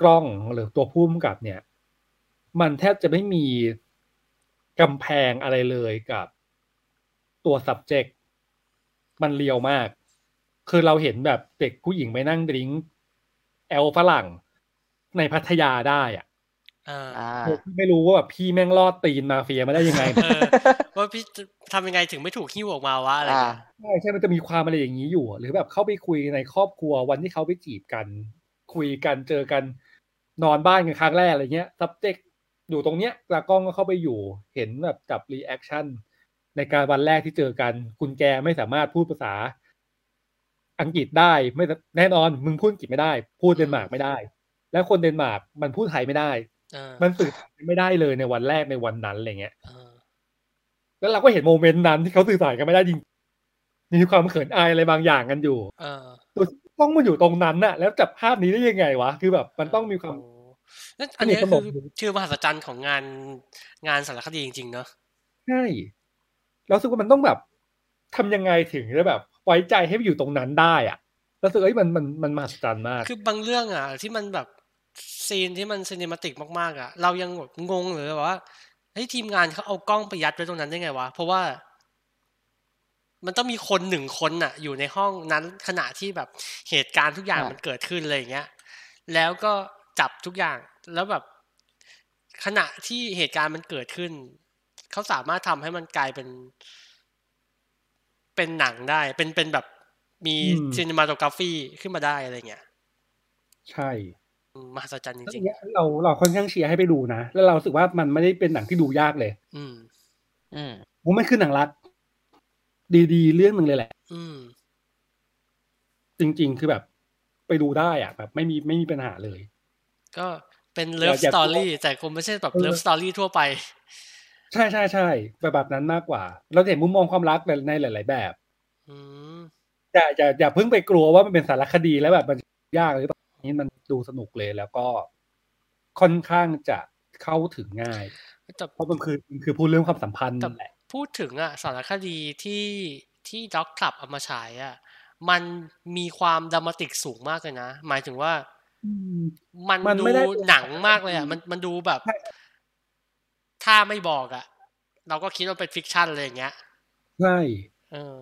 กล้องหรือตัวพุ่มกับเนี่ย มันแทบจะไม่มีกำแพงอะไรเลยกับตัว subject มันเลียวมาก คือเราเห็นแบบเด็กผู้หญิงไปนั่งดริ้งแอลฝรั่งในพัทยาได้อะ อ่า อ่า โดยที่ไม่รู้ว่าแบบพี่แม่งลอดตีนมาเฟียมาได้ยังไง เออว่าพี่จะทำยังไงถึงไม่ถูกหิ้วออกมาวะอะไร อ่า เงี้ย ใช่ใช่ มันจะมีความอะไรอย่างนี้อยู่อะหรือแบบเข้าไปคุยในครอบครัววันที่เขาไปจีบกัน คุยกันเจอกันนอนบ้านกันครั้งแรกอะไรเงี้ย subject อยู่ตรงเนี้ยตากล้องก็เข้าไปอยู่ เห็นแบบจับ reaction ในการวันแรกที่เจอกัน คุณแกไม่สามารถพูดภาษา อังกฤษได้ไม่สาแน่นอนมึงพูดอังกฤษไม่ได้ พูดเดนมาร์กไม่ได้ และคนเดนมาร์กมันพูดไทยไม่ได้ เออ มันสื่อสารไม่ได้เลยในวันแรกในวันนั้นอะไรเงี้ย เออ แล้วเราก็เห็นโมเมนต์นั้นที่เขาสื่อสารกันไม่ได้จริงมีความเขินอายอะไรบางอย่างกันอยู่ เออ ต้องมาอยู่ตรงนั้นน่ะ แล้วจับภาพนี้ได้ยังไงวะ คือแบบมันต้องมีความ โนั่นอันนี้ สนุก คือ ดี ชื่อมหัศจรรย์ของงานงานสารคดีจริงๆเนอะ ใช่ เราสึกว่ามันต้องแบบทำยังไงถึงจะแบบ ไว้ใจให้ไปอยู่ตรงนั้นได้อะเราสึกเอ้ยมันมันมันมหัศจรรย์มาก คือบางเรื่องอ่ะที่มันแบบซีนที่มันซีนิมาติกมากๆอ่ะ เรายังแบบงงเลยว่าเฮ้ยทีมงานเขาเอากล้องไปยัดไว้ตรงนั้นได้ไงวะ เพราะว่า มันต้องมีคนหนึ่งคนน่ะ อยู่ในห้องนั้นขณะที่แบบเหตุการณ์ทุกอย่าง อ่ะ มันเกิดขึ้นอะไรอย่างเงี้ย แล้วก็จับทุกอย่างแล้วแบบ ขณะที่เหตุการณ์มันเกิดขึ้น เขาสามารถทำให้มันกลายเป็น เป็นหนังได้ เป็นเป็นแบบมี อืม ซีนิมาโตกราฟีขึ้นมาได้อะไรเงี้ย ใช่ อืมมหัศจรรย์จ แล้วอ ริ ย่าง งเงี้ยเราเราค่อนข้างเชียร์ให้ไปดูนะแล้วเรารู้สึกว่ามันไม่ได้เป็นหนังที่ดูยากเลย ๆ อืม อืม ผมมันคือหนังรัก ดีๆ เรื่องหนึ่งเลยแหละ อืม จริง ๆ คือแบบ ไปดูได้อะแบบ ไม่มีไม่มีปัญหาเลย ก็เป็นเลิฟ อ ส ยาตกจะ อรี่แต่คงไม่ใช่แบบ เออ เลิฟสตอรี่ทั่วไป ใช่ใช่ใช่แบบแบบนั้นมากกว่า เราจะเห็นมุมมองความรักในหลาย ๆ แบบ อืม อย่าอย่าอย่าเพิ่งไปกลัวว่ามันเป็นสารคดีแล้วแบบมันยากหรือเปล่านี่มันดูสนุกเลยแล้วก็ค่อนข้างจะเข้าถึงง่าย แต่ เพราะมันคือมันคือพูดเรื่องความสัมพันธ์ แต่ นั่นแหละ พูดถึงอะสารคดีที่ที่ด็อกคลับเอามาฉายอะมันมีความดรามาติกสูงมากเลยนะ หมายถึงว่า อืม มัน มัน ดู ไม่ได้ หนังมากเลยอ่ะ มันมันดูแบบ ใช่ ถ้าไม่บอกอ่ะ เราก็คิดว่าเป็นฟิกชันอะไรอย่างเงี้ย ใช่ เออ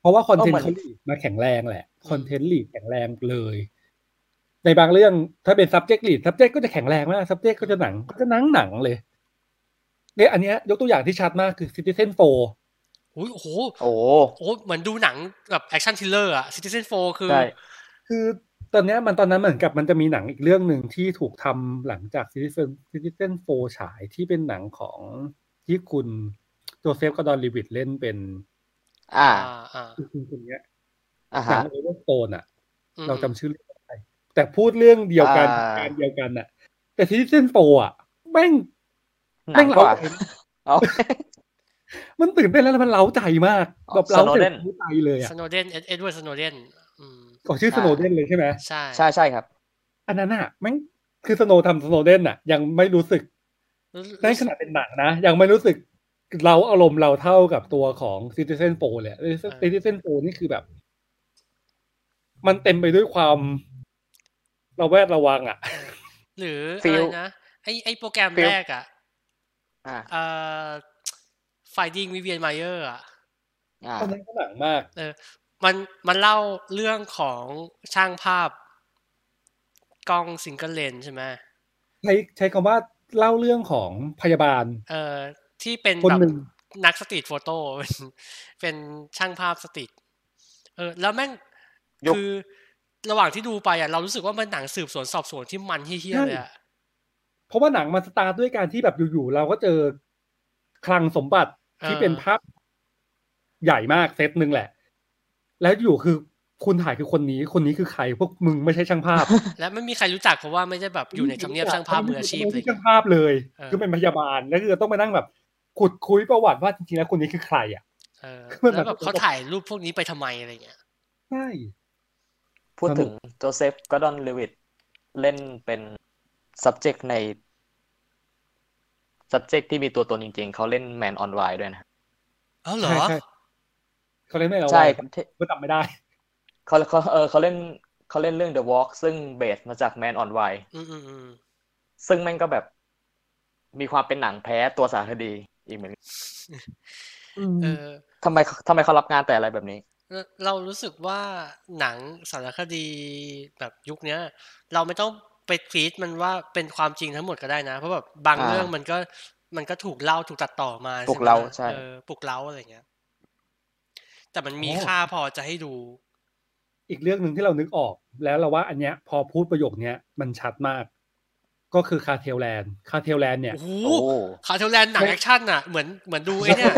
เพราะว่าคอนเทน ก็เหมืต์อนเขาลีดมาแข็งแรงแหละ อืม คอนเทนต์ลีดแข็งแรงเลย ในบางเรื่องถ้าเป็น subject lead subject ก็จะแข็งแรงมาก subject ก็จะหนังก็จะหนังหนังๆเลยเนี่ยอันเนี้ยยกตัวอย่างที่ชัดมากคือ Citizen อุ้ยโอ้โห โอ้ โอ้โหเหมือนดูหนังแบบแอคชั่นทริลเลอร์อ่ะ Citizen 4 คือ ใช่ 4คือตอนเนี้ยมันตอนนั้นเหมือนกับมันจะมีหนังอีกเรื่องหนึ่งที่ถูกทำหลังจาก Citizen Citizen 4 ฉายที่เป็นหนังของที่คุณโจเซฟกอร์ดอนลีวิตเล่นเป็น อ่า อ่าอ่า คือคุณคนเนี้ย อ่า หนั ฮะ งโอเวอร์โตนอะ อืม เราจำชื่อเรื่องไม่ได้แต่พูดเรื่องเดียวกัน อ่า การเดียวกันน่ะ แต่ที่เส้นโตอ่ะแม่ง หนังกว่า ใจ เอา มันตื่นเต้นแล้วแล้วมันเล้าใจมาก อ๋อ แบบเล้าใจ Snowden รู้ใจเลยอ่ะ สโนเดนเอ็ดเวิร์ดสโนเดนอืม ก็ชื่อส อ่า โนเดนเลยใช่ไหม ใช่ ใช่ใช่ครับ อันนั้นอ่ะแม่งคือสโนทำสโนเดนอ่ะ ยังไม่รู้สึก รู้ ในขนาดเป็นหนังนะ ยังไม่รู้สึกเราอารมณ์เราเท่ากับตัวของซิติเซนโปเลยซิติเซนโปนี่คือแบบ มันเต็มไปด้วยความระแวดระวังอ่ะ หรือ ฟิ อะไร ล นะ ไอไอโปรแกรม ฟิล แรกอ่ะ อ่า เอ่อ Finding Vivian Maier อ่ะ อ่า ตอนนั้นก็หนังมาก มันมันเล่าเรื่องของช่างภาพกล้องซิงเกิลเลนใช่ไหม ใช้ใช้คำว่าเล่าเรื่องของพยาบาล เอ่อที่เป็น คน แบบ หนึ่ง นักสตรีทโฟโต้ เป็นช่างภาพสตรีทเออแล้วแม่ง ยก คือระหว่างที่ดูไปอ่ะเรารู้สึกว่ามันหนังสืบสวนสอบสวนที่มันเฮี้ยๆเลยอ่ะ เพราะว่าหนังมันสตาร์ทด้วยการที่แบบอยู่ๆเราก็เจอคลังสมบัติที่เป็นภาพใหญ่มากเซตหนึ่งแหละ แล้วอยู่คือคุณถ่ายคือคนนี้ คนนี้คือใคร พวกมึงไม่ใช่ช่างภาพ และไม่มีใครรู้จักเพราะว่าไม่ได้แบบอยู่ในทำเนียบช่างภาพมืออาชีพ ไม่ เลย ใช่ช่างภาพเลย เออ คือเป็นพยาบาลแล้วคือต้องมานั่งแบบ ขุดคุยประวัติว่าจริงๆแล้วคนนี้คือใครอ่ะ เออ มันแบบ แล้วแบบเขาถ่ายรูปพวกนี้ไปทำไมอะไรเงี้ย ใช่ พูดถึงโจเซฟกอร์ดอนเลวิตเล่นเป็น subject ใน subject ที่มีตัวตนจริงๆ เขาเล่นแมนออนไลน์ด้วยนะ เออเหรอ ใช่ใช่ เขาเล่นไม่เอา ใช่ ไว้ ครับที่ ก็จำไม่ได้ เขาเขาเออเขาเล่นเขาเล่นเรื่อง The Walk ซึ่งเบสมาจากแมนออนไลน์ อืมอืมอืม ซึ่งแม่งก็แบบ มีความเป็นหนังแพ้ตัวสารคดีอีกเหมือนกัน เออ ทำไมทำไมเขารับงานแต่อะไรแบบนี้ เราเรารู้สึกว่าหนังสารคดีแบบยุคเนี้ย เราไม่ต้องไปทีตมันว่าเป็นความจริงทั้งหมดก็ได้นะ เพราะแบบบาง อ่า เรื่องมันก็มันก็ถูกเล่าถูกตัดต่อมา ปลุกเร้า ไหมล่ะ ใช่ เออปลุกเล้าอะไรเงี้ย แต่มันมี โอ้ ค่าพอจะให้ดู อีกเรื่องหนึ่งที่เรานึกออก แล้วเราว่าอันเนี้ย พอพูดประโยคเนี้ยมันชัดมาก ก็คือคาเทลแลนด์คาเทลแลนด์เนี่ย โอ้โห โอ้ คาเทลแลนด์หนัง ไม่ แอคชั่นอ่ะ เหมือนเหมือนดูไอ้เนี่ย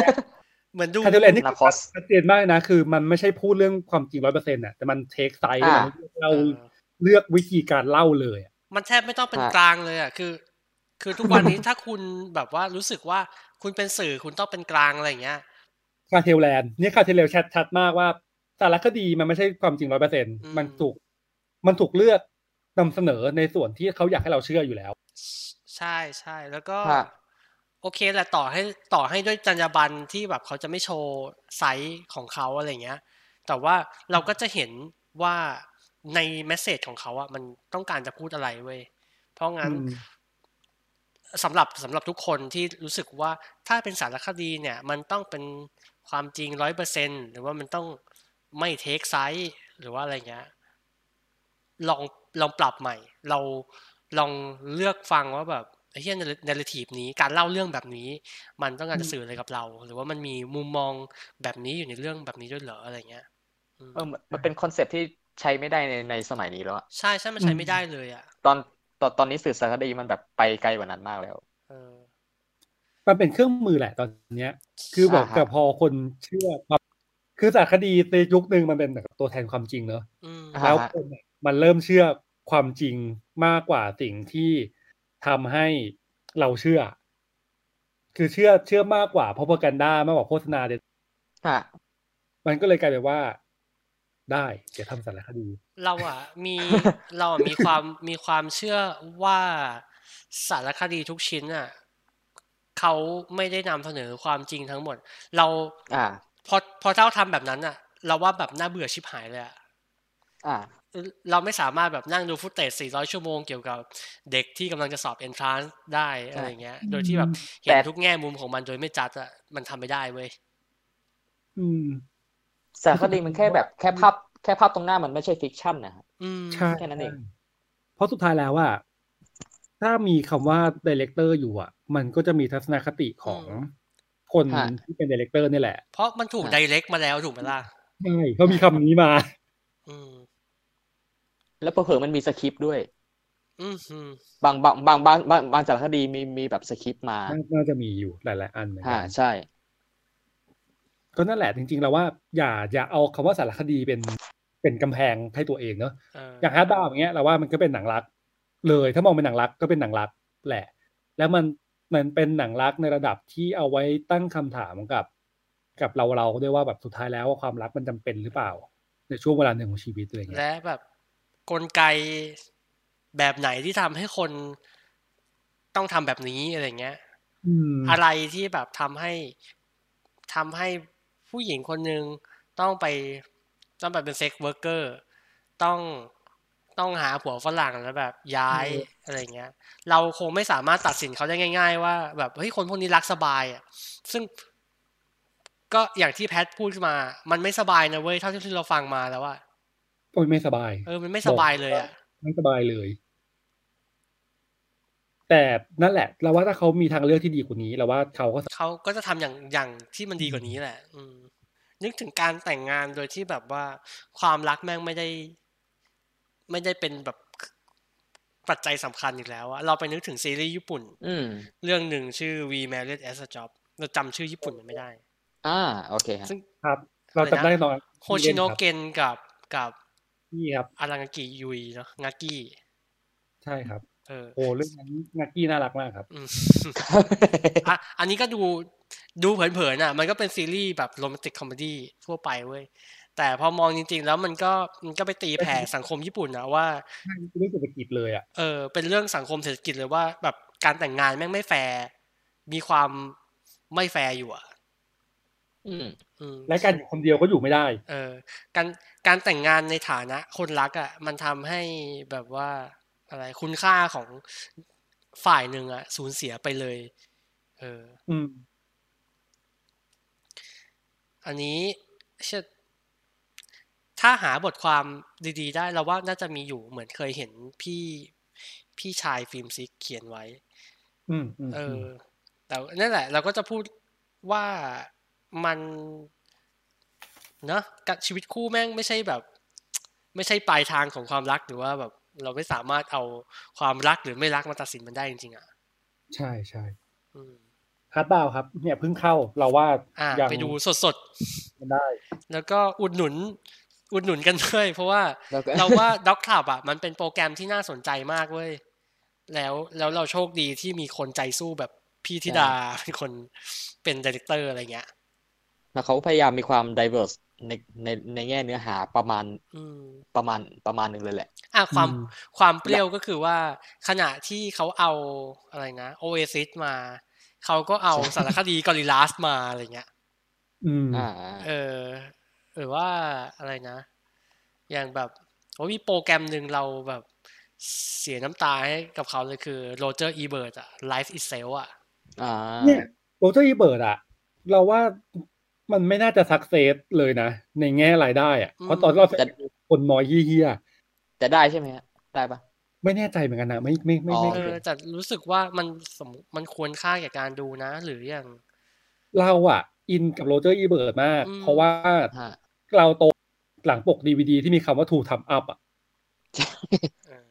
เหมือนดู คาเทลแลนด์นี่ นาคอส ชัดเจนมากเลยนะ คือมันไม่ใช่พูดเรื่องความจริงร้อยเปอร์เซ็นต์่ะแต่มันเทคไซด์ อ่า เรา เออ เลือกวิธีการเล่าเลยอะ มันแทบไม่ต้องเป็น อ่ะ กลางเลยอ่ะ คือ คือทุกวัน นี้ถ้าคุณแบบว่ารู้สึกว่าคุณเป็นสื่อคุณต้องเป็นกลางอะไรอย่างเงี้ย คาเทลแลนด์เนี่ยคาเทลแลนด์ชัดชัดมากว่าสารคดีมันไม่ใช่ความจริงร้อยเปอร์เซ็นต์ อืม มันถูก มันถูกเลือกนำเสนอในส่วนที่เขาอยากให้เราเชื่ออยู่แล้ว ใช่ใช่แล้วก็ ฮะ โอ โอเคแหละต่อให้ต่อให้ด้วยจรรยาบรรณที่แบบเขาจะไม่โชว์ไซส์ของเขาอะไรเงี้ย แต่ว่าเราก็จะเห็นว่าในเมสเซจของเขาอะมันต้องการจะพูดอะไรเว้ยเพราะงั้น อืม สำหรับสำหรับทุกคนที่รู้สึกว่าถ้าเป็นสารคดีเนี่ยมันต้องเป็นความจริงร้อยเปอร์เซหรือว่ามันต้องไม่เทคไซส์หรือว่าอะไรเงี้ยลองลองปรับใหม่ เราลองเลือกฟังว่าแบบไอ้เรื่องเนรทีฟนี้การเล่าเรื่องแบบนี้ มันต้องการจะสื่ออะไรกับเรา หรือว่ามันมีมุมมองแบบนี้อยู่ในเรื่องแบบนี้ด้วยเหรออะไรเงี้ยอืม เออมันมันเป็นคอนเซปต์ที่ใช้ไม่ได้ในในสมัยนี้แล้วอะ ใช่ใช่มันใช้ไม่ได้เลยอ่ะ ตอนตอนตอนนี้สื่อสารคดีมันแบบไปไกลกว่านั้นมากแล้ว เออ มันเป็นเครื่องมือแหละตอนเนี้ย คือบอก อ่าฮะ แต่พอคนเชื่อความคือสารคดีในยุคหนึ่งมันเป็นแบบตัวแทนความจริงเนอะ อืม อ่าฮะ แล้วคนน่ะมันเริ่มเชื่อความจริงมากกว่าสิ่งที่ทำให้เราเชื่อ คือเชื่อเชื่อมากกว่าพ r o กันด้ามากกว่าโฆษณาเด็ด อ่ะ มันก็เลยกลายเป็นว่า ได้เดี๋ยวทำสารคดี เราอ่ะ มี เราอ่ะมีความมีความเชื่อว่าสารคดีทุกชิ้นอ่ะเขาไม่ได้นำเสนอความจริงทั้งหมด เรา อ่า พอพอเท่าทำแบบนั้นอ่ะ เราว่าแบบน่าเบื่อชิบหายเลยอ่ะ อ่า เราไม่สามารถแบบนั่งดูฟุตเตจ400 ชั่วโมงเกี่ยวกับเด็กที่กำลังจะสอบ entrance ได้อะไรอย่างเงี้ย โดยที่แบบเห็น แต่ ทุกแง่มุมของมันโดยไม่จัดอ่ะมันทำไม่ได้เว้ย อืม สารคดีมันแค่ แบบแค่ภาพแค่ภาพตรงหน้ามันไม่ใช่ฟิกชั่นนะฮะ อืม ใช่ แค่นั้นเอง เพราะสุดท้ายแล้วว่า ถ้ามีคำว่าดีเลกเตอร์อยู่อ่ะ มันก็จะมีทัศนคติของคน ฮะ ที่เป็นดีเลกเตอร์นี่แหละ เพราะมันถูก อ่ะ ไดเรกมาแล้วถูกไหมล่ะ ใช่เขามีคำนี้มา อืม แล้วเผลอๆมันมีสคริปต์ด้วย อืมอืม บางบางบางบางบางบางสารคดีมีมีแบบสคริปต์มา น่าน่าจะมีอยู่หลาย ๆ อันเหมือน อ่า กัน ใช่ ก็นั่นแหละจริงๆเราว่าอย่าอย่าเอาคำว่าสารคดีเป็นเป็นกำแพงให้ตัวเองเนอะ เออ อย่างฮาร์ดดาวอย่างเงี้ยเราว่ามันก็เป็นหนังรัก เลยถ้ามองเป็นหนังรักก็เป็นหนังรักแหละ แล้วมันมันเป็นหนังรักในระดับที่เอาไว้ตั้งคำถามกับ กับเราเราๆด้วยว่าแบบสุดท้ายแล้วว่าความรักมันจำเป็นหรือเปล่า ในช่วงเวลาหนึ่งของชีวิตอะไรเงี้ย และแบบกลไกแบบไหนที่ทำให้คนต้องทำแบบนี้อะไรเงี้ย อืม อะไรที่แบบทำให้ทำให้ผู้หญิงคนหนึ่งต้องไปต้องไปเป็นเซ็กเวิร์กเกอร์ ต้องต้องหาผัวฝรั่งแล้วแบบย้ายอะไรเงี้ย เราคงไม่สามารถตัดสินเขาได้ง่าย ๆ ว่าแบบเฮ้ยคนพวกนี้รักสบายอ่ะซึ่งก็อย่างที่แพทพูดมา มันไม่สบายนะเว้ยเท่าที่เราฟังมาแล้วอะ โอ้ยไม่สบาย เออ มันไม่สบายเลยอ่ะ ไม่สบายเลย แต่นั่นแหละ เราว่าถ้าเขามีทางเลือกที่ดีกว่านี้เราว่าเขาก็ เขาก็จะทำอย่างอย่างที่มันดีกว่านี้แหละ อืม นึกถึงการแต่งงานโดยที่แบบว่า ความรักแม่งไม่ได้ ไม่ได้เป็นแบบปัจจัยสำคัญอีกแล้วอะเราไปนึกถึงซีรีส์ญี่ปุ่น อืม เรื่องหนึ่งชื่อ We Married as a Job เราจำชื่อญี่ปุ่นมันไม่ได้ อ่า โอเคฮะ ซึ่ง ครับ เราจำได้ตอน โฮชิโนะ ที่ เกนกับกับ เล่นครับนี่ครับ อารังากิยุยเนาะงากิ ใช่ครับ เออ โหเรื่องนั้นนักกี้น่ารักมากครับ อืม อ่ะอันนี้ก็ดูดูเผินๆอ่ะ มันก็เป็นซีรีส์แบบโรแมนติกคอมเมดี้ทั่วไปเว้ย แต่พอมองจริงๆ แล้วมันก็มันก็ไปตีแผ่ สังคมญี่ปุ่นนะว่า เรื่องเศรษฐกิจเลยอ่ะ เออเป็นเรื่องสังคมเศรษฐกิจเลยว่า แบบการแต่งงานแม่งไม่แฟร์มีความไม่แฟร์อยู่อ่ะ อืม อืม และการอยู่คนเดียวก็อยู่ไม่ได้ เออการการแต่งงานในฐานะคนรักอ่ะมันทำให้แบบว่าอะไรคุณค่าของฝ่ายหนึ่งอ่ะสูญเสียไปเลย เออ อืม อันนี้เช่นถ้าหาบทความดีๆ ได้เราว่าน่าจะมีอยู่เหมือนเคยเห็นพี่พี่ชายฟิล์มซิกเขียนไว้ อืมอืม เอ อื อ ม แต่นั่นแหละ เราก็จะพูดว่ามันเนาะกับชีวิตคู่แม่งไม่ใช่แบบ ไม่ใช่ปลายทางของความรักหรือว่าแบบ เราไม่สามารถเอาความรักหรือไม่รักมาตัดสินมันได้จริงๆอ่ะ ใช่ใช่ อืม ฮาร์ดบาวครับ เนี่ยเพิ่งเข้าเราว่า อ่ะ ยัง ไปดูสด ได้ ๆ แล้วก็อุดหนุน อุดหนุนกันด้วยเพราะว่า แล้วก็ เราว่าด็อกคลับอ่ะมันเป็นโปรแกรมที่น่าสนใจมากเว้ย แล้วแล้วเราโชคดีที่มีคนใจสู้แบบพี่ธิดาเป็นคนเป็นดีเลกเตอร์อะไรเงี้ย แล้วเขาพยายามมีความ diverse ในในในแง่เนื้อหาประมาณ อืม ประมาณประมาณหนึ่งเลยแหละ อ่ะความ อืม ความเปรี้ยวก็คือว่าขณะที่เขาเอาอะไรนะโอเอซิสมา เขาก็เอาสารคดีกอริลลาสมาอะไรเงี้ย อืม อ่า เออหรือว่าอะไรนะ อย่างแบบโอ้มีโปรแกรมหนึ่งเราแบบเสียน้ำตาให้กับเขาเลยคือโรเจอร์อีเบิร์ตอะ Life is Self อะ อ่า เนี่ยโรเจอร์อีเบิร์ดอะเราว่ามันไม่น่าจะสักเซสเลยนะ ในแง่รายได้อะเพราะตอนเราคนน้อยเฮี้ย จะได้ใช่ไหมฮะได้ปะ ๆไม่แน่ใจเหมือนกันนะไม่ไม่ไม่ไม่ โอ เอ เค อแต่รู้สึกว่ามันสมมันควรค่าแก่การดูนะ หรืออย่าง เราอะอินกับโรเจอร์อีเบิร์ดมาก อืม เพราะว่า ฮะ เราโตหลังปกดีวดีที่มีคำว่าทูทำอัพอะ เออ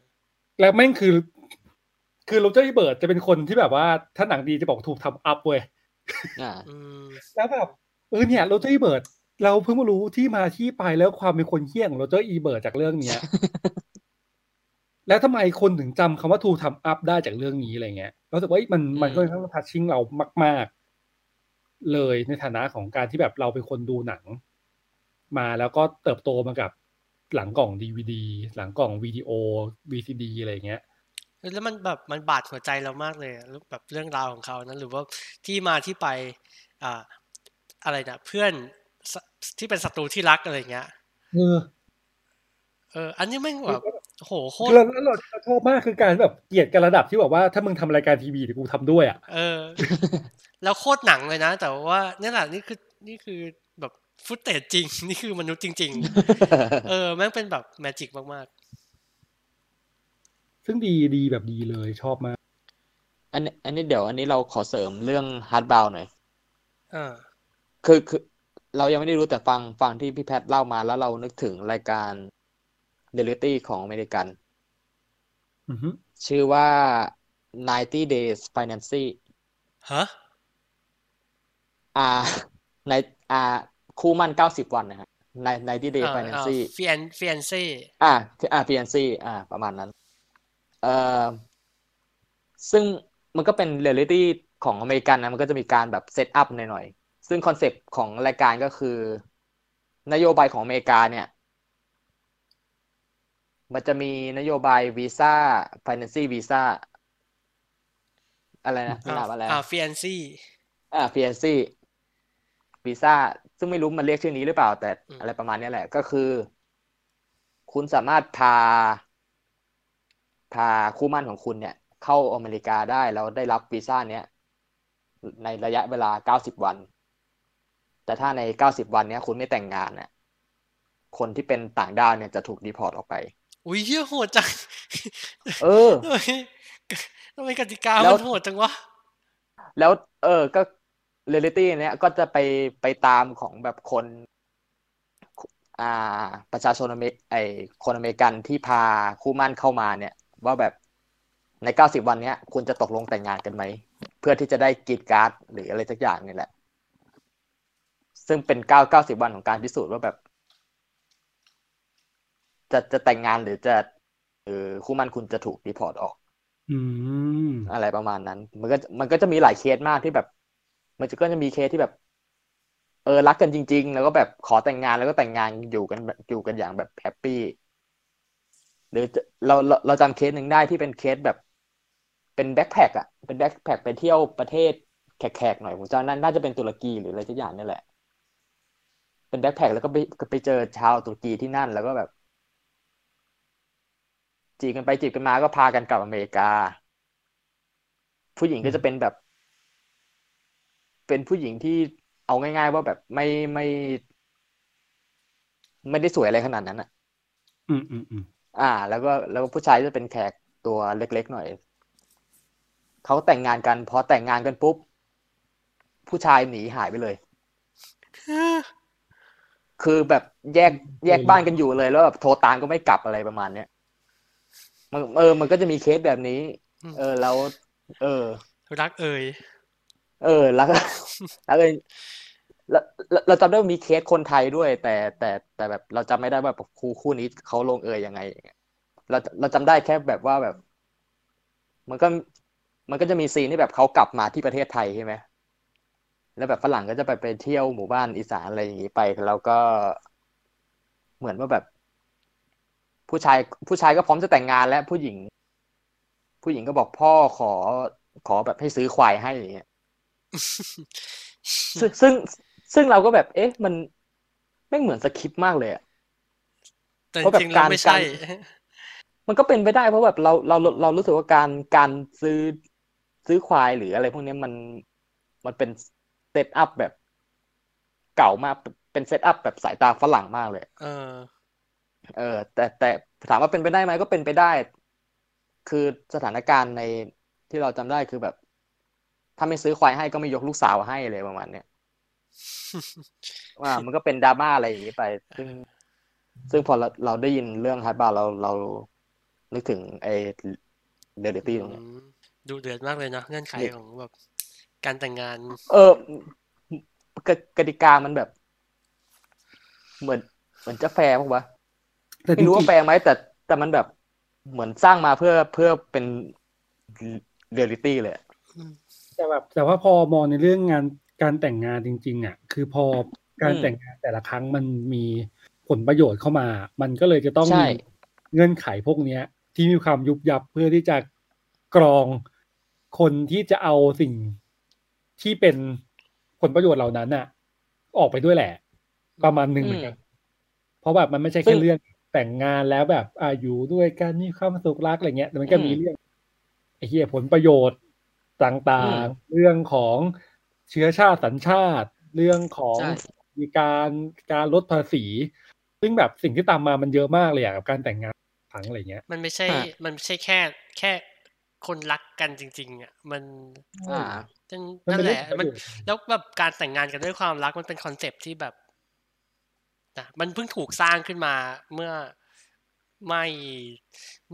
แล้วแม่งคือ คือโรเจอร์อีเบิร์ตจะเป็นคนที่แบบว่าถ้าหนังดีจะบอกถูกทำอัพเว้ย อ่า อืม แล้วแบบเออเนี่ยโรเจอร์อีเบิร์ตเราเพิ่งมารู้ที่มาที่ไปแล้วความเป็นคนเหี้ยของโรเจอร์อีเบิร์ตจากเรื่องเนี้ ย แล้วทำไมคนถึงจำคำว่าถูกทำอัพได้จากเรื่องนี้อะไรเงี้ยเราสึกว่าเอ้ยมันมันก็ค่อนข้างทัชชิ่งเรามาก ๆ เลยในฐานะของการที่แบบเราเป็นคนดูหนัง มาแล้วก็เติบโตมากับหลังกล่องดีวดีหลังกล่องวิดีโอวีซีดีอะไรเงี้ย แล้วมันแบบมันบาดหัวใจเรามากเลยอะแบบเรื่องราวของเขานะหรือว่าที่มาที่ไป อ่า อะไรนะเพื่อนสที่เป็นศัตรูที่รักอะไรเงี้ย เออ เอออันนี้แม่งแบบโหโคต คื ร อเราเราเราชอบมากคือการแบบเกลียดกันระดับที่แบบว่าถ้ามึงทำรายการทีวีเดี๋ยวกูทำด้วยอ่ะ เออ แล้วโคตรหนังเลยนะ แต่ว่าเนี่ยแหละนี่คือนี่คือแบบฟุตเตจจริง นี่คือมนุษย์จริง ๆ เออแม่งเป็นแบบแมจิกมาก ซึ่งดีดีแบบดีเลยชอบมาก อันนี้อันนี้เดี๋ยวอันนี้เราขอเสริมเรื่องฮาร์ดบาวหน่อย ๆเออ คือคือ เรายังไม่ได้รู้แต่ฟังฟังที่พี่แพทเล่ามาแล้วเรานึกถึงรายการเดลิตี้ของอเมริกัน อือฮึ ชื่อว่า 90 days finance ฮะ อ่า ในอ่าคู่หมั่น 90 วันนะฮะใน90 days finance เฟียนเฟียนซี อ่าอ่า finance อ่า ประมาณนั้นเอ่อซึ่งมันก็เป็นเรียลลิตี้ของอเมริกันนะ มันก็จะมีการแบบเซตอัพหน่อยๆ ซึ่งคอนเซปต์ของรายการก็คือ นโยบายของอเมริกาเนี่ย มันจะมีนโยบายวีซ่า finance วีซ่าอะไรนะระดับอะไรนะ อ่าเฟียนซี อ่า PNC วีซ่าซึ่งไม่รู้มันเรียกชื่อนี้หรือเปล่า แต่อะไรประมาณเนี้ยแหละ ก็คือ คุณสามารถพา พาคู่หมั่นของคุณเนี่ย เข้าอเมริกาได้แล้วได้รับวีซ่าเนี้ยในระยะเวลาเก้าสิบวัน แต่ถ้าในเก้าสิบวันเนี้ย คุณไม่แต่งงานเนี่ยคนที่เป็นต่างด้าวเนี่ยจะถูกดีพอร์ตออกไป อุ้ยเหี้ยโหดจัง เออ ทำไมทำไมกติกา แล้ว มันโหดจังวะ แล้วเออก็เรียลิตี้เนี้ยก็จะไปไปตามของแบบคน อ่า ประชาชนอเมริไอคนอเมริกันที่พาคู่หมั่นเข้ามาเนี่ย ว่าแบบในเก้าสิบวันเนี้ย คุณจะตกลงแต่งงานกันไหม เพื่อที่จะได้กรีดการ์ดหรืออะไรสักอย่างนี่แหละ ซึ่งเป็นเก้าเก้าสิบวันของการพิสูจน์ว่าแบบ จะจะแต่งงานหรือจะหรือคู่หมั่นคุณจะถูกรีพอร์ตออก อืม อะไรประมาณนั้น มันก็มันก็จะมีหลายเคสมากที่แบบ มันจะก็จะมีเคสที่แบบ เออรักกันจริง ๆ แล้วก็แบบขอแต่งงานแล้วก็แต่งงานอยู่กันแบบอยู่กันอย่างแบบแฮปปี้หรือจะเราเราเราจำเคสหนึ่งได้ที่เป็นเคสแบบ เป็นแบ็คแพคอะเป็นแบ็คแพคไปเที่ยวประเทศแขกๆหน่อยผมจำนั้นน่าจะเป็นตุรกีหรืออะไรสักอย่างนี่แหละ เป็นแบ็คแพคแล้วก็ไปก็ไปเจอชาวตุรกีที่นั่น แล้วก็แบบ จีบกันไปจีบกันมาก็พากันกลับอเมริกา ผู้หญิงก็จะเป็นแบบ เป็นผู้หญิงที่เอาง่าย ๆ ว่าแบบไม่ไม่ ไม่ได้สวยอะไรขนาดนั้นอ่ะ อืมอืมอืม อ่า แล้วก็แล้วก็ผู้ชายจะเป็นแขกตัวเล็กๆหน่อยเขาแต่งงานกันพอแต่งงานกันปุ๊บ ผู้ชายหนีหายไปเลย คือแบบแยกแยกบ้านกันอยู่เลย แล้วแบบโทรตามก็ไม่กลับอะไรประมาณเนี้ยมันเออ มันก็จะมีเคสแบบนี้ เออแล้ว เออ รักเอ่ย เออแล้วก็ แล้วเลยเราเราเราจำได้ว่ามีเคสคนไทยด้วย แต่แต่แต่แบบเราจำไม่ได้ว่าแบบคู่คู่นี้เขาลงเอยยังไงอย่างเงี้ยเราเราจำได้แค่แบบว่าแบบ มันก็มันก็จะมีซีนที่แบบเขากลับมาที่ประเทศไทยใช่ไหมแล้วแบบฝรั่งก็จะไปไปเที่ยวหมู่บ้านอีสานอะไรอย่างงี้ไปแล้วก็เหมือนว่าแบบ ผู้ชายผู้ชายก็พร้อมจะแต่งงานแล้วผู้หญิง ผู้หญิงก็บอกพ่อขอขอแบบให้ซื้อควายให้อย่างเงี้ย ซึ่งซึ่งซึ่งเราก็แบบ เอ๊ะ มันไม่งเหมือนสคริปต์มากเลยอะ แต่ เพราะแบบ จริงๆแล้ว การ ไม่ใช่ ก มันก็เป็นไปได้เพราะแบบเราเราเราเรารู้สึกว่าการการซื้อซื้อควายหรืออะไรพวกเนี้ยมันมันเป็นเซตอัพแบบเก่ามากเป็นเซตอัพแบบสายตาฝรั่งมากเลย เออ เออแต่แต่ถามว่าเป็นไปได้ไหมก็เป็นไปได้ คือสถานการณ์ในที่เราจำได้คือแบบ ถ้าไม่ซื้อควายให้ก็ไม่ยกลูกสาวให้เลยประมาณเนี้ยว่ามันก็เป็นดราม่าอะไรอย่างนี้ไป ซึ่ง ซึ่งพอเราเราได้ยินเรื่องฮาร์ดบาร์เราเรานึกถึงไอ้เรียลิตี้ตรงเนี้ย อืมดูเดือดมากเลยเนาะเงื่อนไข เนี่ย ของแบบการแต่งงาน เออกติกติกามันแบบ เหมือน เหมือนจะแฟร์ปะวะ แต่จ ไม่รู้ ง ว่า ๆ แปลงไหมแต่แต่มันแบบเหมือนสร้างมาเพื่อเพื่อเป็นเรียลิตี้เลยอะ แต่แบบแต่ว่าพอมองในเรื่องงานการแต่งงานจริง ๆ อ่ะ คือพอการแต่งงานแต่ละครั้งมันมีผลประโยชน์เข้ามา มันก็เลยจะต้องมีเงื่อนไขพวกเนี้ย ที่มีความยุบยับเพื่อที่จะกรองคนที่จะเอาสิ่งที่เป็นผลประโยชน์เหล่านั้นอ่ะ ออกไปด้วยแหละ ประมาณหนึ่งเหมือนกันเพราะแบบมันไม่ใช่แค่เรื่องแต่งงานแล้วแบบอาอยู่ด้วยกันมีความสุขรักอะไรเงี้ยแต่มันก็มีเรื่อง ไอ้เหี้ยผลประโยชน์ต่างๆ เรื่องของเชื้อชาติสัญชาติ เรื่องของ ใช่ มีการการลดภาษี ซึ่งแบบสิ่งที่ตามมามันเยอะมากเลยอะกับการแต่งงานทั้งอะไรเงี้ย มันไม่ใช่ มันไม่ใช่แค่ แค่คนรักกันจริง ๆอ่ะมัน อ่า นั่น มัน นั่น เป็น แหละมัเรื่องของน ประโยชน์ แล้วแบบการแต่งงานกันด้วยความรักมันเป็นคอนเซปต์ที่แบบนะมันเพิ่งถูกสร้างขึ้นมาเมื่อไม่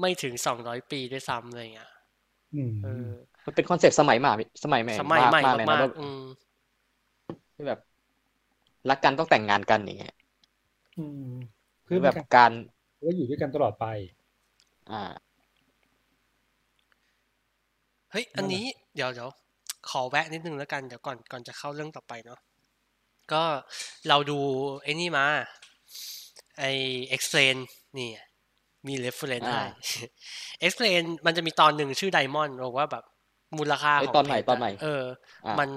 ไม่ถึงสองร้อยปีด้วยซ้ำอะไรเงี้ย อืม เออ มันเป็นคอนเซ็ปต์สมัยใหม่สมัยใหม่ สมัยใหม่ เลย มากนะแบบ ๆอืม ที่แบบ รักกันต้องแต่งงานกันอย่างเงี้ย ม ห คื รือ อ แบ แบบ บการ ว่าอยู่ด้วยกันตลอดไป อ่า เฮ้ย อัน นั่นแหละ นี้เดี๋ยวเดี๋ยวขอแวะนิดนึงแล้วกันเดี๋ยวก่อนก่อนจะเข้าเรื่องต่อไปเนาะก็เราดูไอ้นี่มา ไอ explain นี่ไงมี reference ให้ อ่า explain มันจะมีตอนหนึ่งชื่อ Diamond บอกว่าแบบมูลค่า เอ้ย ของ ตอนไหน เพชระ ตอนไหน เออ อ่า มัน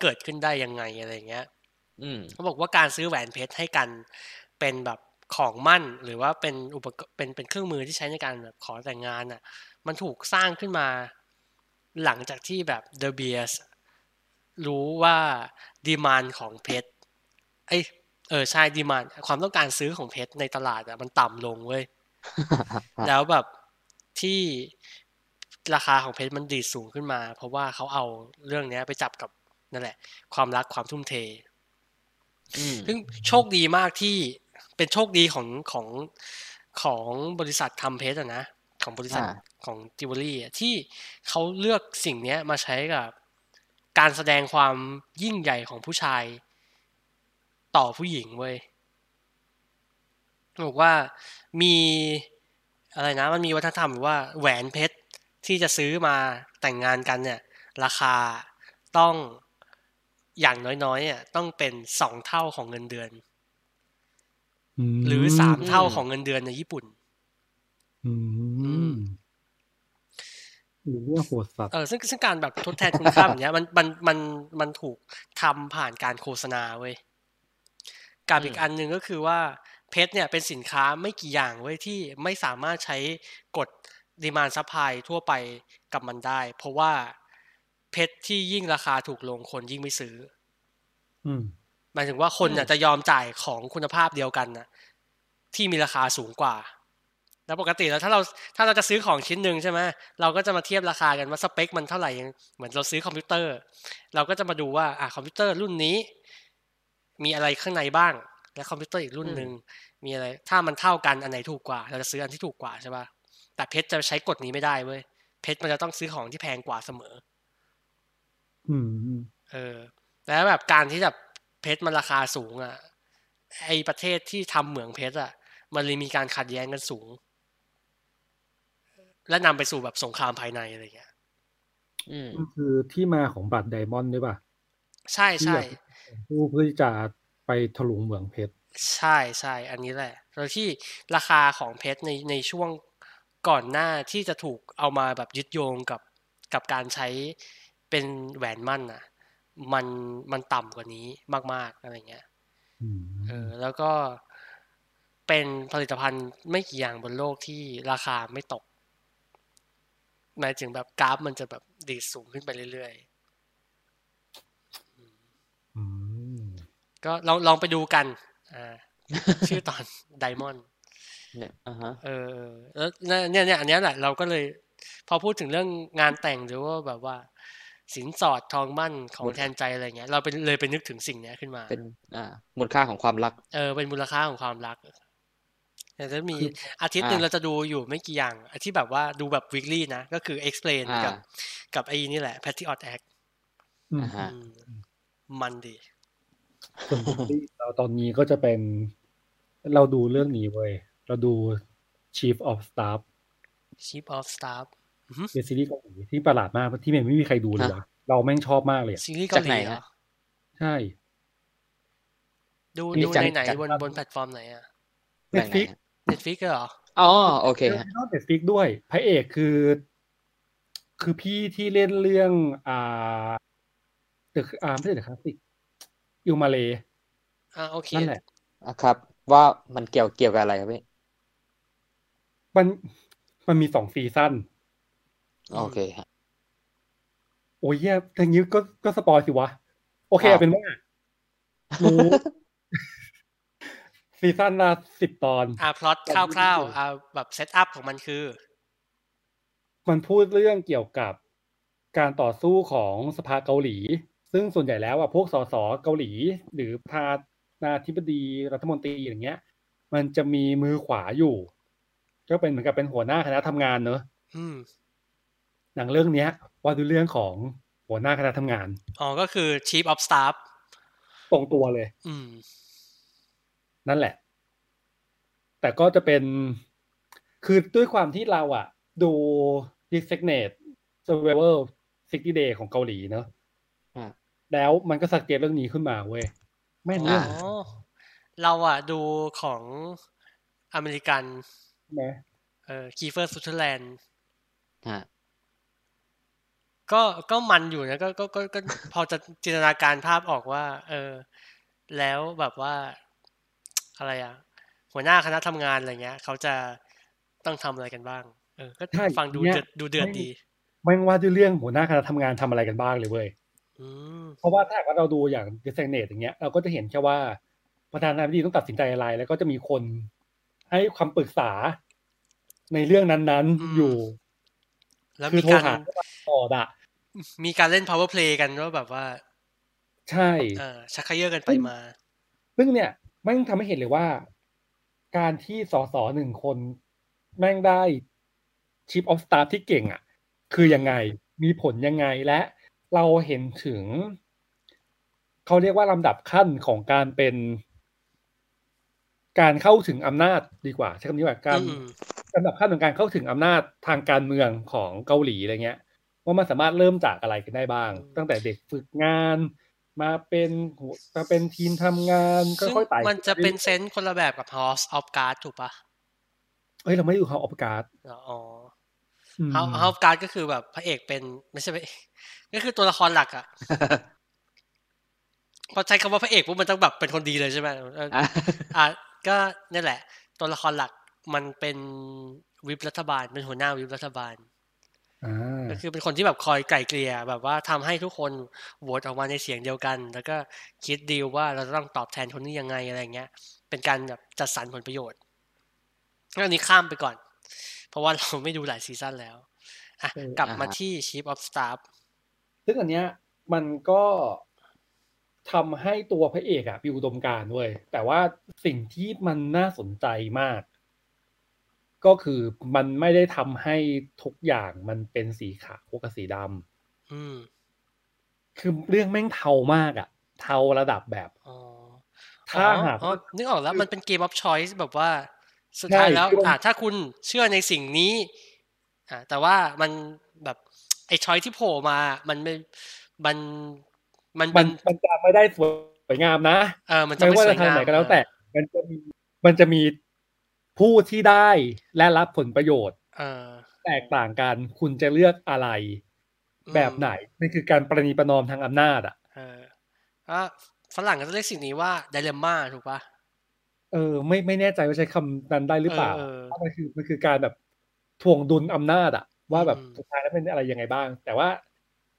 เกิดขึ้นได้ยังไงอะไรเงี้ย อืม เขาบอกว่าการซื้อแหวนเพชรให้กันเป็นแบบของมั่น หรือว่าเป็นอุปกรณ์เป็นเป็นเครื่องมือที่ใช้ในการแบบขอแต่งงานอ่ะ มันถูกสร้างขึ้นมาหลังจากที่แบบ The Beers รู้ว่าดีมานของเพชรเอยเออใช่ดีมานความต้องการซื้อของเพชรในตลาดอ่ะมันต่ำลงเว้ย แล้วแบบที่ราคาของเพชรมันดีดสูงขึ้นมา เพราะว่าเขาเอาเรื่องเนี้ยไปจับกับนั่นแหละ ความรักความทุ่มเท อืม ซึ่งโชคดีมากที่เป็นโชคดีของของของบริษัททำเพชรอะนะ ของบริษัท อ่า ของจิวเวลรี่อะที่เขาเลือกสิ่งเนี้ยมาใช้กับการแสดงความยิ่งใหญ่ของผู้ชายต่อผู้หญิงเว้ยบอกว่ามีอะไรนะ มันมีวัฒนธรรมหรือว่าแหวนเพชรที่จะซื้อมาแต่งงานกันเนี่ย ราคาต้องอย่างน้อยๆอ่ะต้องเป็นสองเท่าของเงินเดือน หรือสามเท่าของเงินเดือนในญี่ปุ่น อืมหรือว่าโหดสัตว์ เออซึ่งซึ่งการแบบทดแทนคุณค่าแบบเนี้ยมันมันมันมันถูกทำผ่านการโฆษณาเว้ยกับอีก อืม อันหนึ่งก็คือว่าเพชรเนี่ยเป็นสินค้าไม่กี่อย่างเว้ยที่ไม่สามารถใช้กฎดีมานซัพพลายทั่วไปกับมันได้ เพราะว่าเพชรที่ยิ่งราคาถูกลงคนยิ่งไม่ซื้อ อืม หมายถึงว่าคน อืม น่ะจะยอมจ่ายของคุณภาพเดียวกันน่ะ ที่มีราคาสูงกว่า แล้วปกติแล้วถ้าเราถ้าเราจะซื้อของชิ้นหนึ่งใช่ไหมเราก็จะมาเทียบราคากันว่าสเปคมันเท่าไหร่ยังเหมือนเราซื้อคอมพิวเตอร์ เราก็จะมาดูว่าอ่ะคอมพิวเตอร์รุ่นนี้ มีอะไรข้างในบ้าง และคอมพิวเตอร์อีกรุ่นหนึ่งมีอะไร ถ้ามันเท่ากันอันไหนถูกกว่า เราจะซื้ออันที่ถูกกว่าใช่ป่ะแต่เพชรจะใช้กฎนี้ไม่ได้เว้ยเพชรมันจะต้องซื้อของที่แพงกว่าเสมอ อืม เออแล้วแบบการที่แบบเพชรมันราคาสูงอ่ะไอประเทศที่ทำเหมืองเพชรอ่ะ มันเลยมีการขัดแย้งกันสูง และนำไปสู่แบบสงครามภายในอะไรเงี้ย อืม ก็คือที่มาของบัตรไดมอนด์ด้วยป่ะ ใช่ใช่ ผู้เพื่อที่จะไปถลุงเหมืองเพชร ใช่ใช่อันนี้แหละโดยที่ราคาของเพชรในในช่วงก่อนหน้าที่จะถูกเอามาแบบยึดโยงกับกับการใช้เป็นแหวนมั่นน่ะ มันมันต่ำกว่านี้มาก ๆอะไรเงี้ย อืม เออแล้วก็เป็นผลิตภัณฑ์ไม่กี่อย่างบนโลกที่ราคาไม่ตกหมายถึงแบบกราฟมันจะแบบดีดสูงขึ้นไปเรื่อย อืม ๆ ก็ลองลองไปดูกันอ่า ชื่อตอน ไดมอน เนี่ยอ่าฮะ เออเออแล้วเนี่ยเนี่ยอันเนี้ยแหละเราก็เลย พอพูดถึงเรื่องงานแต่งหรือว่าแบบว่า สินสอดทองมั่นของ หมด แทนใจอะไรเงี้ย เราเป็นเลยไปนึกถึงสิ่งเนี้ยขึ้นมา เป็นอ่ามูลค่าของความรัก เออเป็นมูลค่าของความรักแต่จะมี คือ อาทิตย์หนึ่ง อ่ะ เราจะดูอยู่ไม่กี่อย่างอ่ะที่แบบว่าดูแบบ weekly นะ ก็คือ explain อ่ากั กับกับไอ้นี่แหละ patriot act อืม อ่าฮะ อืมมันดี ส่วนที่เราตอนนี้ก็จะเป็น เราดูเรื่องนี้เว้ย เราดู Chief of Staff chief of staff เป็นซีรีส์เกาหลีที่ประหลาดมากที่มันไม่มีใครดูเลยวะเราแม่งชอบมากเลยอะ ซีรีส์เกาหลี จากไหน เหร ฮะ อ ใช่ ดู นี่ ดู จาก ในไหน จาก บนบนแพลตฟอร์มไหนอ่ะ แหล่งไหน Netflix ฮะ Netflix เหรอ อ๋อโอเคฮะ นอกจากฟิกด้วยพระเอกคือ คือพี่ที่เล่นเรื่อง อ่าเดอะอ่าไม่ใช่เดอะคลาสสิกอิวมาเล อ่าโอเค นั่นแหละ อะครับ ว่ามันเกี่ยวเกี่ยวกับอะไรครับพี่ มันมันมีสองซีซั่น โอเคฮะ โอ้ยแย่ทางนี้ก็ก็สปอยสิวะ โอเค อ้าว เอาเป็นว่ารู้ ซีซั่นละสิบตอน อ่าพล็อตคร่าวๆอ่าแบบเซตอัพของมันคือ มันพูดเรื่องเกี่ยวกับการต่อสู้ของสภาเกาหลี ซึ่งส่วนใหญ่แล้วอ่ะพวกสสเกาหลี หรือประธานาธิบดีรัฐมนตรีอย่างเงี้ย มันจะมีมือขวาอยู่ ก็เป็นเหมือนกับเป็นหัวหน้าคณะทำงานเนอะ อืม หนังเรื่องเนี้ยว่าดูเรื่องของหัวหน้าคณะทำงาน อ๋อก็คือ chief of staff ตรงตัวเลย อืม นั่นแหละ แต่ก็จะเป็น คือด้วยความที่เราอะดู d e s i g n a t e Survival 60 Day ของเกาหลีเนอะ อ่า แล้วมันก็สักเกตเรื่องนี้ขึ้นมาเว้ย แม่นเรื่อง อ๋อเราอ่ะดูของอเมริกัน นะ เอ่อคีเฟอร์สุทเทอร์แลนด์ ฮะ ก็ก็มันอยู่นะก็ก็ก็ก็ พอจะจินตนาการภาพออกว่า เออ แล้วแบบว่า อะไรอ่ะ หัวหน้าคณะทำงานอะไรเงี้ย เขาจะต้องทำอะไรกันบ้าง เออ ก็ ใช่ ฟังดู นี่ เดื ย อดดูเดือดดี แม่งว่าด้วยเรื่องหัวหน้าคณะทำงานทำอะไรกันบ้างเลยเว้ย อืม เพราะว่าถ้าหากว่าเราดูอย่าง d e s i g n a t e อย่างเงี้ย เราก็จะเห็นแค่ว่าประธานาธิบดีต้องตัดสินใจอะไร แล้วก็จะมีคนให้คำปรึกษาในเรื่องนั้น อืม ๆ อยู่ แล้ว คือ มี โทร การ หาต่อดอะ มีการเล่น power play กันว่าแบบว่า ใช่ เออชักเขยื้อกันไปมา ซึ่งเนี่ยแม่งทำให้เห็นเลยว่า การที่สสหนึ่งคน แม่งได้ชิปออฟสตาร์ที่เก่งอะ่ะ คือยังไงมีผลยังไงและเราเห็นถึง เขาเรียกว่าลำดับขั้นของการเป็น การเข้าถึงอำนาจดีกว่า ใช้คำนี้ว่าการ อืม ลำดับขั้นของการเข้าถึงอำนาจทางการเมืองของเกาหลีอะไรเงี้ย ว่ามันสามารถเริ่มจากอะไรกันได้บ้าง อืม ตั้งแต่เด็กฝึกงาน มาเป็นหัวมาเป็นทีมทำงาน ซึ่ง ค่อยๆไต่ มันจะเป็นเซนส์คนละแบบกับ House of Cards ถูกปะ เอ้ย เราไม่ได้ดูเขาออฟการ์ด อ๋อ ฮาวฮาวการ์ดก็คือแบบพระเอกเป็นไม่ใช่พระเอก ก็คือตัวละครหลักอ่ะ พอใช้คำว่าพระเอกปุ๊บมันต้องแบบเป็นคนดีเลยใช่ไหมเอ่อออ่ะก็นี่แหละ ตัวละครหลักมันเป็นวิปรัฐบาล เป็นหัวหน้าวิปรัฐบาล อ่า ก็คือเป็นคนที่แบบคอยไก่เกลี่ยแบบว่าทำให้ทุกคนโหวตออกมาในเสียงเดียวกัน แล้วก็คิดดีลว่าเราจะต้องตอบแทนคนนี้ยังไงอะไรเงี้ย เป็นการแบบจัดสรรผลประโยชน์เรื่องนี้ข้ามไปก่อน เพราะว่าเราไม่ดูหลายซีซั่นแล้วอ่ะกลับมา อ่าฮะ ที่ Chief of Staff ซึ่งอันเนี้ยมันก็ทำให้ตัวพระเอกอะมีอุดมการณ์ด้วย แต่ว่าสิ่งที่มันน่าสนใจมาก ก็คือมันไม่ได้ทำให้ทุกอย่างมันเป็นสีขาวกับสีด อืม ำคือเรื่องแม่งเทามากอะเทาระดับแบบ อ๋อ ถ้าหาก อ๋อ ว่า นึกออกแล้วมันเป็นเกม of choice แบบว่า สุดท้าย ใช่ แล้ว คือมัน อ่ะถ้าคุณเชื่อในสิ่งนี้อ่ะแต่ว่ามันแบบไอ้ choice ที่โผล่มามันไม่มันมัน มั เป็น น มันจะไม่ได้สวยงามนะ เออมันจะ ไม่ ไม่ ว่า สว จะ ย ทาง งาม ไหนก็แล้ว เออ แต่ มันจะมีมันจะมีผู้ที่ได้และรับผลประโยชน์ เออ แตกต่างกัน คุณจะเลือกอะไร อืม แบบไหนนี่คือการประนีประนอมทางอำนาจอ่ะ เออ อ่ะฝรั่งก็จะเรียกสิ่งนี้ว่าด i เลมม่าถูกปะ เออไม่ไม่แน่ใจว่าใช้คำนั้นได้หรือเปล่า เออเออ เพราะมันคือมันคือการแบบทวงดุลอำนาจอะว่าแบบ อืม สุดท้ายแล้วเป็นอะไรยังไงบ้าง แต่ว่า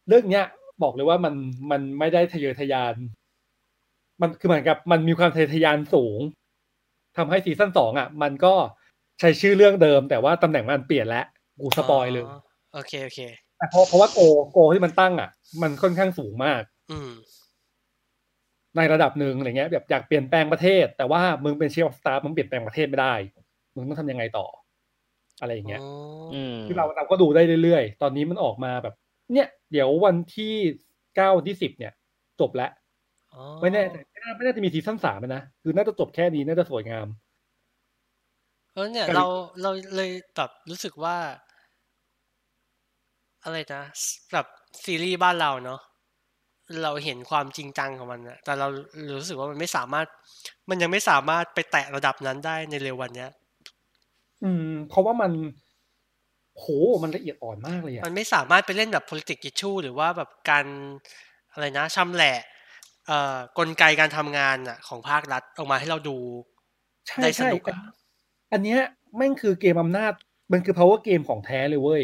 เรื่องเนี้ยบอกเลยว่ามันมันไม่ได้ทะเยอทะยาน มันคือเหมือนกับมันมีความทะเยอทะยานสูงทำให้ซีซั่นสองอะมันก็ใช้ชื่อเรื่องเดิม แต่ว่าตำแหน่งมันเปลี่ยนแล้วกูสปอยเลย อ๋อโอเคโอเค แต่เพราะเพราะว่าโกโกที่มันตั้งอะมันค่อนข้างสูงมาก อืม ในระดับหนึ่งอะไรเงี้ยแบบอยากเปลี่ยนแปลงประเทศ แต่ว่ามึงเป็นเชฟออฟสตาฟมึงเปลี่ยนแปลงประเทศไม่ได้ มึงต้องทำยังไงต่อ อะไรอย่างเงี้ย อ๋อ อืม คือเราเราก็ดูได้เรื่อยๆ ตอนนี้มันออกมาแบบ เนี่ย เดี๋ยววันที่เก้าวันที่สิบเนี่ย จบแล้ว อ๋อ ไม่แน่ไม่น่าไม่น่าจะมีซีซั่นสามแล้วนะ คือน่าจะจบแค่นี้น่าจะสวยงาม เออเนี่ย ก็เลย เราเราเลยแบบรู้สึกว่า อะไรนะแบบซีรีส์บ้านเราเนาะเราเห็นความจริงจังของมันอะแต่เรารู้สึกว่ามันไม่สามารถ มันยังไม่สามารถไปแตะระดับนั้นได้ในเร็ววันเนี้ย อืม เพราะว่ามันโหมันละเอียดอ่อนมากเลยอะ มันไม่สามารถไปเล่นแบบ politics issue หรือว่าแบบการอะไรนะชำแหละเอ่อกลไกการทำงานอะของภาครัฐออกมาให้เราดู ใช่ ได้ส ใช่ นุกอะ อันเนี้ยแม่งคือเกมอำนาจ มันคือ power game ของแท้เลยเว้ย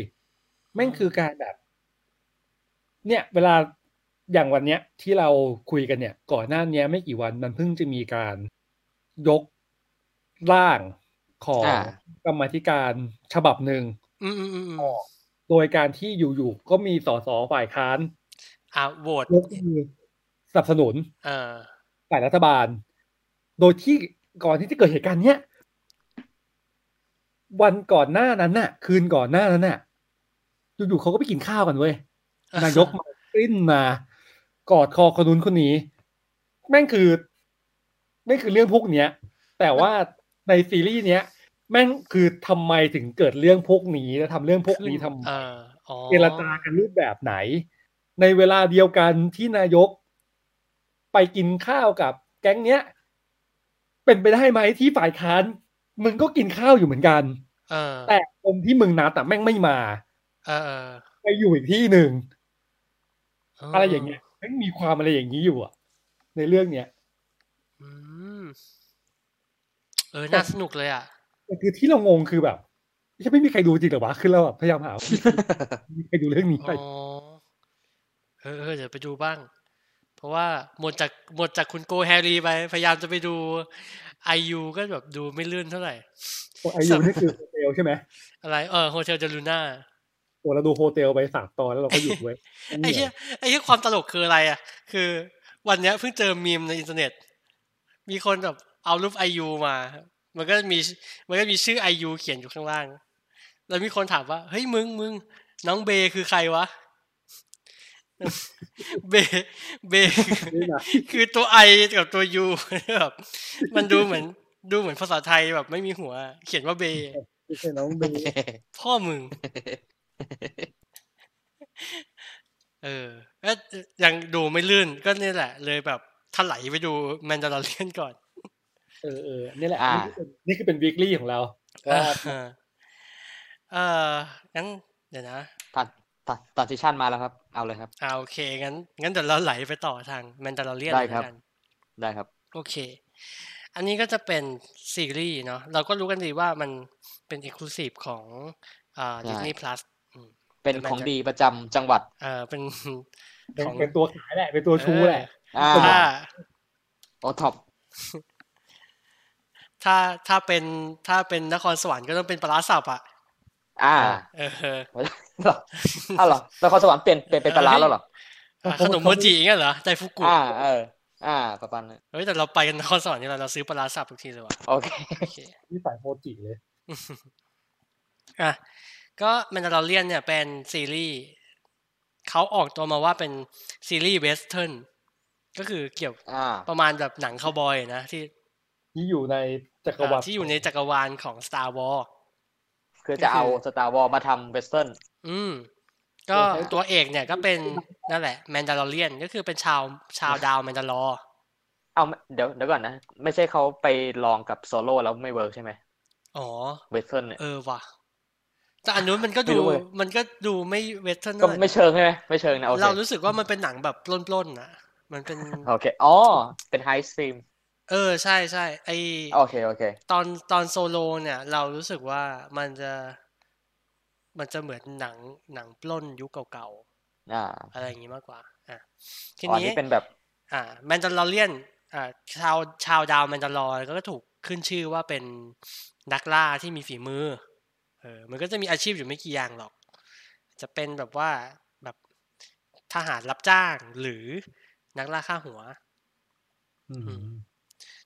แม่งคือการแบบ เนี่ย เวลาอย่างวันเนี้ย ที่เราคุยกันเนี่ย ก่อนหน้าเนี้ยไม่กี่วันมันเพิ่งจะมีการยกร่างของ อ่าก รรมาธิการฉบับหนึ่ง อืมอืมอืมอืม ออก โดยการที่อยู่ๆก็มีสสฝ่ายค้าน อ่าโหวต ยกมือสนับสนุน เออ ฝ่ายรัฐบาล โดยที่ก่อนที่จะเกิดเหตุการณ์เนี้ยวันก่อนหน้านั้นน่ะ คืนก่อนหน้านั้นน่ะอยู่ๆเขาก็ไปกินข้าวกันเว้ย นายกมาปิ้นมา กอดคอคนนู้นคนนี้ แม่งคือแม่งคือเรื่องพวกเนี้ย แต่ว่าในซีรีส์เนี้ย แม่งคือทำไมถึงเกิดเรื่องพวกนี้และทำเรื่องพวกนี้ทำไม เอออ๋อ เจรจากันรูปแบบไหน ในเวลาเดียวกันที่นายก ไปกินข้าวกับแก๊งเนี้ย เป็นไปได้ไหมที่ฝ่ายค้าน มึงก็กินข้าวอยู่เหมือนกัน เออ แต่คนที่มึงนัดแต่แม่งไม่มา เออเออ ไปอยู่อีกที่หนึ่ง เออ อะไรอย่างเงี้ยแม่งมีความอะไรอย่างนี้อยู่อะในเรื่องเนี้ย อืมเออ น่าสนุกเลยอ่ะ แต่คือที่เรางงคือแบบยังไม่มีใครดูจริงเหรอวะคือเราแบบพยายามหาว่ามีใครดูเรื่องนี้ไป อ๋อ เออเออเดี๋ยวไปดูบ้าง เพราะว่าหมดจากหมดจากคุณโกแฮร์รีไป พยายามจะไปดูไอยูก็แบบดูไม่ลื่นเท่าไหร่ ไอายุนี่คือโฮเทลใช่ไหม อะไร เออโฮเทลเดลูน่า โอ้เราดูโฮเทลไปสามตอนแล้วเราก็หยุดเว้ย ไอ้เหี้ยไอ้เหี้ยความตลกคืออะไรอ่ะ คือวันเนี้ยเพิ่งเจอมีมในอินเทอร์เน็ต มีคนแบบเอารูปไอยูมา มันก็มีมันก็มีชื่อไอยูเขียนอยู่ข้างล่าง แล้วมีคนถามว่า เฮ้ยมึงมึงน้องเบคือใครวะ เบเบคือ นี่นะ คือตัวไอกับตัวยู แบบมันดูเหมือนดูเหมือนภาษาไทยแบบไม่มีหัว เขียนว่าเบ ไม่ใช่น้องเบย์ พ่อมึ ง เออเอ๊ะยังดูไม่ลื่นก็เนี่ยแหละ เลยแบบถลายไปดูแมนดาร์เลียนก่อน เออเออนี่แหละ อ่า นี่คือเป็นวีคลี่ของเรา ก็ อ่าเอองั้น เดี๋ยวนะ ตัดตัดตัดซิชั่นมาแล้วครับ เอาเลยครับ อ่าโอเค งั้น งั้นเดี๋ยวเราไหลไปต่อทางแมนดาร์เลียน ได้ เลย คละรับ กัน ได้ครับ โอเค อันนี้ก็จะเป็นซีรีส์เนาะ เราก็รู้กันดีว่ามันเป็น Exclusive ของอ่า ใช่ Disney Plus เป็นของดีประจำจังหวัด เออเป็น เป็น ของ เป็นตัวขายแหละ เป็นตัวชูแหละ อ่า ถ้า โอท็อป ถ้าถ้าเป็นถ้าเป็นนครสวรรค์ก็ต้องเป็นปลาร้าสับอ่ะ อ่า เออ เหรออ้าวเหรอนครสวรรค์เปลี่ยนเปลี่ยนเป็นปลาร้าแล้วเหรอ อ่ะขนมโมจิอย่างเงี้ยเหรอใจฟุกุ อ่า เออ อ่าประมาณนั้น เฮ้ยแต่เราไปกันนครสวรรค์นี่แหละเราซื้อปลาร้าสับทุกทีเลยว่ะ โอเค โอเค นี่สายโมจิเลย อ่ะก็แมนดาร์เลียนเนี่ยเป็นซีรีส์เขาออกตัวมาว่าเป็นซีรีส์เวสเทิร์นก็คือเกี่ยว อ่า ประมาณแบบหนังคาวบอยนะที่ ที่อยู่ในจักรวรรดิ ที่อยู่ในจักรวาลของ Star Wars คือจะเอาสตาร์วอลมาทำเวสเทิร์น อืมก็ตัวเอกเนี่ยก็เป็นนั่นแหละแมนดาร์เลียนก็คือเป็นชาวชาวดาวแมนดาลอร์ เอาเดี๋ยวเดี๋ยวก่อนนะ ไม่ใช่เขาไปลองกับโซโล่แล้วไม่เวิร์กใช่ไหม อ๋อ เวสเทิร์นเนี่ย เออว่ะแต่อันนู้นมันก็ ไม่ ดู รู้เว้ย มันก็ดูไม่เวสเทิร์น ก็ เท่าไหร่ ไม่เชิงใช่ไหมไม่เชิงนะโอเค เรารู้สึกว่ามันเป็นหนังแบบปล้นๆนะ มันเป็น โอเค อ๋อ เป็นไฮสตรีม เออใช่ใช่ไอ โอเค โอเค ตอนตอนโซโลเนี่ย เรารู้สึกว่ามันจะ มันจะเหมือนหนังหนังปล้นยุคเก่า อ่า ๆ อะไรอย่างนี้มากกว่าอ่ะที อ๋ออันนี้เป็นแบบ อ่าแมนดาลอเรียนอ่าชาวชาวดาวแมนดาลอยก็ถูกขึ้นชื่อว่าเป็นนักล่าที่มีฝีมือเออมันก็จะมีอาชีพอยู่ไม่กี่อย่างหรอก จะเป็นแบบว่าแบบทหารรับจ้างหรือนักล่าฆ่าหัว อืม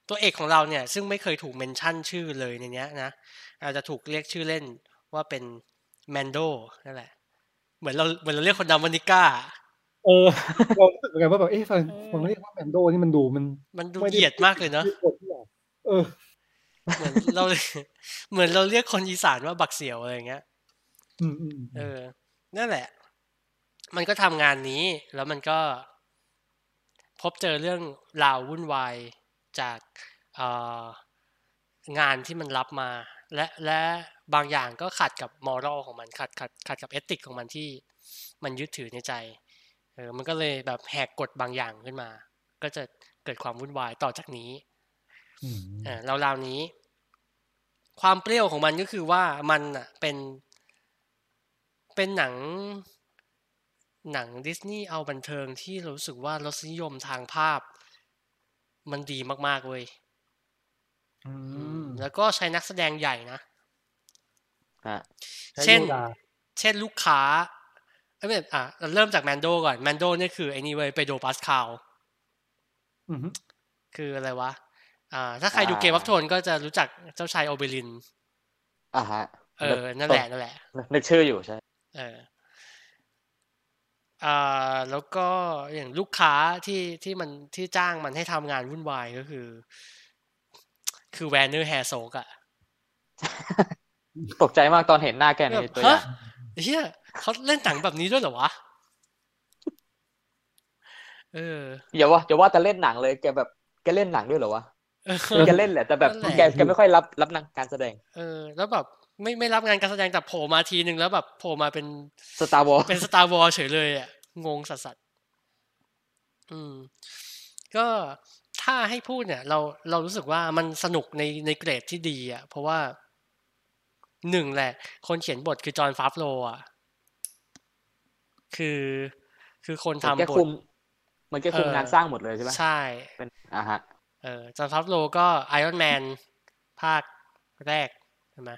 ตัวเอกของเราเนี่ยซึ่งไม่เคยถูกเมนชั่นชื่อเลยในเนี้ยนะอาจจะถูกเรียกชื่อเล่นว่าเป็นแมนโดนั่นแหละ เหมือนเราเหมือนเราเรียกคนดำวานิก้า เออเรารู้สึกเหมือนกันว่าแบบเอ๊ะฟังฟังเรียกว่าแมนโดนี่มันดูมัน มันดูเหยียดมากเลยเนาะ เออ เหมือนเรา เหมือนเราเรียกคนอีสานว่าบักเสียวอะไรอย่างเงี้ย อืมอืม เออ นั่นแหละ มันก็ทำงานนี้ แล้วมันก็พบเจอเรื่องราววุ่นวายจากเอ่องานที่มันรับมา และและบางอย่างก็ขัดกับมอรัลของมันขัดขัดขัดกับเอติกของมันที่มันยึดถือในใจ เออ มันก็เลยแบบแหกกฎบางอย่างขึ้นมา ก็จะเกิดความวุ่นวายต่อจากนี้ อืม เอ่อราวๆนี้ ความเปรี้ยวของมันก็คือว่ามันอ่ะเป็นเป็นหนัง หนังดิสนีย์เอาบันเทิงที่รู้สึกว่ารสนิยมทางภาพ มันดีมากๆเว้ย อืม แล้วก็ใช้นักแสดงใหญ่นะ ฮะ เช่น ใวลา เช่นลูกค้าเอ้ยไม่อ่ะเราเริ่มจากแมนโดก่อนแมนโดเนี่ยคือไอ้นี่เว้ยเปโดรปาสคาล อืมฮึ คืออะไรวะ อ่า ถ้าใครดูเกมวัฟโทนก็จะรู้จักเจ้าชายโอเบริน อ่าฮะ เออ นั่นแหละนั่นแหละ นึกชื่ออยู่ใช่ เอออ่าแล้วก็อย่างลูกค้าที่ที่มันที่จ้างมันให้ทำงานวุ่นวายก็คือ คือแวนเนอร์แฮโซกอะ ตกใจมากตอนเห็นหน้าแกใน แบบ ตัวอ ฮะ ย่าง เฮียเขาเล่นหนังแบบนี้ด้วยเหรอวะ เออ อย่าว่าอย่าว่าแต่เล่นหนังเลยแกแบบแกเล่นหนังด้วยเหรอวะ เออ แกเล่นแหละแต่แบบ นั่นแหละ แกแกไม่ค่อยรับรับหนังการแสดง เออ แล้วแบบไม่ไม่รับงานการแสดงแต่โผล่มาทีนึงแล้วแบบโผล่มาเป็น สตาร์วอล เป็นสตาร์วอลเฉยเลยอ่ะ งงสัสสัสๆอืม ก็ถ้าให้พูดเนี่ย เราเรารู้สึกว่ามันสนุกในในเกรดที่ดีอ่ะ เพราะว่าหนึ่งแหละ คนเขียนบทคือจอห์นฟาฟโลอ่ะ คือคือคน มันแก ทำบทคุมมันแกคุม เออ งานสร้างหมดเลยใช่ไหม ใช่ เป็นอ่าฮะ เออจอห์นฟาฟโลก็ไอรอนแมนภาคแรกใช่ไหม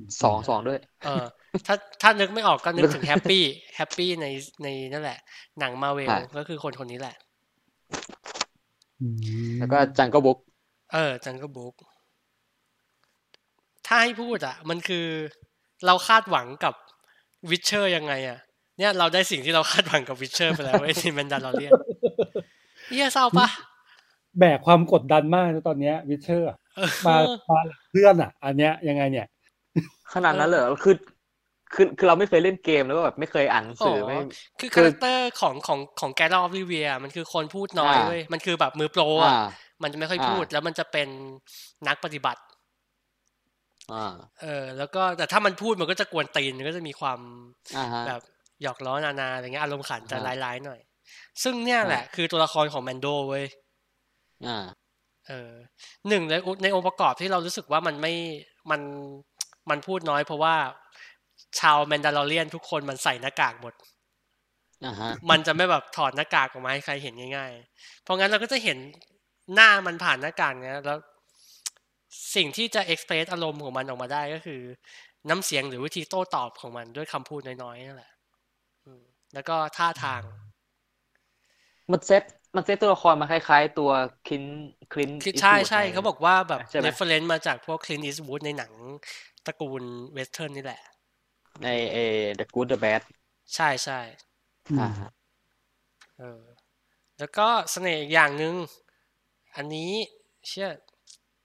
ม สองสองด้วย เออถ้าถ้านึกไม่ออกก็นึกถึงแฮปปี้แฮปปี้ในในนั่นแหละ หนังมาเวล อ่ะ ก็คือคนคนนี้แหละ อืม แล้วก็จังก็บุก เออจังก็บุ๊กถ้าให้พูดอ่ะ มันคือเราคาดหวังกับวิเชอร์ยังไงอ่ะ เนี่ยเราได้สิ่งที่เราคาดหวังกับวิเชอร์ไปแล้วไอ้ที่แมนดาลอเรียน เฮียเศร้า ปะ แบกความกดดันมากนะตอนเนี้ยวิเชอร์ เออ มามาเพื่อนอ่ะ อันเนี้ยยังไงเนี่ย ขนาดนั้นเหรอคือคือคือเราไม่เคยเล่นเกมแล้วก็แบบไม่เคยอ่านหนังสือ โอ้ ไม่ คือคาคือ แรคเตอร์ของของของแกลออฟลิเวีย มันคือคนพูดน้อยเว้ยมันคือแบบมือโปรอ่ะ อ่า มันจะไม่ค่อย อ่า พูด แล้วมันจะเป็นนักปฏิบัติ อ่า เออ แล้วก็แต่ถ้ามันพูดมันก็จะกวนตีนมันก็จะมีความ อ่าฮะ แบบหยอกล้อนานาอะไรเงี้ยอารมณ์ขันจะ อ่า ร้ายๆหน่อย ซึ่งเนี่ย อ่า แหละ คือตัวละครของแมนโดเว้ย อ่า เออหนึ่งเลยในองค์ประกอบที่เรารู้สึกว่ามันไม่มันมันพูดน้อยเพราะว่าชาวแมนดาลอเรียนทุกคนมันใส่หน้ากากหมด อ่าฮะ มันจะไม่แบบถอดหน้ากากออกมาให้ใครเห็นง่ายๆ เพราะงั้นเราก็จะเห็นหน้ามันผ่านหน้ากากเนี้ยแล้วสิ่งที่จะเอ็กเพรสอารมณ์ของมันออกมาได้ก็คือ น้ำเสียงหรือวิธีโต้ตอบของมันด้วยคำพูดน้อยๆนั่นแหละอืมแล้วก็ท่าทาง มันเซตมันเซตตัวละครมาคล้ายๆ ตัวคลินคลิน คือใช่ใช่เขาบอกว่าแบบ ใช่ไหม reference มาจากพวก Clint Eastwood ในหนังตระกูลเวสเทิร์นนี่แหละ ในเอ The Good The Bad ใช่ใช่ อ่าฮะ เออแล้วก็เสน่ห์อีกอย่างหนึ่งอันนี้เชื่อ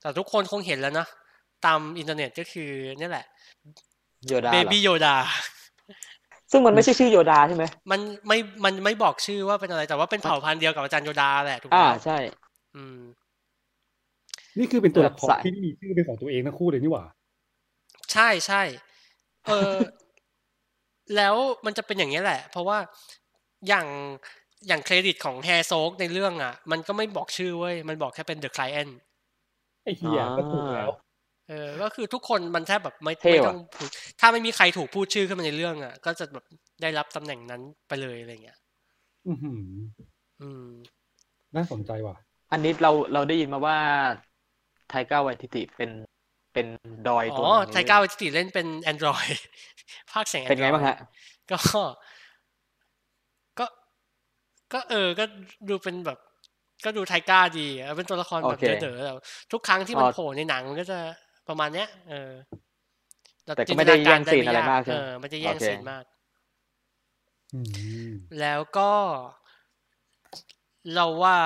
แต่ทุกคนคงเห็นแล้วเนอะตามอินเทอร์เน็ตก็คือเนี่ยแหละ โยดา Baby Yoda ซึ่งมันไม่ใช่ชื่อโยดาใช่ไหม มันไม่มันไม่บอกชื่อว่าเป็นอะไรแต่ว่าเป็นเผ่าพันธุ์เดียวกับอาจารย์โยดาแหละถูกไห อ่าม ใช่ อืม นี่คือเป็นตัวละคร สาย ที่ไม่มีชื่อเป็นของตัวเองทั้งคู่เลยนี่หว่า ใช่ใช่เออ แล้วมันจะเป็นอย่างนี้ยแหละ เพราะว่าอย่าง อย่างเครดิตของแฮโซกในเรื่องอ่ะ มันก็ไม่บอกชื่อเว้ย มันบอกแค่เป็น The Client ไอ้เหี้ยก็ถูกแล้ว เออ ก็คือทุกคนมันแทบแบบไม่ เท่ ไม่ ว่ะ ต้องพูดถ้าไม่มีใครถูกพูดชื่อขึ้นมาในเรื่องอ่ะ ก็จะแบบได้รับตำแหน่งนั้นไปเลยอะไรเงี้ย อื้อหือ อืม น่าสนใจว่ะ อันนี้เราเราได้ยินมาว่าไทก้าไวทิติเป็นเป็นดอย อ๋ ตัว อ หนึง ไทก้าวิจิติเล่นเป็น Android ภาคเสียง เป็นไง Android บ้างฮะ ก็ ก็ ก็เออ ก็ดูเป็นแบบ ก็ดูไทก้าดีเออเป็นตัวละครแบบ โอเค เด๋อๆแต่ทุกครั้งที่มัน อ๋อ โผล่ในหนังมันก็จะประมาณเนี้ย เออเรา แต่ก็ไม่ได้ จินตนากา แย่งซีนอะไรมากใช่ไหม เออไม่ได้แย่ง โอเค ซีนมาก อืม แล้วก็ เราว่า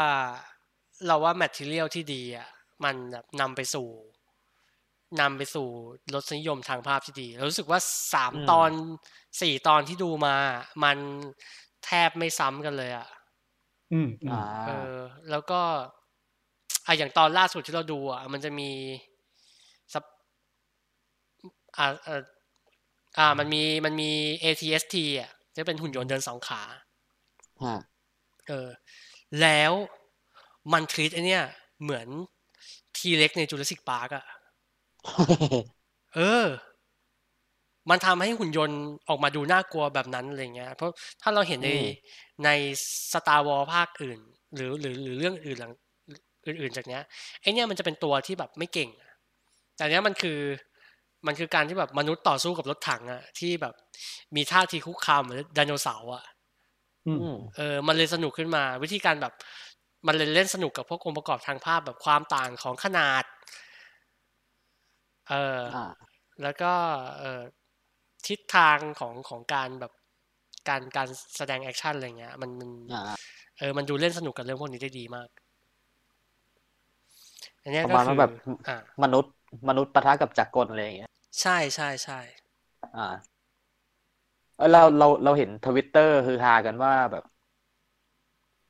เราว่าแมทเทียลที่ดีอ่ะ มันแบบนำไปสู่นำไปสู่รสนิยมทางภาพที่ดีเรารู้สึกว่าสาม อืม ตอนสี่ตอนที่ดูมา มันแทบไม่ซ้ำกันเลยอ่ะ อืมอืม อ่า เออแล้วก็ อ่ะอย่างตอนล่าสุดที่เราดูอ่ะมันจะมีซับอ่าเอ่ออ่ามันมีมันมี ATST อ่ะจะเป็นหุ่นยนต์เดินสองขา ฮะ เออแล้วมันทรีตไอเนี่ย เหมือนทีเล็กในจูเลสิกพาร์ก อะเออ มันทำให้หุ่นยนต์ออกมาดูน่ากลัวแบบนั้นอะไรเงี้ย เพราะถ้าเราเห็นใน อืม ใน Star Wars ภาคอื่น หรือหรือหรือเรื่องอื่นหลังอื่นๆจากเนี้ยไอเนี่ยมันจะเป็นตัวที่แบบไม่เก่งอะแต่อันเนี้ยมันคือมันคือการที่แบบมนุษย์ต่อสู้กับรถถังอะที่แบบมีท่าทีคุกคามเหมือนไดโนเสาร์อะ อืม อืม เออ มันเลยสนุกขึ้นมา วิธีการแบบ มันเลยเล่นสนุกกับพวกองค์ประกอบทางภาพแบบความต่างของขนาด เอออ อ่า แล้วก็เออทิศทางของของการแบบการการแสดงแอคชั่นอะไรเงี้ยมันมัน อ่า เออ มันดูเล่นสนุกกับเรื่องพวกนี้ได้ดีมาก อันเนี้ยก็ประมาณ คื ว่า อ แบบ อ่าม นุษย์ มนุษย์ปะทะกับจักรกลอะไรอย่างเงี้ย ใช่ใช่ใช่ อ่าเออเราเราเราเห็นทวิตเตอร์ฮือฮากันว่าแบบ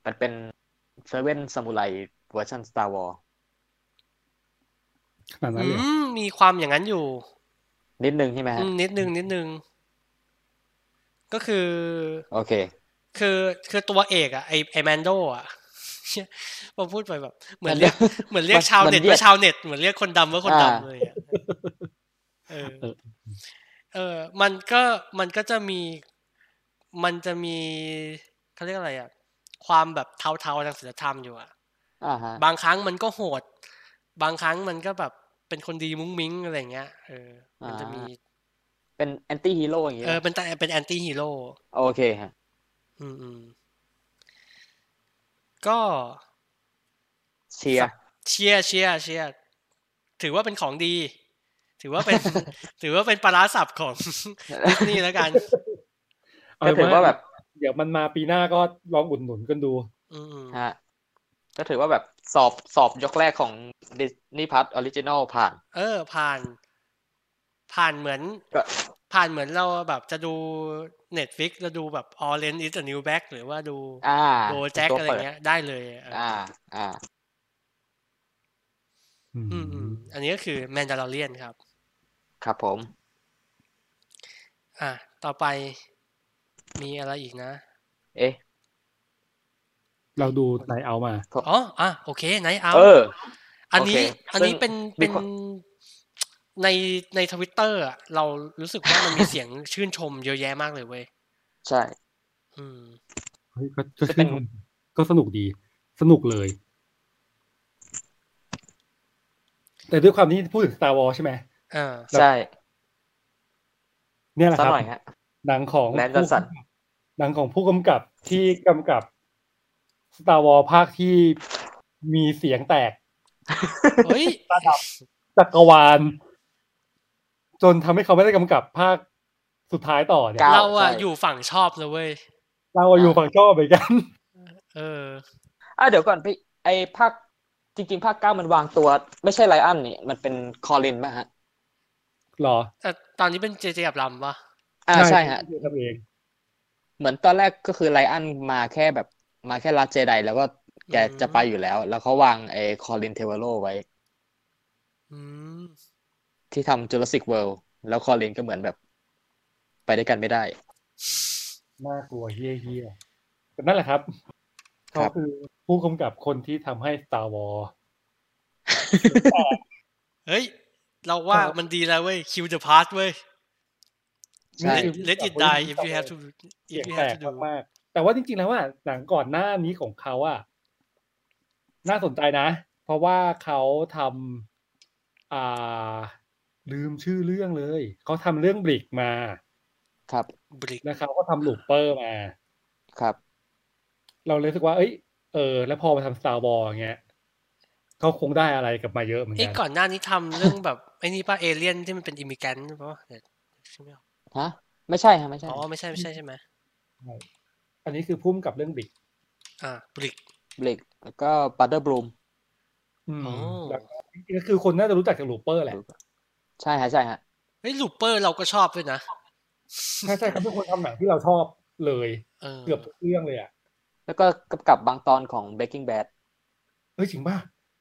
มันเป็นเซเว่นซามูไรเวอร์ชันสตาร์วอล ขนาดนั้อืนเลยเหรอ ม มีความอย่างนั้นอยู่ นิดนึงใช่ไหมฮะ อืม นิดนึงนิดนึง ก็คือ โอเค คือคือตัวเอกอะไอไอแมนโดอะ เชี่ยผมพูดไปแบบ เหมือนเรียกเหมือนเรียกชาวเน็ต มันเรียก ว่าชาวเน็ตเหมือนเรียกคนดำว่าคน อ่า ดำเลยอะเออเออ มันก็มันก็จะมีมันจะมีเขาเรียกอะไรอะความแบบเทาๆทางศีลธรรมอยู่อะ อ่าฮะ บางครั้งมันก็โหด บางครั้งมันก็แบบเป็นคนดีมุ้งมิ้งอะไรเงี้ยเออมันจะมี เป็นแอนตี้ฮีโร่อย่างเงี้ย เออเป็นแต่เป็นแอนตี้ฮีโร่ โอเคฮะ อืมอืมก็ เชียร์ เชียร์เชียร์เชียร์ถือว่าเป็นของดี ถือว่าเป็น ถือว่าเป็นปลาร้าสับของ ดิสนีย์แล้วกัน เอ ก็ เป็น ถือว่าแบบ เดี๋ยวมันมาปีหน้าก็ลองอุดหนุนกันดู อืม ฮะก็ถือว่าแบบสอบสอบยกแรกของดิสนีย์พัทออริจินอลผ่าน ๆเออ ผ่าน ผ่านเหมือน ก็ ผ่านเหมือนเราแบบจะดู Netflix เราดูแบบ Orange is the New Black หรือว่าดู อ่า โบแจ็ค ตัว อะไร เปิด เงี้ย ได้เลยเอออ อ่า อ่า อืมอืมอันนี้ก็คือ Mandalorian ครับ ครับผม อ่ะ ต่อไปมีอะไรอีกนะ เอ๊ะ เราดูไนเอามา อ๋อ อ่ะ โอเค ไหนเอา เออ อันนี้ โอเค อันนี้ ซึ่ง เป็น มี เป็น คน ในในทวิตเตอร์อะเรารู้สึกว่ามันมีเสียง ชื่นชมเยอะแยะมากเลยเว้ย ใช่ อืม เฮ้ยก็ก็ จะเป็ ชื่ น นชมก็สนุกดี สนุกเลย แต่ด้วยความที่พูดถึง Star Wars ใช่ไหม เออ ใช่ เนี่ยแหละ สัก ครับ หน่อยฮะ หนังของ แลนด์จอผู้ห์นสัน หนังของผู้กำกับที่กำกับ Star Wars ภาคที่มีเสียงแตก เฮ้ย ระดับจักรวาล จนทำให้เขาไม่ได้กำกับภาคสุดท้ายต่อเนี่ย เก้า เราอะ ใช่ อยู่ฝั่งชอบเลยเว้ย เราอยู่ฝั่งชอบเหมือนกัน เออ อ่ะเดี๋ยวก่อนพี่ไอภาคจริง ๆ ภาคเก้ามันวางตัว ไม่ใช่ไลอ้อนนี่ มันเป็นคอลินป่ะฮะ หรอ แต่ตอนนี้เป็นเจเจอับลัมปะ อ่าใช่ฮะ ทำเอง เหมือนตอนแรกก็คือไลอ้อนมาแค่แบบมาแค่ลาเจไดแล้วก็แกจะไปอยู่แล้ว แล้วเขาวางไอคอลินเทเวโรไว้ อืม ที่ทำจู r าสสิกเวิลด์แล้วคอลินก็เหมือนแบบ ไปด้วยกันไม่ได้ น่ากลัวเฮี้ยๆแต่นั่นแหละครับ เขา ครับ คือผู้กำกับคนที่ทำให้ Star Wars เฮ้ย เราว่ามันดีแล้วเว้ยคิวเดอะพาร์เว้ย ใช่ Let- let it die if you have to if เสียง you แต have ก to do มากๆแต่ว่าจริงๆแล้วอ่ะหนังก่อนหน้านี้ของเขาอ่ะน่าสนใจนะ เพราะว่าเขาทำอ่า ลืมชื่อเรื่องเลย เขาทำเรื่องบริกมา ครับ บริก แล้วเขาก็ทำลูปเปอร์มา ครับ เราเลยรู้สึกว่า เอ้ย เออ แล้วพอมาทำ Star Wars อย่างเงี้ยเขาคงได้อะไรกลับมาเยอะเหมือน เอ้ กัน ก่อนหน้านี้ทำเรื่องแบบไอ้นี่ป่ะเอเลี่ยนที่มันเป็นอิมิแกนป่ะวะเดี๋ยวใช่ไหมออก ฮะไม่ใช่ฮะไม่ใช่ อ๋อไม่ใช่ไม่ใช่ใช่ไหม อันนี้คือพุ่มกับเรื่องบริก อ่าบริก เบรกแล้วก็บัตเตอร์บลูม อืม อ๋อ แล้วก็คือคนน่าจะรู้จักจากลูปเปอร์แหละ ใช่ฮะใช่ฮะ เฮ้ยลูปเปอร์เราก็ชอบด้วยนะ ใช่ใช่เขาเป็นคนทำหนังที่เราชอบเลย เออ เกือบทุกเรื่องเลยอ่ะ แล้วก็กำกับบางตอนของ Breaking Bad เฮ้ยจริงป่ะ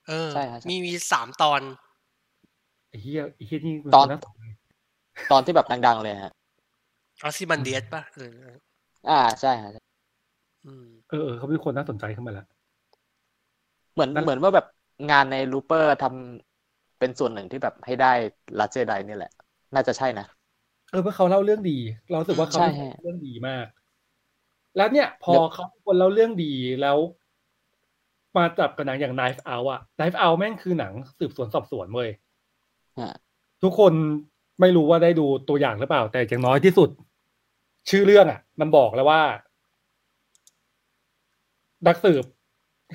เออ ใช่ครับใช่ มีมีสามตอน ไอ้เฮียไอ้เฮียนี่มั ตอน ะ ตอนที่แบบดัง ๆ เลยฮะ ออซิมันเดียสป่ะเออเออ อ่าใช่ฮะ อืม เออเออเขาเป็นคนน่าสนใจขึ้นมาแล้ว เหมือน นั่น เหมือนว่าแบบงานในลูเปอร์ทำเป็นส่วนหนึ่งที่แบบให้ได้ลาเจไดนี่แหละ น่าจะใช่นะ เออเพราะเขาเล่าเรื่องดี เรารู้สึกว่าเขา ใช่ เป็นคนเรื่องดีมาก แล้วเนี่ย พอ แล้ว เขาเป็นคนเล่าเรื่องดีแล้ว มาจับกับหนังอย่าง Knife Out อ่ะ Knife Out แม่งคือหนังสืบสวนสอบสวนเว้ย ฮะ ทุกคนไม่รู้ว่าได้ดูตัวอย่างหรือเปล่า แต่อย่างน้อยที่สุด ชื่อเรื่องอ่ะ มันบอกแล้วว่าดักสืบ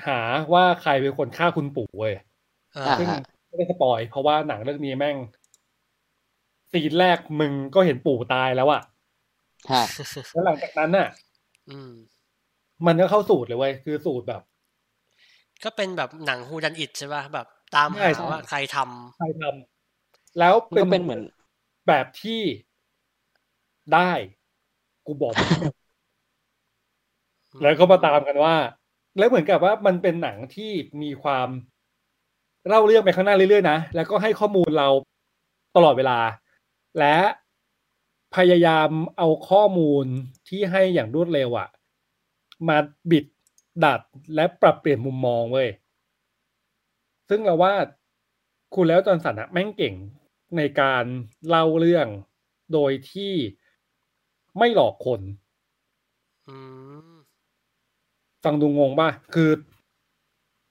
หาว่าใครเป็นคนฆ่าคุณปู่เว้ย เออ อ่า อ ฮะ ไม่ได้สปอยเพราะว่าหนังเรื่องนี้แม่งซีนแรกมึงก็เห็นปู่ตายแล้วอะ ฮะ แล้วหลังจากนั้นน่ะ อืม มันก็เข้าสูตรเลยเว้ยคือสูตรแบบ ก็เป็นแบบหนังฮูดันอิดใช่ป่ะแบบตาม ใช่ หา ใช่ ว่าใครทำ ใครทำแล้ว มันก็เป็นเหมือน แบบที่ได้ กูบอก แล้วก็มาตามกันว่า แล้วเหมือนกับว่ามันเป็นหนังที่มีความเล่าเรื่องไปข้างหน้าเรื่อยๆนะแล้วก็ให้ข้อมูลเราตลอดเวลา และพยายามเอาข้อมูลที่ให้อย่างรวดเร็วอะมาบิดดัดและปรับเปลี่ยนมุมมองเว้ยซึ่งเราว่าคุณแล้วจอห์นสันอะแม่งเก่งในการเล่าเรื่องโดยที่ไม่หลอกคน อืม ฟังดูงงป่ะ คือ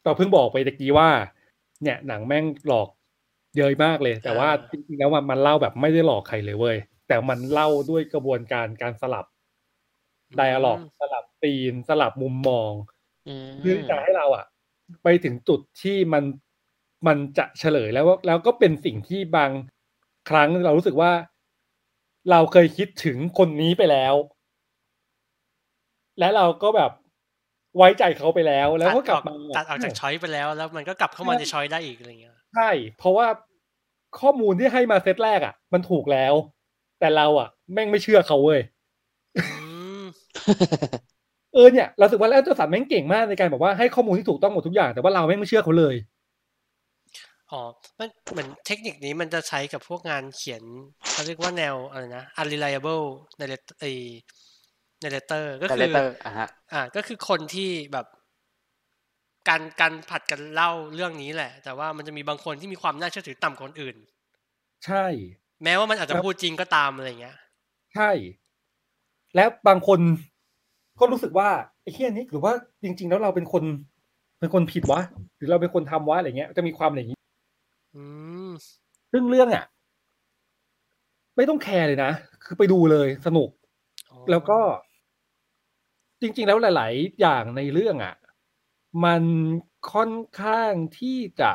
เราเพิ่งบอกไปตะกี้ว่า เนี่ยหนังแม่งหลอกเยอะมากเลย แต่ว่าจริงๆแล้วมันมันเล่าแบบไม่ได้หลอกใครเลยเว้ย แต่มันเล่าด้วยกระบวนการการสลับไดอะล็อกสลับตีนสลับมุมมอง อื ม เพื่อที่จะให้เราอะไปถึงจุดที่มันมันจะเฉลยแล้วว่าแล้วก็เป็นสิ่งที่บางครั้งเรารู้สึกว่า เราเคยคิดถึงคนนี้ไปแล้ว และเราก็แบบไว้ใจเขาไปแล้ว แล้วก็กลับมา ตัดออกจากช้อยไปแล้ว แล้วมันก็กลับเข้ามาในช้อยได้อีกอะไรเงี้ย ใช่เพราะว่าข้อมูลที่ให้มาเซตแรกอะมันถูกแล้ว แต่เราอะแม่งไม่เชื่อเขาเว้ย อืม เออเนี่ยเรารู้สึกว่าแล้วเจ้าสันแม่งเก่งมากในการบอกว่าให้ข้อมูลที่ถูกต้องหมดทุกอย่างแต่ว่าเราแม่งไม่เชื่อเขาเลย อ๋อมันเหมือนเทคนิคนี้มันจะใช้กับพวกงานเขียนเขาเรียกว่าแนวอะไรนะ unreliable narrator ไอ้ narrator ก็ แต่ คื เล อ เตอร์อ่ะฮะ อ่าก็คือคนที่แบบการการผัดกันเล่าเรื่องนี้แหละ แต่ว่ามันจะมีบางคนที่มีความน่าเชื่อถือต่ำกว่าคนอื่น ใช่ แม้ว่ามันอาจจะ ครับ พูดจริงก็ตามอะไรเงี้ย ใช่ แล้วบางคนก็รู้สึกว่าไอ้เฮียนี้หรือว่าจริง ๆ แล้วเราเป็นคน เป็นคนผิดวะ หรือเราเป็นคนทำวะอะไรเงี้ย จะมีความอย่างนี้ อืม ซึ่งเรื่องอ่ะ ไม่ต้องแคร์เลยนะ คือไปดูเลยสนุก อ๋อ แล้วก็ จริง ๆ แล้วหลาย ๆ อย่างในเรื่องอ่ะ มันค่อนข้างที่จะ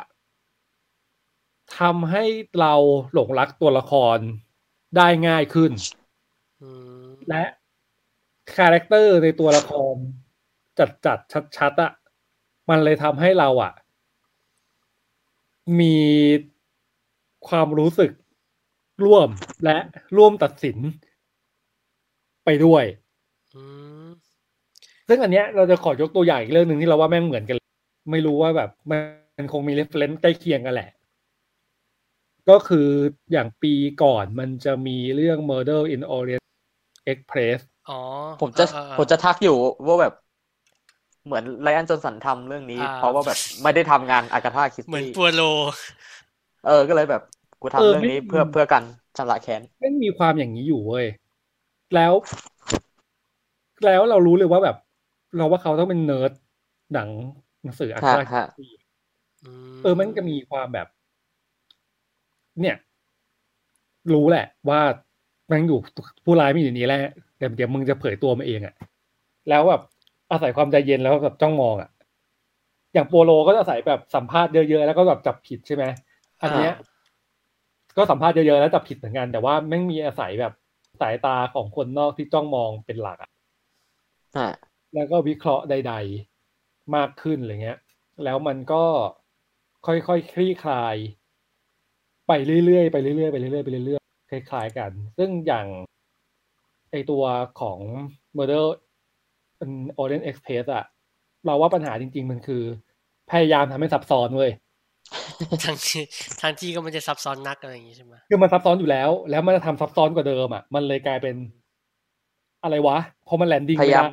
ทำให้เราหลงรักตัวละครได้ง่ายขึ้น อืม และคาแรคเตอร์ในตัวละครจัดจัดชัดชัดๆอะมันเลยทำให้เราอะมีความรู้สึกร่วมและร่วมตัดสินไปด้วย อืม ซึ่งอันเนี้ยเราจะขอยกตัวอย่างอีกเรื่องหนึ่งที่เราว่าแม่งเหมือนกันเลยไม่รู้ว่าแบบมันคงมีเรฟเลนซ์ใกล้เคียงกันแหละ ก็คืออย่างปีก่อนมันจะมีเรื่อง Murder in Orient Express อ๋อ ผมจะ เออเออ ผมจะทักอยู่ว่าแบบ เหมือนไลออนจนสันทำเรื่องนี้ อ่า เพราะว่าแบบไม่ได้ทำงานอากาธาคิส เหมือน ตี้ ปัวโล เออก็เลยแบบกูทำ เออ เรื่องนี้ ไม่ เพื่อเพื่อกันชำระแค้น ไม่มีความอย่างนี้อยู่เว้ย แล้ว แล้วเรารู้เลยว่าแบบ เราว่าเขาต้องเป็นเนิร์ดหนังหนังสืออาร์ต ฮะ เออมันจะมีความแบบ เนี่ย รู้แหละ ว่ามันอยู่ผู้ร้ายไม่อยู่ในนี้แหละแต่เดี๋ยวมึงจะเผยตัวมาเองอะแล้วแบบอาศัยความใจเย็นแล้วแบบจ้องมองอะอย่างโปโลก็จะอาศัยแบบสัมภาษณ์เยอะๆแล้วก็แบบจับผิดใช่ไหมอันเนี้ย ก็สัมภาษณ์เยอะๆแล้วจับผิดเหมือนกัน แต่ว่าแม่งมีอาศัยแบบสายตาของคนนอกที่จ้องมองเป็นหลักอะ ฮะ แล้วก็วิเคราะห์ใด ๆมากขึ้นอะไรเงี้ย แล้วมันก็ค่อยๆคลี่คลาย ไปเรื่อยๆไปเรื่อยๆไปเรื่อยๆไปเรื่อยๆคล้ายๆกัน ซึ่งอย่างไอตัวของ Murder on Orient Express อะเราว่าปัญหาจริง ๆ มันคือ พยายามทำให้ซับซ้อนเว้ย ทั้งที่ทั้งที่ก็ไม่ได้ซับซ้อนนักอะไรอย่างงี้ใช่ไหม คือมันซับซ้อนอยู่แล้ว แล้วมันจะทำซับซ้อนกว่าเดิมอ่ะ มันเลยกลายเป็นอะไรวะ เพราะมันแลนดิ้ง พ ไม่ ยายาม ได้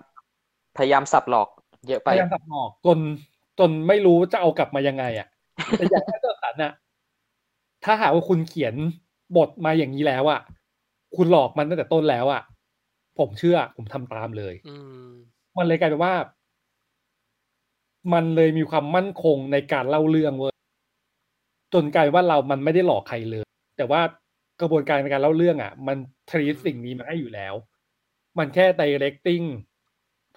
พยายามสับหลอก เยอะไป พยายามสับหอกจนจนไม่รู้จะเอากลับมายังไง อ่ะ แต่อย่างแค่เจอสันอ่ะ ถ้าหากว่าคุณเขียนบทมาอย่างนี้แล้วอ่ะ คุณหลอกมันตั้งแต่ต้นแล้วอ่ะ ผมเชื่อผมทำตามเลย อืม มันเลยกลายเป็นว่า มันเลยมีความมั่นคงในการเล่าเรื่องเว้ยจนกลายเป็นว่าเรามันไม่ได้หลอกใครเลย แต่ว่ากระบวนการในการเล่าเรื่อง อ่ะ มันทรีสิ่งนี้มาให้อยู่แล้ว มันแค่ directing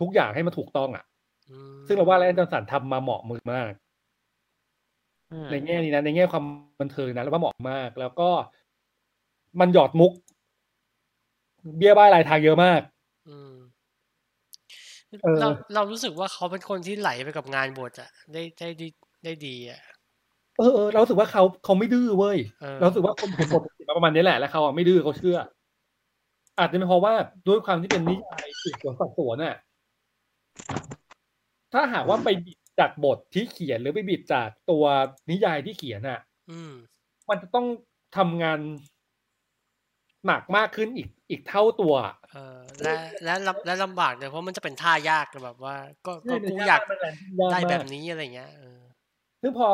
ทุกอย่างให้มันถูกต้องอ่ะ อืม ซึ่งเราว่าแลนด์จอนสันทำมาเหมาะมือมาก อืม ในแง่นี้นะในแง่ความบันเทิงนะแล้วว่าเหมาะมาก แล้วก็มันหยอดมุก เบี้ยบ้ายลายทางเยอะมาก อืม เออ เราเรารู้สึกว่าเขาเป็นคนที่ไหลไปกับงานบทอะได้ได้ดีได้ดีอะ เออเออเรารู้สึกว่าเขาเขาไม่ดื้อเว้ย เออ เรารู้สึกว่าคนเขียนบทมาประมาณนี้แหละแล้วเขาอ่ะไม่ดื้อเขาเชื่อ อาจจะเป็นเพราะว่าด้วยความที่เป็นนิยายสืบสวนสอบสวนน่ะ ถ้าหากว่าไปบิดจากบทที่เขียนหรือไปบิดจากตัวนิยายที่เขียนน่ะ อืม มันจะต้องทำงานหนักมากขึ้นอีกอีกเท่าตัว เออและและลำและลำบากเลยเพราะมันจะเป็นท่ายากแบบว่า ก็ ใช่ ก็ เป็น กู ท่า อยาก มันแหละยากมาก ได้แบบนี้อะไรเงี้ยเออ ซึ่งพอ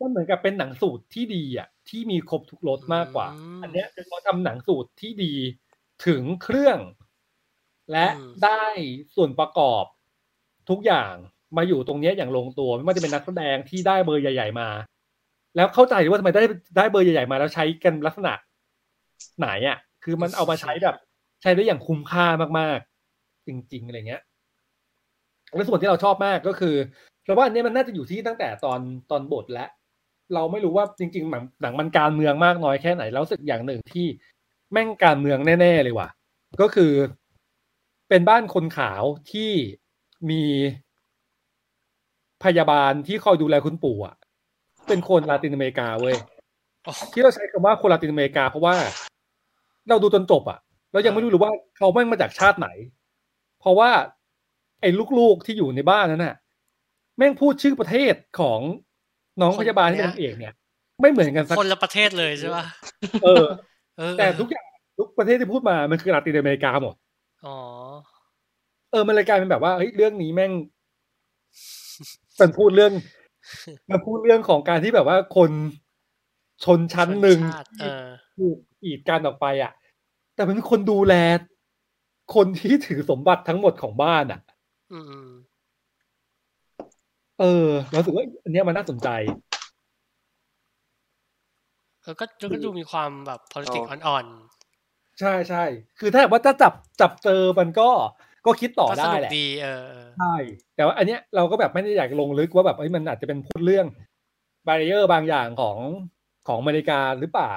มันเหมือนกับเป็นหนังสูตรที่ดีอ่ะ ที่มีครบทุกรสมากกว่า อันเนี้ยคือเขาทำหนังสูตรที่ดีถึงเครื่อง และได้ส่วนประกอบทุกอย่างมาอยู่ตรงเนี้ยอย่างลงตัว ไม่ว่าจะเป็นนักแสดงที่ได้เบอร์ใหญ่ ๆ มา แล้วเข้าใจว่าทำไมได้ได้เบอร์ใหญ่ ๆ มาแล้วใช้กันลักษณะ ไหนอ่ะ คือมันเอามาใช้แบบ ใช้ได้อย่างคุ้มค่ามากๆ จริง ๆ อะไรเงี้ย แล้วส่วนที่เราชอบมากก็คือเราว่าอันเนี้ยมันน่าจะอยู่ที่ตั้งแต่ตอนตอนบทและ เราไม่รู้ว่าจริงๆหนังหนังมันการเมืองมากน้อยแค่ไหนเรารู้สึกอย่างหนึ่งที่แม่งการเมืองแน่ ๆ เลยว่ะ ก็คือเป็นบ้านคนขาวที่มีพยาบาลที่คอยดูแลคุณปู่อ่ะ เป็นคนลาตินอเมริกาเว้ย โอ้ ที่เราใช้คำว่าคนลาตินอเมริกาเพราะว่า เราดูจนจบอะเรายังไม่รู้เลยว่าเขาแม่งมาจากชาติไหน เพราะว่า ไอ้ลูกๆที่อยู่ในบ้านนั้นน่ะ แม่งพูดชื่อประเทศของน้องพยาบาลที่เป็นนางเอกเนี่ย ไม่เหมือนกันสัก คนละประเทศเลยใช่ป่ะ เออ เออ แต่ทุกอย่างทุกประเทศที่พูดมามันคือลาตินอเมริกาหมด อ๋อ เออมันเลยกลายเป็นแบบว่าเฮ้ยเรื่องนี้แม่ง มันพูดเรื่อง มันพูดเรื่องของการที่แบบว่าคนชนชั้นหนึ่ง ชาติเออ ถูกอีดการออกไปอ่ะ แต่มันมีคนดูแล คนที่ถือสมบัติทั้งหมดของบ้านอ่ะ อืมอืม เออเราสึกว่าอันเนี้ยมันน่าสนใจ เออก็ก็ดูมีความแบบ politics อ่อน ใช่ใช่คือถ้าแบบว่าถ้าจับจับเจอมันก็ก็คิดต่อ ๆก็ส ได้ นุก แหละ ดีเออเออ ใช่แต่ว่าอันเนี้ยเราก็แบบไม่ได้อยากลงลึกว่าแบบเอ้ยมันอาจจะเป็นพูดเรื่องบาเรียร์บางอย่างของของอเมริกาหรือเปล่า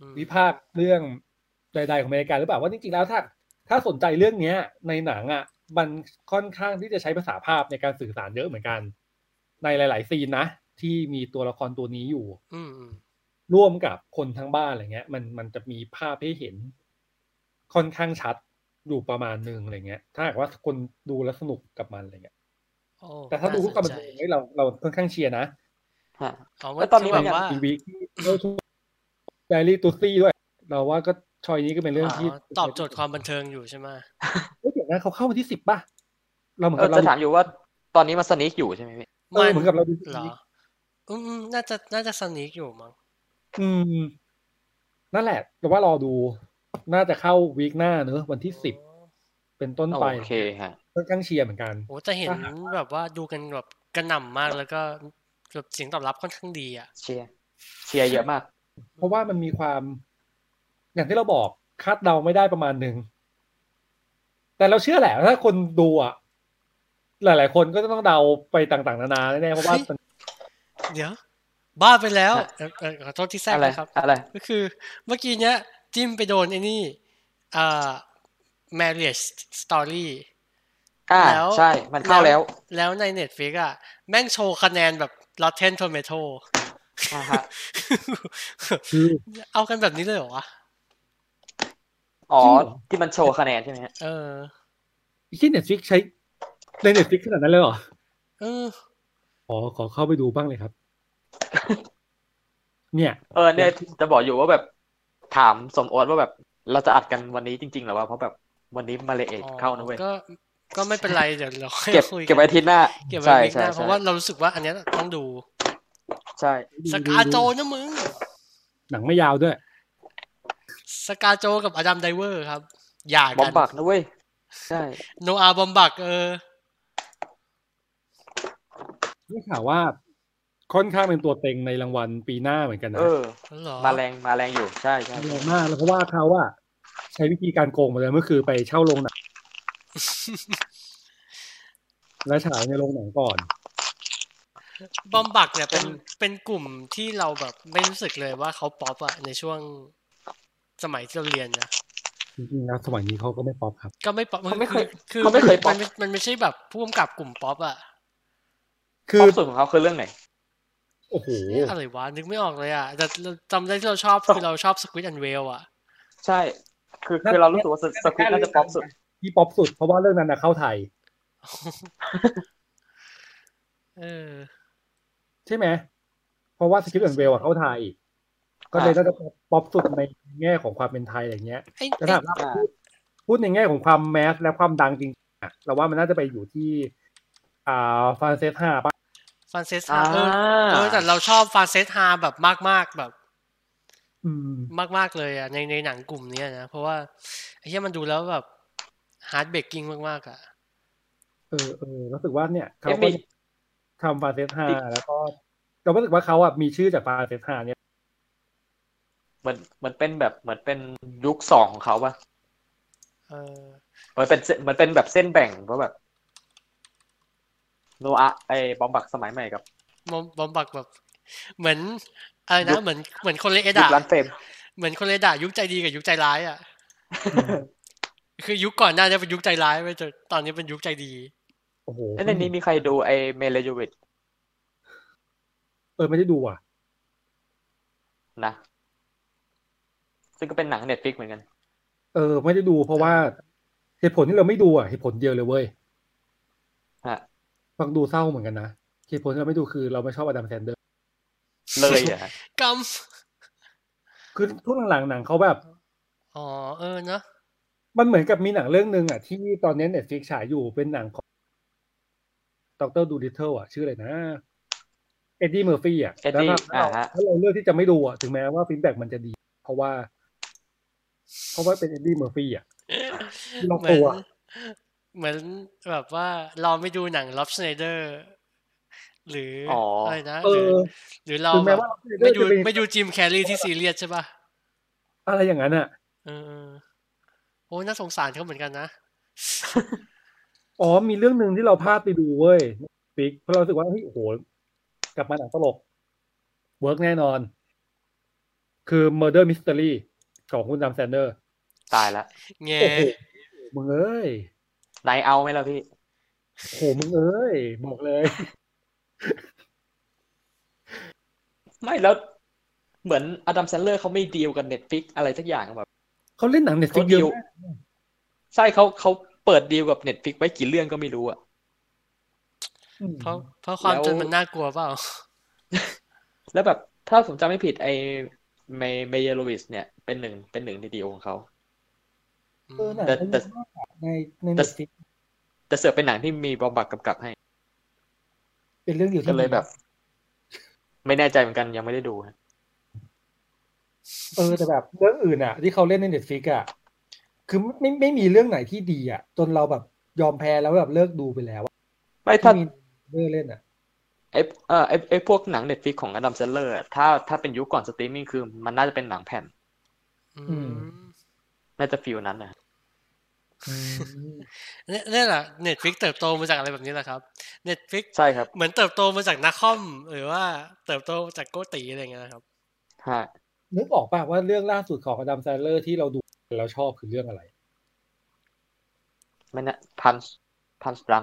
อืม วิพากษ์เรื่องใด ๆ ของอเมริกาหรือเปล่าว่าจริงๆแล้วถ้า ถ้าสนใจเรื่องเนี้ย ในหนังอ่ะ มันค่อนข้างที่จะใช้ภาษาภาพในการสื่อสารเยอะเหมือนกัน ในหลาย ๆ ซีนนะ ที่มีตัวละครตัวนี้อยู่ อืมอืม ร่วมกับคนทั้งบ้านอะไรเงี้ย มันมันจะมีภาพให้เห็น ค่อนข้างชัดอยู่ประมาณหนึ่งอะไรเงี้ย ถ้าหากว่าคนดูแล้วสนุกกับมันอะไรเงี้ย โอ้ แต่ถ้าดู น่ คู่กับมัน สนใจ เองเราเราค่อนข้างเชียร์นะ ฮะ อ๋อ แล้ ว่าว ตอนนี้ คือมันแบบ ยัง ว่า ทีวีที่เราชอบแดรี่ตูซี่ด้วย เราว่าก็ชอยนี้ก็เป็นเรื่อง อ๋ ที่ อตอบโจทย์ความบันเทิงอยู่ใช่ไหม เฮ้ยเดี๋ยวนะเขาเข้าวันที่สิบป่ะ เราเหมือน เออ กับเรา จะถามอยู่ว่า ตอนนี้มันสนิกอยู่ใช่ไหมพี่ เออเหมือนกับเราดู เหรออืมอืมน่าจะน่าจะสนิกอยู่มั้ง อืม นั่นแหละ แต่ว่ารอดู น่าจะเข้าวีคหน้าเนอะวันที่สิบเป็นต้นไป โอเคฮะ ค่อนข้างเชียร์เหมือนกัน โอ้จะเห็นแบบว่าดูกันแบบกระหน่ำมากแล้วก็แบบเสียงตอบรับค่อนข้างดีอ่ะ เชียร์เชียร์เยอะมาก เพราะว่ามันมีความ อย่างที่เราบอกคาดเดาไม่ได้ประมาณหนึ่ง แต่เราเชื่อแหละว่าถ้าคนดูอ่ะ หลาย ๆ คนก็จะต้องเดาไปต่าง ๆ นานาแน่ๆเพราะว่า เฮ้ย เดี๋ยว บ้าไปแล้วเอ่อเอ่อขอโทษที่แทรก อะไร นะครับ อะไร ก็คือเมื่อกี้เนี้ย จิ้มไปโดนไอ้นี่อ่า marriage story อ่า แล้ว ใช่ มันเข้าแล้ว แล้วใน Netflix อ่ะ แม่งโชว์คะแนนแบบ Rotten Tomato อ่าฮะ คือ เอากันแบบนี้เลยเหรอวะ อ๋อ ที่มันโชว์คะแนนใช่ไหมฮะ เออ ที่เน็ตฟิกใช้ในเน็ตฟิกขนาดนั้นเลยเหรอ เออ อ๋อขอเข้าไปดูบ้างเลยครับ เนี่ย เออเนี่ยจะบอกอยู่ว่าแบบถามสมโอดว่าแบบเราจะอัดกันวันนี้จริงๆเหรอวะเพราะแบบวันนี้มาเลเอกเข้านะเว้ย ก็ ก็ไม่เป็นไร เดี๋ยวเราค่อย เก็บ คุย เก็บไว้อาทิตย์หน้า เก็บไว้ ใช่ วิกห ใช่ น้าเพราะว่าเรารู้สึกว่าอันเนี้ยต้องดู ใช่ สกาโจนะมึง หนังไม่ยาวด้วย สกาโจกับอดัมไดเวอร์ครับอย่า บอม กัน บักนะเว้ยใช่ โนอาบอมบักเออ นี่ข่าวว่า ค่อนข้างเป็นตัวเต็งในรางวัลปีหน้าเหมือนกันนะ เออ เหรอ มาแรงมาแรงอยู่ใช่ใช่ แรงมากแล้วเพราะว่าเขาอะใช้วิธีการโกงมาเลยเมื่อคือไปเช่าโรงหนัง และฉายในโรงหนังก่อน บอมบักเนี่ยเป็นเป็นกลุ่มที่เราแบบไม่รู้สึกเลยว่าเขาป๊อปอะในช่วงสมัยที่เราเรียนนะ จริงๆแล้วสมัยนี้เขาก็ไม่ป๊อปครับ ก็ไม่ป๊อป เขาไม่เคย คือ เขาไม่เคยป๊อป มันไม่มันไม่ใช่แบบผู้กำกับกลุ่มป๊อปอะ คื ป๊ อ อปสุดของเขาคือเรื่องไหน โอ้โห อะไรวะนึกไม่ออกเลยอะแต่เราจำได้ที่เราชอบคือเราชอบสควิตแอนเวลอะ ใช่ คือคือเรารู้สึกว่าสสคริปต์น่าจะป๊อปสุด ที่ป๊อปสุด เพราะว่าเรื่องนั้นนะเข้าไทย เออ ใช่ไหม เพราะว่าสกิปต์แอนเวลอะเข้าไทย ก็เลยน่าจะป๊อปสุดในแง่ของความเป็นไทยอย่างเงี้ย ไอ้ แต่ ไอ้ ถ้าหากว่า อ่า พูดพูดในแง่ของความแมสและความดังจริงๆอะเราว่ามันน่าจะไปอยู่ที่ อ่าฟรานเซสฮาปะ ฟรานเซสฮา อ่า เออเออแต่เราชอบฟรานเซสฮาแบบมากๆแบบ อืม มาก ๆ เลยอ่ะในในหนังกลุ่มเนี้ยนะ เพราะว่าไอ้เหี้ยมันดูแล้วแบบฮาร์ดเบรกกิ้งมาก ๆ อ่ะ เออเออรู้สึกว่าเนี่ยเขา เอ็ม ก็ บี ทำฟรานเซสฮาแล้วก็เรารู้สึกว่าเขาอ่ะมีชื่อจากฟรานเซสฮาเนี่ย เหมือนเหมือนเป็นแบบเหมือนเป็นยุคสองของเขาป่ะ เออ เหมือนเป็นเส้นเหมือนเป็นแบบเส้นแบ่งเพราะแบบโนอาไอ้บอมบักสมัยใหม่กับ บอมบอมบักแบบ เหมือนอะไร ยุ นะ ค เหมือนเหมือนคนเลเอ ยุ ดะ คร้านเฟรม เหมือนคนเลเอดะยุคใจดีกับยุคใจร้าย อ่ะ คือยุคก่อนหน้าจะเป็นยุคใจร้ายไปจนตอนนี้เป็นยุคใจดี โอ้โห เอ้ยในนี้มีใครดูไอ้เมเลยูวิท เออไม่ได้ดูอ่ะ นะ ซึ่งก็เป็นหนังเน็ตฟิกเหมือนกัน เออ ไม่ได้ดู เพราะว่าเหตุผลที่เราไม่ดูอ่ะเหตุผลเดียวเลยเว้ย ฮะ ฟังดูเศร้าเหมือนกันนะเหตุผลที่เราไม่ดูคือเราไม่ชอบอดัมแซนเดอร์ เลยอ่ะ กรรม คือทุกหลังๆหนังเขาแบบ อ๋อเออเนาะ มันเหมือนกับมีหนังเรื่องหนึ่งอ่ะ ที่ตอนนี้เน็ตฟลิกฉายอยู่เป็นหนังของดรดูดิเทิลอ่ะ ชื่ออะไรนะ เอ็ดดี้เมอร์ฟี่อ่ะ Eddie แล้วถ้า อ่าฮะ ถ้าเราเลือกที่จะไม่ดูอ่ะ ถึงแม้ว่าฟีดแบ็กมันจะดี เพราะว่า เพราะว่าเป็นเอ็ดดี้เมอร์ฟี่ อ่ะ เรา เหมือกลั น ว เหมือนแบบว่าเราไม่ดูหนังล็อบสไนเดอร์หรือ อออ อะไรนะ เอ หรือ อ หรือเรา ถึง แบ แม้ บ ว่าเรา ไม่ดู จะเป็น ไม่ดูจิมแคร์รีที่ซีเรียสใช่ป่ะ อะไรอย่างนั้นอ่ะ เออๆโอ้ยน่าสงสารเขาเหมือนกันนะ อ๋อมีเรื่องหนึ่งที่เราพลาดไปดูเว้ยฟิกเพราะเรารู้สึกว่าเฮ้ยโอ้โหกลับมาหนังตลก เวิร์กแน่นอน คือ Murder Mystery ของคุณดัมแซนเดอร์ ตายละ แง่ โอ้โห มึงเอ้ย ไหนเอาไหมล่ะพี่ โอ้โหมึงเอ้ย บอกเลย ไม่แล้ว เหมือนอดัมแซนเลอร์เขาไม่ดีลกับเน็ตฟิกอะไรสักอย่างแบบ เขาเล่นหนังเน็ตฟิก เขา เย ดีล อะมาก ใช่เขาเขาเปิดดีลกับเน็ตฟิกไว้กี่เรื่องก็ไม่รู้อะ อืม เพราะเพราะความ แล้ว จนมันน่ากลัวเปล่า แล้วแบบถ้าผมจำไม่ผิดไอ้เมเมเยโลวิสเนี่ยเป็นหนึ่งเป็นหนึ่งในดีลของเขา เออหนัง แต่ เขา แต่ เยอะมากอะในใน แต่ เน็ตฟิก แต่เสือกเป็นหนังที่มีบอมบักกำกับให้ เป็นเรื่องเดียว ก็ ที่ เลยแบบ ไม่แน่ใจเหมือนกันยังไม่ได้ดูฮะ เออแต่แบบเรื่องอื่นอ่ะ ที่เขาเล่นในเน็ตฟิกอ่ะคือไม่ไม่มีเรื่องไหนที่ดีอ่ะจนเราแบบยอมแพ้แล้วแบบเลิกดูไปแล้วอะ ไม่ ที่ ถ้า มีเรื่องเล่นอ่ะ ไอเออไอไอพวกหนังเน็ตฟิกของอดัมเซลเลอร์ถ้าถ้าเป็นยุคก่อนสตรีมมิ่งคือมันน่าจะเป็นหนังแผ่น อืม น่าจะฟิลนั้นนะ เนี่ยเนี่ยแหละเน็ตฟิกเติบโตมาจากอะไรแบบนี้แหละครับเน็ตฟิก ใช่ครับ เหมือนเติบโตมาจากนักคอม หรือว่าเติบโตมาจากโกตีอะไรอย่างเงี้ยนะครับ ฮะ นึกออกป่ะว่าเรื่องล่าสุดของอดัมแซนเลอร์ที่เราดูแล้วชอบคือเรื่องอะไร ไม่นะพันพันสตรัง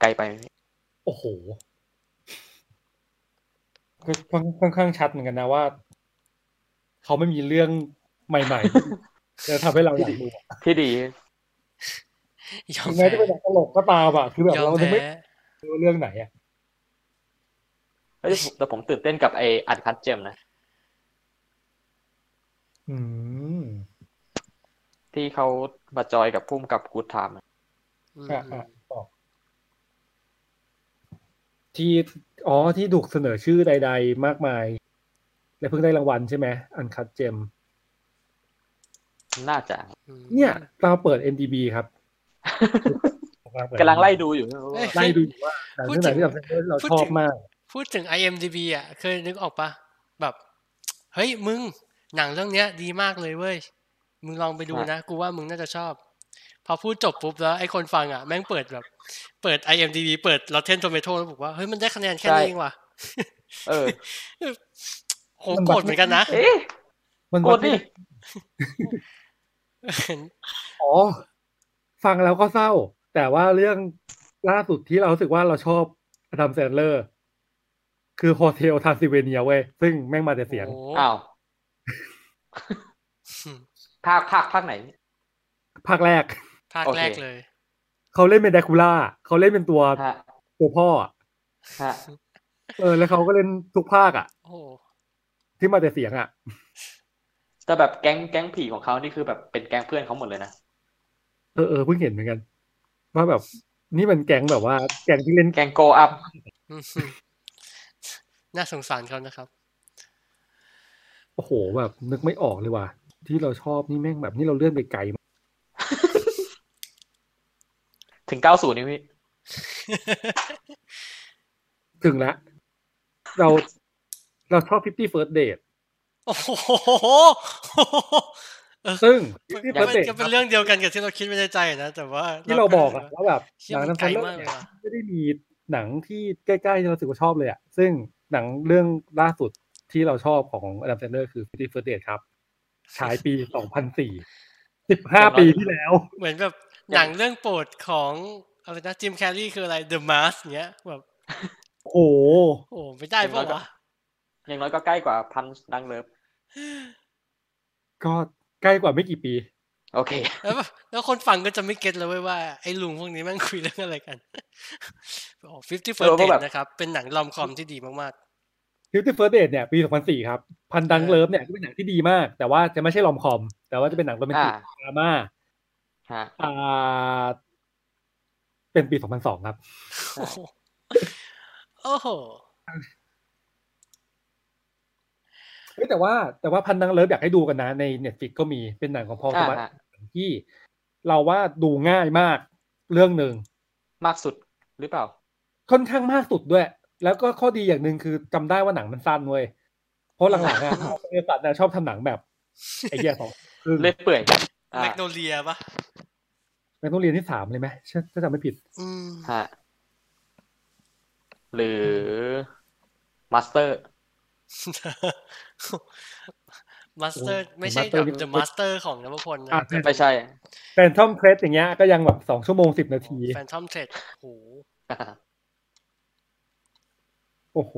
ไกลไปไหม โอ้โหก็ค่อนค่อนข้างชัดเหมือนกันนะว่า เขาไม่มีเรื่องใหม่ๆ จะทำให้เราอยากดูอะ ที่ดี ยอม ถึงแม้ แพ้ จะเป็นหนังตลกก็ตามอะคือแบบ ยอม เราจะ แพ้ ไม่รู้เรื่องไหนอะ เฮ้ยผมแต่ผมตื่นเต้นกับไออัดคัดเจมนะ อืม ที่เขามาจอยกับพุ่มกับกูดไทม์อะ อืม อ่ะอ่ะต่อที่อ๋อที่ถูกเสนอชื่อใด ๆ มากมาย และเพิ่งได้รางวัลใช่ไหมอันคัดเจม น่าจะ อืม เนี่ยเราเปิด MDB ครับ กำลังไล่ดูอยู่นะ เอ้ย ไล่ดูอยู่ว่าหนังเรื่องไหนที่แบบเราชอบมาก พูดถึง IMDB อ่ะ เคยนึกออกปะแบบ เฮ้ย มึง หนังเรื่องเนี้ย ดีมากเลยเว้ย มึงลองไปดูนะ กูว่ามึงน่าจะชอบ พอพูดจบปุ๊บแล้วไอ้คนฟังอ่ะ แม่งเปิดแบบ เปิด IMDB เปิด Rotten Tomato แล้วบอกว่า เฮ้ย มันได้คะแนนแค่นี้เองว่ะ เออ โหโกรธเหมือนกันนะ เอ๊ะ มัน กดดิ อ๋อ ฟังแล้วก็เศร้า แต่ว่าเรื่องล่าสุดที่เรารู้สึกว่าเราชอบอดัมแซนเลอร์ คือโฮเทลทาซิเวเนียเว้ย ซึ่งแม่งมาแต่เสียง โอ้โห อ้าวภาคภาคภาคไหน ภาคแรก ภาค โอเค แรกเลย เขาเล่นเป็นแดคูล่า เขาเล่นเป็นตัว ฮะ ตัวพ่อ ฮะ เออ แล้วเขาก็เล่นทุกภาคอ่ะ โอ้โห ที่มาแต่เสียงอ่ะ แต่แบบแก๊งแก๊งผีของเขานี่คือแบบเป็นแก๊งเพื่อนเขาหมดเลยนะ เออเออเพิ่งเห็นเหมือนกัน ว่าแบบ นี่มันแก๊งแบบว่า แก๊งที่เล่น แกงโกอัพ อืมน่าสงสารเขานะครับ โอ้โหแบบนึกไม่ออกเลยว่ะ ที่เราชอบนี่แม่งแบบนี่เราเลื่อนไปไกลมาก ถึงเก้าศูนย์นี่พี่ ถึงละ เราเราชอบ 50 First Date โอ้โหเออ ซึ่ง มัน 50 ก็ First เป็น Date ก็เป็นเรื่องเดียวกันกับที่เราคิดไว้ในใจนะแต่ว่า ที่เราบอกอะ ก็ ว่าแบบ เชี่ ห ย นัง มัน นัน ไกล เลิ มากเลยว่ะ ไม่ได้มีหนังที่ใกล้ๆที่เราสึกว่าชอบเลยอะซึ่งหนังเรื่องล่าสุดที่เราชอบของอดัมแซนเดอร์คือ 50 First Date ครับ ฉายปี 2004 15 ปีที่แล้ว เหมือนแบบหนังเรื่องโปรดของอะไรนะจิมแคร์รีคืออะไร The Mask เงี้ยแบบ โอ้โห โอ้ไม่ได้ปะวะ อย่างน้อยก็ใกล้กว่าพันดังเลิฟ ก็ใกล้กว่าไม่กี่ปี โอเค แล้วแบบแล้วคนฟังก็จะไม่เก็ตเลยเว้ยว่าไอ้ลุงพวกนี้แม่งคุยเรื่องอะไรกัน โอ้ฟิฟตี้เฟิร์ เออเพราะแบบ นะครับ เป็นหนังลอมคอมที่ดีมาก 50 First Date เนี่ยปี 2004 ครับ พันดัง เออ เลิฟเนี่ยก็เป็นหนังที่ดีมาก แต่ว่าจะไม่ใช่ลอมคอม แต่ว่าจะเป็นหนังโรแมนติ อ่าก ดราม่า ฮะ อ่า เป็นปี 2002 ครับ ๆ โอ้โหโอ้โห เฮ้ยแต่ว่าแต่ว่าพันดังเลิฟอยากให้ดูกันนะ ใน Netflix ก็มีเป็นหนังของพอลส อ่า วัสด ฮะ ที่ เราว่าดูง่ายมากเรื่องหนึ่ง มากสุดหรือเปล่า ค่อนข้างมากสุดด้วย แล้วก็ข้อดีอย่างหนึ่งคือจำได้ว่าหนังมันสั้นเว้ยเพราะหลัง ๆอ่ะบริษัทน่ะชอบทำหนังแบบไอ้เหี้ยสองครึ่ง เล่อยเปื่อยอ่า แมกโนเลียปะ เป็นต้องเรียนที่สามเลยไหมถ้าจำไม่ผิด อืม ฮะหรือมาสเตอร์ มาสเตอร์ไม่ใช่ Master นี่ The Master ของนวพลนะ อ่ะ ไม่ใช่ แฟนทอมเทรดอย่างเงี้ยก็ยังแบบสองชั่วโมงสิบนาที แฟนทอมเทรดโอ้โห โอ้โห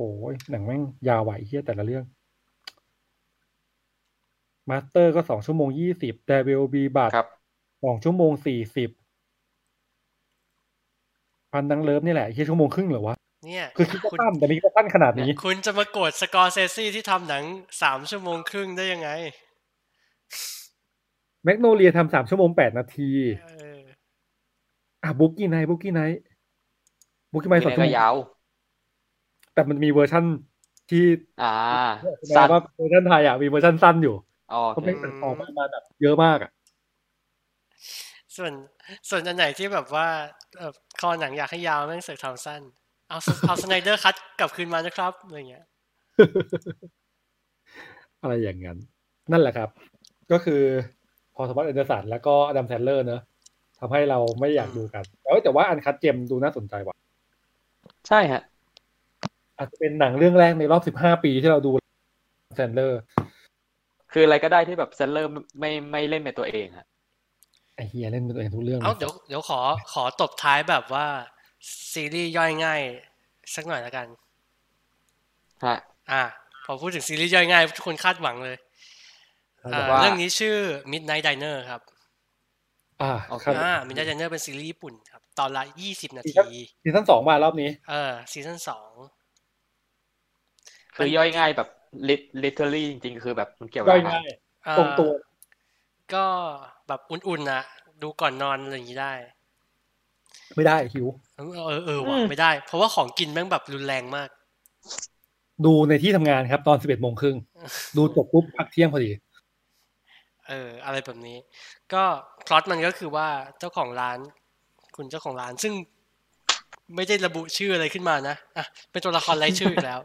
หนังแม่งยาวไหวเฮียแต่ละเรื่องมาสเตอร์ก็สองชั่วโมงยี่สิบแต่เวลบีบัต ครับ สองชั่วโมงสี่สิบพันดังเลิฟนี่แหละเฮียชั่วโมงครึ่งเหรอวะ เนี่ย คือคิดว่า ณ สั้นแต่นี่ก็สั้นขนาดนี้ คุณจะมาโกรธสกอร์เซซี่ที่ทำหนังสามชั่วโมงครึ่งได้ยังไง แมกโนเลียทำสามชั่วโมงแปดนาที เออ อ่ะบุ๊กกี้ไนบุ๊กกี้ไนบุ๊กกี้ไน ไม่ สองชั่ว ก็ โมง ยาว แต่มันมีเวอร์ชั่นที่ อ่า แต่ สั้น ว่าเวอร์ชันไทยอ่ะมีเวอร์ชันสั้นอยู่ อ๋อ ก็ไม่เป็นออกมาแบบเยอะมากอ่ะ ส่วนส่วนอันไหนที่แบบว่าเออคอหนังอยากให้ยาวแม่งเสือกทำสั้น เอาเอาสไนเดอร์คัตกลับคืนมานะครับอะไรเงี้ย อะไรอย่างนั้น นั่นแหละครับ ก็คือพอสมอตเอนเดอร์สันแล้วก็อดัมแซนเลอร์เนอะทำให้เราไม่อยากดูกันแต่ว่าแต่ว่าอันคัดเจมดูน่าสนใจว่ะ ใช่ฮะ อาจจะเป็นหนังเรื่องแรกในรอบ 15 ปีที่เราดูแซนเลอร์ คืออะไรก็ได้ที่แบบเซนเลอร์ไม่ไม่เล่นเป็นตัวเองฮะ ไอเฮียเล่นเป็นตัวเองทุกเรื่องล เอาเดี๋ยวเดี๋ยวขอขอตบท้ายแบบว่า ซีรีส์ย่อยง่าย สักหน่อยละกัน ฮะ อ่ะพอพูดถึงซีรีส์ย่อยง่ายทุกคนคาดหวังเลย เอา อ่า แบบ ว่า เรื่องนี้ชื่อ Midnight Diner ครับ อ่า โอเค ครับ อ่า Midnight Diner เป็นซีรีส์ญี่ปุ่นครับ ตอนละ 20 นาที ซีซั่นสองมารอบนี้ เออซีซั่นสอง คือย่อยง่ายแบบ lit- literally จริงๆ คือแบบมันเกี่ยวกับ ย่อย อาหาร ง่าย เอ่อ ตรงตัว ก็แบบอุ่นๆนะดูก่อนนอนอะไรอย่างนี้ได้ ไม่ได้หิว เออเออเออว่ะไม่ได้ เพราะว่าของกินแม่งแบบรุนแรงมาก ดูในที่ทำงานครับ ตอน 11โมงครึ่ง ดูจบปุ๊บพักเที่ยงพอดี เอออะไรแบบนี้ ก็พล็อตมันก็คือว่าเจ้าของร้าน คุณเจ้าของร้านซึ่งไม่ได้ระบุชื่ออะไรขึ้นมานะอ่ะเป็นตัวละครไร้ชื่ออีกแล้ว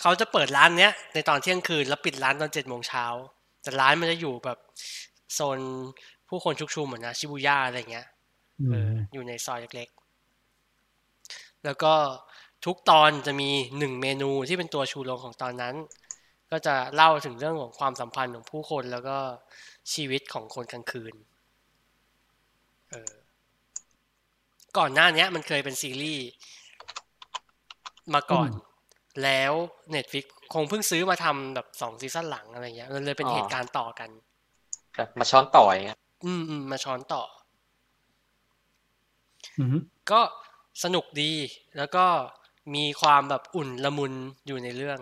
เขาจะเปิดร้านเนี้ย ในตอนเที่ยงคืนแล้วปิดร้านตอนเจ็ดโมงเช้าแต่ร้านมันจะอยู่แบบโซนผู้คนชุกชุมเหมือนนะชิบูย่าอะไรอย่างเงี้ย เอออยู่ในซอยเล็กๆ แล้วก็ทุกตอนจะมีหนึ่งเมนูที่เป็นตัวชูโรงของตอนนั้น ก็จะเล่าถึงเรื่องของความสัมพันธ์ของผู้คนแล้วก็ชีวิตของคนกลางคืนเออก่อนหน้าเนี้ยมันเคยเป็นซีรีส์มาก่อน อืม แล้ว Netflix คงเพิ่งซื้อมาทำแบบสองซีซั่นหลังอะไรเงี้ยมันเลยเป็นเหตุการณ์ต่อกัน แบบมาช้อนต่ออย่างเงี้ย อืมอืมมาช้อนต่อ อืม ก็สนุกดีแล้วก็มีความแบบอุ่นละมุนอยู่ในเรื่อง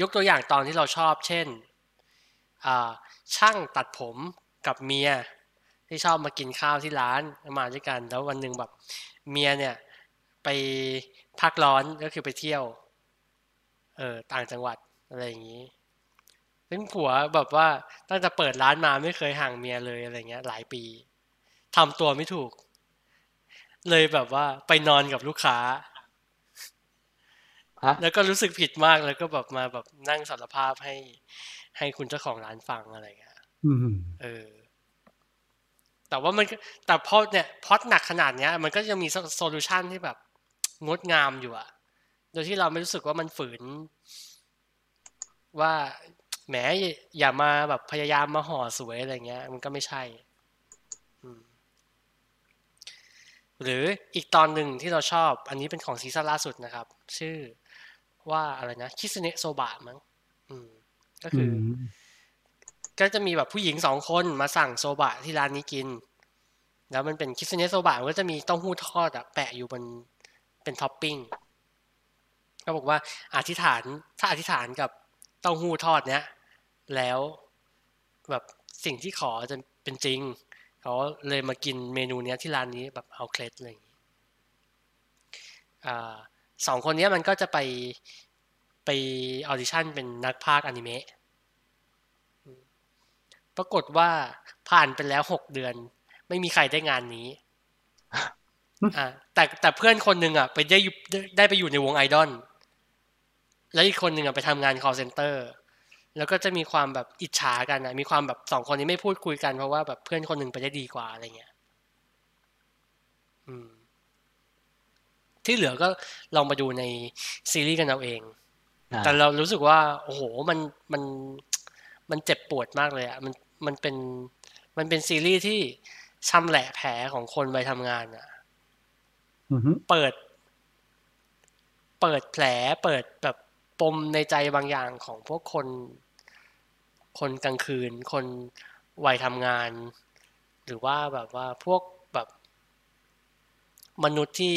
ยกตัวอย่างตอนที่เราชอบเช่นอ่าช่างตัดผมกับเมีย ที่ชอบมากินข้าวที่ร้านมาด้วยกัน แล้ววันหนึ่งแบบเมียเนี่ย ไปพักร้อนก็คือไปเที่ยวเออต่างจังหวัดอะไรอย่างนี้ ซึ่งผัวแบบว่าตั้งแต่เปิดร้านมาไม่เคยห่างเมียเลยอะไรเงี้ย หลายปีทำตัวไม่ถูก เลยแบบว่าไปนอนกับลูกค้า ฮะ แล้วก็รู้สึกผิดมากแล้วก็แบบมาแบบนั่งสารภาพให้ ให้คุณเจ้าของร้านฟังอะไรเงี้ย อืม เออ แต่ว่ามันก็แต่พอเนี่ยพล็อดหนักขนาดเนี้ย มันก็จะมีโซลูชันที่แบบ งดงามอยู่อะโดยที่เราไม่รู้สึกว่ามันฝืน ว่าแหมอย่าอย่ามาแบบพยายามมาห่อสวยอะไรเงี้ย มันก็ไม่ใช่ อืม หรืออีกตอนหนึ่งที่เราชอบ อันนี้เป็นของซีซั่นล่าสุดนะครับ ชื่อว่าอะไรนะคิสเนะโซบะมั้งอืม ก็ อื คืออ ม ก็จะมีแบบผู้หญิงสองคนมาสั่งโซบะที่ร้านนี้กิน แล้วมันเป็นคิสเนะโซบะมันก็จะมีเต้าหู้ทอดอะแปะอยู่บนเป็นท็อปปิ้งก็บอกว่าอธิษฐานถ้าอธิษฐานกับเต้าหู้ทอดเนี้ยแล้วแบบสิ่งที่ขอจะเป็นจริง เขาเลยมากินเมนูเนี้ยที่ร้านนี้แบบเอาเคล็ดอะไรอย่างงี้อ่าสองคนเนี้ยมันก็จะไปไปออดิชั่นเป็นนักพากย์อนิเมะ ปรากฏว่าผ่านไปแล้วหกเดือน ไม่มีใครได้งานนี้ อ่าแต่แต่เพื่อนคนหนึ่งอ่ะ ไปได้อยู่ได้ได้ไปอยู่ในวงไอดอลแล้วอีกคนหนึ่งอ่ะไปทำงาน call center แล้วก็จะมีความแบบอิจฉากันอ่ะ มีความแบบสองคนนี้ไม่พูดคุยกันเพราะว่าแบบเพื่อนคนหนึ่งไปได้ดีกว่าอะไรเงี้ยอืม ที่เหลือก็ลองมาดูในซีรีส์กันเอาเอง อ่า แต่เรารู้สึกว่า โอ้โหมันมันมันเจ็บปวดมากเลยอ่ะมันมันเป็นมันเป็นซีรีส์ที่ชำแหละแผลของคนไปทำงานอ่ะ อืม เปิด เปิดแผล เปิดแบบปมในใจบางอย่างของพวกคน คนกลางคืน คนวัยทำงาน หรือว่าแบบว่าพวกแบบมนุษย์ที่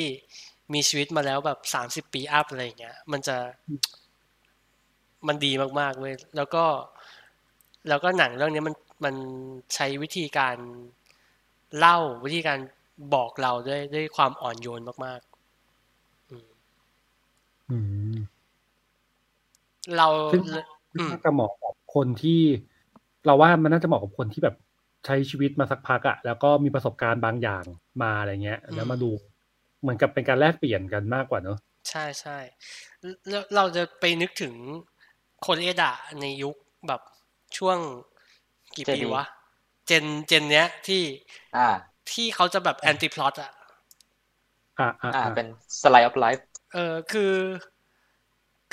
มีชีวิตมาแล้วแบบสามสิบปีอัพอะไรอย่างเงี้ย มันจะ มันดีมากๆเว้ยแล้วก็ แล้วก็หนังเรื่องนี้มันมันใช้วิธีการเล่าวิธีการบอกเราด้วยด้วยความอ่อนโยนมาก อืม เรา ซึ่ง อืม น่าจะเหมาะกับคนที่ เราว่ามันน่าจะเหมาะกับคนที่แบบใช้ชีวิตมาสักพักอะแล้วก็มีประสบการณ์บางอย่างมาอะไรเงี้ย แล้วมาดู เหมือนกับเป็นการแลกเปลี่ยนกันมากกว่าเนอะ ใช่ใช่แล้วเราจะไปนึกถึงคนเอดะในยุคแบบช่วงกี่ เจน ปี นี้ วะ เจนเจนเนี้ยที่ อ่า ที่เขาจะแบบแอนติพลอตอะ อ่าอ่า อ่า เป็นสไลด์ออฟไลฟ์ เออคือ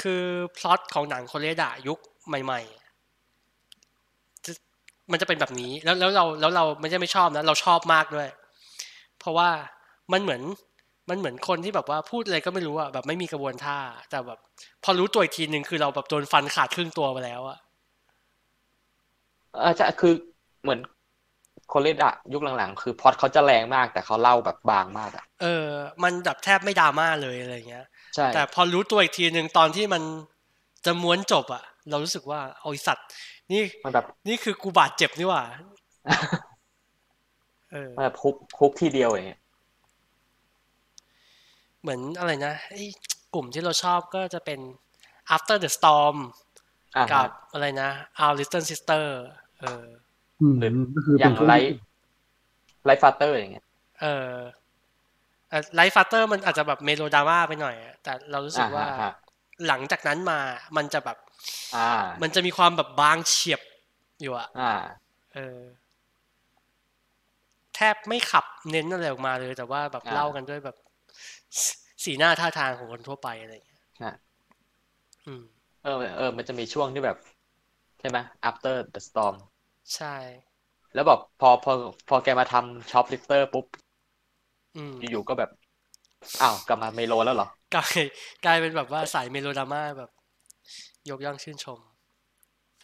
คือพล็อตของหนังโคเรดะยุคใหม่ๆจะมันจะเป็นแบบนี้แล้วแล้วเราแล้วเราไม่ใช่ไม่ชอบนะเราชอบมากด้วย เพราะว่ามันเหมือนมันเหมือนคนที่แบบว่าพูดอะไรก็ไม่รู้อ่ะแบบไม่มีกระบวนท่า แต่แบบ พอรู้ตัวอีกทีหนึ่งคือเราแบบโดนฟันขาดครึ่งตัวไปแล้วอ่ะ อ่าใช่คือเหมือนคนเล่นอะยุคหลังๆ คือพล็อดเขาจะแรงมากแต่เขาเล่าแบบบางมากอะ เออ มันแบบแทบไม่ดราม่าเลยอะไรเงี้ย ใช่ แต่พอรู้ตัวอีกทีหนึ่งตอนที่มันจะม้วนจบอ่ะ เรารู้สึกว่าเอาไอ้สัตว์ นี่ มันแบบ นี่คือกูบาดเจ็บนี่หว่า เออ มันแบบคุบคุบทีเดียวอย่างเงี้ย เหมือนอะไรนะไอ้กลุ่มที่เราชอบก็จะเป็น After the Storm อ่า กับ ฮะ อะไรนะ Our Little Sister เออ อืม หรือ ก็คือ อ เป็ ย่าน ง ช่วง ไล ที่ ฟ์ไลฟ์ฟาเตอร์อย่างเงี้ย เออไลฟ์ฟาเตอร์มันอาจจะแบบเมโลดราม่าไปหน่อยอะแต่เรารู้สึกว่า อ่าฮะ หลังจากนั้นมามันจะแบบ อ่า มันจะมีความแบบบางเฉียบอยู่อะ อ่า เออ แทบไม่ขับเน้นอะไรออกมาเลย แต่ว่าแบบ อ่า เล่ากันด้วยแบบ สสีหน้าท่าทางของคนทั่วไปอะไรอย่างเงี้ย ฮะ อืม เออเออ มันจะมีช่วงที่แบบ ใช่ไหม after the storm ใช่ แล้วแบบพอพอพอแกมาทำช็อปลิฟเตอร์ปุ๊บ อืม อยู่ๆก็แบบ อ้าวกลับมาเมโลแล้วเหรอ กลายกลายเป็นแบบว่าสายเมโลดราม่าแบบ ยกย่องชื่นชม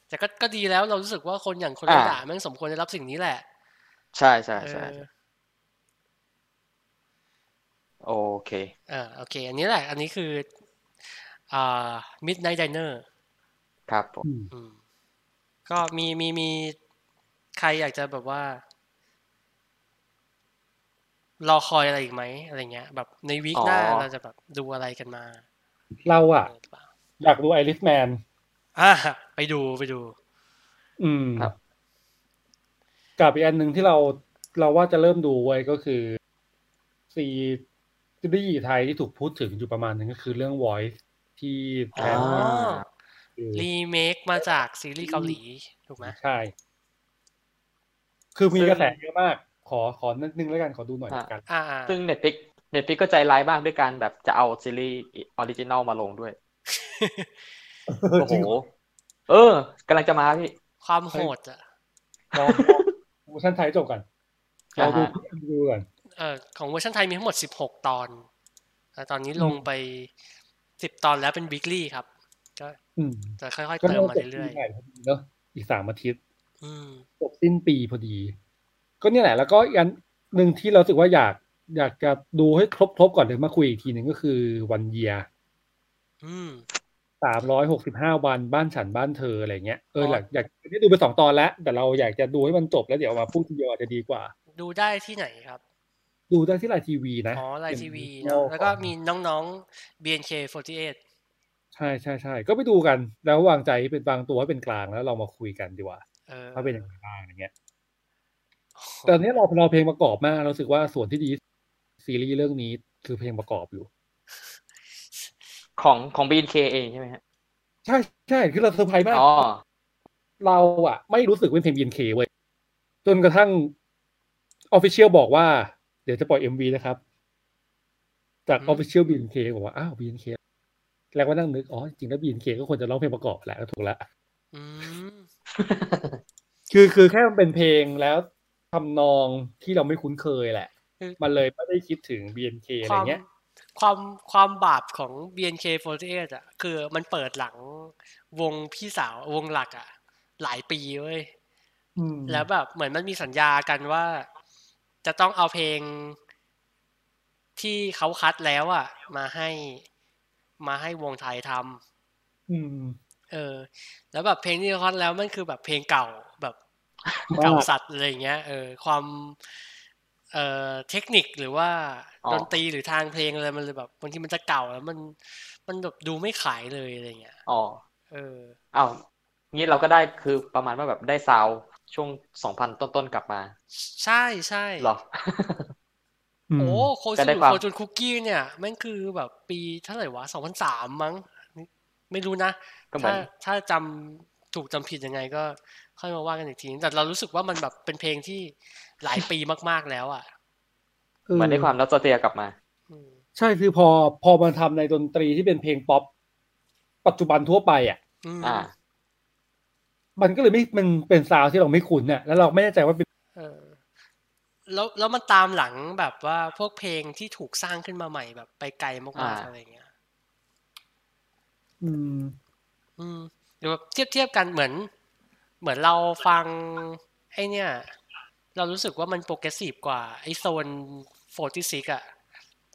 แต่ก็ก็ดีแล้วเรารู้สึกว่าคนอย่างคน อ่า ระดาแม่งสมควรได้รับสิ่งนี้แหละ ใช่ใช่ใช่ เออ โอเค เออโอเค อันนี้แหละ อันนี้คือ อ่า Midnight Diner ครับผม อืม อืมก็มีมีมีใครอยากจะแบบว่า รอคอยอะไรอีกไหมอะไรเงี้ย แบบในวีคหน้าเราจะแบบดูอะไรกันมา เราอะ หรือเปล่า อยากดูไอริสแมน อ่ะไปดูไปดู อืม ครับ กับอีกอันหนึ่งที่เราเราว่าจะเริ่มดูไว้ก็คือซีรีส์ไทยที่ถูกพูดถึงอยู่ประมาณนึงก็คือเรื่อง voice ที่แท อ๋อน า คือ รีเมคมาจากซีรีส์เกาหลี ถูกไหม ใช่ คือมี ซึ่ง กระแสเยอะมาก ขอขอนิดนึงแล้วกันขอดูหน่อยละกัน อ่าๆ ซึ่งเน็ต l ิกเน็ต l ิกก็ใจร้ายมากด้วยการแบบจะเอาซีรีส์ออริจินอลมาลงด้วย โอ้โหจริงเหรอ เออกำลังจะมาพี่ ความโหดอ่ะ รอเวอร์ชันไทยจบก่อนเราดู อ่าฮะ ดูก่อน เออของเวอร์ชันไทยมีทั้งหมด 16 ตอนแต่ตอนนี้ อืม ลงไป 10 ตอนแล้วเป็นบิ๊กลี่ครับ ก็ อืม จะค่อยๆ ก็ เติม เริ่ม มา จบปี เรื่อย ใหม่พอดีเนอะอีกสามอาทิตย์ ๆอืม จบสิ้นปีพอดี ก็เนี่ยแหละ แล้วก็อีกอันหนึ่งที่เราสึกว่าอยาก อยากจะดูให้ครบครบๆก่อนเดี๋ยวมาคุยอีกทีหนึ่งก็คือวันเยีย อืม สามร้อยหกสิบห้าวันบ้านฉันบ้านเธออะไรเงี้ยเออ อ๋อ อ อ ยากอยากได้ดูไปสองตอนแล้ว แต่เราอยากจะดูให้มันจบแล้วเดี๋ยวเอามาพูดทีเดียวอาจจะดีกว่า ดูได้ที่ไหนครับ ดูได้ที่ไลน์ทีวีนะ อ๋อไลน์ทีวี เป็ เนอะแล้วก็ ของ มีน้องๆ BNK48 ใช่ใช่ใช่ก็ไปดูกัน แล้ววางใจเป็นบางตัวให้เป็นกลางแล้วเรามาคุยกันดีกว่า เออ ว่าเป็นยังไงบ้างอย่างเงี้ยแต่เนี้ยเราเราเพลงประกอบมากเรารู้สึกว่าส่วนที่ดีที่สุดซีรีส์เรื่องนี้คือเพลงประกอบอยู่ ของของ BNK เองใช่ไหมฮะ ใช่ใช่คือเราเซอร์ไพรส์มาก อ๋อ เราอะไม่รู้สึกเป็นเพลง BNK เว้ยจนกระทั่งออฟฟิเชียลบอกว่า เดี๋ยวจะปล่อย MV นะครับ จากออฟฟิเชียล BNK บอกว่าอ้าว BNK แล้วก็นั่งนึกอ๋อจริงแล้ว BNK ก็ควรจะร้องเพลงประกอบแหละก็ถูกละ อืม คือคือแค่มันเป็นเพลงแล้วทำนองที่เราไม่คุ้นเคยแหละ มันเลยไม่ได้คิดถึง BNK อะ ค ไร วาม เงี้ย ความความบาปของ BNK48 อ่ะ คือมันเปิดหลังวงพี่สาววงหลักอ่ะ หลายปีเว้ย อืม แล้วแบบเหมือนมันมีสัญญากันว่า จะต้องเอาเพลงที่เขาคัดแล้วอ่ะ มาให้มาให้วงไทยทำ อืม เออ แล้วแบบเพลงที่ฮอต แล้วมันคือแบบเพลงเก่าแบบ มาก เก่าสัตว์อะไรอย่างเงี้ยเออความ เอ่อเทคนิคหรือว่าดนตรีหรือทางเพลงอะไรมันเลยแบบบางทีมันจะเก่าแล้วมันมันแบบดูไม่ขายเลยอะไรเงี้ย อ๋อ เออ อ้าวงี้เราก็ได้คือประมาณว่าแบบได้ซาวด์ช่วงสองพันต้นๆกลับมา ใช่ใช่ เหรอ โอ้โค ก็ จู ได้ น ความ โคจูนคุกกี้เนี่ยแม่งคือแบบปีเท่าไหร่วะสองพันสามมั้ง ไม่รู้นะ ก็เหมือ ถ้าน ถ้าจำถูกจำผิดยังไงก็ค่อยมาว่ากันอีกที แต่เรารู้สึกว่ามันแบบเป็นเพลงที่หลายปีมากๆแล้วอ่ะ เหมือนได้ความนอสตาเจียกลับมา อืม ใช่คือพอพอมันทำในดนตรีที่เป็นเพลงป๊อปปัจจุบันทั่วไปอ่ะ อืม อ่า มันก็เลยไม่มันเป็นซาวด์ที่เราไม่คุ้นเนี่ยแล้วเราไม่แน่ใจว่าเป็น เออแล้วแล้วมันตามหลังแบบว่าพวกเพลงที่ถูกสร้างขึ้นมาใหม่แบบไปไกลมากๆ อ่า อะไรเงี้ย อืม อืมหรือแบบเทียบเทียบกันเหมือน เหมือนเราฟังไอ้เนี่ย เรารู้สึกว่ามันโปรเกรสซีฟกว่า ไอ้โซน46อะ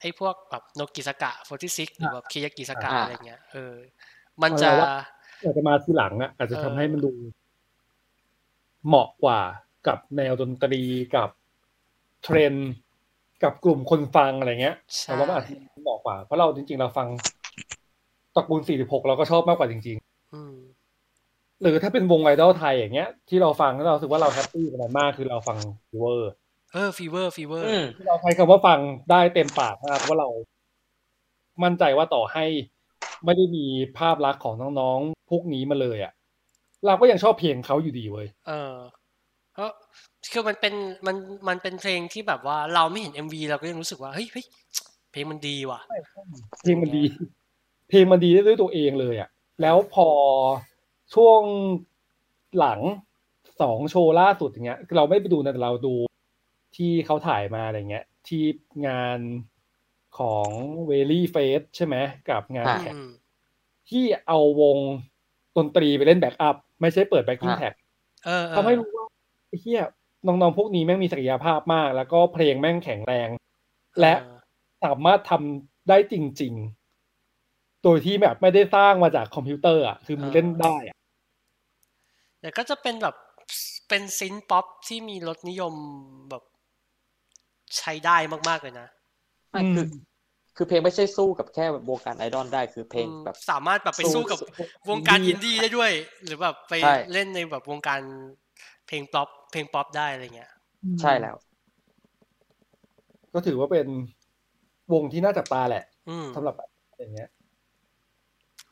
ไอ้พวกแบบโนกิสกะ46หรือแบบคิยากิสกะ อ่า อะไรเงี้ยเออ มัน เอา จะ เราว่า อาจจะมาทีหลังอ่ะอาจจะทำให้มันดู เหมาะกว่ากับแนวดนตรีกับเทรนด์กับกลุ่มคนฟังอะไรเงี้ย ใช่ เราว่ามันอาจจะเหมาะกว่าเพราะเราจริง ๆ เราฟังตระกูล46 เราก็ชอบมากกว่าจริง อืม ๆ หรือถ้าเป็นวงไอดอลไทยอย่างเงี้ย ที่เราฟังแล้วเรารู้สึกว่าเราแฮปปี้กับมันมากคือเราฟังเวอร์ เออฟีเวอร์ฟีเวอร์ อืม เราใช้คำว่าฟังได้เต็มปากนะครับว่าเรา มั่นใจว่าต่อให้ไม่ได้มีภาพลักษณ์ของน้องๆพวกนี้มาเลยอะ่ะ เราก็ยังชอบเพลงเขาอยู่ดีเว้ย เออเพราะคือมันเป็นมันมันเป็นเพลงที่แบบว่าเราไม่เห็นเอ็มวีเราก็ยังรู้สึกว่าเฮ้ยเฮ้ยเพลงมันดีว่ะ เพลงมันดี เพลงมันดีด้วยตัวเองเลยอะ่ะ แล้วพอช่วงหลังสองโชว์ล่าสุดอย่างเงี้ยเราไม่ไปดูนะแต่เราดูที่เขาถ่ายมาอะไรเงี้ย ที่งานของเวลี่เฟสใช่ไหมกับงาน อ่า แข่ง อืม ที่เอาวงดนตรีไปเล่นแบ็กอัพ ไม่ใช่เปิดแบ็กกิ้ง อ่ะ แท็ก เออเออ ทำให้รู้ว่าไอ้เฮียน้องๆพวกนี้แม่งมีศักยภาพมาก แล้วก็เพลงแม่งแข็งแรง และ เออ สามารถทำได้จริงๆ โดยที่แบบไม่ได้สร้างมาจากคอมพิวเตอร์อ่ะคือมึงเล่นได้อ่ะ แต่ก็จะเป็นแบบเป็นซินป๊อปที่มีรสนิยมแบบใช้ได้มากๆเลยนะ ไม่คือ คือเพลงไม่ใช่สู้กับแค่แบบวงการไอดอลได้คือเพลง อืม แบบ สามารถแบบไปสู้กับ สู้ วงการอินดี้ได้ด้วย หรือแบบไป ใช่ เล่นในแบบวงการเพลงป๊อปเพลงป๊อปได้อะไรเงี้ย ใช่แล้ว ก็ถือว่าเป็นวงที่น่าจับตาแหละ อืม สำหรับอย่างเงี้ย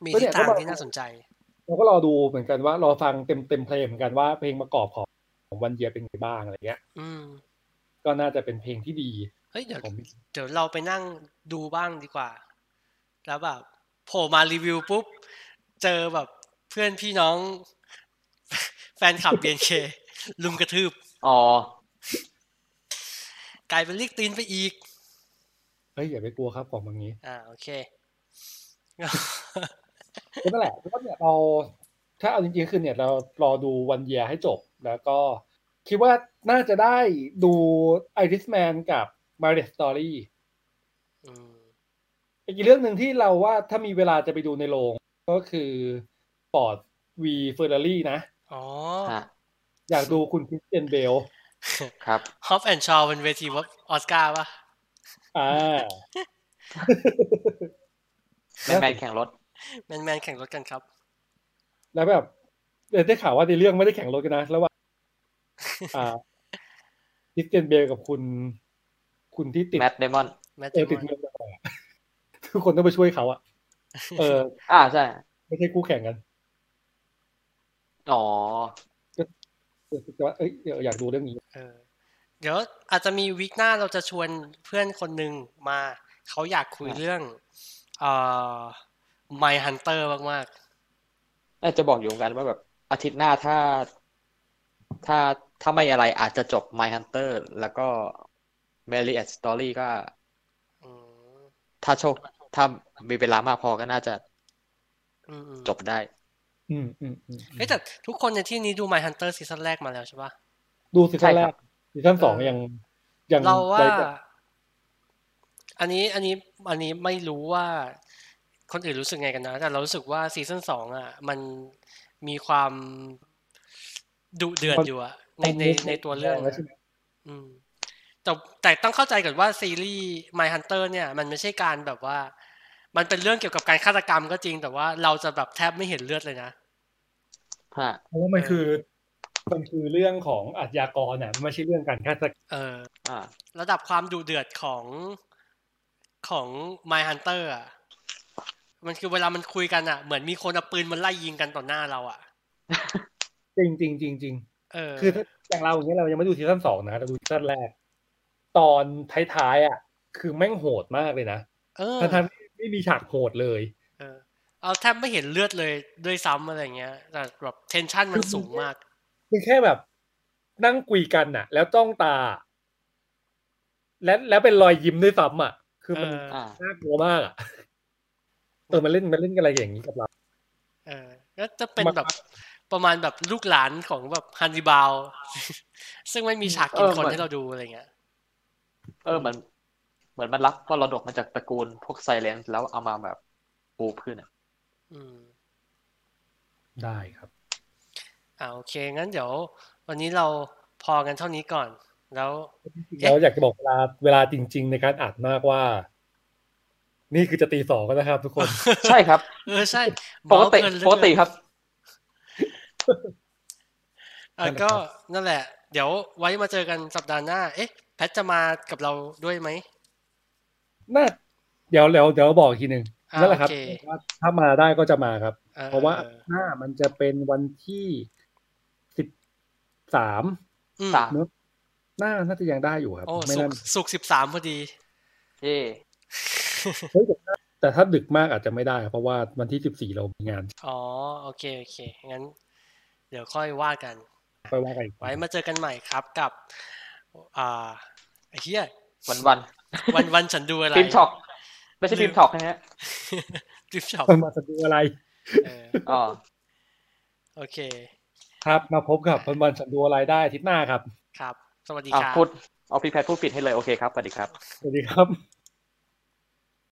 มี ก็เนี่ ทิศทางยก็บอก ที่น่าสนใจ เราก็รอดูเหมือนกันว่ารอฟังเต็มเต็มๆเพลงเหมือนกันว่าเพลงประกอบของของวันเยียเป็นไงบ้างอะไรเงี้ย อืม ก็น่าจะเป็นเพลงที่ดี เฮ้ยเดี๋ยว ผม เดี๋ยวเราไปนั่งดูบ้างดีกว่า แล้วแบบโผล่มารีวิวปุ๊บ เจอแบบเพื่อนพี่น้อง แฟนคลับ BNK ลุมกระทืบ อ๋อ กลายเป็นเรียกตีนไปอีก เฮ้ยอย่าไปกลัวครับของบางนี้ อ่าโอ เค ก็นั่นแหละก็เนี่ยเราถ้าเอาจริงๆคือเนี่ยเรารอดูวันเยียให้จบ แล้วก็คิดว่าน่าจะได้ดูไอริสแมนกับ m a r r i a g e Story อืม อีกเรื่องหนึ่งที่เราว่าถ้ามีเวลาจะไปดูในโรงก็คือ Ford V Ferrari นะ อ๋อ ฮะ อยากดูคุณคริสเตียนเบล ครับ ฮอปแอนชอว์เป็นเวทีวออสการ์ป่ะ อ่า แมนแมนแข่งรถ แมนแมนแข่งรถกันครับ แล้วแบบเออได้ข่าวว่าในเรื่องไม่ได้แข่งรถกันนะระหว่างอ่าคริสเตียนเบลกับคุณ คุณที่ติด แมดเดมอน แมต เออติดเงินไปก่อนอะทุกคนต้องไปช่วยเขาอะเออ อ่าใช่ ไม่ใช่คู่แข่งกัน อ๋อ แต่ว่าเอ้ยเดี๋ยวอยากดูเรื่องนี้ เออ เดี๋ยวอาจจะมีวิกหน้าเราจะชวนเพื่อนคนหนึ่งมา เขาอยากคุย อ่ะ เรื่องเอ่อไมฮันเตอร์มาก น่าจะบอกอยู่เหมือนกันว่าแบบอาทิตย์หน้าถ้า ถ้าถ้าไม่อะไรอาจจะจบ My Hunter แล้วก็ m a r r i a g e Story ก็ ๆ อืม ถ้าโชค ถ้ามีเวลามากพอก็น่าจะ อืมอืม จบได้ อืมอืมอืม เฮ้ยแต่ทุกคนในที่นี้ดูไมฮันเตอร์ซีซั่นแรกมาแล้วใช่ป่ะ ดูซีซั่นแรกซีซั่นสอง เออ ยัง ยัง เราว่า ได้แต่ อันนี้อันนี้อันนี้ไม่รู้ว่าคนอื่นรู้สึกไงกันนะ แต่เรารู้สึกว่าซีซั่นสองอ่ะ มันมีความดุเดือดอยู่อ่ะ ในในในตัวเรื่อง แล้ นะ วใช่ไหม อืม แต่แต่ต้องเข้าใจก่อนว่าซีรีส์ My Hunter เนี่ย มันไม่ใช่การแบบว่า มันเป็นเรื่องเกี่ยวกับการฆาตกรรมก็จริง แต่ว่าเราจะแบบแทบไม่เห็นเลือดเลยนะ ฮะ เพราะว่ามันคือมันคือเรื่องของอาชญากรน่ะมันไม่ใช่เรื่องการฆาตกรรม เออ อ่า ระดับความดุเดือดของของ My Hunter อ่ะ มันคือเวลามันคุยกันอ่ะ เหมือนมีคนเอาปืนมันไล่ยิงกันต่อหน้าเราอ่ะ จริงจริงจริงจริง เออ คือถ้าอย่างเราอย่างเงี้ยเรายังไม่ดูซีซั่นสองนะเราดูซีซั่นแรก ตอนท้ายๆอ่ะ คือแม่งโหดมากเลยนะ เออ ทั้งๆที่ไม่มีฉากโหดเลย เออ เอาแทบไม่เห็นเลือดเลยด้วยซ้ำอะไรเงี้ย แต่แบบเทนชันมันสูงมาก คือแค่แบบนั่งคุยกันน่ะ แล้วจ้องตา และแล้วเป็นรอยยิ้มด้วยซ้ำอ่ะ คือมัน เออ อ่า น่ากลัวมากอ่ะเออมันเล่นมันเล่นอะไรอย่างนี้กับเรา เออก็จะเป็น มัน แบบประมาณแบบลูกหลานของแบบฮันนิบาล ซึ่งไม่มีฉากกิน เออ คน มัน ให้เราดูอะไรเงี้ย เออเหมือนเหมือนมันรับมรดกมาจากตระกูลพวกไซเลนส์แล้วเอามาแบบปูพื้น อะ อืม ได้ครับ อ่าโอเคงั้นเดี๋ยว วันนี้เราพอกันเท่านี้ก่อน แล้ว เอ๊ะ แล้วอยากจะบอกเวลาเวลาจริง ๆ ในการอัดมากว่า นี่คือจะตีสองก็นะครับ ทุ กคน ใช่ครับ เออใช่ ปกติ เมาส์เพลินเหลือ ปก เน ติครับ เอ่อ นั่นแหละ ก็ ครับ นั่นแหละ เดี๋ยวไว้มาเจอกันสัปดาห์หน้า เอ๊ะ แพทจะมากับเราด้วยไหม น่าเดี๋ยวเดี๋ยวเดี๋ยวบอกอีกทีหนึ่ง อ่า นั่นแหละครับ โอเค ว่าถ้ามาได้ก็จะมาครับ อ่อ เพราะว่า เออ หน้ามันจะเป็นวันที่สิบสาม อืม สาม เนอะหน้าน่าจะยังได้อยู่ครับ โอ้ ไม่ สุ น่า กร์สุกสิบสามพอดี เย่ เฮ้ยแต่ถ้าแต่ถ้าดึกมากอาจจะไม่ได้ครับเพราะว่าวันที่สิบสี่เรามี งาน อ๋อ โอเค โอเค งั้น เดี๋ยวค่อยว่ากัน ค่อยว่ากันอีกที ไว้มาเจอกันใหม่ครับกับ อ่าไอ้เฮีย วันวัน วันวันฉันดูอะไร พิมช็อกไม่ใช่พิมช็อกนะฮะ ดิฟช็อป มันมาสะดู อะไร เออ อ๋อ โอเค ครับ มาพบกับวันวันสันดูอะไรได้อาทิศหน้าครับ ครับ สวัสดี อ่ะ ครับ พูดเอาพี่แพทพูดปิดให้เลยโอเคครับสวัสดีครับ สวัสดีครับ